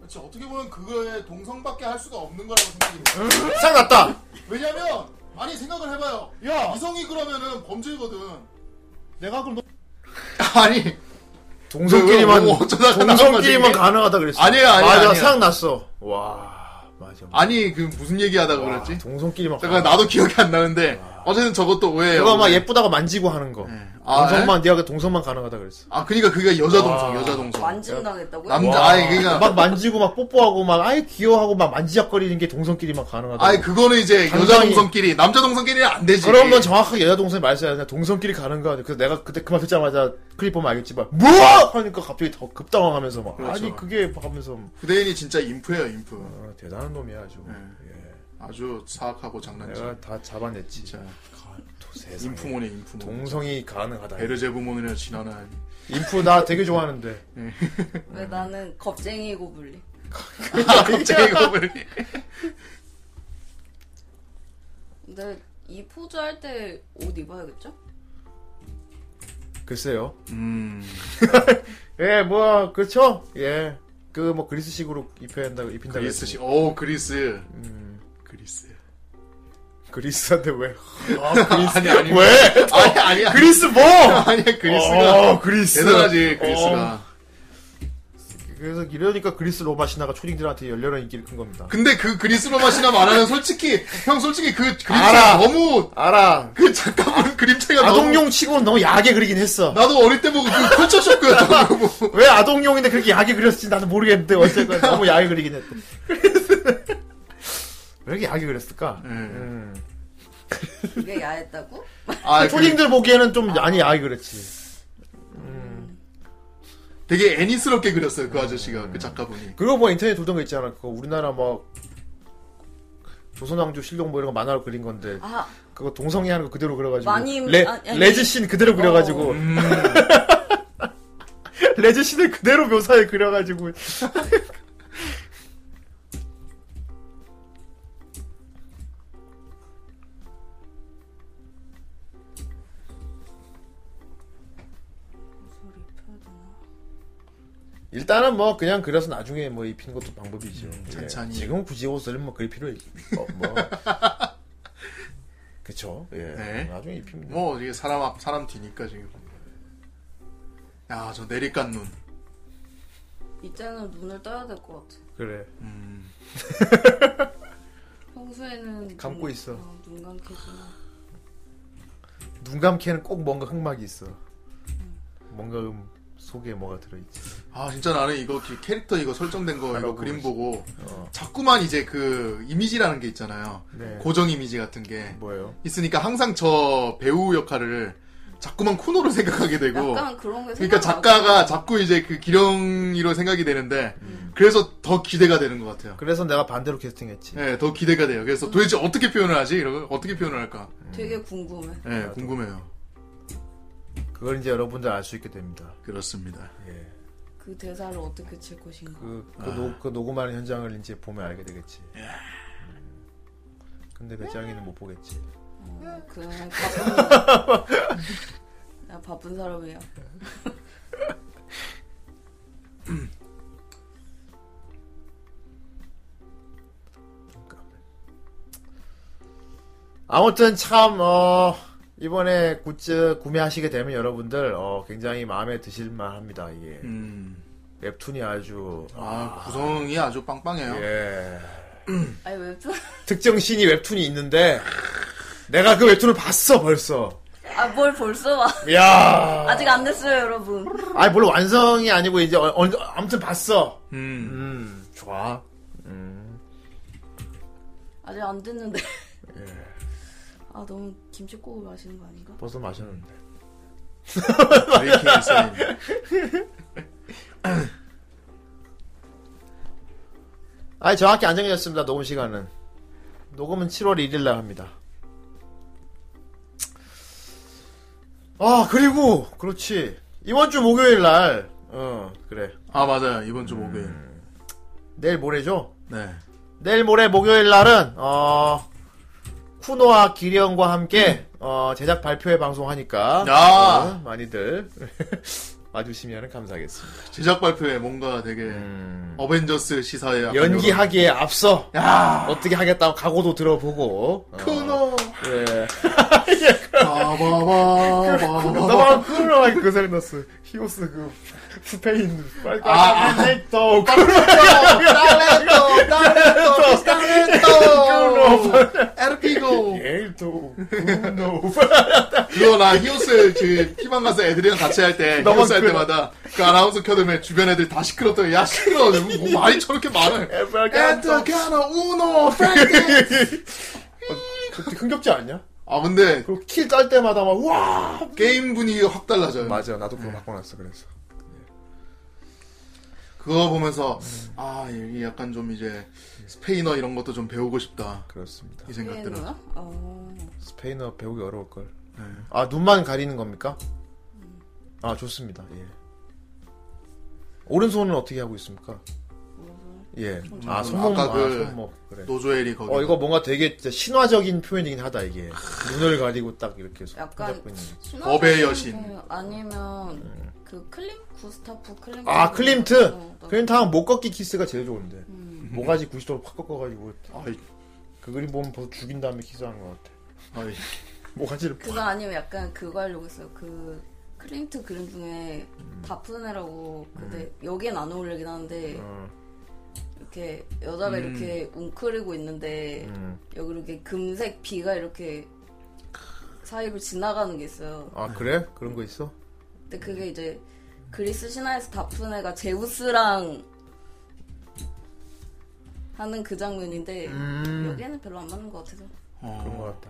진짜 어떻게 보면 그거에 동성밖에 할 수가 없는 거라고 생각이 들어요. 생각났다! 왜냐면 아니 생각을 해봐요. 야! 이성이 그러면은 범죄거든. (laughs) 내가 그럼 아니 동성끼리만 왜, 왜, 어쩌다가 나온 동성끼리만 거지, 뭐, 이게? 가능하다 그랬어. 아니야, 아니야, 맞아 아니야. 생각났어. 와 맞아. 맞아. 아니 그 무슨 얘기하다가 그랬지? 동성끼리만. 잠깐 나도 기억이 안 나는데 어쨌든 저것도 오해예요. 그거 막 예쁘다고 만지고 하는 거. 아, 동성만 네가 동성만 가능하다 그랬어. 아 그러니까 그게 여자 아. 동성 여자 동성. 만진당했다고요? 남자 아니 그러니까 막 만지고 막 뽀뽀하고 막 아이 귀여워하고 막 만지작거리는 게 동성끼리만 가능하다. 아니 그거는 이제 여자 당당히- 뭐 동성끼리 남자 동성끼리는 안 되지. 그런 건 정확하게 여자 동생이 말했어야 돼. 동성끼리 가는 거 아니야. 그래서 내가 그때 그 말 듣자마자 클립 보면 알겠지만 뭐? 하니까 갑자기 더 급당황하면서 막 그렇죠. 아니 그게 막 하면서 구대인이 진짜 인프예요 인프. 아, 대단한 놈이야 아주. 네. 예. 아주 사악하고 장난치. 내가 다 잡아냈지. 진짜 가- 또 세상에. 인프모네 인프모. 동성이 가능하다. 베르제부모는 지나나. (laughs) 인프 나 되게 좋아하는데. 왜 나는 겁쟁이고 불리? 아 (laughs) 갑자기 이거 왜 이렇게. 근데 이 포즈 할 때 옷 입어야겠죠? 글쎄요. 음. 예, 뭐 그렇죠. 예. 그 뭐 그리스식으로 입혀야 한다고 입힌다고 그리스시. 했으니. 오 그리스. 음. 그리스. 그리스한테 왜? 아니 아니. 왜? 아니 (laughs) 아니야. 그리스 뭐? 아니야 (laughs) 그리스가. 어, 그리스. 어, 대단하지 그리스가. 그래서 이러니까 그리스 로마 신화가 초딩들한테 열렬한 인기를 끈 겁니다. 근데 그 그리스 로마 신화 말하는 솔직히 형 솔직히 그 그림체 알아. 너무 알아. 그 잠깐만 그림체가 아동용 치고는 너무 야하게 그리긴 했어. 너무, 나도 어릴 때 보고 그 컬처 쇼크였잖아 그거 (laughs) 왜 아동용인데 그렇게 야하게 그렸을지 나는 모르겠는데 어쨌건 너무 야하게 그리긴 했대. (laughs) 왜 이렇게 야하게 그렸을까? 음. 이게 야했다고? 아 그, 초딩들 보기에는 좀 많이 야하게 그렸지. 되게 애니스럽게 그렸어요 그 아저씨가 그 작가분이 그거 뭐 인터넷 돌던 거 있잖아. 그거 우리나라 막 조선왕조 실록 뭐 이런 거 만화로 그린 건데 아, 그거 동성애 하는 거 그대로 그려가지고 많이 힘- 레, 아, 아니. 어. 레즈신 그대로 그려가지고 음. (laughs) 레즈신을 그대로 묘사해 그려가지고 (laughs) 옷을 입혀야 되나? 일단은 뭐 그냥 그려서 나중에 뭐 입히는 것도 방법이죠. 예. 음, 천천히. 지금 굳이 옷을 뭐 그릴 필요 뭐, 뭐. 그쵸. 예. 네. 나중에 입히면 돼. 뭐 이게 사람 앞 사람 뒤니까 지금 야 저 내리깐 눈 이때는 눈을 떠야 될 것 같아. 그래. 음. 평소에는 감고 눈, 있어. 어, 눈 감기지만 눈 감기에는 꼭 뭔가 흑막이 있어. 뭔가 음 속에 뭐가 들어있지. 아 진짜 나는 이거 기- 캐릭터 이거 설정된 거 이거 알아보고 그림 있어. 보고 어. 자꾸만 이제 그 이미지라는 게 있잖아요 네. 고정 이미지 같은 게 뭐예요? 있으니까 항상 저 배우 역할을 자꾸만 쿠노로 (laughs) 생각하게 되고 약간 그런 게 그러니까 생각나고. 작가가 자꾸 이제 그 기령이로 생각이 되는데 음. 그래서 더 기대가 되는 것 같아요. 그래서 내가 반대로 캐스팅했지. 예, 더 기대가 돼요. 그래서 도대체 음. 어떻게 표현을 하지? 이러고 어떻게 표현을 할까? 되게 궁금해. 예, 궁금해요. 그걸 이제 여러분들 알 수 있게 됩니다. 그렇습니다. 예. 그 대사를 어떻게 칠 것인가. 음. 그, 그, 녹- 그 녹음하는 현장을 이제 보면 알게 되겠지. 음. 근데 배짱이는 못 보겠지. 어, 그냥 바쁜. (laughs) 나 바쁜 사람이야. 아무튼 참, 어, 이번에 굿즈 구매하시게 되면 여러분들, 어, 굉장히 마음에 드실만 합니다, 이게. 음, 웹툰이 아주, 아 구성이 아주 빵빵해요. 예. 아니 웹툰? 특정 신이 웹툰이 있는데, 내가 그 웹툰을 봤어, 벌써. 아 뭘 벌써 와? 이야. 아직 안 됐어요 여러분. 아니, 물론 완성이 아니고, 이제, 어, 어, 아무튼 봤어. 음, 음, 좋아. 아직 안 됐는데. 아 너무 김치국을 마시는 거 아닌가? 벌써 마셨는데. 브레이킹 인사인. 아니, 정확히 안 정해졌습니다, 녹음 시간은. 녹음은 7월 1일날 합니다. 아, 그리고, 그렇지. 이번 주 목요일날, 어, 그래. 아 맞아요. 이번 주 목요일. 내일 모레죠? 네. 내일 모레 목요일날은, 어, 쿠노와 기령과 함께, 어, 제작 발표회 방송하니까. 야. 어, 많이들. (laughs) 와주시면 감사하겠습니다. 제작 발표에 뭔가 되게 음. 어벤져스 시사에 약간 연기하기에 앞서, 이런- 야 어떻게 하겠다고 각오도 들어보고. 어, 쿠노 예. 아, (laughs) 바바바바바. 끌어라 그 생각 났어. 히오스 그 스페인 빨간 아, 또 딸레토, 딸레토, 딸레토. 에르피고. 에이토 노 그거 나 히오스 그 피방 가서 애들이랑 같이 할 때 너무 히오스 할 시끄러. 때마다 그 아나운서 켜두면 주변 애들 다 시끄럽다고 야 시끄러워 뭐 말이 저렇게 많아 에토 가나 우노 프랭크 어, 흥겹지 않냐? 아 근데 그리고 킬 짤 때마다 막 와. 게임 분위기가 확 달라져요 맞아 나도 네. 그거 바꿔놨어 그래서. 그거 보면서 아 여기 약간 좀 이제 스페인어 이런 것도 좀 배우고 싶다 그렇습니다. 이 예, 생각들은 누나? 어. 스페인어 배우기 어려울 걸. 아 눈만 가리는 겁니까? 아 좋습니다. 예. 오른손은 어떻게 하고 있습니까? 예. 아 손목. 아까 아, 그 손목. 그래. 노조엘이 거기 어 이거 뭔가 되게 진짜 신화적인 표현이긴 하다 이게. 눈을 가리고 딱 이렇게 손 약간 잡고 있는. 게. 신화적인 법의 여신. 거 아니면 그 클림 구스타프 클림. 아 클림트. 어, 나- 클림트 하면 못 꺾기 키스가 제일 좋은데. 모가지 90도로 팍 꺾어가지고 아이, 그 그림 보면 벌써 죽인 다음에 키스하는 것 같아. 아이, 모가지를 팍. 그거 아니면 약간 그거 하려고 했어요. 그 클림트 그림 중에 다프네라고 근데 여기엔 안 어울리긴 하는데 어, 이렇게 여자가 음. 이렇게 웅크리고 있는데 음. 여기 이렇게 금색 비가 이렇게 사이로 지나가는 게 있어요. 아 그래? 그런 거 있어? 근데 그게 이제 그리스 신화에서 다프네가 제우스랑 하는 그 장면인데 음. 여기에는 별로 안 맞는 것 같아서 어, 그런 것 같다.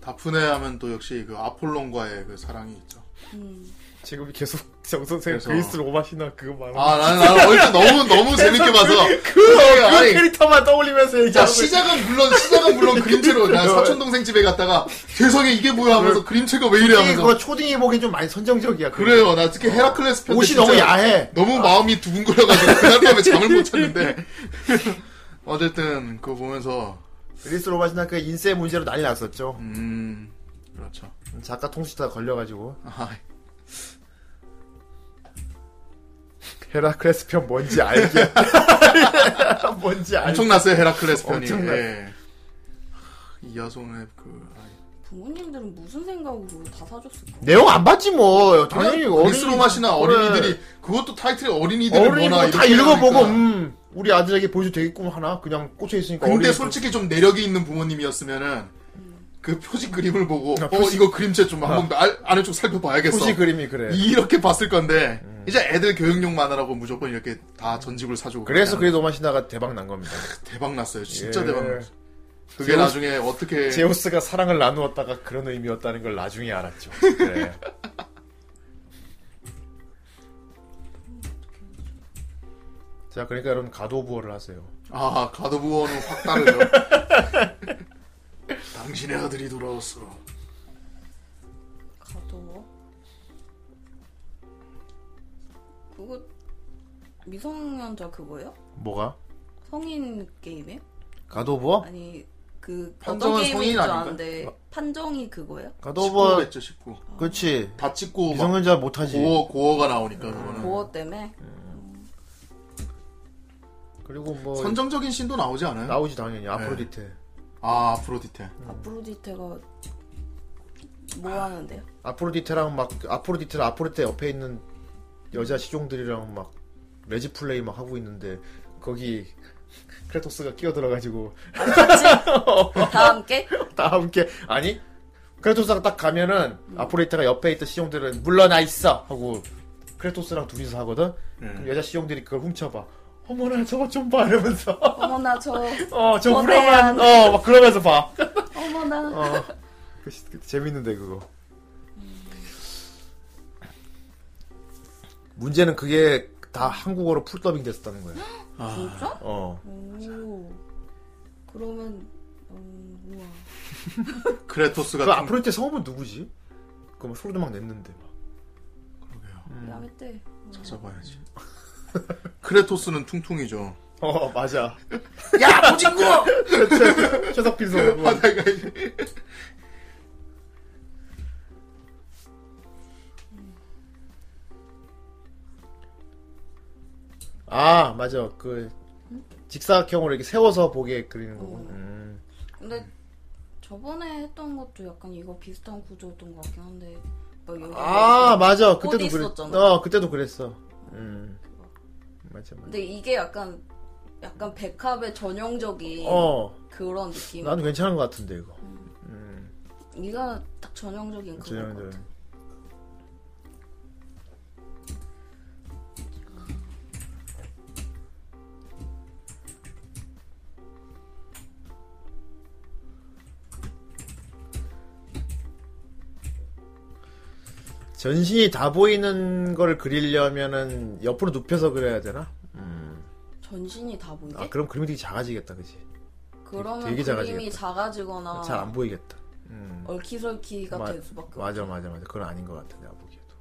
다프네 하면 또 역시 그 아폴론과의 그 사랑이 있죠 음, 지금 (laughs) 계속 정 선생 그래서- 그리스 로마 신화 그거 말하고 아 나는 나는 어릴 때 너무 너무 재밌게 봐서 그, 아니, 그 캐릭터만 떠올리면서 자, 얘기하고 시작은 물론, 시작은 물론 그림체로. 난 사촌동생 집에 갔다가, 죄송해, 이게 뭐야 하면서 그림체가 왜 이래 초딩이 하면서. 그거 초딩이 보기엔 좀 많이 선정적이야. 그거. 그래요. 나 특히 헤라클레스 편 옷이 너무 야해. 너무 마음이 두근거려가지고, 그날 밤에 잠을 못 잤는데. 어쨌든, 그거 보면서, 그리스 로마 신화 그 인세 문제로 난리 났었죠. 음, 그렇죠. 작가 통신사 걸려가지고 아, 헤라클레스 편 뭔지 알게. (laughs) 뭔지 알게. 엄청났어요, 헤라클레스 편이. 엄청났- 예. 이 야송의 그, 아이. 부모님들은 무슨 생각으로 다 사줬을까? 내용 안 봤지 뭐. 당연히 그냥 그리스 로마 신화 그래. 어린이들이, 그것도 타이틀이 어린이들이 어른이 뭐나 보고 다 이렇게 읽어보고 하니까. 음, 우리 아들에게 보여줄 되겠구나 하나 그냥 꽂혀 있으니까. 근데 어린이 솔직히 좀 내력이 있는 부모님이었으면은 그 표지 그림을 보고 아, 어 표지- 아. 이거 그림체 좀 한번 더 알- 안에 좀 살펴봐야겠어. 표시 그림이 음. 그래. 이렇게 봤을 건데 이제 애들 교육용 만화라고 무조건 이렇게 다 전집을 사주고 그래서 그냥 그리스 로마 신화가 대박 난 겁니다. 대박 났어요. 진짜 예. 대박 났어. 그게 제우스- 나중에 어떻게 제우스가 사랑을 나누었다가 그런 의미였다는 걸 나중에 알았죠. 네. (laughs) 그래. 자, 그러니까 여러분 가도부어를 하세요. 아 가도부어는 확 다르죠. (laughs) 당신의 아들이 돌아왔어. 가둬. 그거 미성년자 그거예요? 뭐가? 성인 게임이에요? 가도부어? 아니 그 판정은 어떤 게임인 성인 줄 아닌가? 아는데 판정이 그거예요? 가도부어. 19랬죠 19. 그렇지. 다 찍고 막 미성년자 못하지. 고어 고어가 나오니까 그거는 그거 때문에 그리고 뭐 선정적인 신도 나오지 않아요? 나오지 당연히 아프로디테. 아 아프로디테. 아프로디테가 뭐 하는데요? 아프로디테랑 막 아프로디테랑 아프로디테 옆에 있는 여자 시종들이랑 막 레지 플레이 막 하고 있는데 거기 (laughs) 크레토스가 끼어들어가지고 다 함께? 다 함께 아니 크레토스가 딱 가면은 아프로디테가 옆에 있던 시종들은 물러나 있어 하고 크레토스랑 둘이서 하거든 그럼 여자 시종들이 그걸 훔쳐봐 어머나 저거 좀 봐 이러면서 (laughs) 어머나 저 어저 거대한. 불안한 어막 그러면서 봐 어머나 어. 음. 그 시- (laughs) 그 재밌는데 그거. 문제는 그게 다 한국어로 풀 더빙 됐었다는 거야. 진짜? 어. 오 그러면 음, 우와 크레토스가 그 좀- 앞으로 때 성우분 누구지? 그거 막 소리도 막 냈는데 막. 음. 야매 때 찾아봐야지. 크레토스는 (laughs) 퉁퉁이죠. 어 맞아. 야, 도진구! (laughs) 최석빈 성우. 바다가 아 맞아. 그 직사각형으로 이렇게 세워서 보게 그리는 거군. 음. 근데 저번에 했던 것도 약간 이거 비슷한 구조였던 것 같긴 한데 막 여기 아 맞아 그때도 어디 그랬 있었잖아. 어 그때도 그랬어 음 맞아 맞아 근데 이게 약간 약간 백합의 전형적인 어 그런 느낌. 나도 괜찮은 것 같은데 이거 음. 음. 네가 딱 전형적인 그런 것 진영들 같아. 전신이 다 보이는 걸 그리려면은 옆으로 눕혀서 그려야 되나? 전신이 다 보이게? 아 그럼 그림이 되게 작아지겠다 그지? 그러면 되게 그림이 작아지겠다. 작아지거나 잘 안 보이겠다 음. 얼키설키가 마- 될 어, 수밖에 없어. 맞아 맞아 맞아 그건 아닌 것 같아 내가 보기에도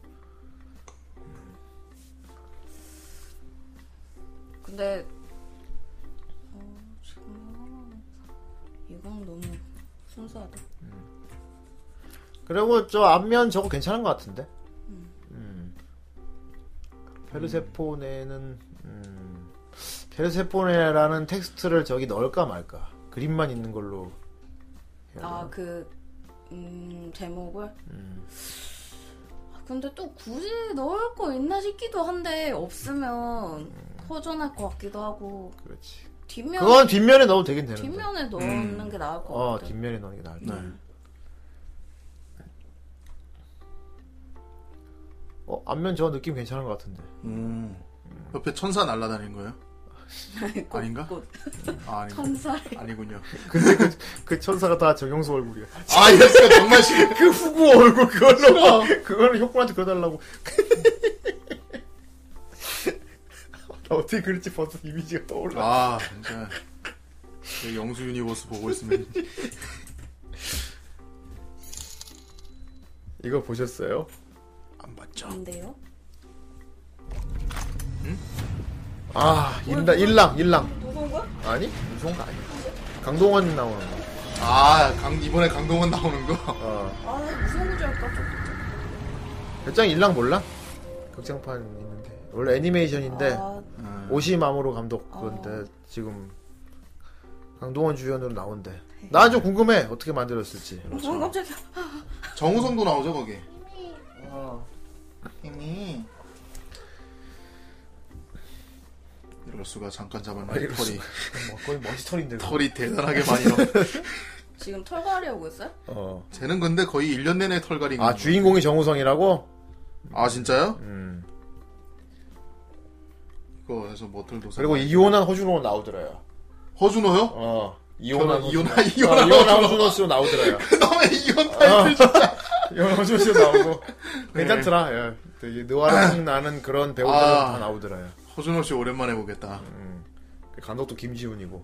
근데 어, 지금 이건 너무 순수하다. 그리고 저 앞면 저거 괜찮은 것 같은데 음. 페르세포네는 음. 페르세포네라는 텍스트를 저기 넣을까 말까 그림만 있는 걸로 해야 되나? 아그 음, 제목을. 아, 근데 또 굳이 넣을 거 있나 싶기도 한데 없으면 허전할 것 같기도 하고 그렇지 뒷면 그건 뒷면에 넣어도 되긴 되는데 뒷면에 음. 넣는 음. 게 나을 것 어 같아. 뒷면에 넣는 게 나을 것 같아 어 앞면 저 느낌 괜찮은 것 같은데 음. 옆에 천사 날아다니는 거예요? 네, 아닌가? 꽃. 아, 아닌가? 천사. 아니군요. 그 천사가 다 정용수 얼굴이야 아, 이거 진짜 정말 싫어. 그 후구 (laughs) 얼굴 그걸로 그거를 효과한테 그려달라고 (laughs) 나 어떻게 그릴지 벌써 이미지가 떠올라 아, 진짜. 그 영수 유니버스 보고 있으면. 이거 보셨어요? 안 봤죠? 근데요? 아 일랑 일랑 일랑 무서운 거야? 아니 무서운 거 아니야 강동원 나오는 거 아, 강, 이번에 강동원 나오는 거? 어. 아, 나 무서운 거줄 알까? 좀. 별장 일랑 몰라? 극장판 있는데 원래 애니메이션인데 아, 오시마모로 감독 그건데 지금 강동원 주연으로 나온대 나 좀 궁금해 어떻게 만들었을지 무서운 그렇죠. 거 갑자기. 정우성도 나오죠, 거기? 어. 이미. 이럴 수가 잠깐 잡았네. 아, 이럴 뭐, 털이 거의 머시털인데 털이 대단하게 많이 나. 지금 털갈이 하고 있어요? 어. (laughs) 쟤는 근데 거의 1년 내내 털갈이. 아 주인공이 정우성이라고? 아 진짜요? 음. 그거에서 뭐 머털도 그리고 이혼한 허준호 나오더라요. 허준호요? 어. 이혼한 결혼- 허준호. 이혼한- 어, 이혼한 (laughs) 이혼한 허준호. 허준호 씨도 나오더라요. (laughs) 그놈의 이혼 아. 타이틀 진짜. (laughs) 이혼한 허준호 씨도 나오고. 괜찮더라. 예. 되게 느와르 풍 나는 그런 배우들 아. 다 나오더라요. 허준호 씨 오랜만에 보겠다. 그 감독도 김지훈이고.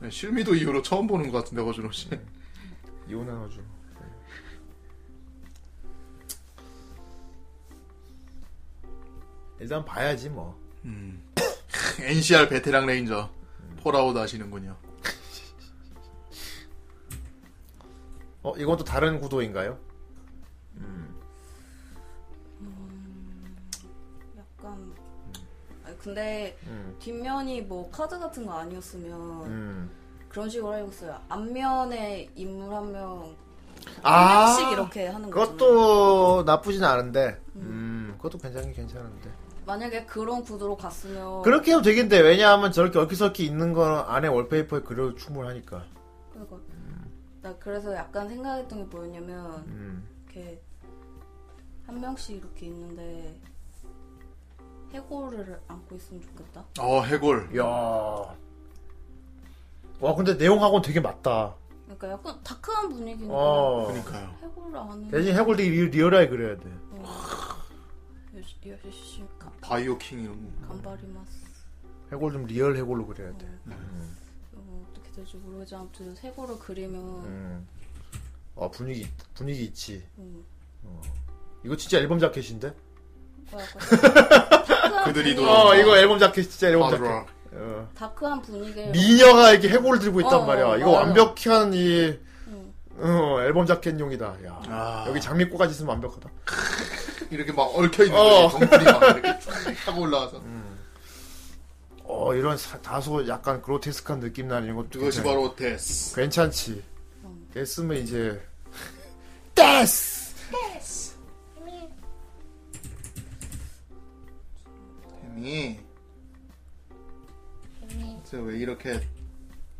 네, 실미도 이후로 처음 보는 것 같은데 허준호 씨. (laughs) 이혼한 허준호. 일단 봐야지 뭐. 음. NCR 베테랑 레인저 폴아웃 하시는군요. 어 이건 또 다른 구도인가요? 약간 아니, 근데 음. 뒷면이 뭐 카드 같은 거 아니었으면 음. 그런 식으로 하고 있어요. 앞면에 인물 한명 아. 한씩 이렇게 하는 거죠. 그것도 나쁘진 않은데. 음. 그것도 괜찮긴 괜찮은데. 만약에 그런 구도로 갔으면 그렇게 해도 되겠는데 왜냐하면 저렇게 얼키설키 있는 건 안에 월페이퍼에 그려도 충분하니까 그러니까 나 그래서 약간 생각했던 게 뭐였냐면 음. 이렇게 한 명씩 이렇게 있는데 해골을 안고 있으면 좋겠다. 어 해골. 이야 와 근데 내용하고는 되게 맞다 그러니까 약간 다크한 분위기니까 어 그러니까요. 해골을 안는 대신 해골 되게 리- 리얼하게 그려야 돼 열심히 간- 바이오 킹 이런 거. 간바리마스. 해골 좀 리얼 해골로 그려야 돼 음. 음. 어, 어떻게 될지 모르겠지만 아무튼 해골을 그리면 음. 아 분위기 분위기 있지 음, 이거 진짜 앨범 자켓인데? 네. 뭔가 약간 다크한 (laughs) 그들이 분위기- 돌아와. 어 이거 앨범 자켓 진짜 아, 앨범 자켓 파드라. 어. 다크한 분위기를 미녀가 이렇게 해골을 들고 있단 네. 어, 말이야 어, 이거 맞아. 완벽한 이 음. 어, 앨범 자켓용이다 야 아. 여기 장미꽃까지 있으면 완벽하다 이렇게 막 얽혀 있는 어. 음, 거. 덩굴이 막 (laughs) 이렇게 쫙 타고 올라와서. 어 이런 사- 다소 약간 그로테스크한 느낌 나는 것도 그것이 괜찮- 바로 데스. 괜찮지. 음. 됐으면 이제 (laughs) 됐스 혜미. 쟤 왜 이렇게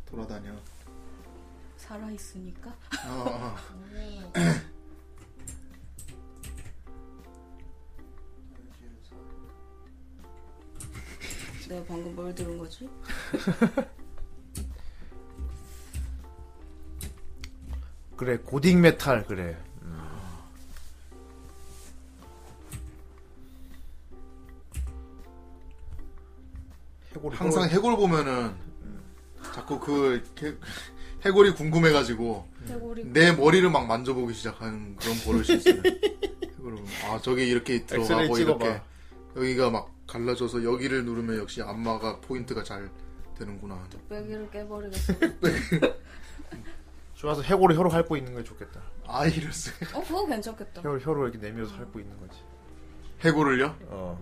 돌아다녀? 살아있으니까. (laughs) (laughs) 어. 내가 방금 뭘 들은 거지? 그래 고딕 메탈 그래 음. 해골이 항상 해골 보면은 자꾸 그 개- 해골이 궁금해가지고 해골이 내 머리를 막 만져보기 시작하는 그런 버릇이 (laughs) 있어요. 해골을 보면 아 저게 이렇게 들어가고 엑스레이 찍어봐. 이렇게 여기가 막 갈라져서 여기를 누르면 역시 안마가 포인트가 잘 되는구나. 빼기를 깨버리겠어. 좋아서 해골을 혀로 핥고 있는 게 좋겠다 아 이럴수. 어 그거 괜찮겠다. 혀를 혀로 이렇게 내밀어서 핥고 있는 거지 (laughs) 해골을요? 어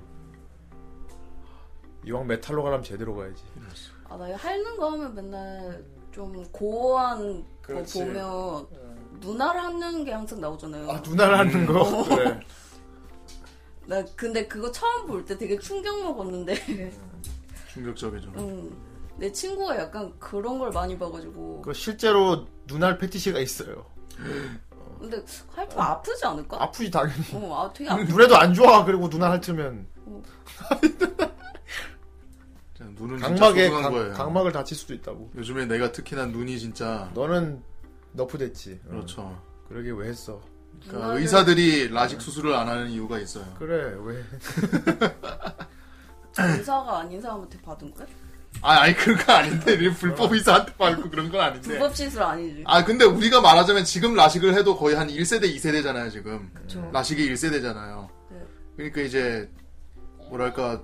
이왕 메탈로 가려면 제대로 가야지 아나 이거 핥는 거 하면 맨날 좀 고어한 거 그렇지. 보면 누나를 핥는 게 항상 나오잖아요. 아 누나를 하는 거 그래 나 근데 그거 처음 볼 때 되게 충격 먹었는데. (laughs) 충격적이죠. 음, 내 친구가 약간 그런 걸 많이 봐가지고. 그 실제로 눈알 패티시가 있어요 근데 핥으면 아프지 않을까? 어. 아프지 당연히 어, 아, 되게 아프. 눈에도 안 좋아 그리고 눈알 핥으면 자, 눈은 각막에 진짜 소중한 각- 거예요. 각막을 다칠 수도 있다고 요즘에 내가 특히나 눈이 진짜 너는 너프 됐지 어. 그렇죠. 그러게 왜 했어 그러니까 눈알을- 의사들이 라식 수술을 안 하는 이유가 있어요. 그래 왜 의사가 아닌 사람한테 받은 네. 거야? 아, 아니 그런 거 아닌데 이 불법 의사한테 말고 그런 건 아닌데. 불법 시술 아니지. 아 근데 우리가 말하자면 지금 라식을 해도 거의 한 1세대 2세대잖아요 지금 그쵸. 라식이 1세대잖아요 네. 그러니까 이제 뭐랄까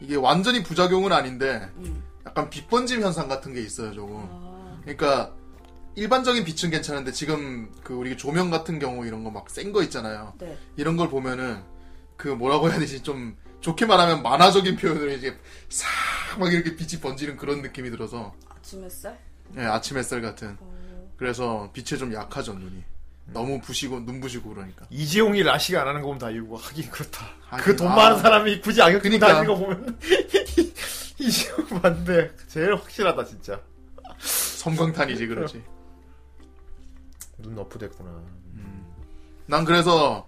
이게 완전히 부작용은 아닌데 음. 약간 빛번짐 현상 같은 게 있어요 조금 아, 그러니까 일반적인 빛은 괜찮은데 지금 그 우리 조명 같은 경우 이런 거 막 센 거 있잖아요 네. 이런 걸 보면은 그 뭐라고 해야 되지 좀 좋게 말하면 만화적인 표현으로 이제 싹 막 이렇게 빛이 번지는 그런 느낌이 들어서 아침 햇살? 예, 아침 햇살 같은 어, 그래서 빛에 좀 약하죠 눈이 너무 부시고 눈 부시고 그러니까 이지용이 라식 안 하는 거 보면 다 이유고 하긴 그렇다. 하긴, 그 돈 아. 많은 사람이 굳이 악역 그니 그니까. 다니는 거 보면 (laughs) 이지용 반대. 제일 확실하다 진짜. 섬광탄이지 그러지 눈 너프됐구나. 난 그래서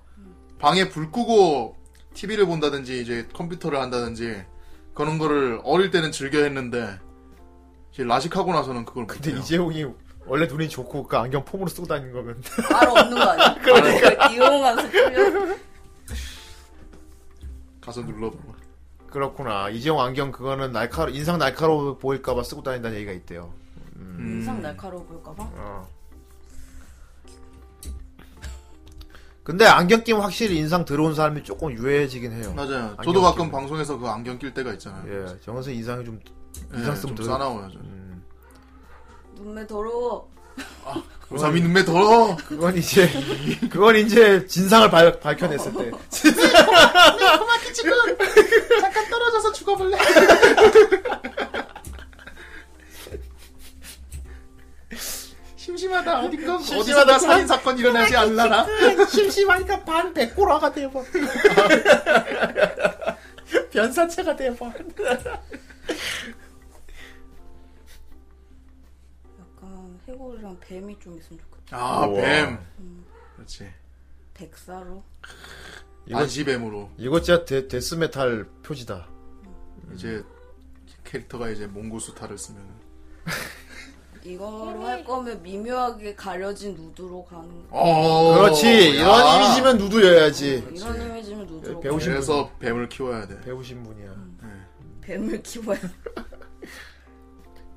방에 불 끄고 TV를 본다든지 이제 컴퓨터를 한다든지 그런 거를 어릴 때는 즐겨 했는데 이제 라식하고 나서는 그걸 근데 못해요 이재용이 원래 눈이 좋고 그 안경 폼으로 쓰고 다니는 거면 (laughs) 알 없는 거 아니야? 그러니까. 이용하면서 풀려. 가서 눌러봐 그렇구나. 이재용 안경 그거는 날카로 인상 날카로 보일까봐 쓰고 다닌다는 얘기가 있대요. 음. 인상 날카로워 볼까봐? 어. 근데 안경 끼면 확실히 인상 들어온 사람이 조금 유해지긴 해요. 맞아요 안경 저도 가끔 끼면. 방송에서 그 안경 낄 때가 있잖아요 예, 정은세 인상이 좀 예, 인상 쓰면 좀 들- 싸나워야죠 음. 눈매 더러워. 우삼이 (laughs) 눈매 더러워 그건 이제 그건 이제 진상을 발, 밝혀냈을 때 잠깐 떨어져서 죽어볼래 심심하다 어디가 어디서나 살인 사건 일어나지 않나 심심하니까 반 백골화가 돼봐 변사체가 돼봐 약간 해골이랑 뱀이 좀 있으면 좋겠다. 아, 우와. 음. 뱀. 그렇지. 백사로? 이거, 반시뱀으로 이거 진짜 데, 데스메탈 표지다 음. 이제 캐릭터가 이제 몽고수타를 쓰면 이거로 할 거면 미묘하게 가려진 누드로 가는 거. 어, 어, 그렇지 야. 이런 이미지면 누드여야지 이런 이미지면 누드로 배우- 가. 그래서 뱀을 키워야 돼. 배우신 분이야 뱀을 키워야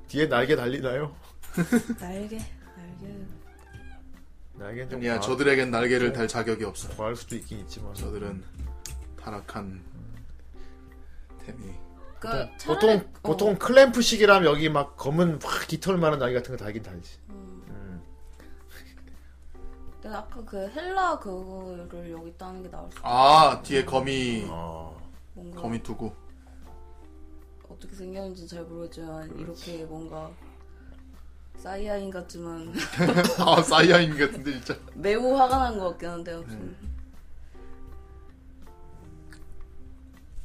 뒤에 날개 달리나요? (laughs) 날개, 날개. 날개는 좀 아니야, 과- 저들에겐 날개를 달 자격이 없어. 과할 수도 있긴 있지만 저들은 타락한 템이. 그러니까 보통 차라리, 어, 보통 클램프식이라면 여기 막 검은 확 깃털만한 날개 같은 거 달긴 달지 내가 아까 그 헬라 그거를 여기 따는 게 나을 수 아, 뒤에 거미, 음. 어 뭔가 거미 두고. (laughs) 어떻게 생겼는지 잘 모르겠지만 이렇게 뭔가 사이아인 같지만 아 사이아인 같은데 진짜. 매우 화가 난 것 같긴 한데 아무튼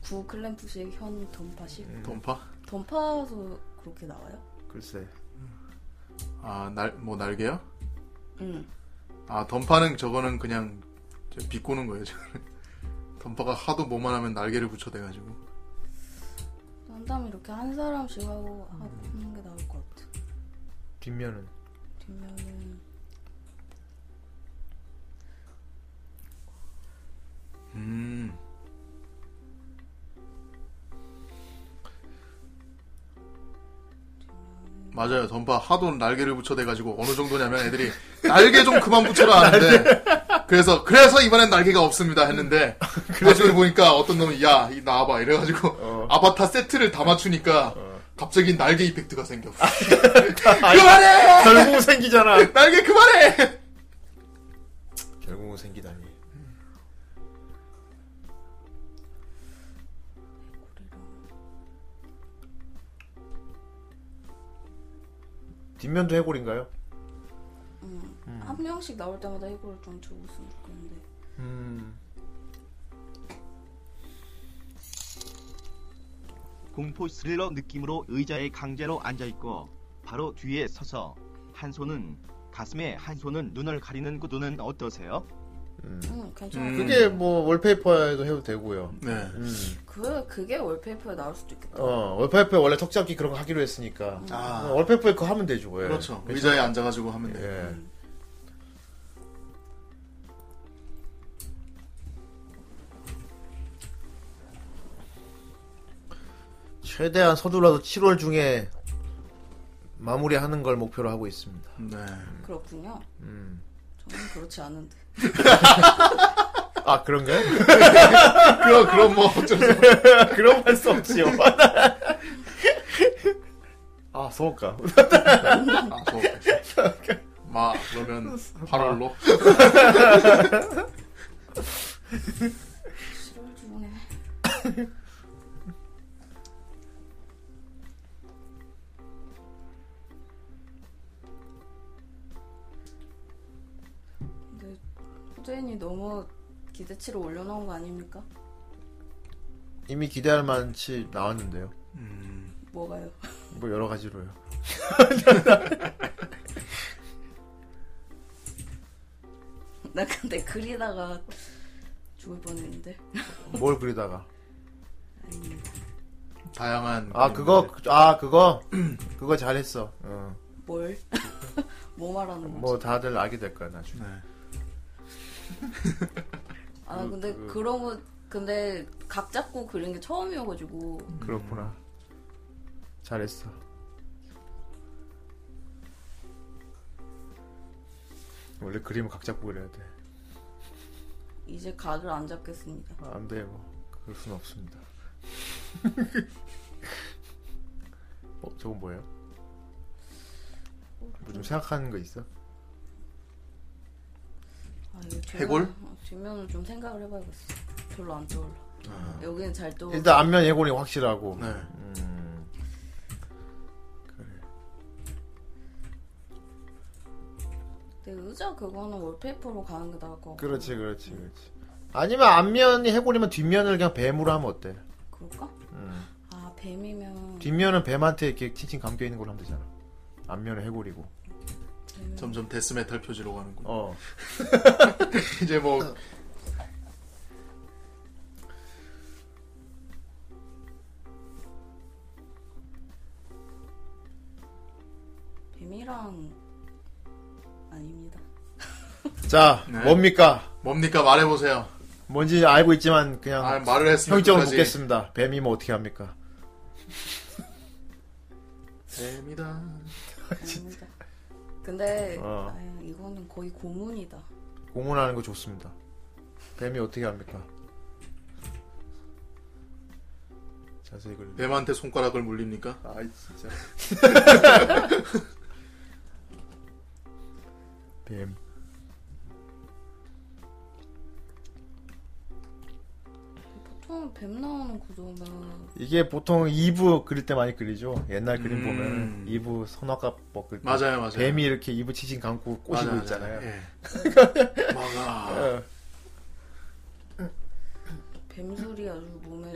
구 클램프식 현 던파식 던파? 던파도 그렇게 나와요? 음. 글쎄. 아 날 뭐 날개요? 응. 아 던파는 저거는 그냥 저 비꼬는 거예요. 저거는. 던파가 하도 뭐만 하면 날개를 붙여대가지고. 런담 이렇게 한 사람씩 하고 하는 게 나올 것 같아. 뒷면은 뒷면은 음. 맞아요. 던파 하도 날개를 붙여대가지고 어느 정도냐면 애들이 날개 좀 그만 붙여라 (laughs) 하는데 그래서 그래서 이번엔 날개가 없습니다 했는데 (laughs) 나중에 보니까 어떤 놈이 야 이 나와봐 이래가지고 아바타 세트를 다 맞추니까 갑자기 날개 이펙트가 생겨. (laughs) (laughs) 그만해 결국은 생기잖아. 날개 그만해. 결국은 생기다니. 뒷면도 해골인가요? 한 명씩 나올 때마다 해골을 좀 적었으면 좋겠는데. 공포 스릴러 느낌으로 의자에 강제로 앉아있고 바로 뒤에 서서 한 손은 가슴에 한 손은 눈을 가리는 구도는 어떠세요? 응, 음, 괜찮아. 그게 뭐 월페이퍼에도 해도 되고요. 네. 그 그게 월페이퍼에 나올 수도 있겠다. 어 월페이퍼에 원래 턱 잡기 그런 거 하기로 했으니까. 아. 어, 월페이퍼에 그거 하면 되죠. 예. 그렇죠. 괜찮- 의자에 앉아가지고 하면 돼. 예. 최대한 서둘러서 7월 중에 마무리하는 걸 목표로 하고 있습니다. 네. 그렇군요. 저는 그렇지 않은데. 아 (laughs) 그런가요? 그럼 그럼 뭐 어쩔 수 그런 할 수 없지요. (laughs) 아 소울까? 아, (laughs) 저- 마 그러면 8월로 7월 중에. 근데 후대인이 너무 기대치를 올려놓은 거 아닙니까? 이미 기대할 만치 나왔는데요. 뭐가요? (laughs) 뭐 여러 가지로요. 나 근데 그리다가 죽을 뻔했는데. 뭘 그리다가 다양한 아 그거 아 그거 (clears throat) 그거 잘했어. 어. 뭘? (laughs) 뭐 말하는 거지? 뭐 다들 알게 될 거야 나중에. 아 근데 그, 런거 근데 각 잡고 그린 게 처음이어가지고 그렇구나. 잘했어. 원래 그림을 각 잡고 그려야 돼. 이제 각을 안 잡겠습니다. 아, 안 돼요. 그럴 순 없습니다. (laughs) 어, 저건 뭐예요? 뭐 좀 생각하는 거 있어? 아, 이거 뒷면- 해골? 어, 뒷면을 좀 생각을 해봐야겠어. 별로 안 떠올라. 여기는 잘 떠올라. 아. 일단 안면 예고이 확실하고. 네. 음. 근데 의자 그거는 월페이퍼로 가는 게 나을 것 같고. 그렇지, 그렇지, 그렇지. 아니면 앞면이 해골이면 뒷면을 그냥 뱀으로 하면 어때? 그럴까? 음. 아 뱀이면 뒷면은 뱀한테 이렇게 칭칭 감겨 있는 걸로 하면 되잖아. 앞면은 해골이고. 뱀이면- 점점 데스메탈 표지로 가는군. 요 어. (laughs) 이제 뭐 뱀이랑 아닙니다. 자, 네. 뭡니까? 뭡니까 말해보세요. 뭔지 알고 있지만 그냥 아 말을 했으면 형적으로 끝까지. 묻겠습니다. 뱀이면 뭐 어떻게 합니까? 뱀이다. 아닙니다. 근데 어. 아유, 이거는 거의 고문이다. 고문하는 거 좋습니다. 뱀이 어떻게 합니까? 자세히 글. 뱀한테 손가락을 물립니까? 아이 (laughs) 진짜. 뱀. 보통 처음에 뱀 나오는 구조면 이게 보통 2부 그릴 때 많이 그리죠. 옛날 그림 보면 2부 선화가 뭐 그, 음. 맞아요, 맞아요. 뱀이 이렇게 2부 치신 감고 꼬시고 맞아요, 예. 있잖아요. 맞아요. (laughs) 예. 뱀 소리 아주 (laughs) 몸에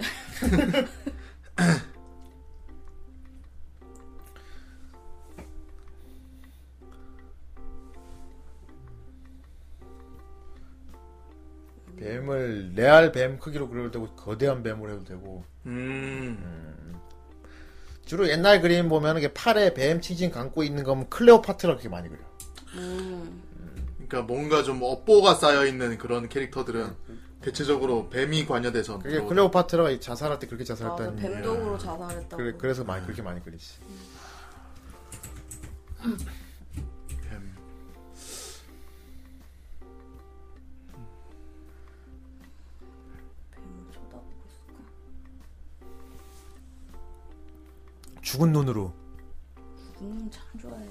뱀을 레알 뱀 크기로 그려도 되고 거대한 뱀으로 해도 되고 음. 주로 옛날 그림 보면 이게 팔에 뱀 치진 감고 있는 거면 클레오파트라 그렇게 많이 그려. 그러니까 뭔가 좀 업보가 쌓여 있는 그런 캐릭터들은 대체적으로 뱀이 관여돼서 그게 들어오죠. 클레오파트라가 이 자살할 때 그렇게 맞아 자살했다는 얘기예요. 뱀독으로 자살했다고 그래, 그래서 많이 그렇게 많이 그리지. 뱀. 뱀 쳐다보고 있을까? 죽은 눈으로. 눈참 좋아해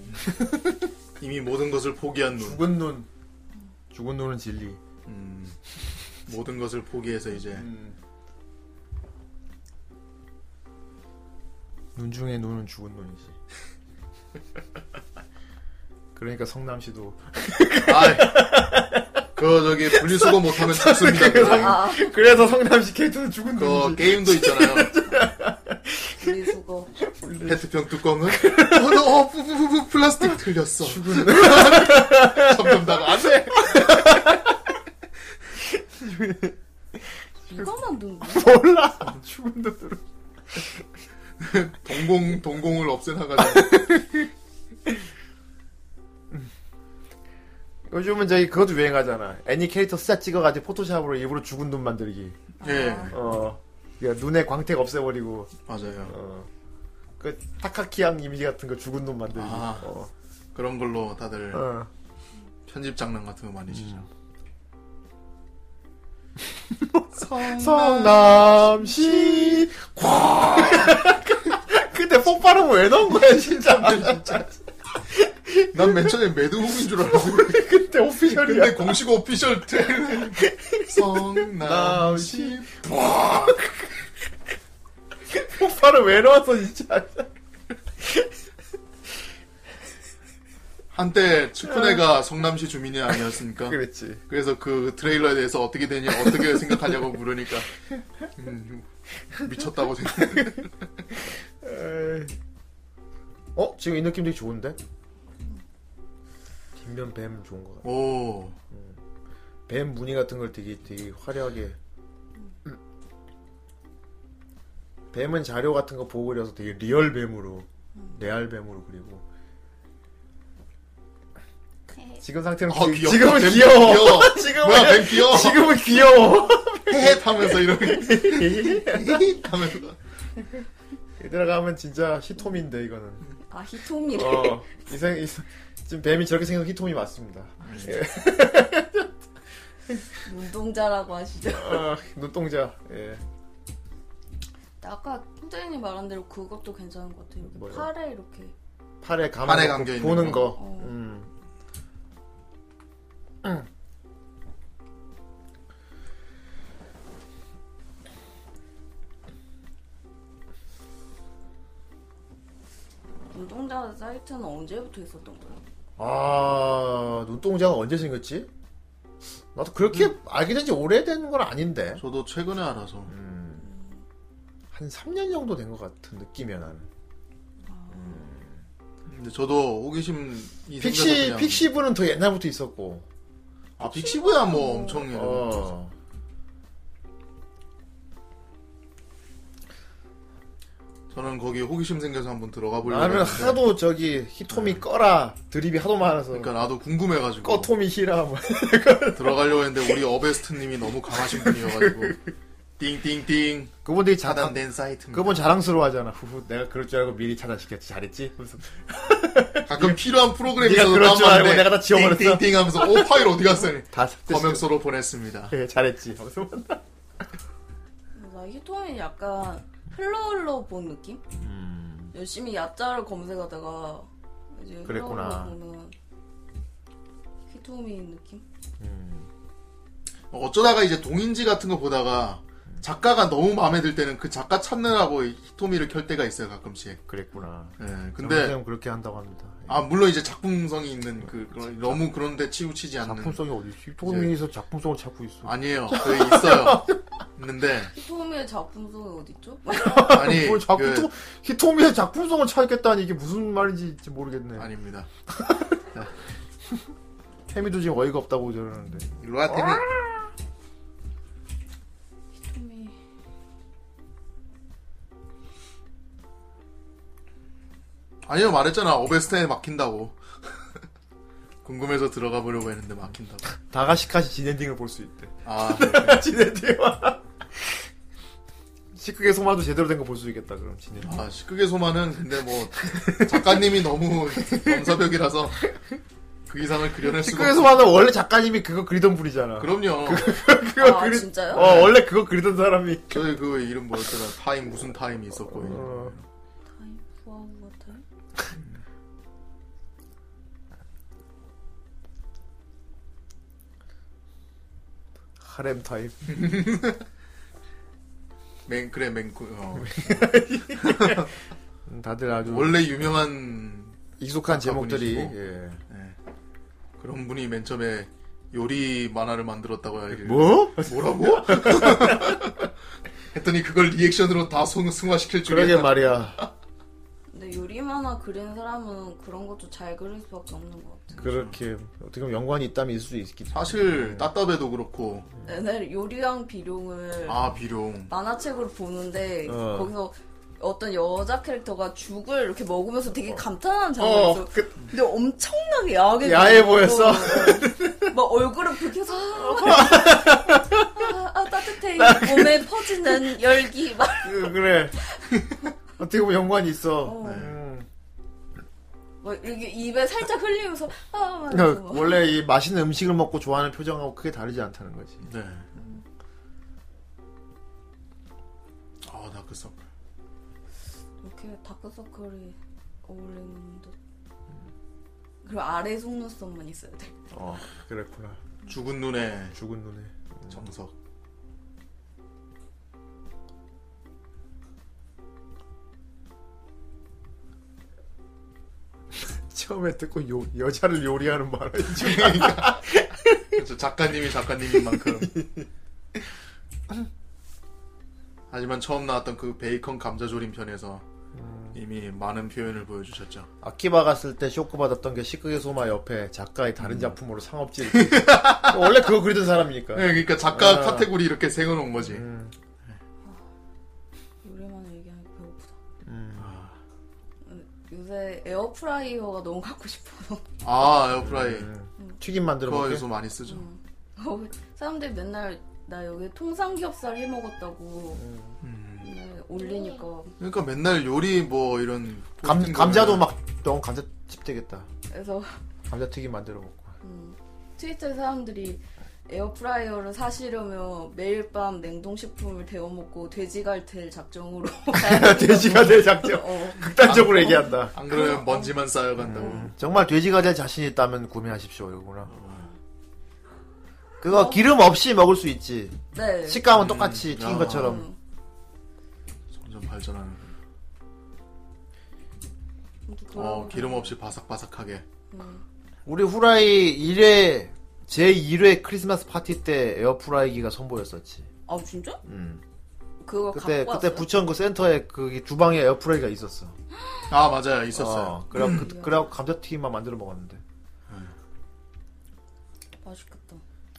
이미 모든 것을 포기한 눈. 죽은 눈. 죽은 눈은 진리. 음, 모든 것을 포기해서 이제 음. 눈 중에 눈은 죽은 눈이지. (laughs) 그러니까 성남시도 아이, 그거 저기 분리수거 못하면 죽습니다. 그거. 그래서 성남시 캐릭터는 죽은 그 게임도 있잖아요. 우리 수거 페트병 뚜껑은 어, 너, 어, 뿌뿌뿌뿌 플라스틱 틀렸어. 점점 다안 돼. 누가 만든 거야? 몰라 (laughs) 죽은 눈으로. 동공 동공을 없애나가자. 요즘은 저기 그것도 유행하잖아. 애니 캐릭터 스샷 찍어가지고 포토샵으로 일부러 죽은 눈 만들기. 예, 어, 그러니까 눈에 광택 없애버리고. 맞아요. 어. 그 타카키양 이미지 같은 거 죽은 눈 만들기. 아. 어. 그런 걸로 다들 어. 편집 장난 같은 거 많이 치죠. 성남시 (laughs) 과 근데 뽀빠은왜 넣은 거야 음. (laughs) 진짜 난 맨 처음에 매드홈인 줄 알았어. 그때 오피셜이야 근데 공식 오피셜 트레일러 성남시 뽀빠은왜 넣었어 (laughs) 진짜 한때 츠쿠네가 성남시 주민이 아니었으니까 그랬지 그래서 그 트레일러에 대해서 어떻게 되냐 어떻게 생각하냐고 물으니까 음, 미쳤다고 생각 에이. 어? 지금 이 느낌 되게 좋은데? 뒷면 뱀 좋은 거 같아 오 뱀 무늬 같은 걸 되게 되게 화려하게 뱀은 자료 같은 거 보고 그려서 되게 리얼 뱀으로 레알 뱀으로 그리고 지금 상태는 아, 기, 귀엽다. 지금은 뱀 귀여워 (laughs) 귀여워. 지금은 뭐야 뱀 귀여워 지금은 귀여워 헷 하면서 이렇게 (laughs) 헷 하면서 얘들아 가면 진짜 히토미인데 이거는 아 히토미래 어 (laughs) 이생 이생 지금 뱀이 저렇게 생긴 히토미 맞습니다 (laughs) 눈동자라고 하시죠 어, 눈동자 예 아까 홍자인이 말한 대로 그것도 괜찮은 것 같아요 이렇게 뭐요? 팔에 이렇게 팔에 감아 팔에 놓고 감겨있는 보는 거, 거. 어. 음. 눈동자 사이트는 언제부터 있었던 거예요? 아 눈동자가 언제 생겼지? 나도 그렇게 알게 된 지 오래된 건 아닌데 저도 최근에 알아서 음. 한 3년 정도 된 것 같은 느낌이야 나는 근데 저도 호기심 이 픽시 픽시부는 더 옛날부터 있었고 아 픽시브야 뭐 엄청 예전 어. 저는 거기 호기심 생겨서 한번 들어가 보려고 나는 했는데 하도 저기 히토미 꺼라 드립이 하도 많아서 네. 그러니까 나도 궁금해가지고 꺼토미 히라 (laughs) 뭐. 들어가려고 했는데 우리 어베스트님이 너무 강하신 분이어가지고 띵띵띵 그분들이 자단 차단된 사이트입니다. 아, 네. 그분 자랑스러워하잖아 후후 내가 그럴 줄 알고 미리 차단시켰지 잘했지 그래서 가끔 필요한 아, 프로그램이 예. 네가 있어서 그럴 줄 다운받는데 알고 내가 다 지워버렸어. 띵띵띵 하면서 오 파일 어디 갔어요? (laughs) 다 검역소로 보냈습니다. (laughs) 예, (laughs) 잘했지 하면서 나 히토미 약간 흘러흘러 본 느낌? 음, 열심히 야자를 검색하다가 이제 그랬구나. 흘러흘러 보는 히토미 느낌? 어쩌다가 이제 동인지 같은 거 보다가 작가가 너무 마음에 들 때는 그 작가 찾느라고 히토미를 켤 때가 있어요 가끔씩. 그랬구나. 예, 근데 근데 그렇게 한다고 합니다. 아 물론 이제 작품성이 있는 그 그런- 너무 그런데 치우치지 않는 작품성이 어디 있지? 토미에서 작품성을 찾고 있어. 아니에요. (laughs) 그게 있어요. 있는데 히토미의 작품성이 어딨죠? (laughs) 아니 뭘 자꾸 그- 토- 히토미의 작품성을 찾겠다니 이게 무슨 말인지 모르겠네. 아닙니다. 케미도 지금 어이가 없다고 저러는데. 일로와 테미. 히토미. 아니요 말했잖아 어베스타에 막힌다고. (laughs) 궁금해서 들어가 보려고 했는데 막힌다고. 다가시카시 진엔딩을 볼 수 있대. (laughs) 아 진엔딩. (laughs) 시크게 소마도 제대로 된 거 볼 수 있겠다 그럼 진엔딩. 아, 시크게 소마는 근데 뭐 작가님이 너무 검사벽이라서 그 이상을 그려낼 수가 시크게 없어. 소마는 원래 작가님이 그거 그리던 분이잖아. 그럼요. 그거 아, 진짜요? 어 원래 그거 그리던 사람이. 저희 그 이름 뭐였더라? 타임 무슨 타임이 있었고. 어. 타임 와우 같아요? 하렘 타입. 맹 그래 맹구. 어. 음, 다들 아주 원래 유명한 익숙한 제목들이. 작가분이시고. 예. 그런 분이 맨 처음에 요리 만화를 만들었다고 알길. 뭐? 뭐라고? (laughs) 했더니 그걸 리액션으로 다 송- 승화시킬 그러게 줄이야. 말이야. 근데 요리만화 그린 사람은 그런 것도 잘 그릴 수밖에 없는 것 같아요. 그렇게 어떻게 보면 연관이 있다면 있을 수 있겠지. 사실 따따배도 그렇고 음. 옛날 요리왕 비룡을 아 비룡 만화책으로 보는데 어. 거기서 어떤 여자 캐릭터가 죽을 이렇게 먹으면서 되게 감탄하는 장면이 어, 있어. 근데 엄청나게 야하게 야해 보이고, 보였어? 어, (laughs) 막 얼굴을 이렇게 해서 아, 아, 따뜻해 몸에 퍼지는 열기 막 그, 그래. (laughs) 어떻게 보면 연관이 있어. 어. 음. 막 이렇게 입에 살짝 흘리면서 아막 그러니까 원래 이 맛있는 음식을 먹고 좋아하는 표정하고 크게 다르지 않다는 거지. 네. 아 다크서클. 이렇게 다크서클이 어울리는 듯 그리고 아래 속눈썹만 있어야 돼 어, 그랬구나. 죽은 눈에 죽은 눈에. 정석. 처음에 듣고 요- 여자를 요리하는 말을 (laughs) 좀 그렇죠. 작가님이 작가님인 만큼. 하지만 처음 나왔던 그 베이컨 감자조림 편에서 음. 이미 많은 표현을 보여주셨죠. 아키바 갔을 때 쇼크 받았던 게 시크게 소마 옆에 작가의 다른 작품으로 상업질. (laughs) 원래 그거 그리던 사람이니까. 네, 그러니까 작가 아. 카테고리 이렇게 세워놓은 거지. 음. 요리만 얘기하니까 배고프다. 음. 아. 요새 에어프라이어가 너무 갖고 싶어서 (laughs) 아, 에어프라이. 음. 튀김 만들어 그거 먹게. 요소 많이 쓰죠. 어, 사람들이 맨날 나 여기 통삼겹살 해 먹었다고 음. 네, 올리니까 그러니까 맨날 요리 뭐 이런 감, 포스팅 감자도 보면 막 너무 감자칩 되겠다. 그래서 감자튀김 만들어 먹고. 음, 트위터에 사람들이 에어프라이어를 사시려면 매일 밤 냉동식품을 데워 먹고 돼지갈텔 작정으로 (laughs) (laughs) 돼지가 될 작정. 어, 극단적으로 얘기한다. 안 그러면 먼지만 쌓여간다고. 아, 음. 정말 돼지가 될 자신 있다면 구매하십시오. 이거구나. 그거 기름 없이 먹을 수 있지. 네. 식감은 똑같이 튀긴 아. 것처럼. 음, 점점 발전하는. 아무튼 그런 어, 거. 기름 없이 바삭바삭하게. 음, 우리 후라이 1회 제 1회 크리스마스 파티 때 에어프라이기가 선보였었지. 아 진짜? 음. 그거 그때 갖고 그때 왔어요? 부천 그 센터에 그 주방에 에어프라이가 있었어. 아, 맞아요. 있었어요. 어, 그래 음. 그, 그래갖고 감자튀김만 만들어 먹었는데. 맛있겠다.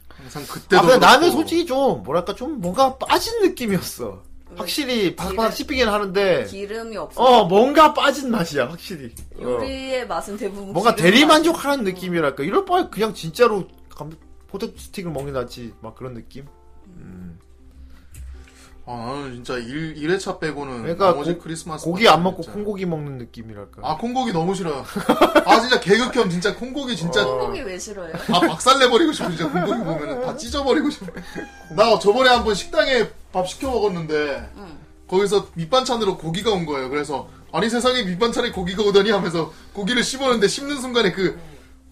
항상 아 그때도. 근데 나는 그렇고. 솔직히 좀 뭐랄까 좀 뭔가 빠진 느낌이었어. 음. 확실히 바삭바삭 씹히긴 하는데 네. 기름이 없어. 어 뭔가 빠진 맛이야 확실히. 어. 요리의 맛은 대부분 뭔가 기름 대리 맛이- 만족하는 느낌이랄까. 이럴 바에 그냥 진짜로 감 포테토 스틱을 먹는 게 낫지 막 그런 느낌. 음. 아, 나는 진짜 1, 1회차 빼고는 그러니까 나머지 고- 아, 크리스마스 고기 안 먹고 진짜. 콩고기 먹는 느낌이랄까. 아 콩고기 너무 싫어요. (laughs) 아 진짜 개극혐 진짜 콩고기 진짜 소고기 왜 싫어요? 다 박살내버리고 싶어 진짜 콩고기 보면 다 찢어버리고 싶어. 나 저번에 한번 식당에 밥 시켜 먹었는데 거기서 밑반찬으로 고기가 온 거예요. 그래서 아니 세상에 밑반찬에 고기가 오더니 하면서 고기를 씹었는데 씹는 순간에 그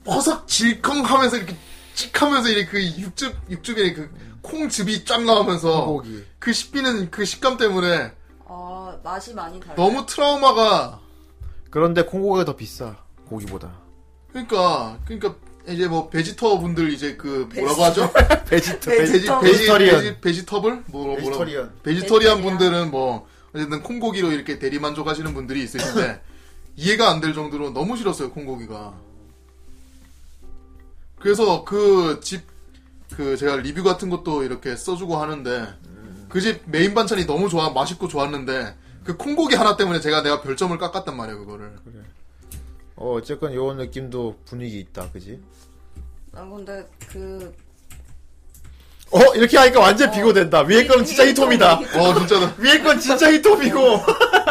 버석 질컹하면서 이렇게 찍하면서 이렇게 그 육즙 육즙에 그 콩즙이 쫙 나오면서 그 씹히는 그 식감 때문에 아 맛이 많이 달라. 너무 트라우마가 그런데 콩고기가 더 비싸 (laughs) 고기보다 그러니까 그러니까 이제 뭐 베지터 분들 이제 그 뭐라고 하죠? 베지터 베지, 베지터 베지, 베지터리언. 베지, 베지터블 뭐 베지터리언. 베지터리언 베지터리언 분들은 뭐 어쨌든 콩고기로 이렇게 대리 만족하시는 분들이 (laughs) 있으신데 이해가 안 될 정도로 너무 싫었어요 콩고기가. 그래서 그 집 그 제가 리뷰 같은 것도 이렇게 써주고 하는데 그 집 메인 반찬이 너무 좋아 맛있고 좋았는데 그 콩고기 하나 때문에 제가 내가 별점을 깎았단 말이에요 그거를. 어 어쨌건 요런 느낌도 분위기 있다 그지? 난 근데 그 어 이렇게 하니까 완전 비교된다 위에 거는 진짜 히톱이다 어 진짜로 (laughs) 위에 건 진짜 히톱이고 (laughs)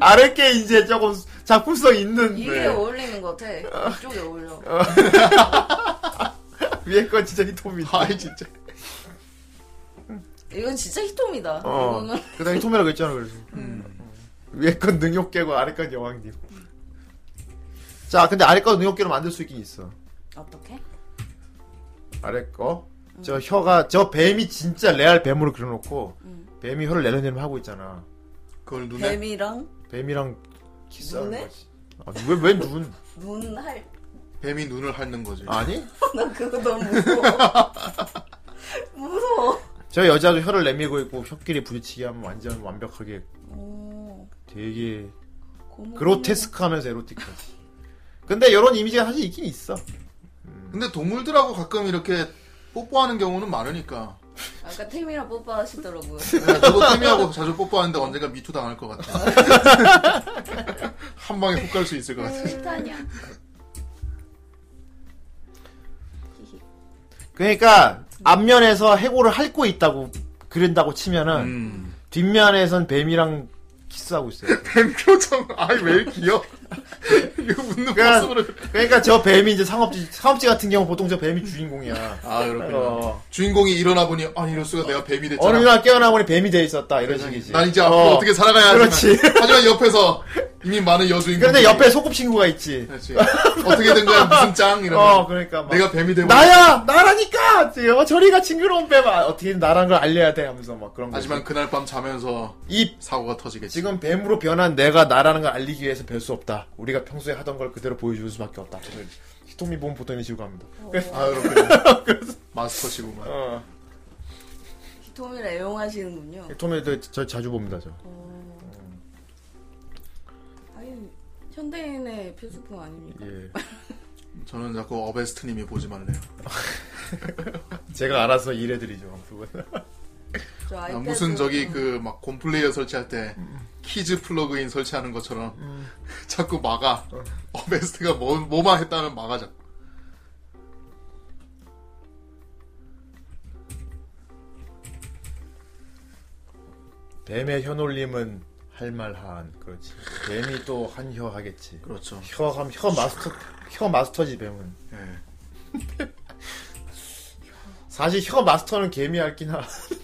아래 게 이제 조금 작품성 있는 네. 이게 어울리는 것 같아. 이쪽에 어울려. 위에 건 진짜 히톱이다 아이 진짜 이건 진짜 히톰이다. 어 이거는 그다음에 히톱이라고 했잖아 그래서 음. 위에 건 능욕깨고 아래 건 여왕님 자 근데 아래 건 능욕깨로 만들 수 있긴 있어 어떻게? 네. 아래 거. 저 혀가 저 뱀이 진짜 레알 뱀으로 그려놓고 뱀이 혀를 내려내려 하고 있잖아. (laughs) 그걸 눈에 네. 뱀이랑 뱀이랑 키스하는 눈에? 거지. 아, 왜, 왜 눈? 눈할. 뱀이 눈을 핥는 거지. 아니? 난 그거 너무 무서워. (laughs) 무서워. 저 여자도 혀를 내밀고 있고 혀끼리 부딪히게 하면 완전 완벽하게 오, 되게 고무. 그로테스크하면서 에로틱한. 근데 이런 이미지가 사실 있긴 있어. 근데 동물들하고 가끔 이렇게 뽀뽀하는 경우는 많으니까. 아까 템이랑 뽀뽀하시더라고요. 네, 저도 태미하고 자주 뽀뽀하는데 언젠가 미투 당할 것 같아. (laughs) 한 방에 훅 갈 수 있을 것 같아. 실타냐? 그러니까 앞면에서 해고를 핥고 있다고 그린다고 치면은 음. 뒷면에선 뱀이랑 키스하고 있어요. 뱀 표정, 아이, 왜 이렇게 귀여워? (laughs) 이거 웃는 모습으로. 그러니까 저 뱀이 이제 상업지 상업지 같은 경우 보통 저 뱀이 주인공이야. 아, 그렇구나. 어. 주인공이 일어나 보니, 아니, 이럴 수가 내가 뱀이 됐잖아. 어느 날 깨어나 보니 뱀이 돼 있었다 이런 식이지. 난 이제 앞으로 어. 떻게 살아가야 하지만. 그렇지. (laughs) 하지만 옆에서 이미 많은 여주인공. 그런데 옆에 소꿉친구가 있지. 그렇지. 어떻게 된 거야, 무슨 짱? 이러면. 어, 그러니까 막 네, 내가 뱀이 되고. 나야 나라니까. 어, 저리가 징그러운 뱀 아, 어떻게든 나란 걸 알려야 돼 하면서 막 그런 거. 하지만 그날 밤 자면서 이 사고가 터지겠지. 지금 뱀으로 변한 내가 나라는 걸 알리기 위해서 별 수 없다. 우리가 평소에 하던 걸 그대로 보여줄 수밖에 없다. 히토미 보면 보통 이런 식으로 합니다. 아, 그렇구나. (laughs) 마스터시구만. 어. 히톰이를 애용하시는군요. 히토미도 저 자주 봅니다 저. 어. 아니 현대인의 필수품 아닙니까? 예. (laughs) 저는 자꾸 어베스트님이 보지 말래요. 제가 알아서 일해드리죠. 그건. 저 아, 아이패드 무슨 저기 그 막 곰플레이어 설치할 때 키즈 플러그인 설치하는 것처럼 자꾸 막아 어베스트가 뭐, 뭐만 했다면 막아자 뱀의 혀놀림은 할말한 그렇지. 뱀이 또 한 혀 하겠지. 그렇죠 혀함 혀 마스터 혀 마스터지 뱀은. 예. 사실 혀 마스터는 개미 할기나.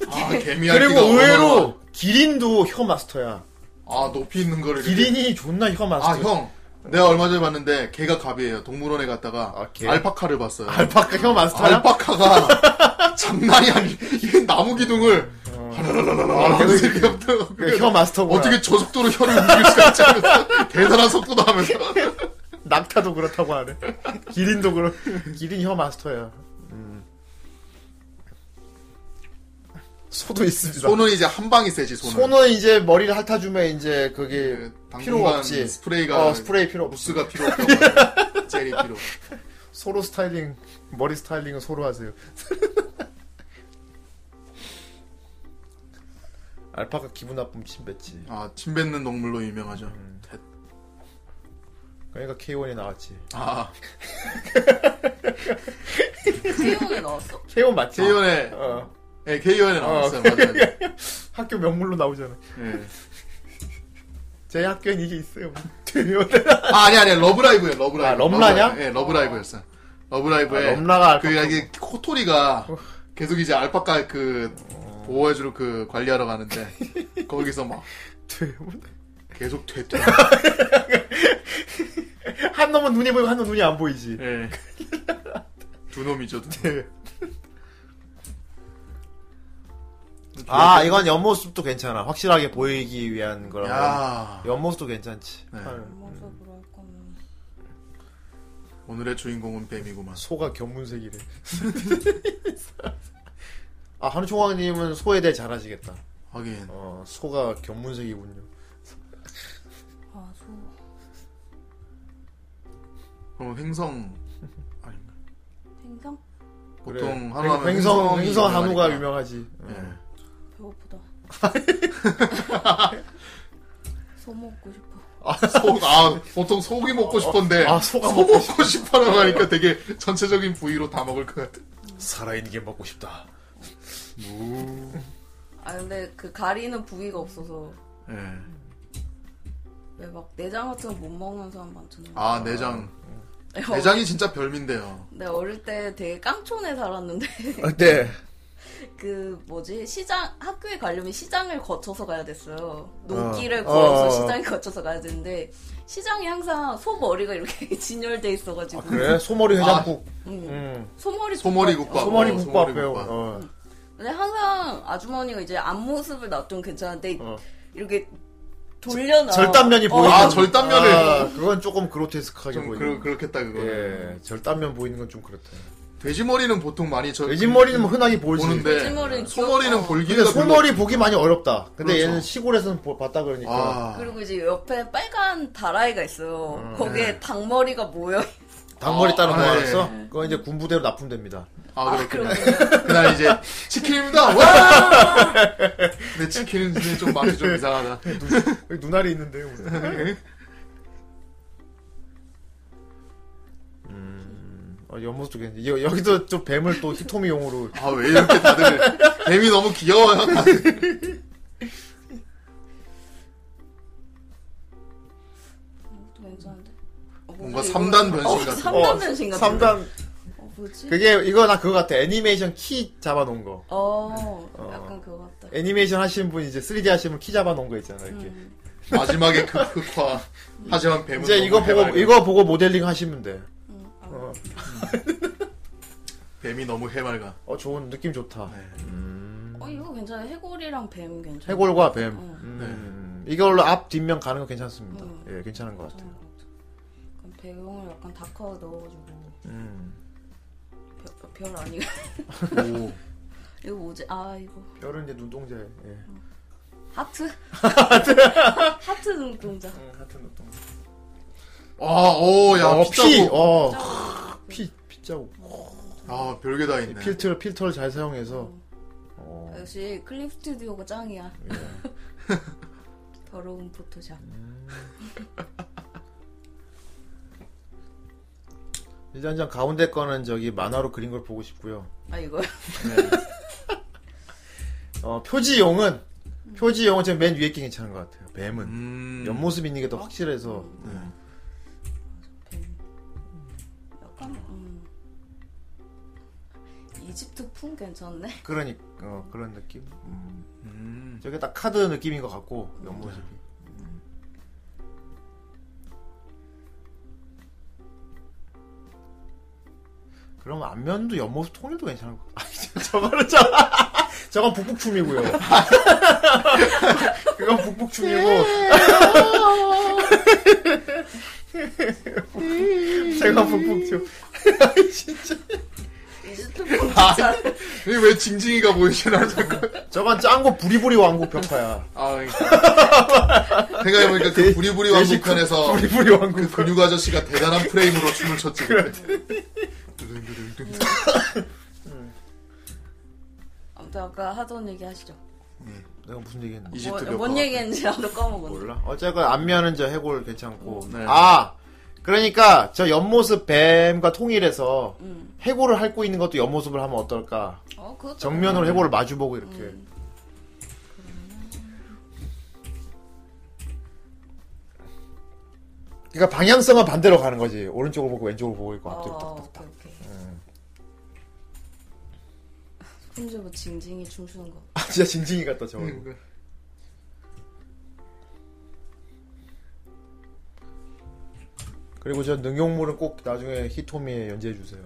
아 개미야 그리고 의외로 기린도 혀 마스터야. 아 높이 있는 거를 이렇게- 기린이 존나 혀 마스터. 아 형. 내가 얼마 전에 봤는데 개가 갑이에요. 동물원에 갔다가 아, 개? 알파카를 봤어요. 알파카 혀 마스터야. 알파카가 장난이 아니. 이 나무 기둥을 하라라라라라 하면서 이렇게 하면서 그혀 마스터구나. 어떻게 저 속도로 혀를 움직일 수가 있지? (laughs) 하면서 대단한 속도도 하면서 낙타도 그렇다고 하네. 기린도 그렇. 기린 혀 마스터야. 음. 소도 있습니다. 손은 이제 한 방이 세지 손은. 손은 이제 머리를 핥아주면 이제 그게 그 필요 당분간 없지. 스프레이가 어 스프레이 필요 없어. 부스가 필요 없고 다 젤이 필요. 소로 스타일링 머리 스타일링은 소로 (laughs) 하세요. 알파카 기분 나쁨 침 뱉지. 아침 뱉는 동물로 유명하죠. 그러니까 K1이 나왔지. 아 세용이 나왔어. K1 맞지? K1에 어. 예 K1에 나왔어요 맞아요. 학교 명물로 나오잖아. 예. 제 학교엔 이게 있어요. 되려. 아 아니 아니 러브라이브예요 러브라이브. 아, 럼라냐? 러브라이브. 예 러브라이브였어. 러브라이브에 어. 아, 럼라가 알파카. 그 이게 코토리가 계속 이제 알파카 그 보호해주러 그 관리하러 가는데 거기서 (laughs) 막 계속 퇴퇴. 한 놈은 눈이 보이고 한 놈은 눈이 안 보이지. (laughs) 네. 네. 예. 두 놈이죠 두 놈. 아 이건 옆모습도 괜찮아. 확실하게 보이기 위한 야. 거라. 옆모습도 괜찮지. 네. 맞아 그럴 거면 오늘의 주인공은 뱀이구만. 소가 견문색이래. (laughs) 아 한총왕님은 소에 대해 잘 아시겠다. 하긴. 어 소가 견문색이군요. 아 소. 그럼 횡성 아닌가? 생강 그래. 보통 한우 하면 횡성 횡성이 횡성 한우가 유명하니까. 유명하지. 어. 예. (laughs) 배고프다. 소 먹고 싶어. 아, 소, 아, 보통 소고기 먹고 싶은데. 아, 소가 소 먹고 (laughs) 먹고 싶다라고 하니까 되게 전체적인 부위로 다 먹을 것 같아. 살아있는 게 먹고 싶다. 아 근데 그 가리는 부위가 없어서 예. 왜 막 내장 같은 거 못 먹는 사람 많잖아. 아 내장. 내가 어릴- 내장이 진짜 별미인데요. 내가 어릴 때 되게 깡촌에 살았는데 (laughs) 아, 네. 그 뭐지 시장 학교에 가려면 시장을 거쳐서 가야 됐어요. 어. 농기를 걸어서 어. 시장을 거쳐서 가야 되는데 시장이 항상 소 머리가 이렇게 (laughs) 진열돼 있어가지고 그래 소머리 해장국. 음. 음. 아, 소머리 소머리 국밥. 국밥. 소머리 아. 어, 국밥 소머리 배워. 국밥. 어. 근데 항상 아주머니가 이제 앞모습을 놔두면 괜찮은데 어. 이렇게 돌려놔. 절단면이 어, 보이는. 아, 절단면을. 아, 그건 조금 그로테스크하게 좀 보이는. 그, 그렇겠다 그거. 어. 음. 예, 절단면 보이는 건 좀 그렇다. 돼지 머리는 보통 많이 저 돼지 머리는 뭐 흔하게 보지. 보는데 돼지머리는 소머리는 근데 귀엽다. 볼기가 소머리 보기 많이 어렵다. 근데 그렇죠. 얘는 시골에서는 보- 봤다 별로- 그러니까. 아 그리고 이제 옆에 빨간 다라이가 있어요. 음. 네. 거기에 닭머리가 모여. 닭머리 따로 아, 모아놨어? 그건 이제 군부대로 납품됩니다. 아, 그렇구나. 그러면 (laughs) 그날 이제 치킨입니다. 와! 근데 치킨은 진짜 좀 맛이 좀 이상하다. 여기 눈알이 있는데요. (laughs) 음, 어, 옆모습도 괜찮 여, 여기도 좀 뱀을 또 (laughs) 히토미용으로. 아 왜 이렇게 다들 뱀이 너무 귀여워요. 또 괜찮은데. 어, 뭐지, 뭔가 이거? 3단 변신 어, 같은. 거. 삼단 변신 같은. 삼단 어, 뭐지? 그게, 이거 나 그거 같아. 애니메이션 키 잡아놓은 거. 어, 약간 그거 예. 같다. 애니메이션 하시는 분 이제 3D 하시면 키 잡아놓은 거 있잖아, 이렇게. 음. 마지막에 그 흑화. 하지만 뱀은 이제 너무 이거 보고, 해맑아. 이거 보고 모델링 하시면 돼. 음, 아, 어, 뱀이 너무 해맑아. 어, 좋은, 느낌 좋다. 음, 네. 어, 이거 괜찮아. 해골이랑 뱀 괜찮아. 해골과 뱀. 어. 음, 네. 이걸로 앞, 뒷면 가는 거 괜찮습니다. 음. 예, 괜찮은 것 같아요. 괜찮은 것 같아. 그럼 배경을 약간 다커 넣어가지고 음. 별, 별 아니고 오. (laughs) (laughs) 이거 뭐지? 아 이거 별은 이제 눈동자. 예. 하트 (laughs) 하트 눈동자 같은 눈동자. 아, 오, 야, 어, 피, 피자고. 어, 피, 피자국. 예, 아, 별게 다 있네. 필터, 필터를 잘 사용해서. 아, 어. 역시 클립 스튜디오가 짱이야 더러운 포토샵 이제 한 장 가운데 거는 저기 만화로 그린 걸 보고 싶고요. 아 이거 어, 표지용은 표지용은 지금 맨 위에 게 괜찮은 것 같아요. 뱀은 음. 옆모습 있는 게 더 확실해서 네. 뱀 약간 음 이집트 풍 괜찮네 그러니 어, 그런 느낌. 음. 저게 딱 카드 느낌인 것 같고 옆모습이. 그럼 안면도 옆모습 통일도 괜찮을 것 같아. 아니, 저거는 저, (laughs) 저건 북북춤이고요. (laughs) 그건 북북춤이고, (laughs) 제가 북북춤. 이집트 풍 괜찮아 이게 왜 징징이가 보이시나, 자꾸. 저건 짱구 부리부리 왕국 벽화야. 아, 그러니까. 생각해보니까 그 부리부리 네. 대식 어. 왕국편에서 부리부리 왕국. 그 근육 아저씨가 대단한 프레임으로 춤을 췄지. 그때. (laughs) 아무튼 아까 하던 얘기 하시죠 내가 무슨 얘기했나? 이집트 뭐, 뭔 벽화. 얘기했는지 나도 까먹었네 몰라. 어쨌건 안면은 저 해골 괜찮고. 네. 아 그러니까 저 옆모습 뱀과 통일해서 음. 해골을 핥고 있는 것도 옆모습을 하면 어떨까? 어 그것도 정면으로 해골을 마주보고 이렇게. 그러니까 방향성은 반대로 가는 거지. 오른쪽을 보고 왼쪽을 보고 있고 어, 앞뒤로 딱. 오케이 오케이. 혼자 뭐 징징이 춤추는 거. 아 진짜 징징이 같다 저 얼굴. 그리고 저 능용물은 꼭 나중에 히토미에 연재해 주세요.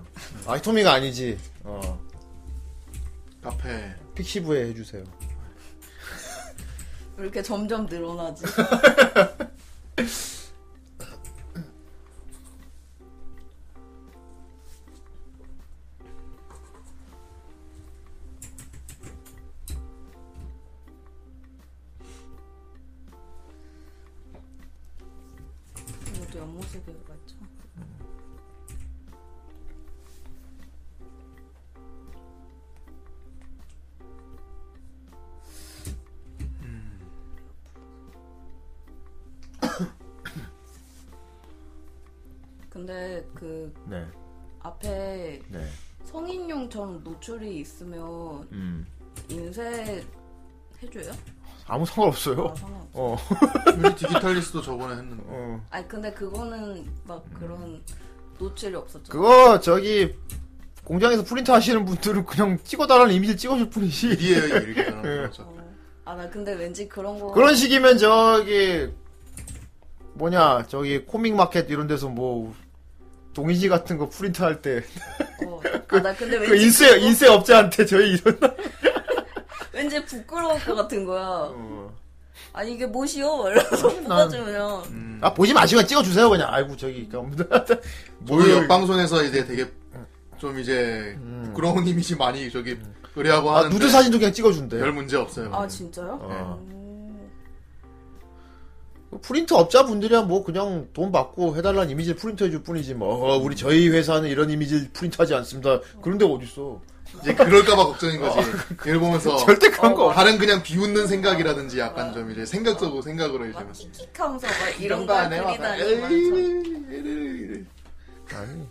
아 히토미가 아니지. 어 카페. 픽시부에 해주세요. 왜 이렇게 점점 늘어나지? 이것도 옆모습이 맞죠? 근데 그 네. 앞에 네. 성인용처럼 노출이 있으면 음. 인쇄 해줘요? 아무 상관없어요. 아, 상관없어. 어. 우리 디지털리스트도 저번에 했는데. 어. 아니 근데 그거는 막 음. 그런 노출이 없었죠. 그거 저기 공장에서 프린트 하시는 분들은 그냥 찍어달라는 이미지 찍어줄 뿐이지. 일이에요, 일. 그거는. 예. 맞아. 아 나 근데 왠지 그런 거 그런 식이면 저기 뭐냐 저기 코믹 마켓 이런 데서 뭐 동인지 같은 거 프린트 할 때 그 아 나 근데 왠지 인쇄 인쇄 업자한테 저희 이런 왠지 부끄러울 것 같은 거야. 어. 아니 이게 뭐시오? 막 (laughs) 이러면서 뽑아주면 음. 아 보지 마시고 찍어주세요 그냥 아이고 (laughs) 저기 저희 뭘 옆 방송에서 이제 되게 음. 좀 이제 부끄러운 이미지 많이 저기 의뢰하고 아, 하는데 네. 누드 사진도 그냥 찍어준대 별 문제 없어요. 아 진짜요? 음. 그 프린트 업자분들이야 뭐 그냥 돈 받고 해달라는 이미지를 프린트 해줄 뿐이지 뭐 어, 우리 저희 회사는 이런 이미지를 프린트하지 않습니다 그런 데가 어딨어 이제 그럴까봐 걱정인 거지. 얘를 보면서 어, 어, 절대 그런 거 다른 그냥 비웃는 생각이라든지 약간 좀 이제 생각적으로 생각으로 이제 막 킥하면서 이런 막 이런 거 거 안 해, 막 그리다니 이래. 아니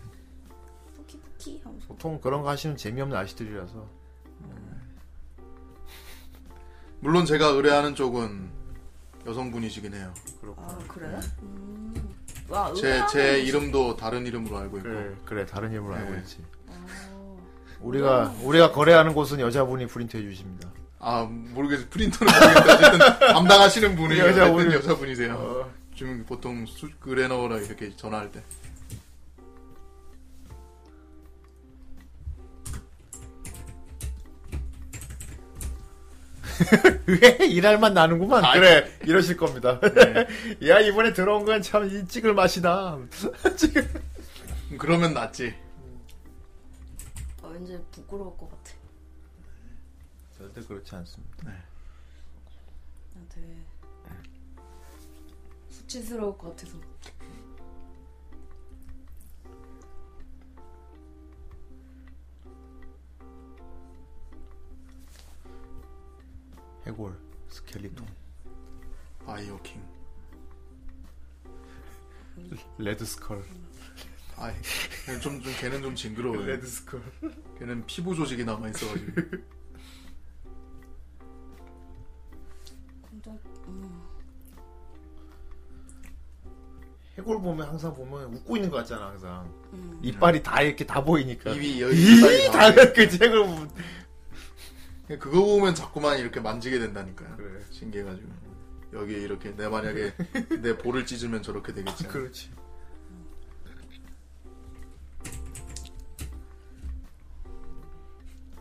푸키푸키 하면서 보통 그런 거 하시면 재미없는 아저씨들이라서 물론 제가 의뢰하는 쪽은 여성분이시긴 해요. 아 그래요? 음. 와 제, 의외하네. 제 이름도 다른 이름으로 알고 있고. 네, 그래, 그래 다른 이름으로 알고 네. 있지 어. 우리가 우리가 거래하는 곳은 여자분이 프린트해 주십니다 아, 모르겠어요. 프린터는 모르겠는데, (laughs) 어쨌든 담당하시는 분이 그 여자분이- 어. 여자분. 여자분이세요. 지금 보통 수, 의뢰너라 이렇게 전화할 때. (laughs) 왜 일할 맛 나는구만 아이. 그래 이러실 겁니다 (laughs) 야 이번에 들어온 건 참 이 찍을 맛이다 (laughs) 지금 그러면 낫지. 아, 왠지 부끄러울 것 같아. 절대 그렇지 않습니다 나 되게 아, 네. 수치스러울 것 같아서. 해골 스켈리톤 바이오킹. 레드스컬 아이, 좀, 좀, 걔는 좀 네. 징그러워요. 레드스컬 걔는 피부 조직이 남아있어가지고. 그러니까 근데 음. 해골 보면 항상 보면 웃고 있는 것 같잖아 항상 음. 이빨이 다 이렇게 다 보이니까 입이 이 여기 다그 책을 보면 그거 보면 자꾸만 이렇게 만지게 된다니까요. 그래. 신기해가지고. 여기 이렇게 내 만약에 내 볼을 찢으면 저렇게 되겠지. 그렇지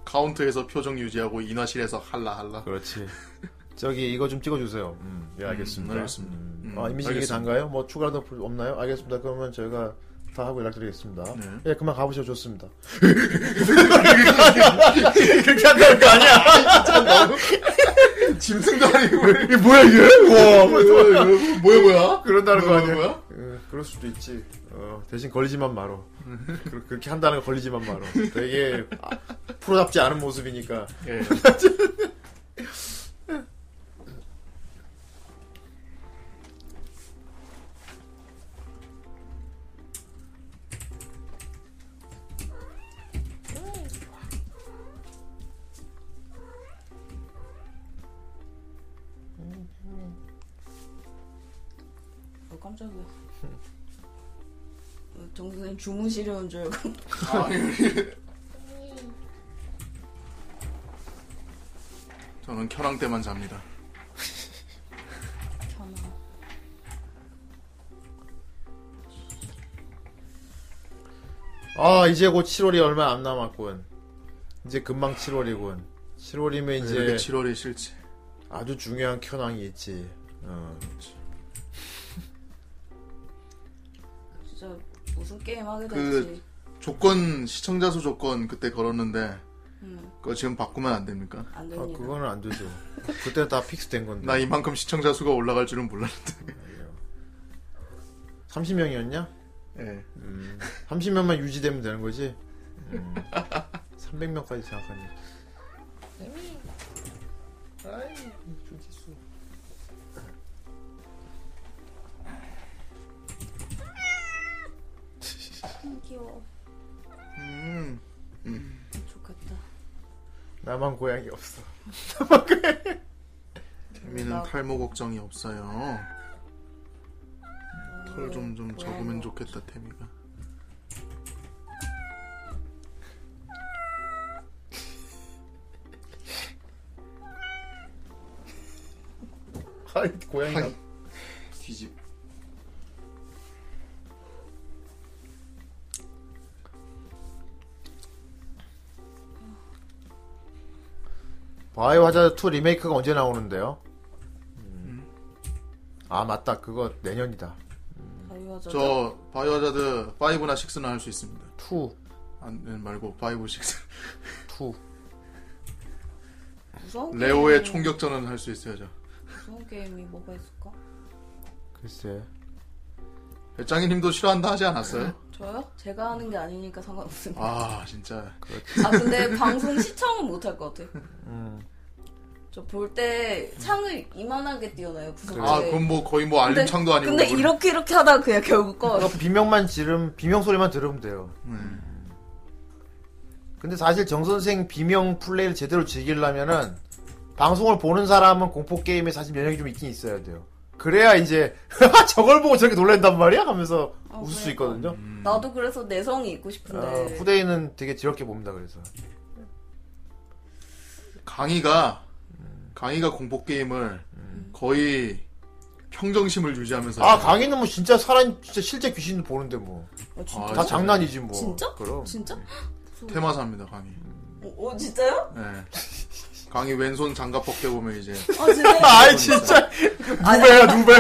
카운터에서 표정 유지하고 인화실에서 할라 할라. 그렇지 저기 이거 좀 찍어주세요 음, 예 알겠습니다 음, 알겠습니다. 음. 음, 아, 이미지 이게 알겠습니다. 단가요? 뭐 추가로 더 부- 없나요? 알겠습니다 그러면 저희가 다 하고 연락드리겠습니다 네. 예 그만 가보셔도 좋습니다 (laughs) 그렇게 한다는 거 아니야 짐승도 아니고 이게 뭐야 이게? 와 뭐야 뭐야 뭐야? 그런다는 거 뭐야, 아니야 뭐야? 예, 그럴 수도 있지. 어, 대신 걸리지만 말어. 그- 그렇게 한다는 거 걸리지만 말어. 되게 아, 프로답지 않은 모습이니까. 예. 어, 깜짝이야. 어, 정 선생님 주무시려 온줄 알고. 저는 켜랑 때만 잡니다. 켜놔. 아 이제 곧 7월이 얼마 안 남았군. 이제 금방 7월이군. 7월이면 이제 이제 7월이 싫지. 아주 중요한 현황이 있지. 어. 진짜 무슨 게임 하게 그 될지. 조건 시청자 수 조건 그때 걸었는데 음, 그거 지금 바꾸면 안 됩니까? 안 아, 됩니다. 그거는 안 되죠. 그때 다 픽스된 건데. 나 이만큼 시청자 수가 올라갈 줄은 몰랐는데. 30명이었냐? 예. 30명만 유지되면 되는 거지. 음, 300명까지 생각하니. 음, 귀여워. 음. 좋겠다. 나만 고양이 없어. 재미는 탈모 걱정이 없어요. 털 좀 좀 적으면 좋겠다 태미가. 아이, 고양이. 하이. 뒤집. 바이오 하자드 2 리메이크가 언제 나오는데요? 음. 음. 아, 맞다. 그거 내년이다. 바이오 하자드. 저 바이오자드 5나 6나 할 수 있습니다. 2. 안 네, 말고 5, 6. 2. 무서운 레오의 게임이- 총격전은 할 수 있어야죠. 무서운 게임이 뭐가 있을까? 글쎄. 배짱이님도 싫어한다 하지 않았어요? 저요? 제가 하는 게 아니니까 상관없습니다. 아 진짜. 아 (laughs) 근데 방송 시청은 못 할 것 같아요. 음. 저 볼 때 창을 이만하게 띄어놔요 구석에. 아 그건 뭐 거의 뭐 근데- 알림창도 아니고. 근데 뭘- 이렇게 이렇게 하다가 그냥 결국 꺼. 그거 비명만 지름, 비명 소리만 들으면 돼요. 음. 근데 사실 정선생 비명 플레이를 제대로 즐기려면은 방송을 보는 사람은 공포 게임에 사실 면역이 좀 있긴 있어야 돼요. 그래야 이제 (laughs) 저걸 보고 저렇게 놀란단 말이야 하면서 아, 웃을 수 그러니까. 있거든요. 음. 나도 그래서 내성이 있고 싶은데. 어, 아, 후대인은 되게 지럽게 봅니다. 그래서 강의가 강의가 공포 게임을 음. 거의 평정심을 유지하면서. 아 강의는 뭐 진짜 사람 진짜 실제 귀신도 보는데 뭐 다 어, 진짜? 아, 장난이지 뭐. 진짜? 그럼 진짜? 테마사입니다 강의. 어, 어, 진짜요? 네. 강의 왼손 장갑 벗겨 보면 이제 아 (laughs) 진짜? (laughs) 아이 진짜 누배야 누배.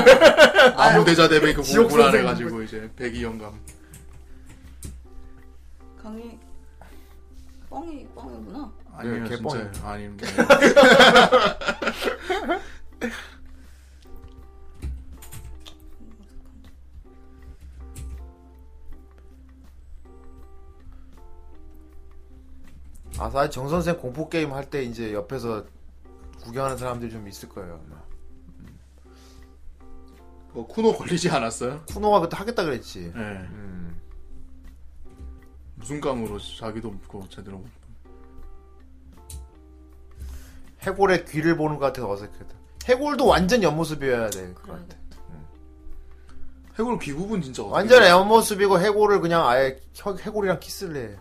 아무대자 대비 그 지옥 공부를 안 선생님. 해가지고 이제 백이 영감. 강의 뻥이 뻥이구나. 아니면 네, 개뻥이에요. 진짜 아닙니다. 뭐, 아 사실 정선생 공포 게임 할 때 이제 옆에서 구경하는 사람들이 좀 있을 거예요. 아마. 그 쿠노 걸리지 않았어요? 쿠노가 그때 하겠다 그랬지. 네. 음. 무슨 감으로 자기도 없고 제대로 못 해골의 귀를 보는 것 같아서 어색하다. 해골도 완전 옆모습이어야 될 것 그래. 같아. 해골 귀 부분 진짜 어떻게 완전 옆모습이고 해골을 그냥 아예 혀- 해골이랑 키스를 해.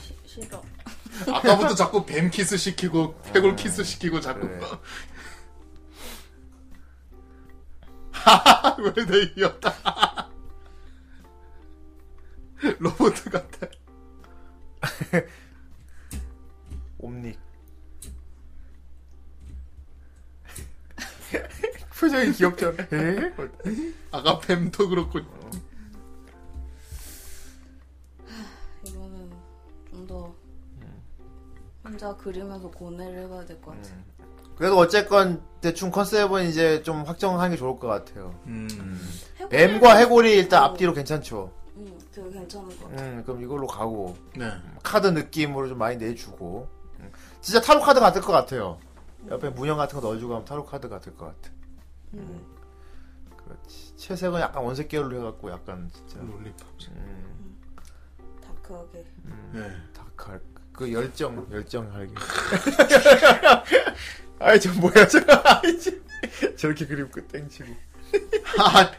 시- 싫어. 아까부터 자꾸 뱀 키스 시키고 아. 해골 키스 시키고 자꾸 그래. (laughs) 왜내 이었다 (laughs) 로봇 같아 옴닉. 표정이 귀엽잖아. 어. 에? 아까 뱀도 그렇고 이거는 좀 더 음. 혼자 그리면서 고뇌를 해봐야 될 것 같아. 그래도 어쨌건 대충 컨셉은 이제 좀 확정하는 게 좋을 것 같아요. 음. 해골- 뱀과 해골이 일단 앞뒤로 괜찮죠. 음, 되게 괜찮은 것 같아. 음, 그럼 이걸로 가고 음, 네 카드 느낌으로 좀 많이 내주고 음. 진짜 타로 카드 같을 것 같아요. 옆에 문형 같은 거 넣어주고 하면 타로 카드 같을 것 같아. 음. 그렇지. 채색은 약간 원색 계열로 해갖고 약간 진짜 롤리팝 음, 다크하게. 네 다크할 그 열정 열정 (laughs) 할게. 아이 저 뭐야 저 아이 저- (laughs) 저렇게 그림 끝 땡치고. 아,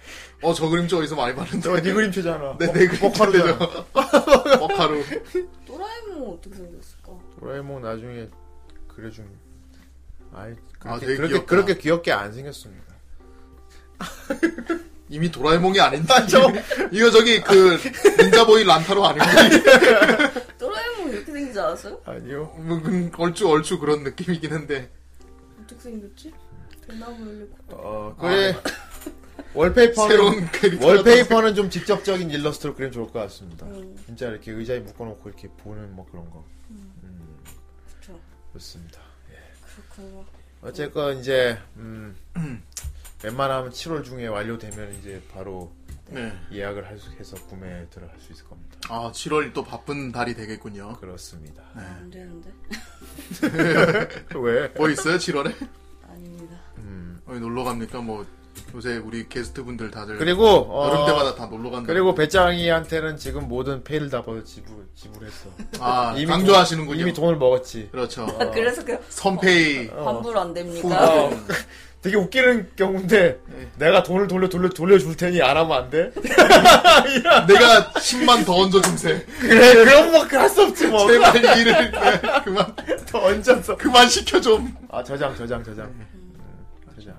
어저 그림자 어디서 많이 봤는데 너네 그림표잖아. 네, 내 먹하루잖아. 그림자죠 (laughs) 먹하루 또라이몽 어떻게 생겼을까? 도라에몽 나중에 그려준. 아이 그렇게 아, 되게 그렇게, 귀엽다. 그렇게 귀엽게 안 생겼습니다. 이미 도라에몽이 아닌데 이거 저기 그 닌자보이 란타로 아닌가 또라이몽 이렇게 생기지 않았어요? 아니요. 뭐, 그, 얼추 얼추 그런 느낌이긴 한데 어떻게 생겼지? 그나무 올리고. 어, 그게 월페이퍼는 (laughs) 새로운 캐릭터가 월페이퍼는 좀 직접적인 일러스트로 그리면 좋을 것 같습니다. 음. 진짜 이렇게 의자에 묶어놓고 이렇게 보는 뭐 그런 거. 음. 음, 그렇죠. 좋습니다. 예. 그렇군요. 어쨌건 이제 음, (clears throat) 웬만하면 7월 중에 완료되면 이제 바로 네. 예약을 할 수- 해서 구매 들어갈 수 있을 겁니다. 아, 7월이 또 바쁜 달이 되겠군요. 그렇습니다. 네. (laughs) 안 되는데. 왜? 뭐 있어요, (laughs) 7월에? 아닙니다. 어디 놀러 갑니까? 뭐 요새 우리 게스트분들 다들 그리고 어, 여름 때마다 다 놀러 간다. 그리고 배짱이한테는 지금 모든 페이를 다 벌어 지불 지불했어. 아, 강조하시는군요. 이미 돈을 먹었지. 그렇죠. 어. 그래서 그 선페이 환불 안 됩니까? 어. (laughs) 되게 웃기는 경우인데 네. 내가 돈을 돌려 돌려 돌려줄 테니 안 하면 안 돼? 내가 10만 더 얹어 줌세. 그래 그럼 뭐 그럴 수 없지 뭐. 제발 일을 네, 그만 더 얹었어. 그만 시켜 좀. 아 저장 저장 저장. 네. 음, 저장.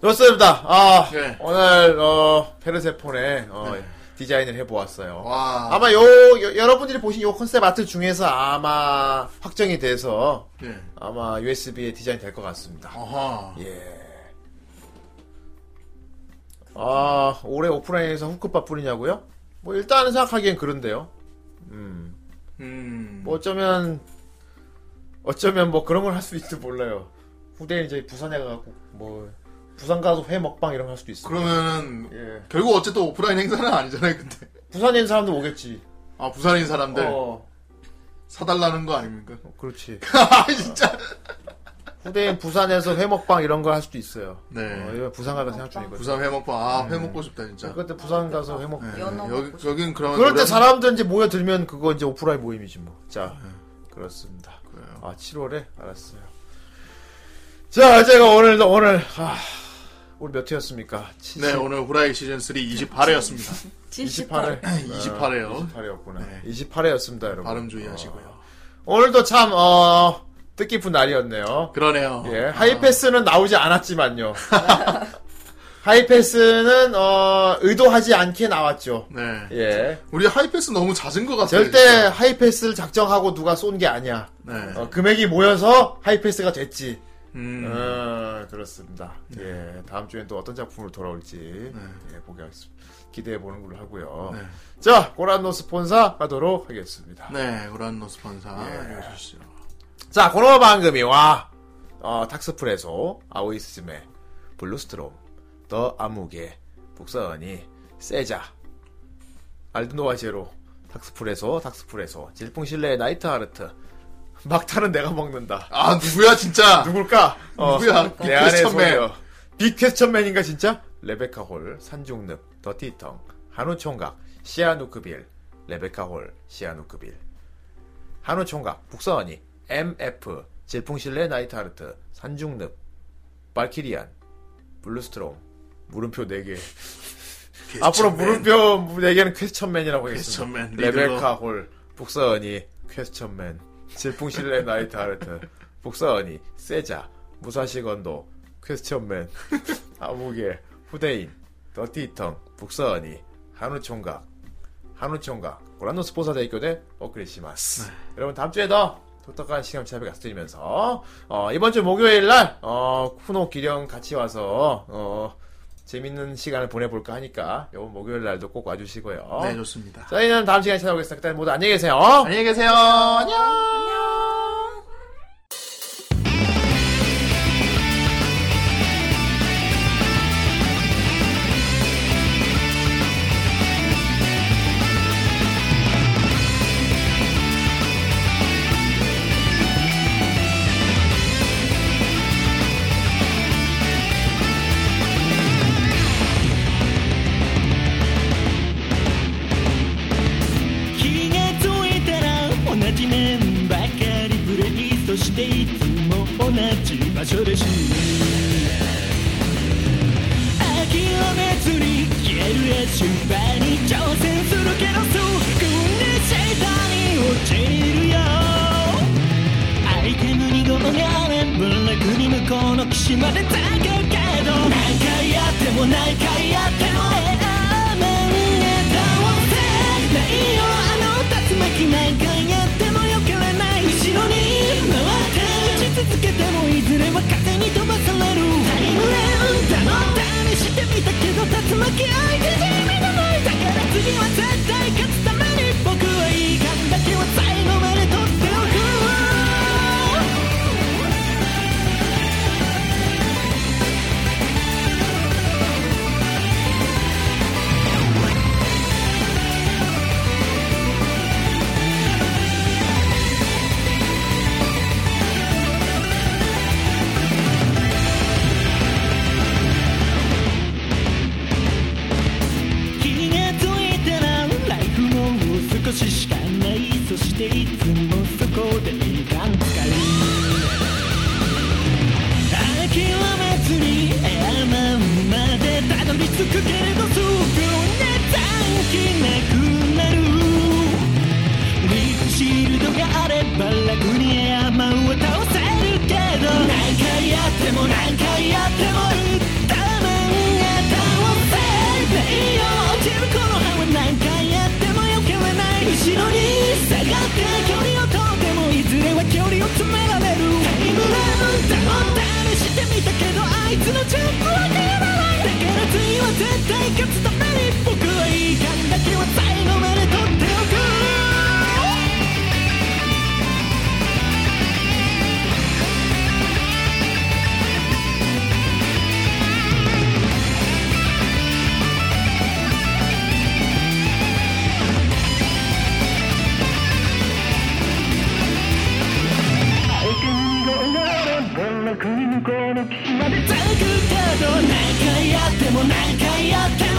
좋습니다. 아 네. 오늘 어 페르세폰의 어, 디자인을 해보았어요. 와. 아마 요, 여- 여러분들이 보신 요 컨셉 아트 중에서 아마 확정이 돼서 예. 아마 USB에 디자인 될 것 같습니다. 아하. 예. 아, 올해 오프라인에서 후크밥 뿌리냐고요? 뭐, 일단은 생각하기엔 그런데요. 음. 음. 뭐, 어쩌면, 어쩌면 뭐 그런 걸 할 수도 있을지 몰라요. 후대에 이제 부산에 가고, 뭐, 부산 가서 회 먹방 이런 거 할 수도 있어요. 그러면은 예. 결국 어쨌든 오프라인 행사는 아니잖아요, 근데. 부산에 있는 사람도 오겠지. 아, 부산인 사람들 어, 사달라는 거 아닙니까? 그렇지. 아, 진짜. 후대엔 부산에서 회 먹방 이런 걸 할 수도 있어요. 네. 어, 이거 부산 가다 생각 중이거든. 부산 회 먹고 아, 회 먹고 싶다, 진짜. 음. 그때 부산 가서 회 먹고. 네, 연어 먹고 여기 여긴 그러면 그럴 때 노래- 사람들 이제 모여들면 그거 이제 오프라인 모임이지 뭐. 자, 그렇습니다. 그래요. 아, 7월에? 알았어요. 자, 제가 오늘, 오늘, 아, 우리 몇 회였습니까? 네, 오늘 후라이 시즌 3 28회였습니다. 28회. 28회요. 28회였구나. 네. 28회였습니다, 여러분. 발음 주의하시고요. 오늘도 참, 어, 뜻깊은 날이었네요. 그러네요. 예, 하이패스는 나오지 않았지만요. (laughs) 하이패스는, 어, 의도하지 않게 나왔죠. 네. 예. 우리 하이패스 너무 잦은 것 같아요. 절대 진짜. 하이패스를 작정하고 누가 쏜 게 아니야. 그렇죠. 네. 어, 금액이 모여서 하이패스가 됐지. 음. 네. 어, 그렇습니다. 예, 다음 주엔 또 어떤 작품으로 돌아올지 예, 보게 하겠습니다. 기대해 보는 걸로 하고요. 네. 자, 고란노 스폰사 가도록 하겠습니다. 네, 우란노스 판사 읽어주시죠. 자, 고노 방금이와 어, 탁스프레소, 아오이스즘의 블루스트롬, 더 암흑의 북서언이 세자, 알드노와 제로, 탁스프레소, taksppresso, 질풍실레의 나이트하르트, (laughs) 막타는 내가 먹는다. 아 누구야 진짜? 누굴까? 어, 누구야? 내 안의 빅퀘스천맨. 소녀. 빅퀘스천맨인가 진짜? 레베카 홀, 산중늪, 더티텅, 한우총각, 시아누크빌, 레베카 홀, 시아누크빌. 한우총각, 북서언니, MF, 질풍실레 나이트하르트, 산중늪, 발키리안, 블루스트롬, 물음표 4개. 앞으로 물음표 4개는 퀘스천맨이라고 하겠습니다. 퀘스천맨, 리들러. 레베카 홀, 북서언니, 퀘스천맨, 질풍실레 나이트하르트, 북서언니, 세자, 무사시 건도, 퀘스천맨, (laughs) 아무개, 후대인, 더티텅, 북서언니, 한우총각, 한우총각, 고란노 스포사 대학교대 오크리시마스. 네. 여러분 다음 주에 더 독특한 시간 참여 약속드리면서 어, 이번 주 목요일 날 어, 쿠노 기령 같이 와서 어, 재밌는 시간을 보내볼까 하니까 이번 목요일 날도 꼭 와주시고요. 네 좋습니다. 저희는 다음 시간에 찾아오겠습니다. 그때 모두 안녕히 계세요. 안녕히 계세요. 안녕. 気がついたら同じ面ばかりブレイそしていつも同じ場所でし諦めずに消えるへ瞬間に挑戦するけどすぐに下に落ちるよアイテムに号があれば楽に向こうの岸まで高けど何回やっても何回やってもあまり倒せないよあの竜巻何回やっても避けられない後ろに回って打ち続けてもいずれは必こでいたんかい諦めずにエアマンまでたどり着くけれどすぐな短期なくなるリフシールドがあれば楽にエアマンを倒せるけど何回やっても何回やっても打ったまんが倒せないよ落ちるこの歯は何回やっても避けれない後ろに下がって距離をとってもいずれは距離を詰められるタイムラウンドを試してみたけどあいつのジャンプは蹴らないだから次は絶対勝つために僕はいい感だけは最後まで取っておく「何回やっても何回やっても」